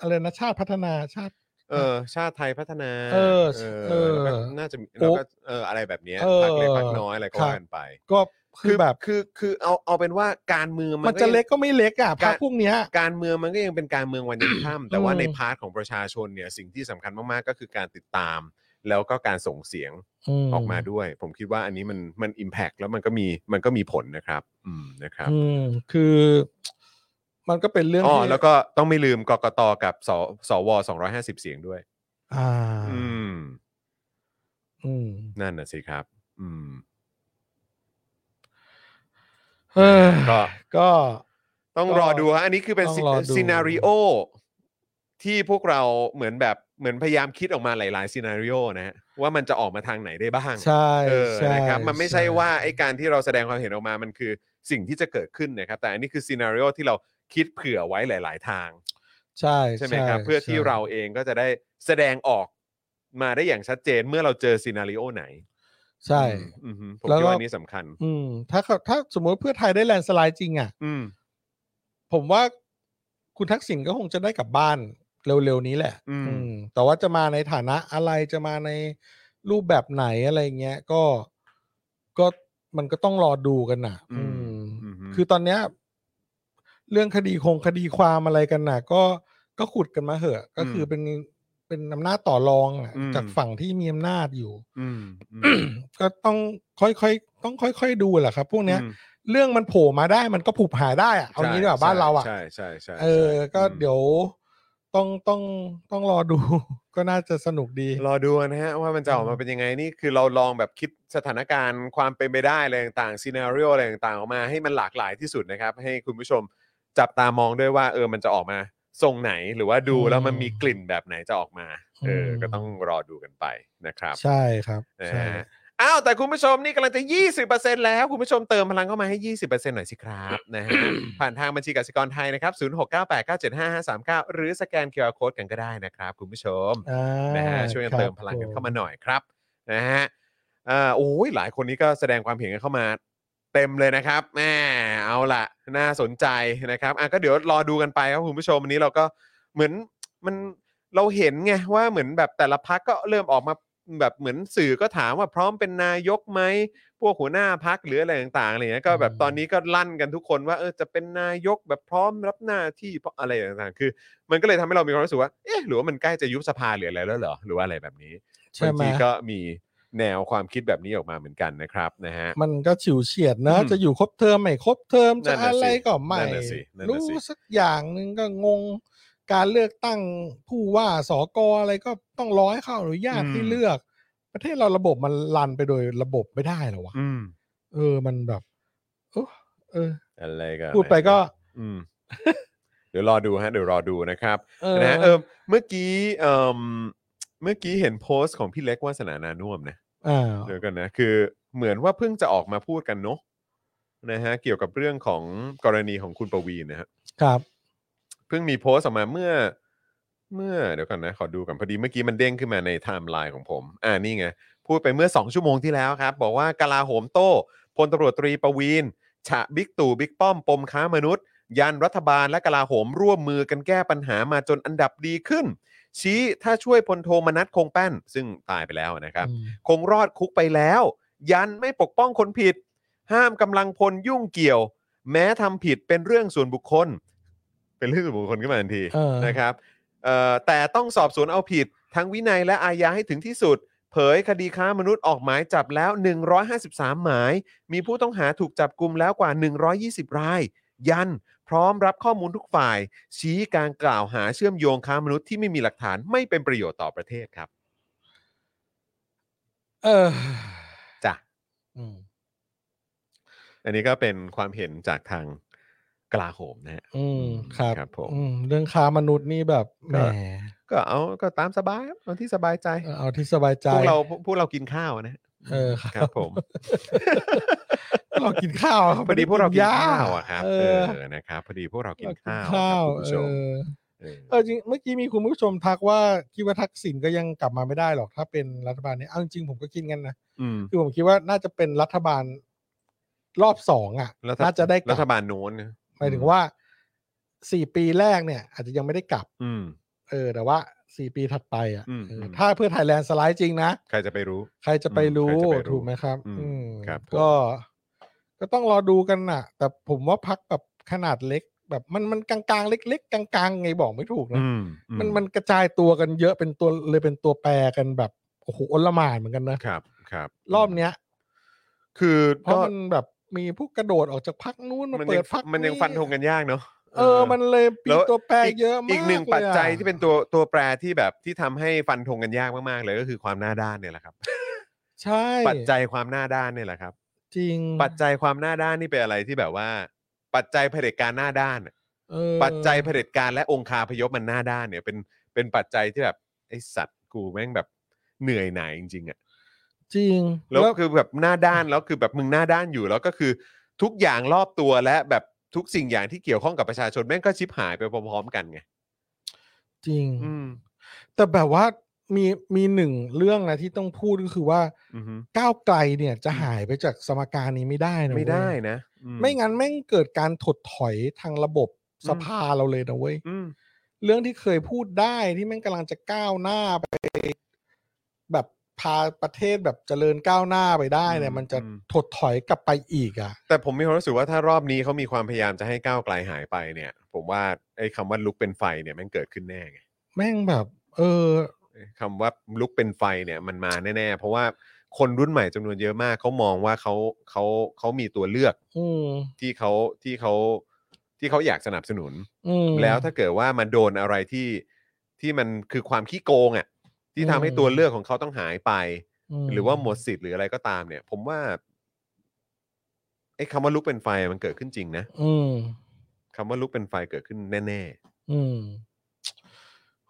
อะไรนะชาติพัฒนาชาติ
เออชาติไทยพัฒนา
เออ
เออ
เอ
แล้วก็
อ
น่าจะมีแล้วก็เอออะไรแบบเนี้ย
เออ
พักเล็กพักน้อยอะไรก็
ครั
ว่า
บ
กันไป
ก็คือแบบ
คือคือเอาเอาเป็นว่าการเมือง
มันจะ
ยัง
เล็กก็ไม่เล็กอ่ะ
กา
พั
ร
กพวกเนี้ย
การเมืองมันก็ยังเป็นการเมืองวันยังค่ำแต่ว่า
อืม
ในพาร์ทของประชาชนเนี่ยสิ่งที่สำคัญมากๆก็คือการติดตาม แล้วก็การส่งเสียงออกมาด้วย ผมคิดว่าอันนี้มันมันอิมแพกแล้วมันก็มีมันก็มีผลนะครับอืมนะครับ
อืมคือ มันก็เป็นเรื่อง
อ๋อ
ที่
แล้วก็ต้องไม่ลืมกกตกับสสวสองร้อยห้าสิบเสียงด้วย
อ่า
อืม
อืม
นั่นน่ะสิครับ อืม
เออ
ก็
ก็
ต้อง
ก็
รอดูฮะอันนี้คือเป็น
ต้องรอดู
ซีนารีโอที่พวกเราเหมือนแบบเหมือนพยายามคิดออกมาหลายๆซีนารีโอนะฮะว่ามันจะออกมาทางไหนได้บ้าง
ใช่
เออ
ใช่
นะครับ มันไม่ใช่ว่าไอการที่เราแสดงความเห็นออกมา มันคือสิ่งที่จะเกิดขึ้นนะครับ แต่อันนี้คือซีนารีโอที่เราคิดเผื่อไว้หลาย ๆ ทาง
ใช่
ใช่ไหมครับ เพื่อที่เราเองก็จะได้แสดงออกมาได้อย่างชัดเจนเมื่อเราเจอซีนารีโอไหน
ใช่
อืมอืมผม
แล้ว
คิด
ก็
ว่าอันนี้สำคัญ
อืม ถ้าเขาถ้าสมมติเพื่อไทยได้แลนด์สไลด์จริงอ่ะ
อืม
ผมว่าคุณทักษิณก็คงจะได้กลับบ้านเร็วๆนี้แหละ
อืม
อืม แต่ว่าจะมาในฐานะอะไรจะมาในรูปแบบไหนอะไรเงี้ยก็ก็มันก็ต้องรอดูกันน่ะ
อืม
อืม
อืม
คือตอนเนี้ยเรื่องคดีคงคดีความอะไรกันน่ะ ก็ก็ขุดกันมาเหอะ ก็คืออ
ม
เป็นเป็นอำนาจต่อรองอะ
อืม
จากฝั่งที่มีอำนาจอยู่
อืมอืม
ก็ต้องค่อยๆต้องค่อยๆดูแหละครับ พวกเนี้ย
อืม
เรื่องมันโผล่มาได้มันก็ผุหายได้อะเอา
ใช่
งี้ดีกว่าบ้านเราอ่ะ
ใช่ใช่ใช่ใช่
เออ ก็เดี๋ยวต้องต้องต้องรอดู ก็น่าจะสนุกดี
รอดูนะฮะว่ามันจะออกมาเป็นยังไงนี่คือเราลองแบบคิดสถานการณ์ความเป็นไปได้อะไรต่างๆซีนารีโออะไรต่างๆออกมาให้มันหลากหลายที่สุดนะครับ ให้คุณผู้ชมจับตามองด้วยว่า เออมันจะออกมาทรงไหนหรือว่าดู
อืม
แล้วมันมีกลิ่นแบบไหนจะออกมา เอออ
ม
ก็ต้องรอดูกันไปนะครับ
ใช่ครับ
นะ
ใช่
ฮะอ้าวแต่คุณผู้ชมนี่กำลังจะ 20%แล้ว คุณผู้ชมเติมพลังเข้ามาให้ 20%หน่อยสิ ครับนะฮะ ผ่านทางบัญชีกสิกรไทยนะครับ0698975539 หรือสแกน QR Code กันก็ได้นะครับคุณผู้ชม
อ่า
นะฮะช่วยกันเติม
ครับ
พลังกั
ผ
นเข้ามาหน่อยครับนะฮะเอ่อโอ้ยหลายคนนี้ก็แสดงความเห็นกันเข้ามาเต็มเลยนะครับแหมเอาละน่าสนใจนะครับอ่ะก็เดี๋ยวรอดูกันไปครับคุณผู้ชมวันนี้เราก็เหมือนมันเราเห็นไงว่าเหมือนแบบแต่ละพักก็เริ่มออกมาแบบเหมือนสื่อก็ถามว่าพร้อมเป็นนายกไหมพวกหัวหน้าพักหรืออะไรต่างๆอะไรอย่างเงี้ยก็แบบ
อืม
ตอนนี้ก็ลั่นกันทุกคนว่าเออจะเป็นนายกแบบพร้อมรับหน้าที่เพราะอะไรต่างๆคือ มันก็เลยทำให้เรามีความรู้สึกว่า เอ๊ะ หรือว่ามันใกล้จะยุบสภาหรืออะไรแล้วเหรอ หรือว่าอะไรแบบนี้
ใช่
บาง
ไหม
ทีก็มีแนวความคิดแบบนี้ออกมาเหมือนกันนะครับนะฮะ
มันก็ฉิวเฉียดนะ
อืม
จะอยู่ครบเทอมไม่ครบเทอม
นั่
จะ
นน่ะ
อะไร
สิ
ก็ไม่
นั่นน่ะสินั่นน่ะ
รู้
สิ
สักอย่างหนึ่งก็งง การเลือกตั้งผู้ว่าสอกออะไรก็ต้องร้อยเข้าอนุญาตให้เลือก ประเทศเราระบบมันลันไปโดยระบบไม่ได้หรอวะ
อืม
เออมันแบบโอ้เออ
อะไรกัน
พูดไปก็
อืม เดี๋ยวรอดูฮะ เดี๋ยวรอดูนะครับ
เอ
นะฮะเออ เมื่อกี้เอิ่มเมื่อกี้เห็นโพสต์ของพี่เล็กวาสนานานุ่วมนะ
อ่า
เดี๋ยวกันนะคือเหมือนว่าเพิ่งจะออกมาพูดกันเนาะนะฮะเกี่ยวกับเรื่องของกรณีของคุณประวีณนะฮะ
ครับ
เพิ่งมีโพสต์ออกมาเมื่อ เมื่อเดี๋ยวกันนะ ขอดูกันพอดีเมื่อกี้มันเด้งขึ้นมาในไทม์ไลน์ของผม อ่านี่ไง พูดไปเมื่อ 2 ชั่วโมงที่แล้วครับ บอกว่ากลาโหมโต้พลตำรวจตรีประวีณฉะบิ๊กตู่บิ๊กป้อมปมค้ามนุษย์ ยันรัฐบาลและกลาโหมร่วมมือกันแก้ปัญหามาจนอันดับดีขึ้น ชี้ถ้าช่วยพลโทมนัสคงแป้น ซึ่งตายไปแล้วนะครับ
อืม
คงรอดคุกไปแล้ว ยันไม่ปกป้องคนผิด ห้ามกำลังพลยุ่งเกี่ยว แม้ทำผิดเป็นเรื่องส่วนบุคคล เป็นเรื่องส่วนบุคคลขึ้นมาทันที
เออ
นะครับเอ่อแต่ต้องสอบสวนเอาผิด ทั้งวินัยและอาญาให้ถึงที่สุด เผยคดีค้ามนุษย์ออกหมายจับแล้ว 153 หมาย มีผู้ต้องหาถูกจับกลุ่มแล้วกว่า 120 ราย ยันพร้อมรับข้อมูลทุกฝ่าย ชี้การกล่าวหาเชื่อมโยงค้ามนุษย์ที่ไม่มีหลักฐานไม่เป็นประโยชน์ต่อประเทศครับ
เออ
จ้ะ
อืม
อันนี้ก็เป็นความเห็นจากทางกลาโหมนะฮะ
อืมครับ
ครับผม
อืมเรื่องค้ามนุษย์นี่แบบแหม
ก็ ก็เอาก็ตามสบายครับเอาที่สบายใจ
เออเอาที่สบายใจ
พวกเราพวกเรากินข้าวนะฮะ
เออครับ
ครับผม
พวกเรากินข้าวครับ
พอดีพวกเรากิน
ไม่ได้
ข้าวอะครับ
เอ
เอ
อ
อนะครับพอดีพวกเรากิน
เรากิน
ข้าว
ข้าว
ครับคุณ
เอ
ผู้ชม
อ
เออ
เออจริงเมื่อกี้มีคุณผู้ชมทักว่าคิดว่าทักษิณก็ยังกลับมาไม่ได้หรอกถ้าเป็นรัฐบาลนี้เอาจริงๆผมก็คิดงั้นนะ
อืม
คือผมคิดว่าน่าจะเป็นรัฐบาลรอบสองอ่ะ
รัฐ
น่าจะได้ก
รั
ลับบ
ฐาลโน้นนะ
หมายถึงว่าสี่ปีแรกเนี่ย อาจจะยังไม่ได้กลับ
อืม
เออ แต่ว่าสี่ปีถัดไปอ่ะ
อืม
เอออ
ม
ถ้าเพื่อไทยแลนด์สไลด์จริงนะ
ใครจะไปรู้
ใครจะไปรู้
อืมใครจะไปรู้
ถูกไหมครับ
อืม
อืม
ครับผม
ก็ ก็ต้องรอดูกันน่ะ แต่ผมว่าพักแบบขนาดเล็ก แบบมันมันกลางๆเล็ก ๆ กลางๆไงบอกไม่ถูกนะ
อืมอื
มันมันกระจายตัวกันเยอะเป็นตัวเลยเป็นตัวแปรกันแบบโอ้โหอลหม่านเหมือนกันนะครับ
ครับ
รอบเนี้ย
คือ
เพราะ
ก็
มันแบบมีผู้กระโดดออกจากพักนู้นมา
มัน
เปิ
ยั
ดพัก
มันยังฟันธงกันยากเนาะ
เออ มันเลยปี
แล้ว
ตัวแปรเยอะมาก
อีกหนึ่งปัจจัย
ลอะ
ที่เป็นตัวตัวแปรที่แบบที่ทำให้ฟันธงกันยากมากๆเลยก็คือความหน้าด้านเนี่ยแหละครับ
ใช่
ปัจจัยความหน้าด้านเนี่ยแหละครับ
จริง
ปัจจัยความหน้าด้านนี่เป็นอะไรที่แบบว่า ปัจจัยเผด็จการหน้าด้านอะ
เออ
ปัจจัยเผด็จการและองคาพยพมันหน้าด้านเนี่ยเป็นเป็นปัจจัยที่แบบไอสัตว์กูแม่งแบบเหนื่อยหน่ายจริงๆอะ
จริง
แล้วคือแบบหน้าด้านแล้วคือแบบมึงหน้าด้านอยู่แล้วก็คือทุกอย่างรอบตัวและแบบทุกสิ่งอย่างที่เกี่ยวข้องกับประชาชนแม่งก็ชิบหายไปพร้อมๆกันไง
จริง
อืม
แต่แบบว่ามีมีหนึ่งเรื่องนะที่ต้องพูดก็คือว่า
อือฮึ
ก้าวไกลเนี่ยจะหายไปจากสมการนี้ไม่ได้นะเว้ย
ไม่ได้นะอื
ไม่งั้นแม่งเกิดการถดถอยทางระบบสภาเราเลยนะเว้ย
อืม
เรื่องที่เคยพูดได้ที่แม่งกำลังจะก้าวหน้าไป แบบพาประเทศแบบเจริญก้าวหน้าไปได้เนี่ย
อืม
มันจะ
อืม
ถดถอยกลับไปอีกอ่ะ
แต่ผมมีความรู้สึกว่าถ้ารอบนี้เขามีความพยายามจะให้ก้าวไกลหายไปเนี่ย ผมว่าไอ้คำว่าลุกเป็นไฟเนี่ยแม่งเกิดขึ้นแน่ไง
แม่งแบบ เออ
คำว่าลุกเป็นไฟเนี่ยมันมาแน่ๆ เพราะว่าคนรุ่นใหม่จำนวนเยอะมากเขามองว่าเขาเขาเขามีตัวเลือก
อืม
ที่เขาที่เขาที่เขาอยากสนับสนุน
อืม
แล้วถ้าเกิดว่ามันโดนอะไรที่ที่มันคือความขี้โกงอะ่ะที่ทำให้
อืม
ตัวเลือกของเขาต้องหายไป
ม
หรือว่าหมดสิทธิ์หรืออะไรก็ตามเนี่ย ผมว่าไอ้คำว่าลุกเป็นไฟมันเกิดขึ้นจริงนะ
อืม
คำว่าลุกเป็นไฟเกิดขึ้นแน่
อืม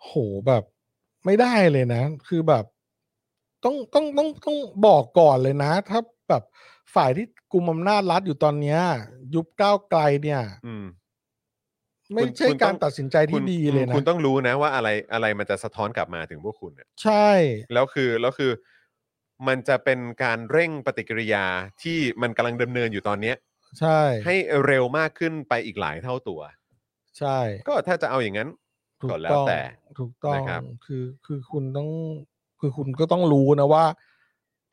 โหแบบไม่ได้เลยนะ คือแบบ ต้องต้องต้องต้องบอกก่อนเลยนะ ถ้าแบบฝ่ายที่กลุ่มอำนาจรัฐอยู่ตอนเนี้ย ยุบก้าวไกลเนี่ย
ๆ อืม
ไม่ใช่
คุณต้อง
การตัดสินใจที่
คุณ
ดีเลยนะ
คุณต้องรู้นะว่าอะไรอะไรมันจะสะท้อนกลับมาถึงพวกคุณอะ
ใช่
แล้วคือแล้วคือมันจะเป็นการเร่งปฏิกิริยาที่มันกำลังดำเนินอยู่ตอนเนี้ย
ใช่
ให้เร็วมากขึ้นไปอีกหลายเท่าตัว
ใช่
ก็ถ้าจะเอาอย่างนั้น
ถู
ก็
ก
แล้ว
ต้อง
แต่
ถูกต้อง
นะครับ
คือคือคุณต้อง คือคุณก็ต้องรู้นะว่า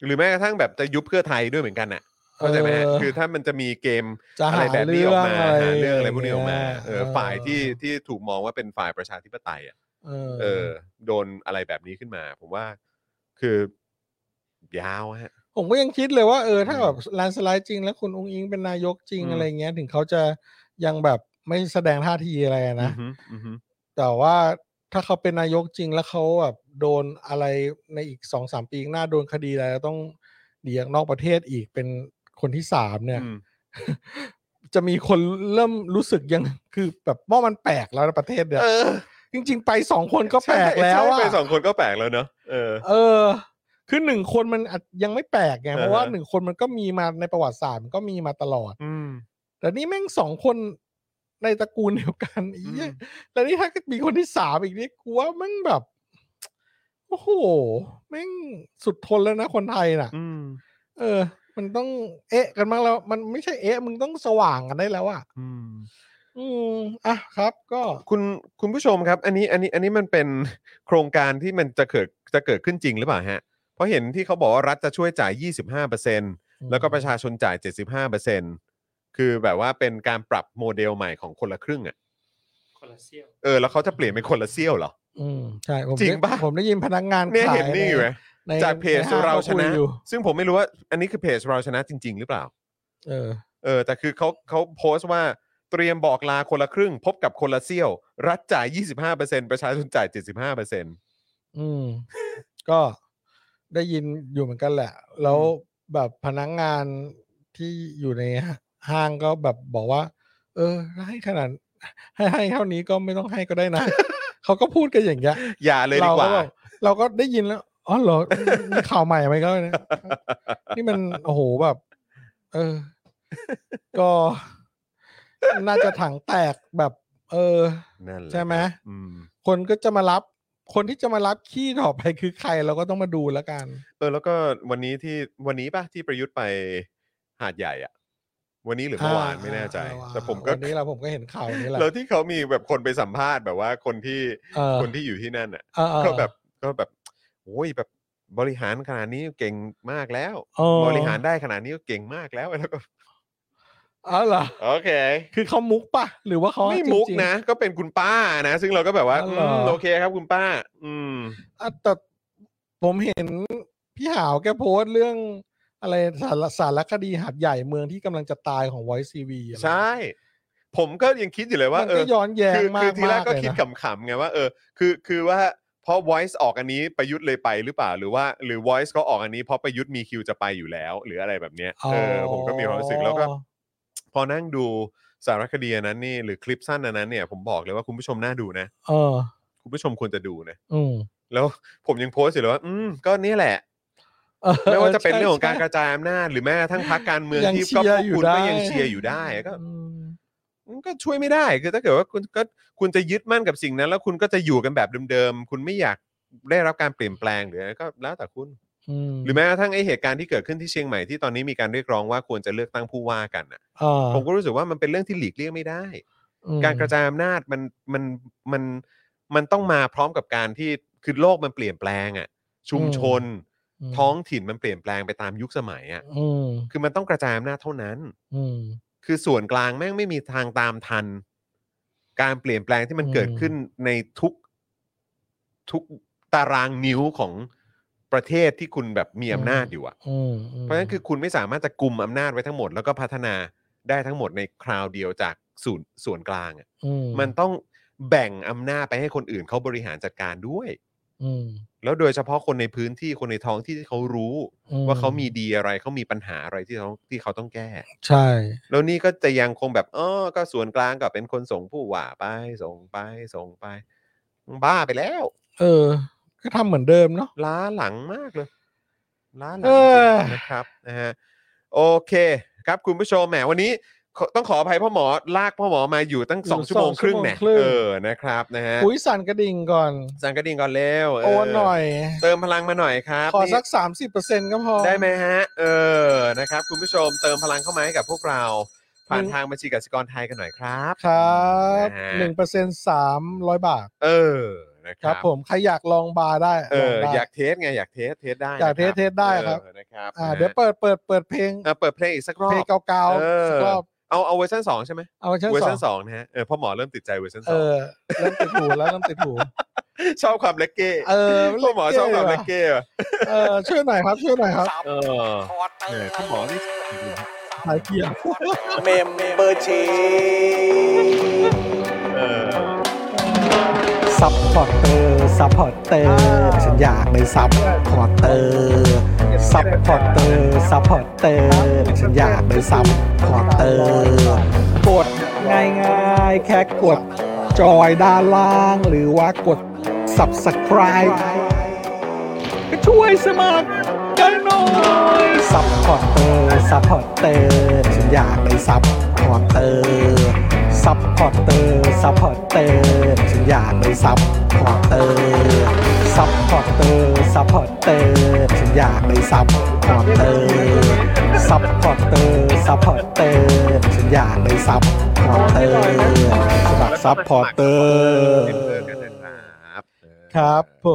หรือแม้กระทั่งแบบจะยุบเพื่อไทยด้วยเหมือนกันน่ะเข้าใจไหมฮะ
เออ
คือถ้ามันจะมีเกม
จะ
อะไร
หา
แบบนี้
เรื่
อ
อ
อก
ง
มา
อะไร
หาเรื่องอะไรพวกนี้ออกมาเออ
เ
ฝ่ายที่ที่ถูกมองว่าเป็นฝ่ายประชาธิปไตยอ่ะ
เออ
เออ โดนอะไรแบบนี้ขึ้นมา ผมว่าคือยาวฮะ
ผมก็ยังคิดเลยว่าเออถ้า
อืม
แบบแลนด์สไลด์จริง แล้วคุณอุ้งอิงเป็นนายกจริง
อืม
อะไรเงี้ย ถึงเขาจะยังแบบไม่แสดงท่าทีอะไรนะ
อือฮึอือฮึ
แต่ว่าถ้าเขาเป็นนายกจริงแล้วเขาแบบโดนอะไรในอีกสองสามปีข้างหน้าโดนคดีอะไรแล้วต้องหนีออกนอกประเทศอีกเป็นคนที่สามเนี่ย
อืม
จะมีคนเริ่มรู้สึกยังคือแบบว่ามันแปลกแล้วนะประเทศเนี่ย
เออ
จ จริง ๆ ไปสองคนก็แปลกแล้ว
ใช่
อะ
ไปสองคนก็แปลกแล้วเนอะเออ
เออ คือหนึ่งคนมันอาจยังไม่แปลกไงเพราะว่า
อ่าฮะ
หนึ่งคนมันก็มีมาในประวัติศาสตร์มันก็มีมาตลอด
อืม
แต่นี่แม่งสองคนในตระกูลเดียวกัน ไอเหีย
อืม
แล้วนี่ถ้ามีคนที่สามอีกนี่กูว่าแม่งแบบ โอ้โหแม่งสุดทนแล้วนะคนไทยน่ะ
อืม
เออ มันต้องเอ๊ะกันบ้างแล้ว มันไม่ใช่เอ๊ะมึงต้องสว่างกันได้แล้วอ่ะ
อืม
อืมอ่ะครับ ก็
คุณคุณผู้ชมครับ อันนี้อันนี้อันนี้มันเป็นโครงการที่มันจะเกิดจะเกิดขึ้นจริงหรือเปล่าฮะ เพราะเห็นที่เขาบอกว่ารัฐจะช่วยจ่าย 25%แล้วก็ประชาชนจ่าย 75%คือแบบว่าเป็นการปรับโมเดลใหม่ของคนละครึ่งอ่ะ
คนละเซี่ยว
เออแล้วเขาจะเปลี่ยนเป็นคนละเซี่ยวเหรอ
อืมใช่ผม
จริงปะ
ผมได้ยินพนักงาน
เนี่ย
ขาย
เห็นนี่อยู่ไหม
ใน
จากเพจ
ในห้ง
เราช
ก็คุย
นะ
อยู่
ซึ่งผมไม่รู้ว่า อันนี้คือเพจเราชนะจริง ๆ หรือเปล่า
เออ
เออแต่คือเขาเขาโพสต์ว่าเตรียมบอกลาคนละครึ่ง พบกับคนละเซี่ยว รัฐจ่าย 25%ประชาชนจ่าย 75%
อืม ก็ได้ยินอยู่เหมือนกันแหละ แล้วแบบพนักงานที่อยู่ในห้างก็แบบบอกว่า เออ ให้ขนาดให้ให้เท่านี้ก็ไม่ต้องให้ก็ได้ นะ เขาก็พูดกันอย่างเงี้ย
อย่าเลยดีกว่า
รแบบเราก็ได้ยินแล้วอ๋อเหรอนี่ข่าวใหม่ไหมก็เนี่ย นี่มันโอ้โหแบบ เออ ก็ น่าจะถังแตกแบบ เออ
นั่นแหละ
ใช่ไหม
ครับอืม
คนก็จะมารับ คนที่จะมารับขี้ต่อไปคือใครเราก็ต้องมาดูแล้วกัน
เออแล้วก็วันนี้ที่วันนี้ป่ะที่ประยุทธ์ไปหาดใหญ่อะวันนี้หรือเมื่อวาน
อ่
ไม่แน่ใจ
อ่า
แต่ผมก็
วันนี้เราผมก็เห็นข่าวนี้แหละ
แล้วที่เขามีแบบคนไปสัมภาษณ์แบบว่าคนที่
เออ
คนที่อยู่ที่นั่นอะ
เออเออ
ก็แบบก็แบบโอ้ยแบบบริหารขนาดนี้เก่งมากแล้ว
เออบ
ริหารได้ขนาดนี้ก็เก่งมากแล้ว แล้วก็
อ๋อเหรอ
โอเค
คือเขามุกปะหรือว่าเขา
ไม่มุก
จริงๆ
นะ ก็เป็นคุณป้านะ ซึ่งเราก็แบบว่า
อ๋
อื
อเหรออื
มโอเคครับคุณป้า อืม
อ่ะแต่ผมเห็นพี่หาวแกโพสต์เรื่องอะไรสารสารคดีหัดใหญ่เมืองที่กำลังจะตายของ Voice CV อะไร
ใช่ ผมก็ยังคิดอยู่เลยว่า
มัน
เอ
ก็
อ
ย้อนแย้ง
คือ
มา
คือก ทีแรก
ๆ
ก็
เลย
คิด
นะ
ขำๆไงว่าเออคือคือว่าเพราะ voice ออกอันนี้ประยุทธ์เลยไปหรือเปล่าหรือว่า หรือ voice ก็ออกอันนี้เพราะประยุทธ์มีคิวจะไปอยู่แล้ว หรืออะไรแบบเนี้ยเอออผมก็มีความรู้สึกแล้วก็ พอนั่งดูสารคดีอันนั้นนี่หรือคลิปสั้นอันนั้นเนี่ยผมบอกเลยว่าคุณผู้ชมน่าดูนะ
เออ
คุณผู้ชมควรจะดูนะ
อืม
แล้ว ผมยังโพสต์อยู่เลยว่า อืมก็นี่ แหละ
เออ
ไม่ว่าจะเป็นเรื่องของการ
ใช่
กระจายอำนาจหรือแม้กระทั่งพรรคการเมือง
ยัง
ที่
เชี
ก็
ยร์
พวก
อยู่
คุณก็
ได้
ยังเชียร์อยู่ได้ก็
อืม
มันก็ช่วยไม่ได้คือถ้าเกิดว่าคุณก็คุณจะยึดมั่นกับสิ่งนั้น แล้วคุณก็จะอยู่กันแบบเดิมๆ คุณไม่อยากได้รับการเปลี่ยนแปลงหรืออะไรก็แล้วแต่คุณ
ม
หรือแม้กระทั่งไอเหตุการณ์ที่เกิดขึ้นที่เชียงใหม่ที่ตอนนี้มีการเรียกร้องว่าควรจะเลือกตั้งผู้ว่ากันน่ะ
อ่า
ผมก็รู้สึกว่ามันเป็นเรื่องที่หลีกเลี่ยงไม่ได้
อืม
การกระจายอำนาจมันมันมันมันต้องมาพร้อมกับการที่คือโลกมันเปลี่ยนแปลงอ่ะชุมชน
อืม
ท้องถิ่นมันเปลี่ยนแปลงไปตามยุคสมัยอ่ะ
อืม
คือมันต้องกระจายอำนาจเท่านั้น
อืม
คือส่วนกลางแม่งไม่มีทางตามทัน การเปลี่ยนแปลงที่มัน
อืม
เกิดขึ้นในทุกทุกตารางนิ้วของประเทศที่คุณแบบมีอำนาจอยู่อะ
อืมม
เพราะฉะนั้นคือคุณไม่สามารถจะกลุ่มอำนาจไว้ทั้งหมด แล้วก็พัฒนาได้ทั้งหมดในคราวเดียวจากส่วนส่วนกลางอะ
ม
มันต้องแบ่งอำนาจไปให้คนอื่นเขาบริหารจัดการด้วย
อืม
แล้วโดยเฉพาะคนในพื้นที่คนในท้องที่ที่เขารู้
อื
ว่าเขามีดีอะไรเขามีปัญหาอะไรที่เขาที่เขาต้องแก้
ใช่
แล้วนี่ก็จะยังคงแบบเออก็ส่วนกลางก็เป็นคนส่งผู้ว่าไป ส่งไปส่งไป บ้าไปแล้ว
เออ ก็ทำเหมือนเดิมเนาะ
ล้าหลังมากเลย ล้าหลัง
เออ
จริงๆนะครับนะฮะโอเค ครับคุณผู้ชมแหมวันนี้ขอต้องขออภัยพ่อหมอลากพ่อหมอมาอยู่ตั้งสองชั่วโมงครึ่งเนี่ยเออนะครับนะฮะ
อุ้ยสั่นกระดิ่งก่อน
สังกระดิ่งก่อนเร็วเ
โอนหน่อย
เติมพลังมาหน่อยครับ
ขอ
นี่
สัก 30%ก็พอ
ได้ไหมฮะ เออ นะครับ คุณผู้ชมเติมพลังเข้ามาให้กับพวกเรา ผ่าน
หนึ่ง
ทางบัญชีกสิกรไทยกันหน่อยครับ
ครับ
นะฮะ
หนึ่งเปอร์เซ็นต์สามร้อยบาท
เออ นะค
ค
รั
รั
บบ
ผม ใครอยากลองบาร์ได้
เอ
ล
อ
งได้
อยากเทสไง อยากเทส เทสได้
อยากเทสเท
นะครับ
สได้ครับ
เออนะครับ
อ่า
นะฮะ
เดี๋ยวเปิดเปิดเปิดเพลง
อ่ะเปิดเพลงอีกสักรอ
เพล
บ
งเก่า
เออ
ๆสักรอบ
เอาเอาเวอร์ชันสองใช่ไหม
เอาชั้น
เวอ
สอ
ร์ชั
ง
นสองนะฮะ เออพ่อหมอเริ่มติดใจเวอร์ชันส
เอ
อง
อเริ่มติดหูแล้วเริ่มติดหู
ชอบความเล็กเก้
เออ
พ่อหมอชอบความเล็กเก้ว่ะ
เออช่วยหน่อยครับช่วยหน่อยครับ
เออเออพ่อหมอนี่
หายเกียร์
เมมเบอร์ชี
เออ
ซัพพอร์เตอร์ซัพพอร์เตอร์ฉันอยากเป็นซัพพอร์เตอร์ซัพพอร์เตอร์ซัพพอร์เตอร์ฉันอยากเป็นซัพพอร์เตอร์กดง่ายๆ แค่กด enjoy ด้านล่าง หรือว่ากด subscribe ก็ช่วยสมัครกันหน่อย ซัพพอร์เตอร์ ซัพพอร์เตอร์ฉันอยากเป็นซัพพอร์เตอร์ ซัพพอร์เตอร์ ซัพพอร์เตอร์ฉันอยากเป็นซัพพอร์เตอร์ ซัพพอร์เตอร์ ซัพพอร์เตอร์ฉันอยากเป็นซัพพอร์เตอร์ ซัพพอร์เตอร์ ซัพพอร์เตอร์ฉันอยากเป็นซัพพอร์เตอร์สมัครซัพพอร์เตอร์
กันนะครับเออ
ครับผ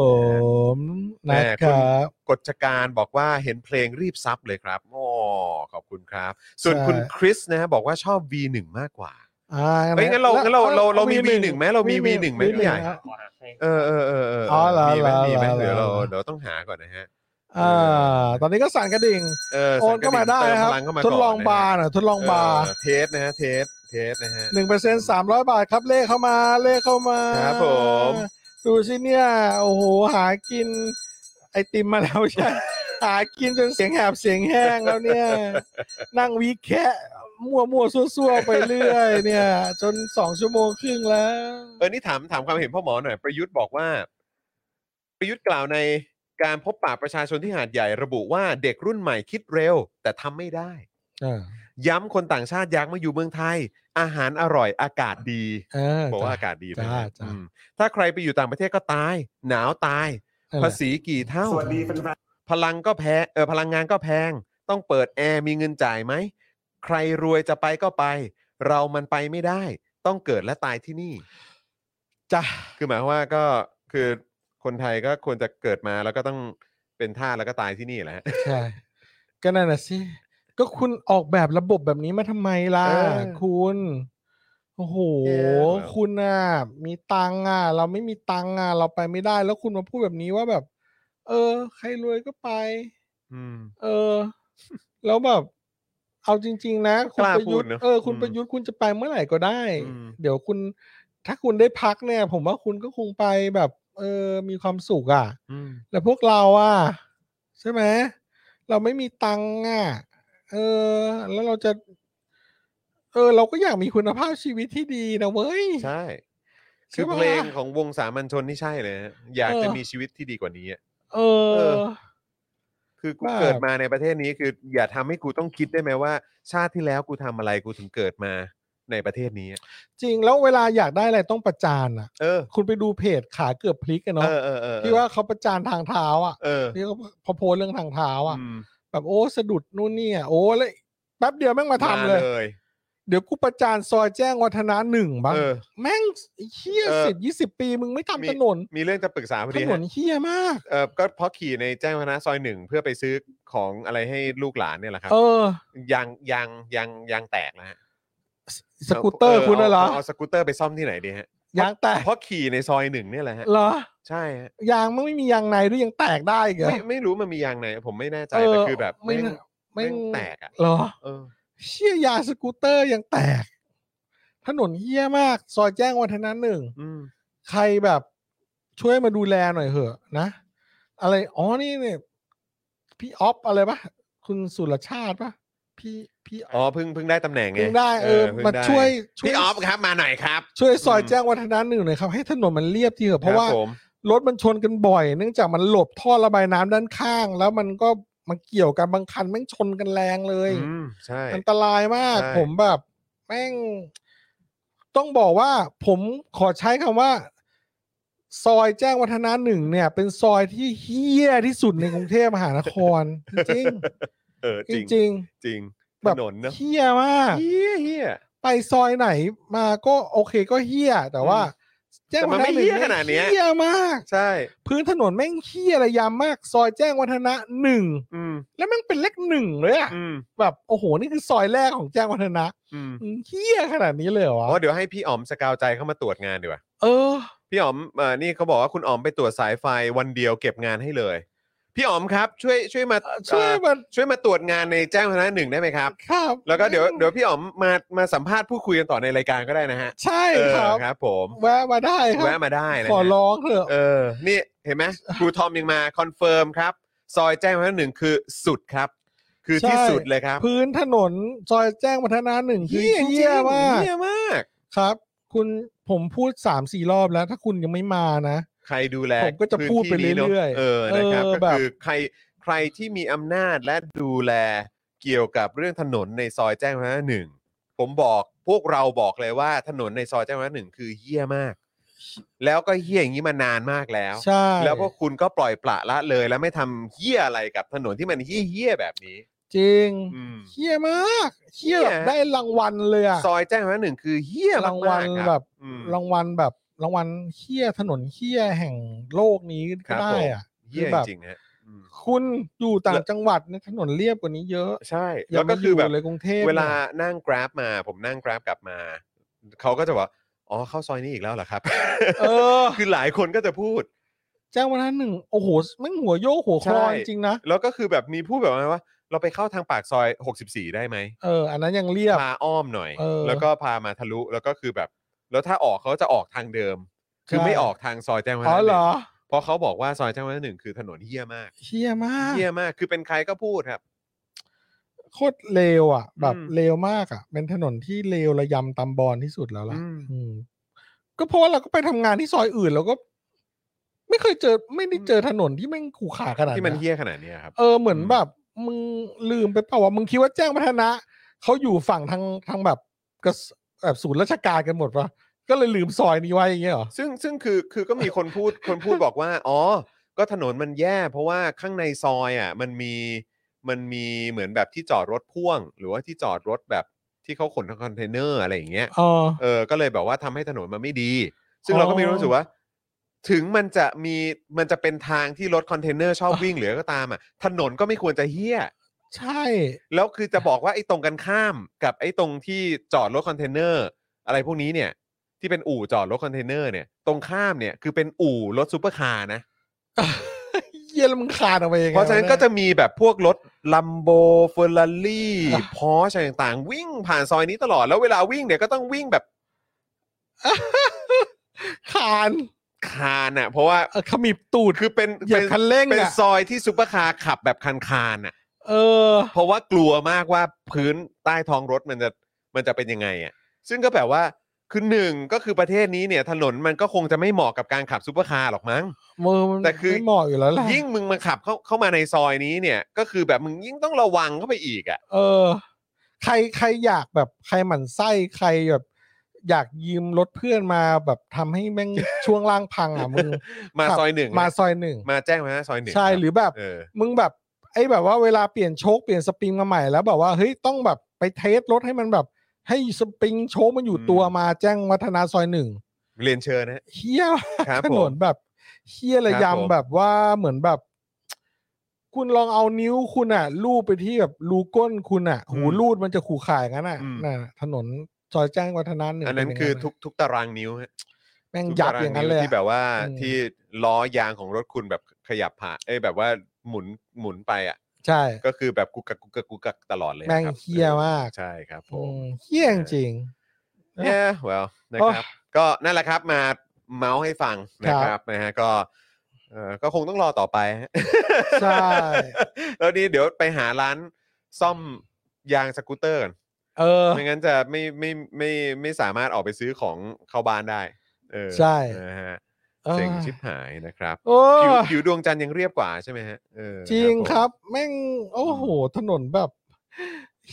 ม
แหม่
นะครับ
กฎจการบอกว่าเห็นเพลงรีบซับเลยครับโอ้ขอบคุณครับ ส่วน
ใช่
คุณคริสนะฮะบอกว่าชอบ V1 มากกว่า
อ่า
เอ้ยงั้นเรางั้นเราเราเรามี
ห
V1 ไหมเรามี V1 ไหมพี่ใหญ่
ฮะ
เออเออเออเออ
อ๋อเหรอ
มีไหม
เหรอ
มีไหม
เหรอ
เดี๋ยวเราเดี๋ยวต้องหาก่อนนะฮะ
อ่า ตอนนี้ก็สั่นกระดิ่ง
เออ
โอนเข้ามาได้นะครับ
เติพลังเข้ามา
ท
ก่น
ดลองบาร์หน่อยทดลอง
เอบ
าร์
อเทสนะฮะเทสเทสนะฮะ
หนึ่งเปอร์เซ็นสามร้อยบาทครับเลขเข้ามาเลขเข้ามา
ครับผม
ดูสิเนี่ย โอ้โห หากิน ไอติมมาแล้วใช่ หากินจนเสียงแหบเสียงแห้งแล้วเนี่ย นั่งวิแคะมั่วมั่วซั่วซั่วๆไปเรื่อย เนี่ย จนสองชั่วโมงครึ่งแล้ว
เออนี่ถามถามความเห็นพ่อหมอหน่อย ประยุทธ์บอกว่า ประยุทธ์กล่าวในการพบปะประชาชนที่หาดใหญ่ระบุว่าเด็กรุ่นใหม่คิดเร็ว แต่ทำไม่ได้
อ่า
ย้ำคนต่างชาติอยากมาอยู่เมืองไทย อาหารอร่อยอากาศดี
เออ
บอกว่าอากาศดีนะ
จ้าจ้า
อืมถ้าใครไปอยู่ต่างประเทศก็ตาย หนาวตาย
นั่นแห
ภา
ละ
ษีกี่เท่า พลังก็แพ้เออพลังงานก็แพง ต้องเปิดแอร์มีเงินจ่ายไหม ใครรวยจะไปก็ไป เรามันไปไม่ได้ ต้องเกิดและตายที่นี่
จ้ะ
คือหมายความว่าก็คือคนไทยก็ควรจะเกิดมาแล้วก็ต้องเป็นท่าสแล้วก็ตายที่นี่แหละฮะ
ใช่ ก็นั่นน่ะสิ ก็คุณออกแบบระบบแบบนี้มาทำไมล่ะ
เออ
คุณ โอ้โห
แย่ว่ะ
คุณอ่ะ มีตังค์อ่ะ เราไม่มีตังค์อ่ะ เราไปไม่ได้ แล้วคุณมาพูดแบบนี้ว่าแบบ เออ ใครรวยก็ไป
อืม
เอ อ แล้วแบบ เอาจริง ๆ นะ คุณ
กล้า
ประยุท
พูด
ธ์
เนอะ
เออ คุณ
อืม
ประยุทธ์คุณจะไปเมื่อไหร่ก็ได้
อืม
เดี๋ยวคุณ ถ้าคุณได้พักเนี่ย ผมว่าคุณก็คงไปแบบ เออ มีความสุขอ่ะ
อืม
แล้วพวกเราอ่ะใช่ไหมเราไม่มีตังค์อ่ะเออ แล้วเราจะ เออ เราก็อยากมีคุณภาพชีวิตที่ดีนะเว้ย
ใช่ คือ
ใช่ปะ
เพลงของวงสามัญชนนี่ใช่เลยฮะอยาก
เออ
จะมีชีวิตที่ดีกว่านี้อะ
เอ
เอ
อ
อ คือกู
ว่า
เกิดมาในประเทศนี้คือ อย่าทำให้กูต้องคิดได้ไหมว่า ชาติที่แล้วกูทำอะไรกูถึงเกิดมาในประเทศนี้อะ
จริงแล้วเวลาอยากได้อะไรต้องประจานอ่ะ
เออ
คุณไปดูเพจขาเกือบพลิกกัน
เอ
เนาะ
อเออเออเออ
ที่ว่าเขาประจานทางเท้า อ่ะ
เออ
ที่เขาพอโพสต์เรื่องทางเท้า อ่ะ
อืม
แบบโอ้สะดุดนู่นนี่อ่ะโอ้เลยแป๊บเดียวแม่งมาทำ
มา
เลย
เลย
เดี๋ยวกูประจานซอยแจ้งวัฒนะหนึ่งบ้าง
เออ
แม่งเฮีย
เออ
สิบยี่สิบปีมึงไม่ทำ
มี
ถนน
มีเรื่องจะปรึกษาพอ
ถ
ดี
น
ฮะ
นเฮี้ยมาก
เออก็เพราะขี่ในแจ้งวัฒนะซอยหนึ่งเพื่อไปซื้อของอะไรให้ลูกหลานเนี่ยแหละครับ
เออ
ยางยางยางยางแตกนะฮะ
สสกูตเตอร์คุณน่ะเหรอ
าเอาสกูตเตอร์ไปซ่อมที่ไหนดีฮะ
ยางแตก
เพราะขี่ในซอยหนึ่งเนี่ยแหละฮะ
เหรอ
ใช่ฮะ
ยางมันไม่มียางในด้วยยังแตกได้อีกเหรอ
ไม่ไม่รู้มันมียางไหนผมไม่แน่ใจ
เอ
แต่
อ
คือแบบ
ไม่
แม่ง
น่าไม่
แม่งแตกอะ
เหรอ
เออ
เชี่ยยางสกูตเตอร์ยังแตก ถนนเฮี้ยมาก ซอยแจ้งวัฒนะหนึ่ง
อืม
ใครแบบช่วยมาดูแลหน่อยเหอะนะ อะไร อ๋อ นี่เนี่ย พี่ออฟอะไรปะ คุณสุรชาติปะ พี่พี่
อ๋อเพิ่งเพิ่งได้ตำแหน่งไง
เพิ่งได้ เออ
เพิ่ง
มา
ได้
ช่วยช่วย
พี่ออฟครับมาหน่อยครับ
ช่วยซอย
อืม
แจ้งวัฒนะหนึ่งหน่อยครับ ให้ถนนมันเรียบทีเถอะเพราะว่า
คบผม
รถมันชนกันบ่อย เนื่องจากมันหลบท่อระบายน้ำด้านข้าง แล้วมันก็มันเกี่ยวกันบางคันแม่งชนกันแรงเลย
อืมใช่
อันตรายมาก
ใช่
ผมแบบแม่ง ต้องบอกว่า ผมขอใช้คำว่า ซอยแจ้งวัฒนะหนึ่งเนี่ย เป็นซอยที่เฮี้ยที่สุดในกรุงเทพมหานคร จริง
เออ
ๆ
จริง
จริง
จริง
ๆแบ
ถ
บ
นนเนอะ
เฮี้ยมาก
เฮียเฮีย
ไปซอยไหนมาก็โอเคก็เฮี้ย แต่ว่า
อืมแต่มัน
ฒะ
ไม่เหี้ย
ง
ขนาดเนี้ย
เฮี้ยมาก
ใช่
พื้นถนนแม่งเฮี้ยระยำมาก ซอยแจ้งวัฒนะหนึ่ง
อืม
แล้วแม่งเป็นเลขหนึ่งเลยอะ
อืม
แบบโอ้โหนี่คือซอยแรกของแจ้งวัฒนะ
อืม
อืมเฮี้ยขนาดนี้เลยเหรอ
อ๋อ
วะ
เดี๋ยวให้พี่อ๋อมสกาวใจเข้ามาตรวจงานดีกว่า
เออ
พี่อ๋อมเอ่อนี่เขาบอกว่าคุณอ๋อมไปตรวจสายไฟวันเดียวเก็บงานให้เลย พี่อ๋อมครับ ช่วยช่วยมา
ช่วย
เอ่อ
มัน
ช่วยมาตรวจงานในแจ้งวัฒนะหนึ่งได้ไหมครับ
ครับ
แล้วก็เดี๋ยวเดี๋ยวพี่อ๋อมมามาสัมภาษณ์พูดคุยกันต่อในรายการก็ได้นะฮะ
ใช่
เออ
ครับ
ครับ ผม
แวะมาได้ครับ
แวะมาได้นะ
ขอ
ฮะ
ร้องเถอะ
เออ นี่เห็นไหมครูทอมยังมาคอนเฟิร์มครับ ซอยแจ้งวัฒนะหนึ่งคือสุดครับ คือที่สุดเลยครับ
พื้นถนนซอยแจ้งวัฒนะหนึ่งคือ
หี้
เฮี้ย
จริง
มาก
เฮี้ยมาก
ครับ คุณผมพูดสามสี่รอบแล้ว ถ้าคุณยังไม่มานะ
ใครดูแล
ผมก็จะ
พื้น
พูดไป
ที่นี้นะ
เรื่อยๆ
เออนะครับ
เออ
ก็
แบบ
คือใครใครที่มีอำนาจและดูแลเกี่ยวกับเรื่องถนนในซอยแจ้งวัฒนะหนึ่งผมบอกพวกเราบอกเลยว่าถนนในซอยแจ้งวัฒนะหนึ่งคือเหี้ยมาก แล้วก็เหี้ยอย่างนี้มานานมากแล้ว
ใช่
แล้วก็คุณก็ปล่อยปละละเลยและไม่ทำเหี้ยอะไรกับถนนที่มันเหี้ยๆแบบนี้
จริง
อืม
เฮี้ยมากเฮี้ย
เหี้
แบ
ย
บได้รางวัลเลยอะ
ซอยแจ้งวัฒนะหนึ่งคือเหี้ยมกๆ
รางวัล
ค
แบบ บ
อืม
รางวัลแบบรางวัลเฮี้ยถนนเฮี้ยแห่งโลกนี้
ครั
ก็
บ
ได้อะ
เหี้
คื
ย
อแบบ
จริงๆฮะอืม
คุณอยู่ต่า
แล้
ง
ว
จังหวัดในยถนนเรียบกว่านี้เยอะ
ใช่
อย่า
แล้วก็
มา
คือแบบ
ยู่เลยกรุงเทพ
เวลา
นี่ย
นั่ง grab มา ผมนั่ง grab กลับมา เขาก็จะบอกอ๋อเข้าซอยนี้อีกแล้วเหรอครับ
เออ
คือหลายคนก็จะพูด
แจ้งวัฒนะหนึ่งโอ้โหแมันหัวโยกหัวคลอ
ใช่
จริงๆนะ
แล้วก็คือแบบมีพูดแบบว่า เราไปเข้าทางปากซอย 64 ได้ไหม
เออ อันนั้นยังเรียบ
พาอ้อมหน่อย
เออ
แล้วก็พามาทะลุแล้วก็คือแบบ แล้วถ้าออกเขาจะออกทางเดิม คือ
ใช่
ไม่ออกทางซอยแจ้งวัฒ
อ๋อ
นะ
เหรอ
นึ่งเพราะเขาบอกว่าซอยแจ้งวัฒนะหนึ่งคือถนนเฮี้ยมาก
เฮี้ยมาก
เฮี้ยมากคือเป็นใครก็พูดครับ
โคตรเลวอ่ะ แบบ
อืม
เลวมากอ่ะ เป็นถนนที่เลวระยำตำบอลที่สุดแล้วล่ะ
อืม
อืมก็เพราะว่าเราก็ไปทำงานที่ซอยอื่นเราก็ ไม่เคยเจอไม่ได้เจอถนนที่แม่งขู่ขาขนาด
ที่มัน
เนี้ย
เฮี้ยขนาดเนี้ยครับ
เออเหมือนแบบ มึงลืมไปเปล่าว่ามึงคิดว่าแจ้งวัฒนะเขาอยู่ฝั่งทางทางแบบกระสแบบศูนย์ราชการกันหมดปะก็เลยลืมซอยนี้ไว้อย่างเงี้ยเหรอ
ซึ่งซึ่งคือคือก็มีคนพูด คนพูดบอกว่า อ๋อ ก็ถนนมันแย่ เพราะว่าข้างในซอยอ่ะ มันมีมันมีเหมือนแบบที่จอดรถพ่วง หรือว่าที่จอดรถแบบที่เขาขนคอนเทนเนอร์อะไรอย่างเงี้ย
เออ
เออก็เลยแบบว่าทำให้ถนนมันไม่ดี ซึ่งเราก็มีความรู้สึกว่า ถึงมันจะมีมันจะเป็นทางที่รถคอนเทนเนอร์ชอบวิ่งหรืออะไรก็ตามอ่ะถนนก็ไม่ควรจะเฮี้ย
ใช่
แล้วคือจะบอกว่าไอ้ตรงกันข้ามกับไอ้ตรงที่จอดรถคอนเทนเนอร์อะไรพวกนี้เนี่ย ที่เป็นอู่จอดรถคอนเทนเนอร์เนี่ยตรงข้ามเนี่ยคือเป็นอู่รถซูเปอร์คาร์นะ
เยี่ยแล้วมึงขาดออกไปยังไง
เพราะฉะนั้น
ว
ก็จะมีแบบพวกรถลัมโบเฟอร์รารี่พอชอะไรต่างๆ วิ่งผ่านซอยนี้ตลอดแล้วเวลาวิ่งเนี่ยก็ต้องวิ่งแบบ
ขาด
คานอ่ะ เพราะว่า
เออขมิบตูด
คือเป็น
เหยียบ
เป็น
คันเร่ง
เป็น
อ่ะ
ซอยที่ซูเปอร์คาร์ขับแบบคานคานๆอ่ะ
เออ
เพราะว่ากลัวมากว่าพื้นใต้ท้องรถมันจะมันจะเป็นยังไงอ่ะซึ่งก็แบบว่าคือหนึ่งก็คือประเทศนี้เนี่ยถนนมันก็คงจะไม่เหมาะกับการขับซูเปอร์คาร์หรอกมั้ง
มือมัน
แต่คือ
ไม่เหมาะอยู่แล้วแหละ
ยิ่งมึงมาขับเข้าเข้ามาในซอยนี้เนี่ย ก็คือแบบมึงยิ่งต้องระวังเข้าไปอีกอ่ะ
เออ ใครใครอยากแบบใครหมั่นไส้ใครแบบ อยากยืมรถเพื่อนมาแบบทำให้แม่ง ช่วงล่างพังอ่ะมึง
มา
ขับ
ซอยหนึ่ง
มา
นะ
ซอยหนึ่ง
มาแจ้งมาซอยหนึ่ง
ใช่
คบ
หรือแบบ
เออ
มึงแบบไอ้แบบว่าเวลาเปลี่ยนโชคเปลี่ยนสปริงมาใหม่แล้วแบบว่าเฮ้ยต้องแบบไปเทสรถให้มันแบบ ให้สปริงโชคมันอยู่
อืม
ตัวมาแจ้งวัฒนาซอยหนึ่ง
เรียนเชิญนะ
เฮี้ย
ครับผม
ถนนแบบเฮี้ยระ
ครับผม
ยำแบบว่าเหมือนแบบ คุณลองเอานิ้วคุณอ่ะ ลูบไปที่แบบรูก้นคุณอ่ะ หูรูดมันจะขู่ข่ายงั้นอ่ะ
อืม
น่ะถนนซอยแจ้งวัฒนะหนึ่ง
อันนั้น
เป็
คือทุ
ย่างะ
กทุกตารางนิ้วฮะ
แม่ง
ทุก
ยับ
ตาราง
อย่างนั้น
นิ้ว
เลย
ที่แบบ
อะ
ว่า
อืม
ที่ล้อยางของรถคุณแบบขยับผ่านเอ้ยแบบว่าหมุนหมุนไปอ่ะ
ใช่
ก็คือแบบกุกกักกุกกักกุกกักตลอดเลยนะ
แม่ง
ครับ
เหี้ย
ออ
มาก
ใช่ครับผ
อืม
ม
เฮี้ยจริง
y e a h well นะครับ ก็นั่นแหละครับมาเมาส์ให้ฟังนะค
ครั
รับบ นะฮะก็เออก็คงต้องรอต่อไปฮะ
ใช่
แล้วนี้เดี๋ยวไปหาร้านซ่อมยางสกูตเตอร์กัน
เออ
ไม่งั้นจะไม่ไม่ไม่ไม่สามารถออกไปซื้อของเข้าบ้านได้ เออ
ใช่
นะฮะ
ออ
เจ๋งชิบหายนะครับ
โอ้
ผิวผิวดวงจันทร์ยังเรียบกว่าใช่ไหมฮะเออ
จริงครับ
ผม
แม่ง โอ้โห ถนนแบบ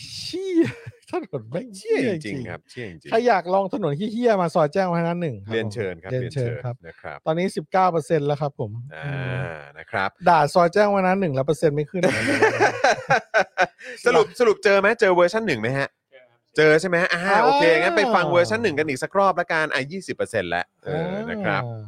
เชี่ยถนนแม่ง
เชี่
เชี่
ย
ย
จ
จ
ริ
ริ
ง
ง
ๆครับเชี่ยจริงๆ
ใครอยากลองถนนเฮี้ยๆมาซอยแจ้งวัฒนะหนึ่งคบ
เรียนเชิญครับ
เรียนเชิญครับ
นะครับ
ตอนนี้สิบเก้าเปอร์เซ็นแล้วครับผม
อ่
อืมา
นะครับ
ด่าซอยแจ้งวัฒนะหนึ่งแล้วเปอร์เซ็นต์ไม่ขึ้น
ส รุปสรุปเจอไหมเจอเวอร์ชันหนึ่งไหมฮะ เจอใช่ไหมฮะอ่า
อ่า
โอเคงั้นไปฟังเวอร์ชันหนึ่งกันอีกสักรอบละกันอ่ะยี่สิบเปอร์เซ็นต์แล้วเออนะครับ
อ่า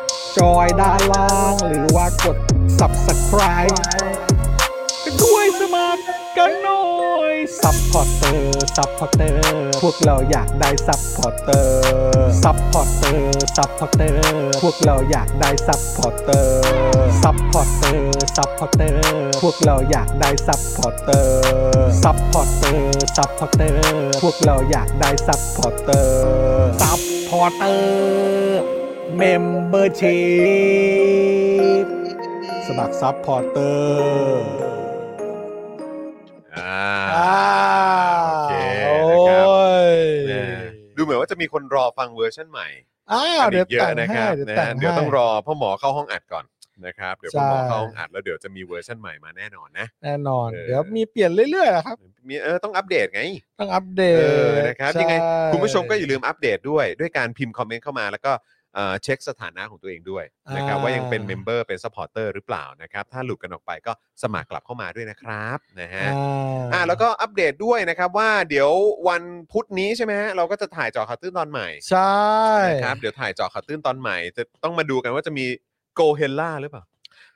จอยด้านล่างหรือว่ากด subscribe ก็ด้วยส มัครกันหน่อยซัพพอร์เตอร์ซัพพอร์เตอร์พวกเราอยากได้ซัพพอร์เตอร์ซัพพอร์เตอร์ซัพพอร์เตอร์พวกเราอยากได้ซัพพอร์เตอร์ซัพพอร์เตอร์ซัพพอร์เตอร์พวกเราอยากได้ซัพพอร์เตอร์ซัพพอร์เตอร์ซัพพอร์เตอร์พวกเราอยากได้ซัพพอร์เตอร์ซัพพอร์เตอร์เมมเบอร์ชีพสมัครซัพพอร์เตอร์
อ่า
อ่า
โอเค
โอ้
นะค
ย
รับนะดูเหมือนว่าจะมีคนรอฟังเวอร์ชันใหม่
อ้า
กั
วน เดี๋
อี
ยว
กเย
แต่
อะ
ง
นะค
ให้
รับ
เดี๋ยวแต่
นะ
ง
เดี๋ยว
ให้
ต้องรอพ่อหมอเข้าห้องอัดก่อนนะครับเดี๋ยวพ่อหมอ
ใช่
เข้าห้องอัดแล้วเดี๋ยวจะมีเวอร์ชันใหม่มาแน่นอนนะ
แน่นอน
เออ
เดี๋ยวมีเปลี่ยนเรื่อยๆนะครับ
มีเออต้องอัปเดตไง
ต้องอัปเดต
เออนะครับยังไง
ใช่
คุณผู้ชมก็อย่าลืมอัปเดตด้วย ด้วยการพิมพ์คอมเมนต์เข้ามาแล้วก็เอ่อเช็คสถานะของตัวเองด้วยนะครับว่ายังเป็นเมมเบอร์เป็นสปอร์เตอร์หรือเปล่านะครับ ถ้าหลุดกันออกไปก็สมัครกลับเข้ามาด้วยนะครับนะฮะ
อ่า
อ่าแล้วก็อัปเดตด้วยนะครับว่าเดี๋ยววันพุธนี้ใช่ไหมฮะเราก็จะถ่ายเจอข่าวตื้นตอนใหม่
ใช่
นะครับเดี๋ยวถ่ายเจอข่าวตื้นตอนใหม่ จะต้องมาดูกันว่าจะมีโกเฮล่าหรือเปล่า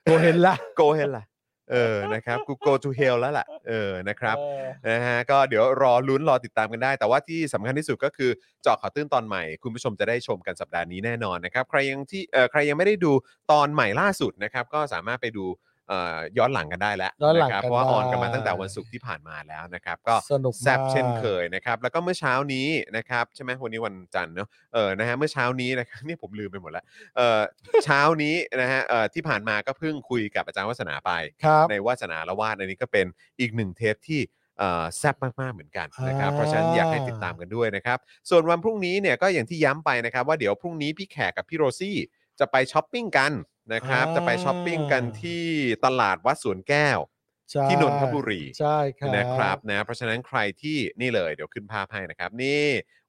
โกเห็นละ
โกเฮล่าเออนะครับกูโกทูเฮลแล้วล่ะเออนะครับ
เออ
นะฮะก็เดี๋ยวรอลุ้นรอติดตามกันได้ แต่ว่าที่สำคัญที่สุดก็คือเจาะข่าวตื้นตอนใหม่ คุณผู้ชมจะได้ชมกันสัปดาห์นี้แน่นอนนะครับ ใครยังที่เอ่อใครยังไม่ได้ดูตอนใหม่ล่าสุดนะครับ ก็สามารถไปดูเอ่อย้อนหลังกันได้แล้ว
ย้อนหลัง
ะครับ
กัน
เพราะว่า
ได้
ออนกันมาตั้งแต่วันศุกร์ที่ผ่านมาแล้วนะครับ ก็
สนุกมาก
แซบเช่นเคยนะครับ แล้วก็เมื่อเช้านี้นะครับ ใช่ไหมวันนี้วันจันทร์เนาะเออนะฮะเมื่อเช้านี้นะครับ เนี่ยผมลืมไปหมดแล้วเออเช้านี้นะฮะเอ่อที่ผ่านมาก็เพิ่งคุยกับอาจารย์วัฒนาไป
ครับ
ในวาสนาละวาดอันนี้ก็เป็นอีกหนึ่งเทปที่เอ่อแซ่บมาก ๆ เหมือนกันนะครับ
อ่า
เพราะฉะนั้นอยากให้ติดตามกันด้วยนะครับ ส่วนวันพรุ่งนี้เนี่ยก็อย่างที่ย้ำไปนะครับ ว่าเดี๋ยวพรุ่งนี้พี่แขกกับพี่โรซี่จะไปช้อปปิ้งกันนะครับ จะไปช้อปปิ้งกันที่ตลาดวัดสวนแก้ว
ใช่
ที่นนทบุรี
ใช่ครับ
นะครับนะเพราะฉะนั้นใครที่นี่เลยเดี๋ยวขึ้นภาพให้นะครับ นี่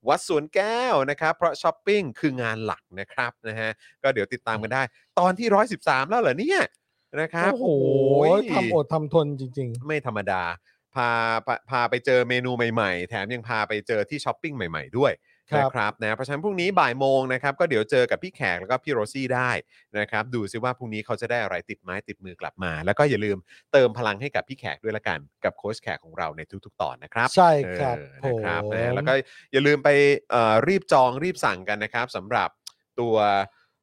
วัดสวนแก้วนะครับ เพราะช้อปปิ้งคืองานหลักนะครับนะฮะก็เดี๋ยวติดตามกันได้ ตอนที่ 113 แล้วเหรอเนี่ยนะครับ
โอ้โห
อ้ย
ทำอดทำทนจริง
ไม่ธรรมดา พาพาพาไปเจอเมนูใหม่ๆ แถมยังพาไปเจอที่ช้อปปิ้งใหม่ๆด้วย
ครับ
นะครับนะเพราะฉะนั้นพรุ่งนี้บ่ายโมงนะครับ ก็เดี๋ยวเจอกับพี่แขกแล้วก็พี่โรซี่ได้นะครับ ดูซิว่าพรุ่งนี้เขาจะได้อะไรติดไม้ติดมือกลับมา แล้วก็อย่าลืมเติมพลังให้กับพี่แขกด้วยละกัน กับโค้ชแขกของเราในทุกๆ ตอนนะครับ
ๆ ใช่ครับ
เออนะครับ
ผม
นะแล้วก็อย่าลืมไปเอ่อรีบจองรีบสั่งกันนะครับสำหรับตัว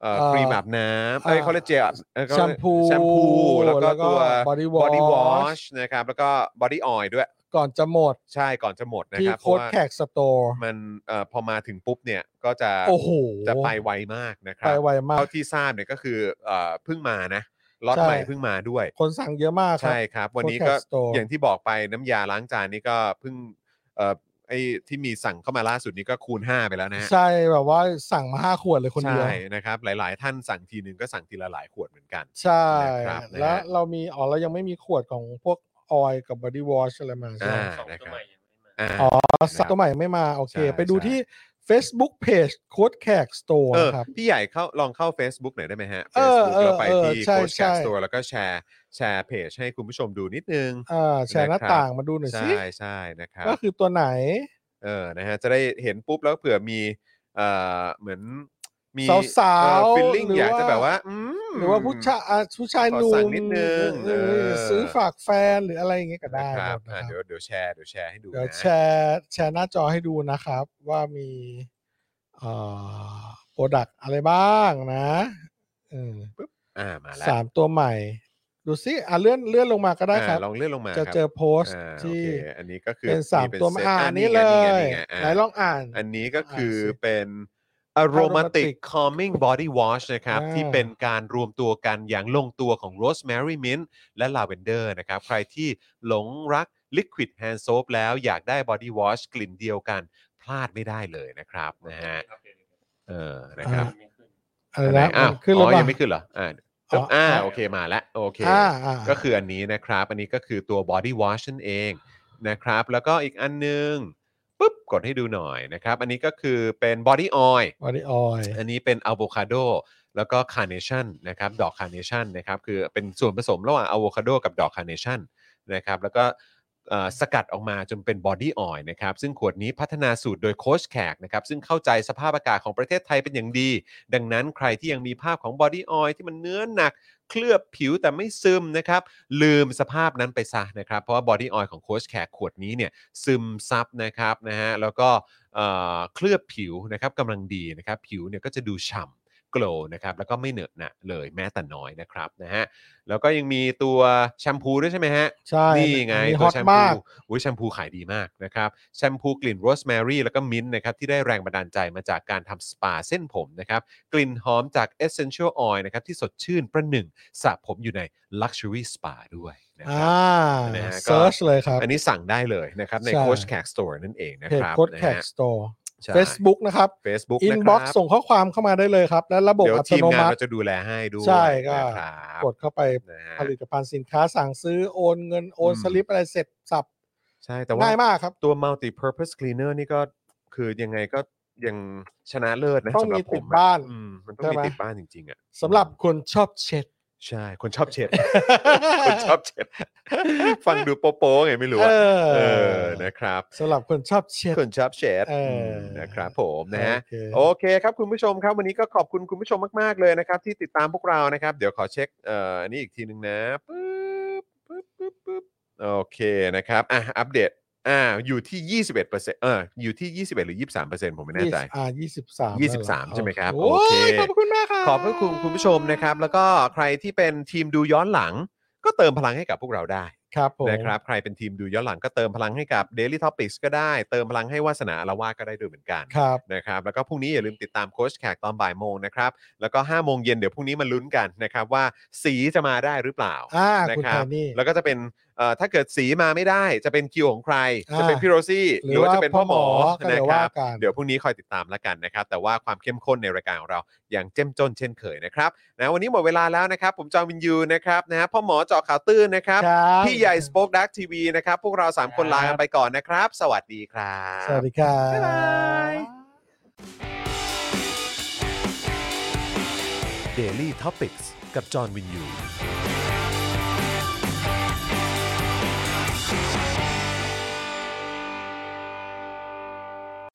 เอ่อ
เอ่อ
ครีมอาบน้ำเอ้ย
เอ่อ
เขาเรียกเจลเอ่อเขาเรียก
แชมพู
แชมพู แล้วก็
แล้วก็
ตัว
body
body
wash
wash นะครับ แล้วก็บอดี้ออยด้วย
ก่อนจะหมด
ใช่ก่อนจะหมดนะ
ที่
ครับเพ
โค้
ราะ
ด
ว่า
แขกสโตร์
มันเอ่อพอมาถึงปุ๊บเนี่ย ก็จะ
โอ้โห
จะไปไวมากนะค
ไป
รับ
ไวมาก
เท่าที่ทราบเนี่ยก็คือเอ่อเพิ่งมานะล็อต
ใช่
ใหม่เพิ่งมาด้วย
คนสั่งเยอะมากครับ
ใช่ครับ วันนี้ก็
Podcast Store
อย่างที่บอกไปน้ำยาล้างจานนี่ก็เพิ่งเอ่อไอ้ที่มีสั่งเข้ามาล่าสุดนี้ก็คูณ 5 ไปแล้วนะฮะ
ใช่แบบว่าสั่งมาห้าขวดเลยคนเดียว
ใช่นะครับ หลาย ๆ ท่านสั่งทีหนึ่งก็สั่งทีละหลายขวดเหมือนกัน
ใช่
นะครับนะฮะ
และเรามีอ๋อเรายังไม่มีขวดของพวกออยกับบอดี้วอชอะไรมาใช่ไหม
อ่า
สอง
นะ
ตั
คว รับ
ใหม่ยังไม่มา
อ่า
อ๋อสัตว์ใหม่ไม่มา โอเค
ใช่
ไปดู
ใช่
ที่ Facebook Page โค้ดแขกสโตร์
เออ
ครับ
พี่ใหญ่เข้าลองเข้า Facebook หน่อยได้ไหมฮะ
เออ
Facebook
เออ
แล้วไป
เออ
ที่
ใช่
โค้ชแค
ใช่
สตัวแล้วก็แชร์แชร์เพจให้คุณผู้ชมดูนิดนึง
อ่าแชร์หน้า
นะครับ
ต่างมาดูหน่อย
ใช่
สิ
ใช่นะครับ
ก็คือตัวไหน
เออ นะฮะ จะได้เห็นปุ๊บแล้วเผื่อมีเอ่อเหมือนมี
สาวๆ
ฟิลลิ่ง
หรือ
อ
อ
ยากจะแบบว่า อืม
หรือว่าผู้ชายอ่ะผู้ชายหนุ่
ขอสั่
ม
งนิดนึง
เออ
เออ
ซื้อฝากแฟนหรืออะไรอย่างเงี้ยก็ได้
นะค
ห
รั
ม
บ
ดนะค
อ่ะ
รับ
เดี๋ยวเดี๋ยวแชร์เดี๋ยวแชร์ให้ดู
เดี๋ยว
นะ
แชร์แชร์หน้าจอให้ดูนะครับ ว่ามีเอ่อโปรดักอะไรบ้างนะเออ
อ่ามาแล้ว
สามตัวใหม่ ดูซิอ่ะเลื่อนเลื่อนลงมาก็ได้
อ่า
ครับ
ลองเลื่อนลงมา
จะ
ครับ
เจอโพสต์
อ่าโอ
ที่
เคอันนี้ก็คือ
เป็นสาม
ป็
ตัวใหม่
ซต
อ่า
ะ
นี่
ไง
เล
ไ
ย
งนี่ไงะ
ไหนลองอ่าน
อันนี้ก็คือ
สิ
เป็น aromatic
Aromatic
calming body wash นะครับ
อ่า
ที่เป็นการรวมตัวกันอย่างลงตัวของ rosemary mint และ lavender นะครับ ใครที่หลงรัก liquid hand soap แล้วอยากได้ body wash กลิ่นเดียวกัน พลาดไม่ได้เลยนะครับนะฮะเออนะครับ
อะไร
ไห
นะ
อ้าว
มันขึ้นห
อ๋
รือ อเป
ยั
ล่าง
ไม่ขึ้นเหรออ่า
อ๋อ
อ่า
อ่า
โอเคมาแล้วโอเค
อ่าอ่า
ก็คืออันนี้นะครับ อันนี้ก็คือตัว body wash นั่นเองนะครับ แล้วก็อีกอันหนึงปุ๊บกดให้ดูหน่อยนะครับ อันนี้ก็คือเป็น body oil
บอดี้ออย
อันนี้เป็นอะโวคาโดแล้วก็คาร์เนชั่นนะครับดอกคาร์เนชั่นนะครับคือเป็นส่วนผสมระหว่างอะโวคาโดกับดอกคาร์เนชั่นนะครับแล้วก็ เอ่อสกัดออกมาจนเป็นบอดี้ออยล์นะครับซึ่งขวดนี้พัฒนาสูตรโดยโค้ชแขกนะครับซึ่งเข้าใจสภาพอากาศของประเทศไทยเป็นอย่างดี ดังนั้นใครที่ยังมีภาพของบอดี้ออยล์ที่มันเนื้อหนัก เคลือบผิวแต่ไม่ซึมนะครับ ลืมสภาพนั้นไปซะนะครับ เพราะว่าบอดี้ออยล์ของโค้ชแขกขวดนี้เนี่ยซึมซับนะครับนะฮะแล้วก็เอ่อเคลือบผิวนะครับกำลังดีนะครับ ผิวเนี่ยก็จะดูฉ่ำโกลนะครับแล้วก็ไม่เหนอะหนะเลยแม้แต่น้อยนะครับนะฮะแล้วก็ยังมีตัวแชมพูด้วยใช่ไหมฮะ
ใช่
นี่ไง
อั
ตั
ฮ
ว
อต
แชม
มา
พู
ก
อุ้ยแชมพูขายดีมากนะครับ แชมพูกลิ่นโรสแมรี่แล้วก็มิ้นท์นะครับ ที่ได้แรงบันดาลใจมาจากการทำสปาเส้นผมนะครับ กลิ่นหอมจาก Essential Oil นะครับ ที่สดชื่นประหนึ่งสระผมอยู่ใน Luxury Spa ด้วยนะค
อ่า
รับ นะฮะก็
เซิร์ชเลยครับ
อันนี้สั่งได้เลยนะครับ ใน
ใช่
โคชแขกสโตร์นั่นเองนะ
เพ
ค
จ
รับ
โค้ดแขกสโตร์
ใช่
Facebook นะครับ
Facebook
อิ
นะ
น
ค
บ็
รั
อกซ์ส่งข้อความเข้ามาได้เลยครับ และระบบ
เดี๋ยว
อัต
ทีม
โน
งาน
มัติ
ก็จะดูแลให้ด้วย
ใช่ก็
นะครับ
กดเข้าไป
นะฮะ
ผลิตภัณฑ์สินค้าสั่งซื้อโอนเงินโอน
อืม
สลิปอะไรเสร็จสับ
ใช่แต่ว่า
ง่ายมากครับ
ตัว multi purpose cleaner นี่ก็คือยังไงก็ยังชนะเลิศนะ
ต้อง
สำห
มี
รับ
ติ
ผ
ด
มอะ
บ้าน
อืมมันต้องมี
ใช่ไหม
ติดบ้านจริงๆอ่ะ
สำหรับคนชอบเช็ด
ใช่ คนชอบ เช็ด คนชอบเช็ด ฟังดูโป๊ะๆไงไม่รู้อะ
เออ
เออนะครับ
สำหรับคนชอบเช็ด
คนชอบเช็ด
เอออื
มนะครับผมนะฮะ
โอเค
โอเคครับคุณผู้ชมครับ วันนี้ก็ขอบคุณคุณผู้ชมมากๆเลยนะครับ ที่ติดตามพวกเรานะครับ เดี๋ยวขอเช็คเอ่ออันนี่อีกทีหนึ่งนะปึ๊บปึ๊บปึ๊บปึ๊บโอเคนะครับอ่ะอัปเดตอ่าอยู่ที่ 21%เอออยู่ที่ 21 หรือ 23%ผมไม่แน่ใจ
อ่ายี่สิบสาม
23 ใช่ไหมครับ
โอ้
โอเค
ยขอบคุณมากครับ
ขอบพระคุณคุณผู้ชมนะครับ แล้วก็ใครที่เป็นทีมดูย้อนหลัง ก็เติมพลังให้กับพวกเราได้
ครับผม
นะครับใครเป็นทีมดูย้อนหลังก็เติมพลังให้กับ Daily Topics ก็ได้ เติมพลังให้วาสนาอาละวาดก็ได้ด้วยเหมือนกัน
ครับ
นะครับแล้วก็พรุ่งนี้อย่าลืมติดตามโค้ชแขกตอนบ่ายโมงนะครับแล้วก็5้าโมงเย็นเดี๋ยวพรุ่งนี้มาลุ้นกันนะครับว่าสีจะมาได้หรือเปล่า
อ่า
นะ
คุณ
ครั
แท
บ
นนี่
แล้วก็จะเป็นเอ่อถ้าเกิดสีมาไม่ได้จะเป็นคิวของใคร
อ่า
จะเป็นพี่โรซี่ห
หรือ
รือว่าจะเป็นพ่อหมอ
ว่าพ่อหมอก็เดี๋
นะ
ยว
ครับ
ว่ากัน
เดี๋ยวพรุ่งนี้คอยติดตามแล้วกันนะครับแต่ว่าความเข้มข้นในรายการของเราอย่างเจ้มจนเช่นเคยนะครับนะวันนี้หมดเวลาแล้วนะครับผมจอห์นวินยูนะครับนะฮะพ่อหมอเจาะข่าวตื้นนะครับ
ครับ
พี่ใหญ่สป็อคดักทีวีนะครับ พวกเรา 3 คนลากันไปก่อนนะครับ สวัสดีครับ
สวัสดีครับ
บ๊ายบาย
Daily Topics กับจอห์นวินยู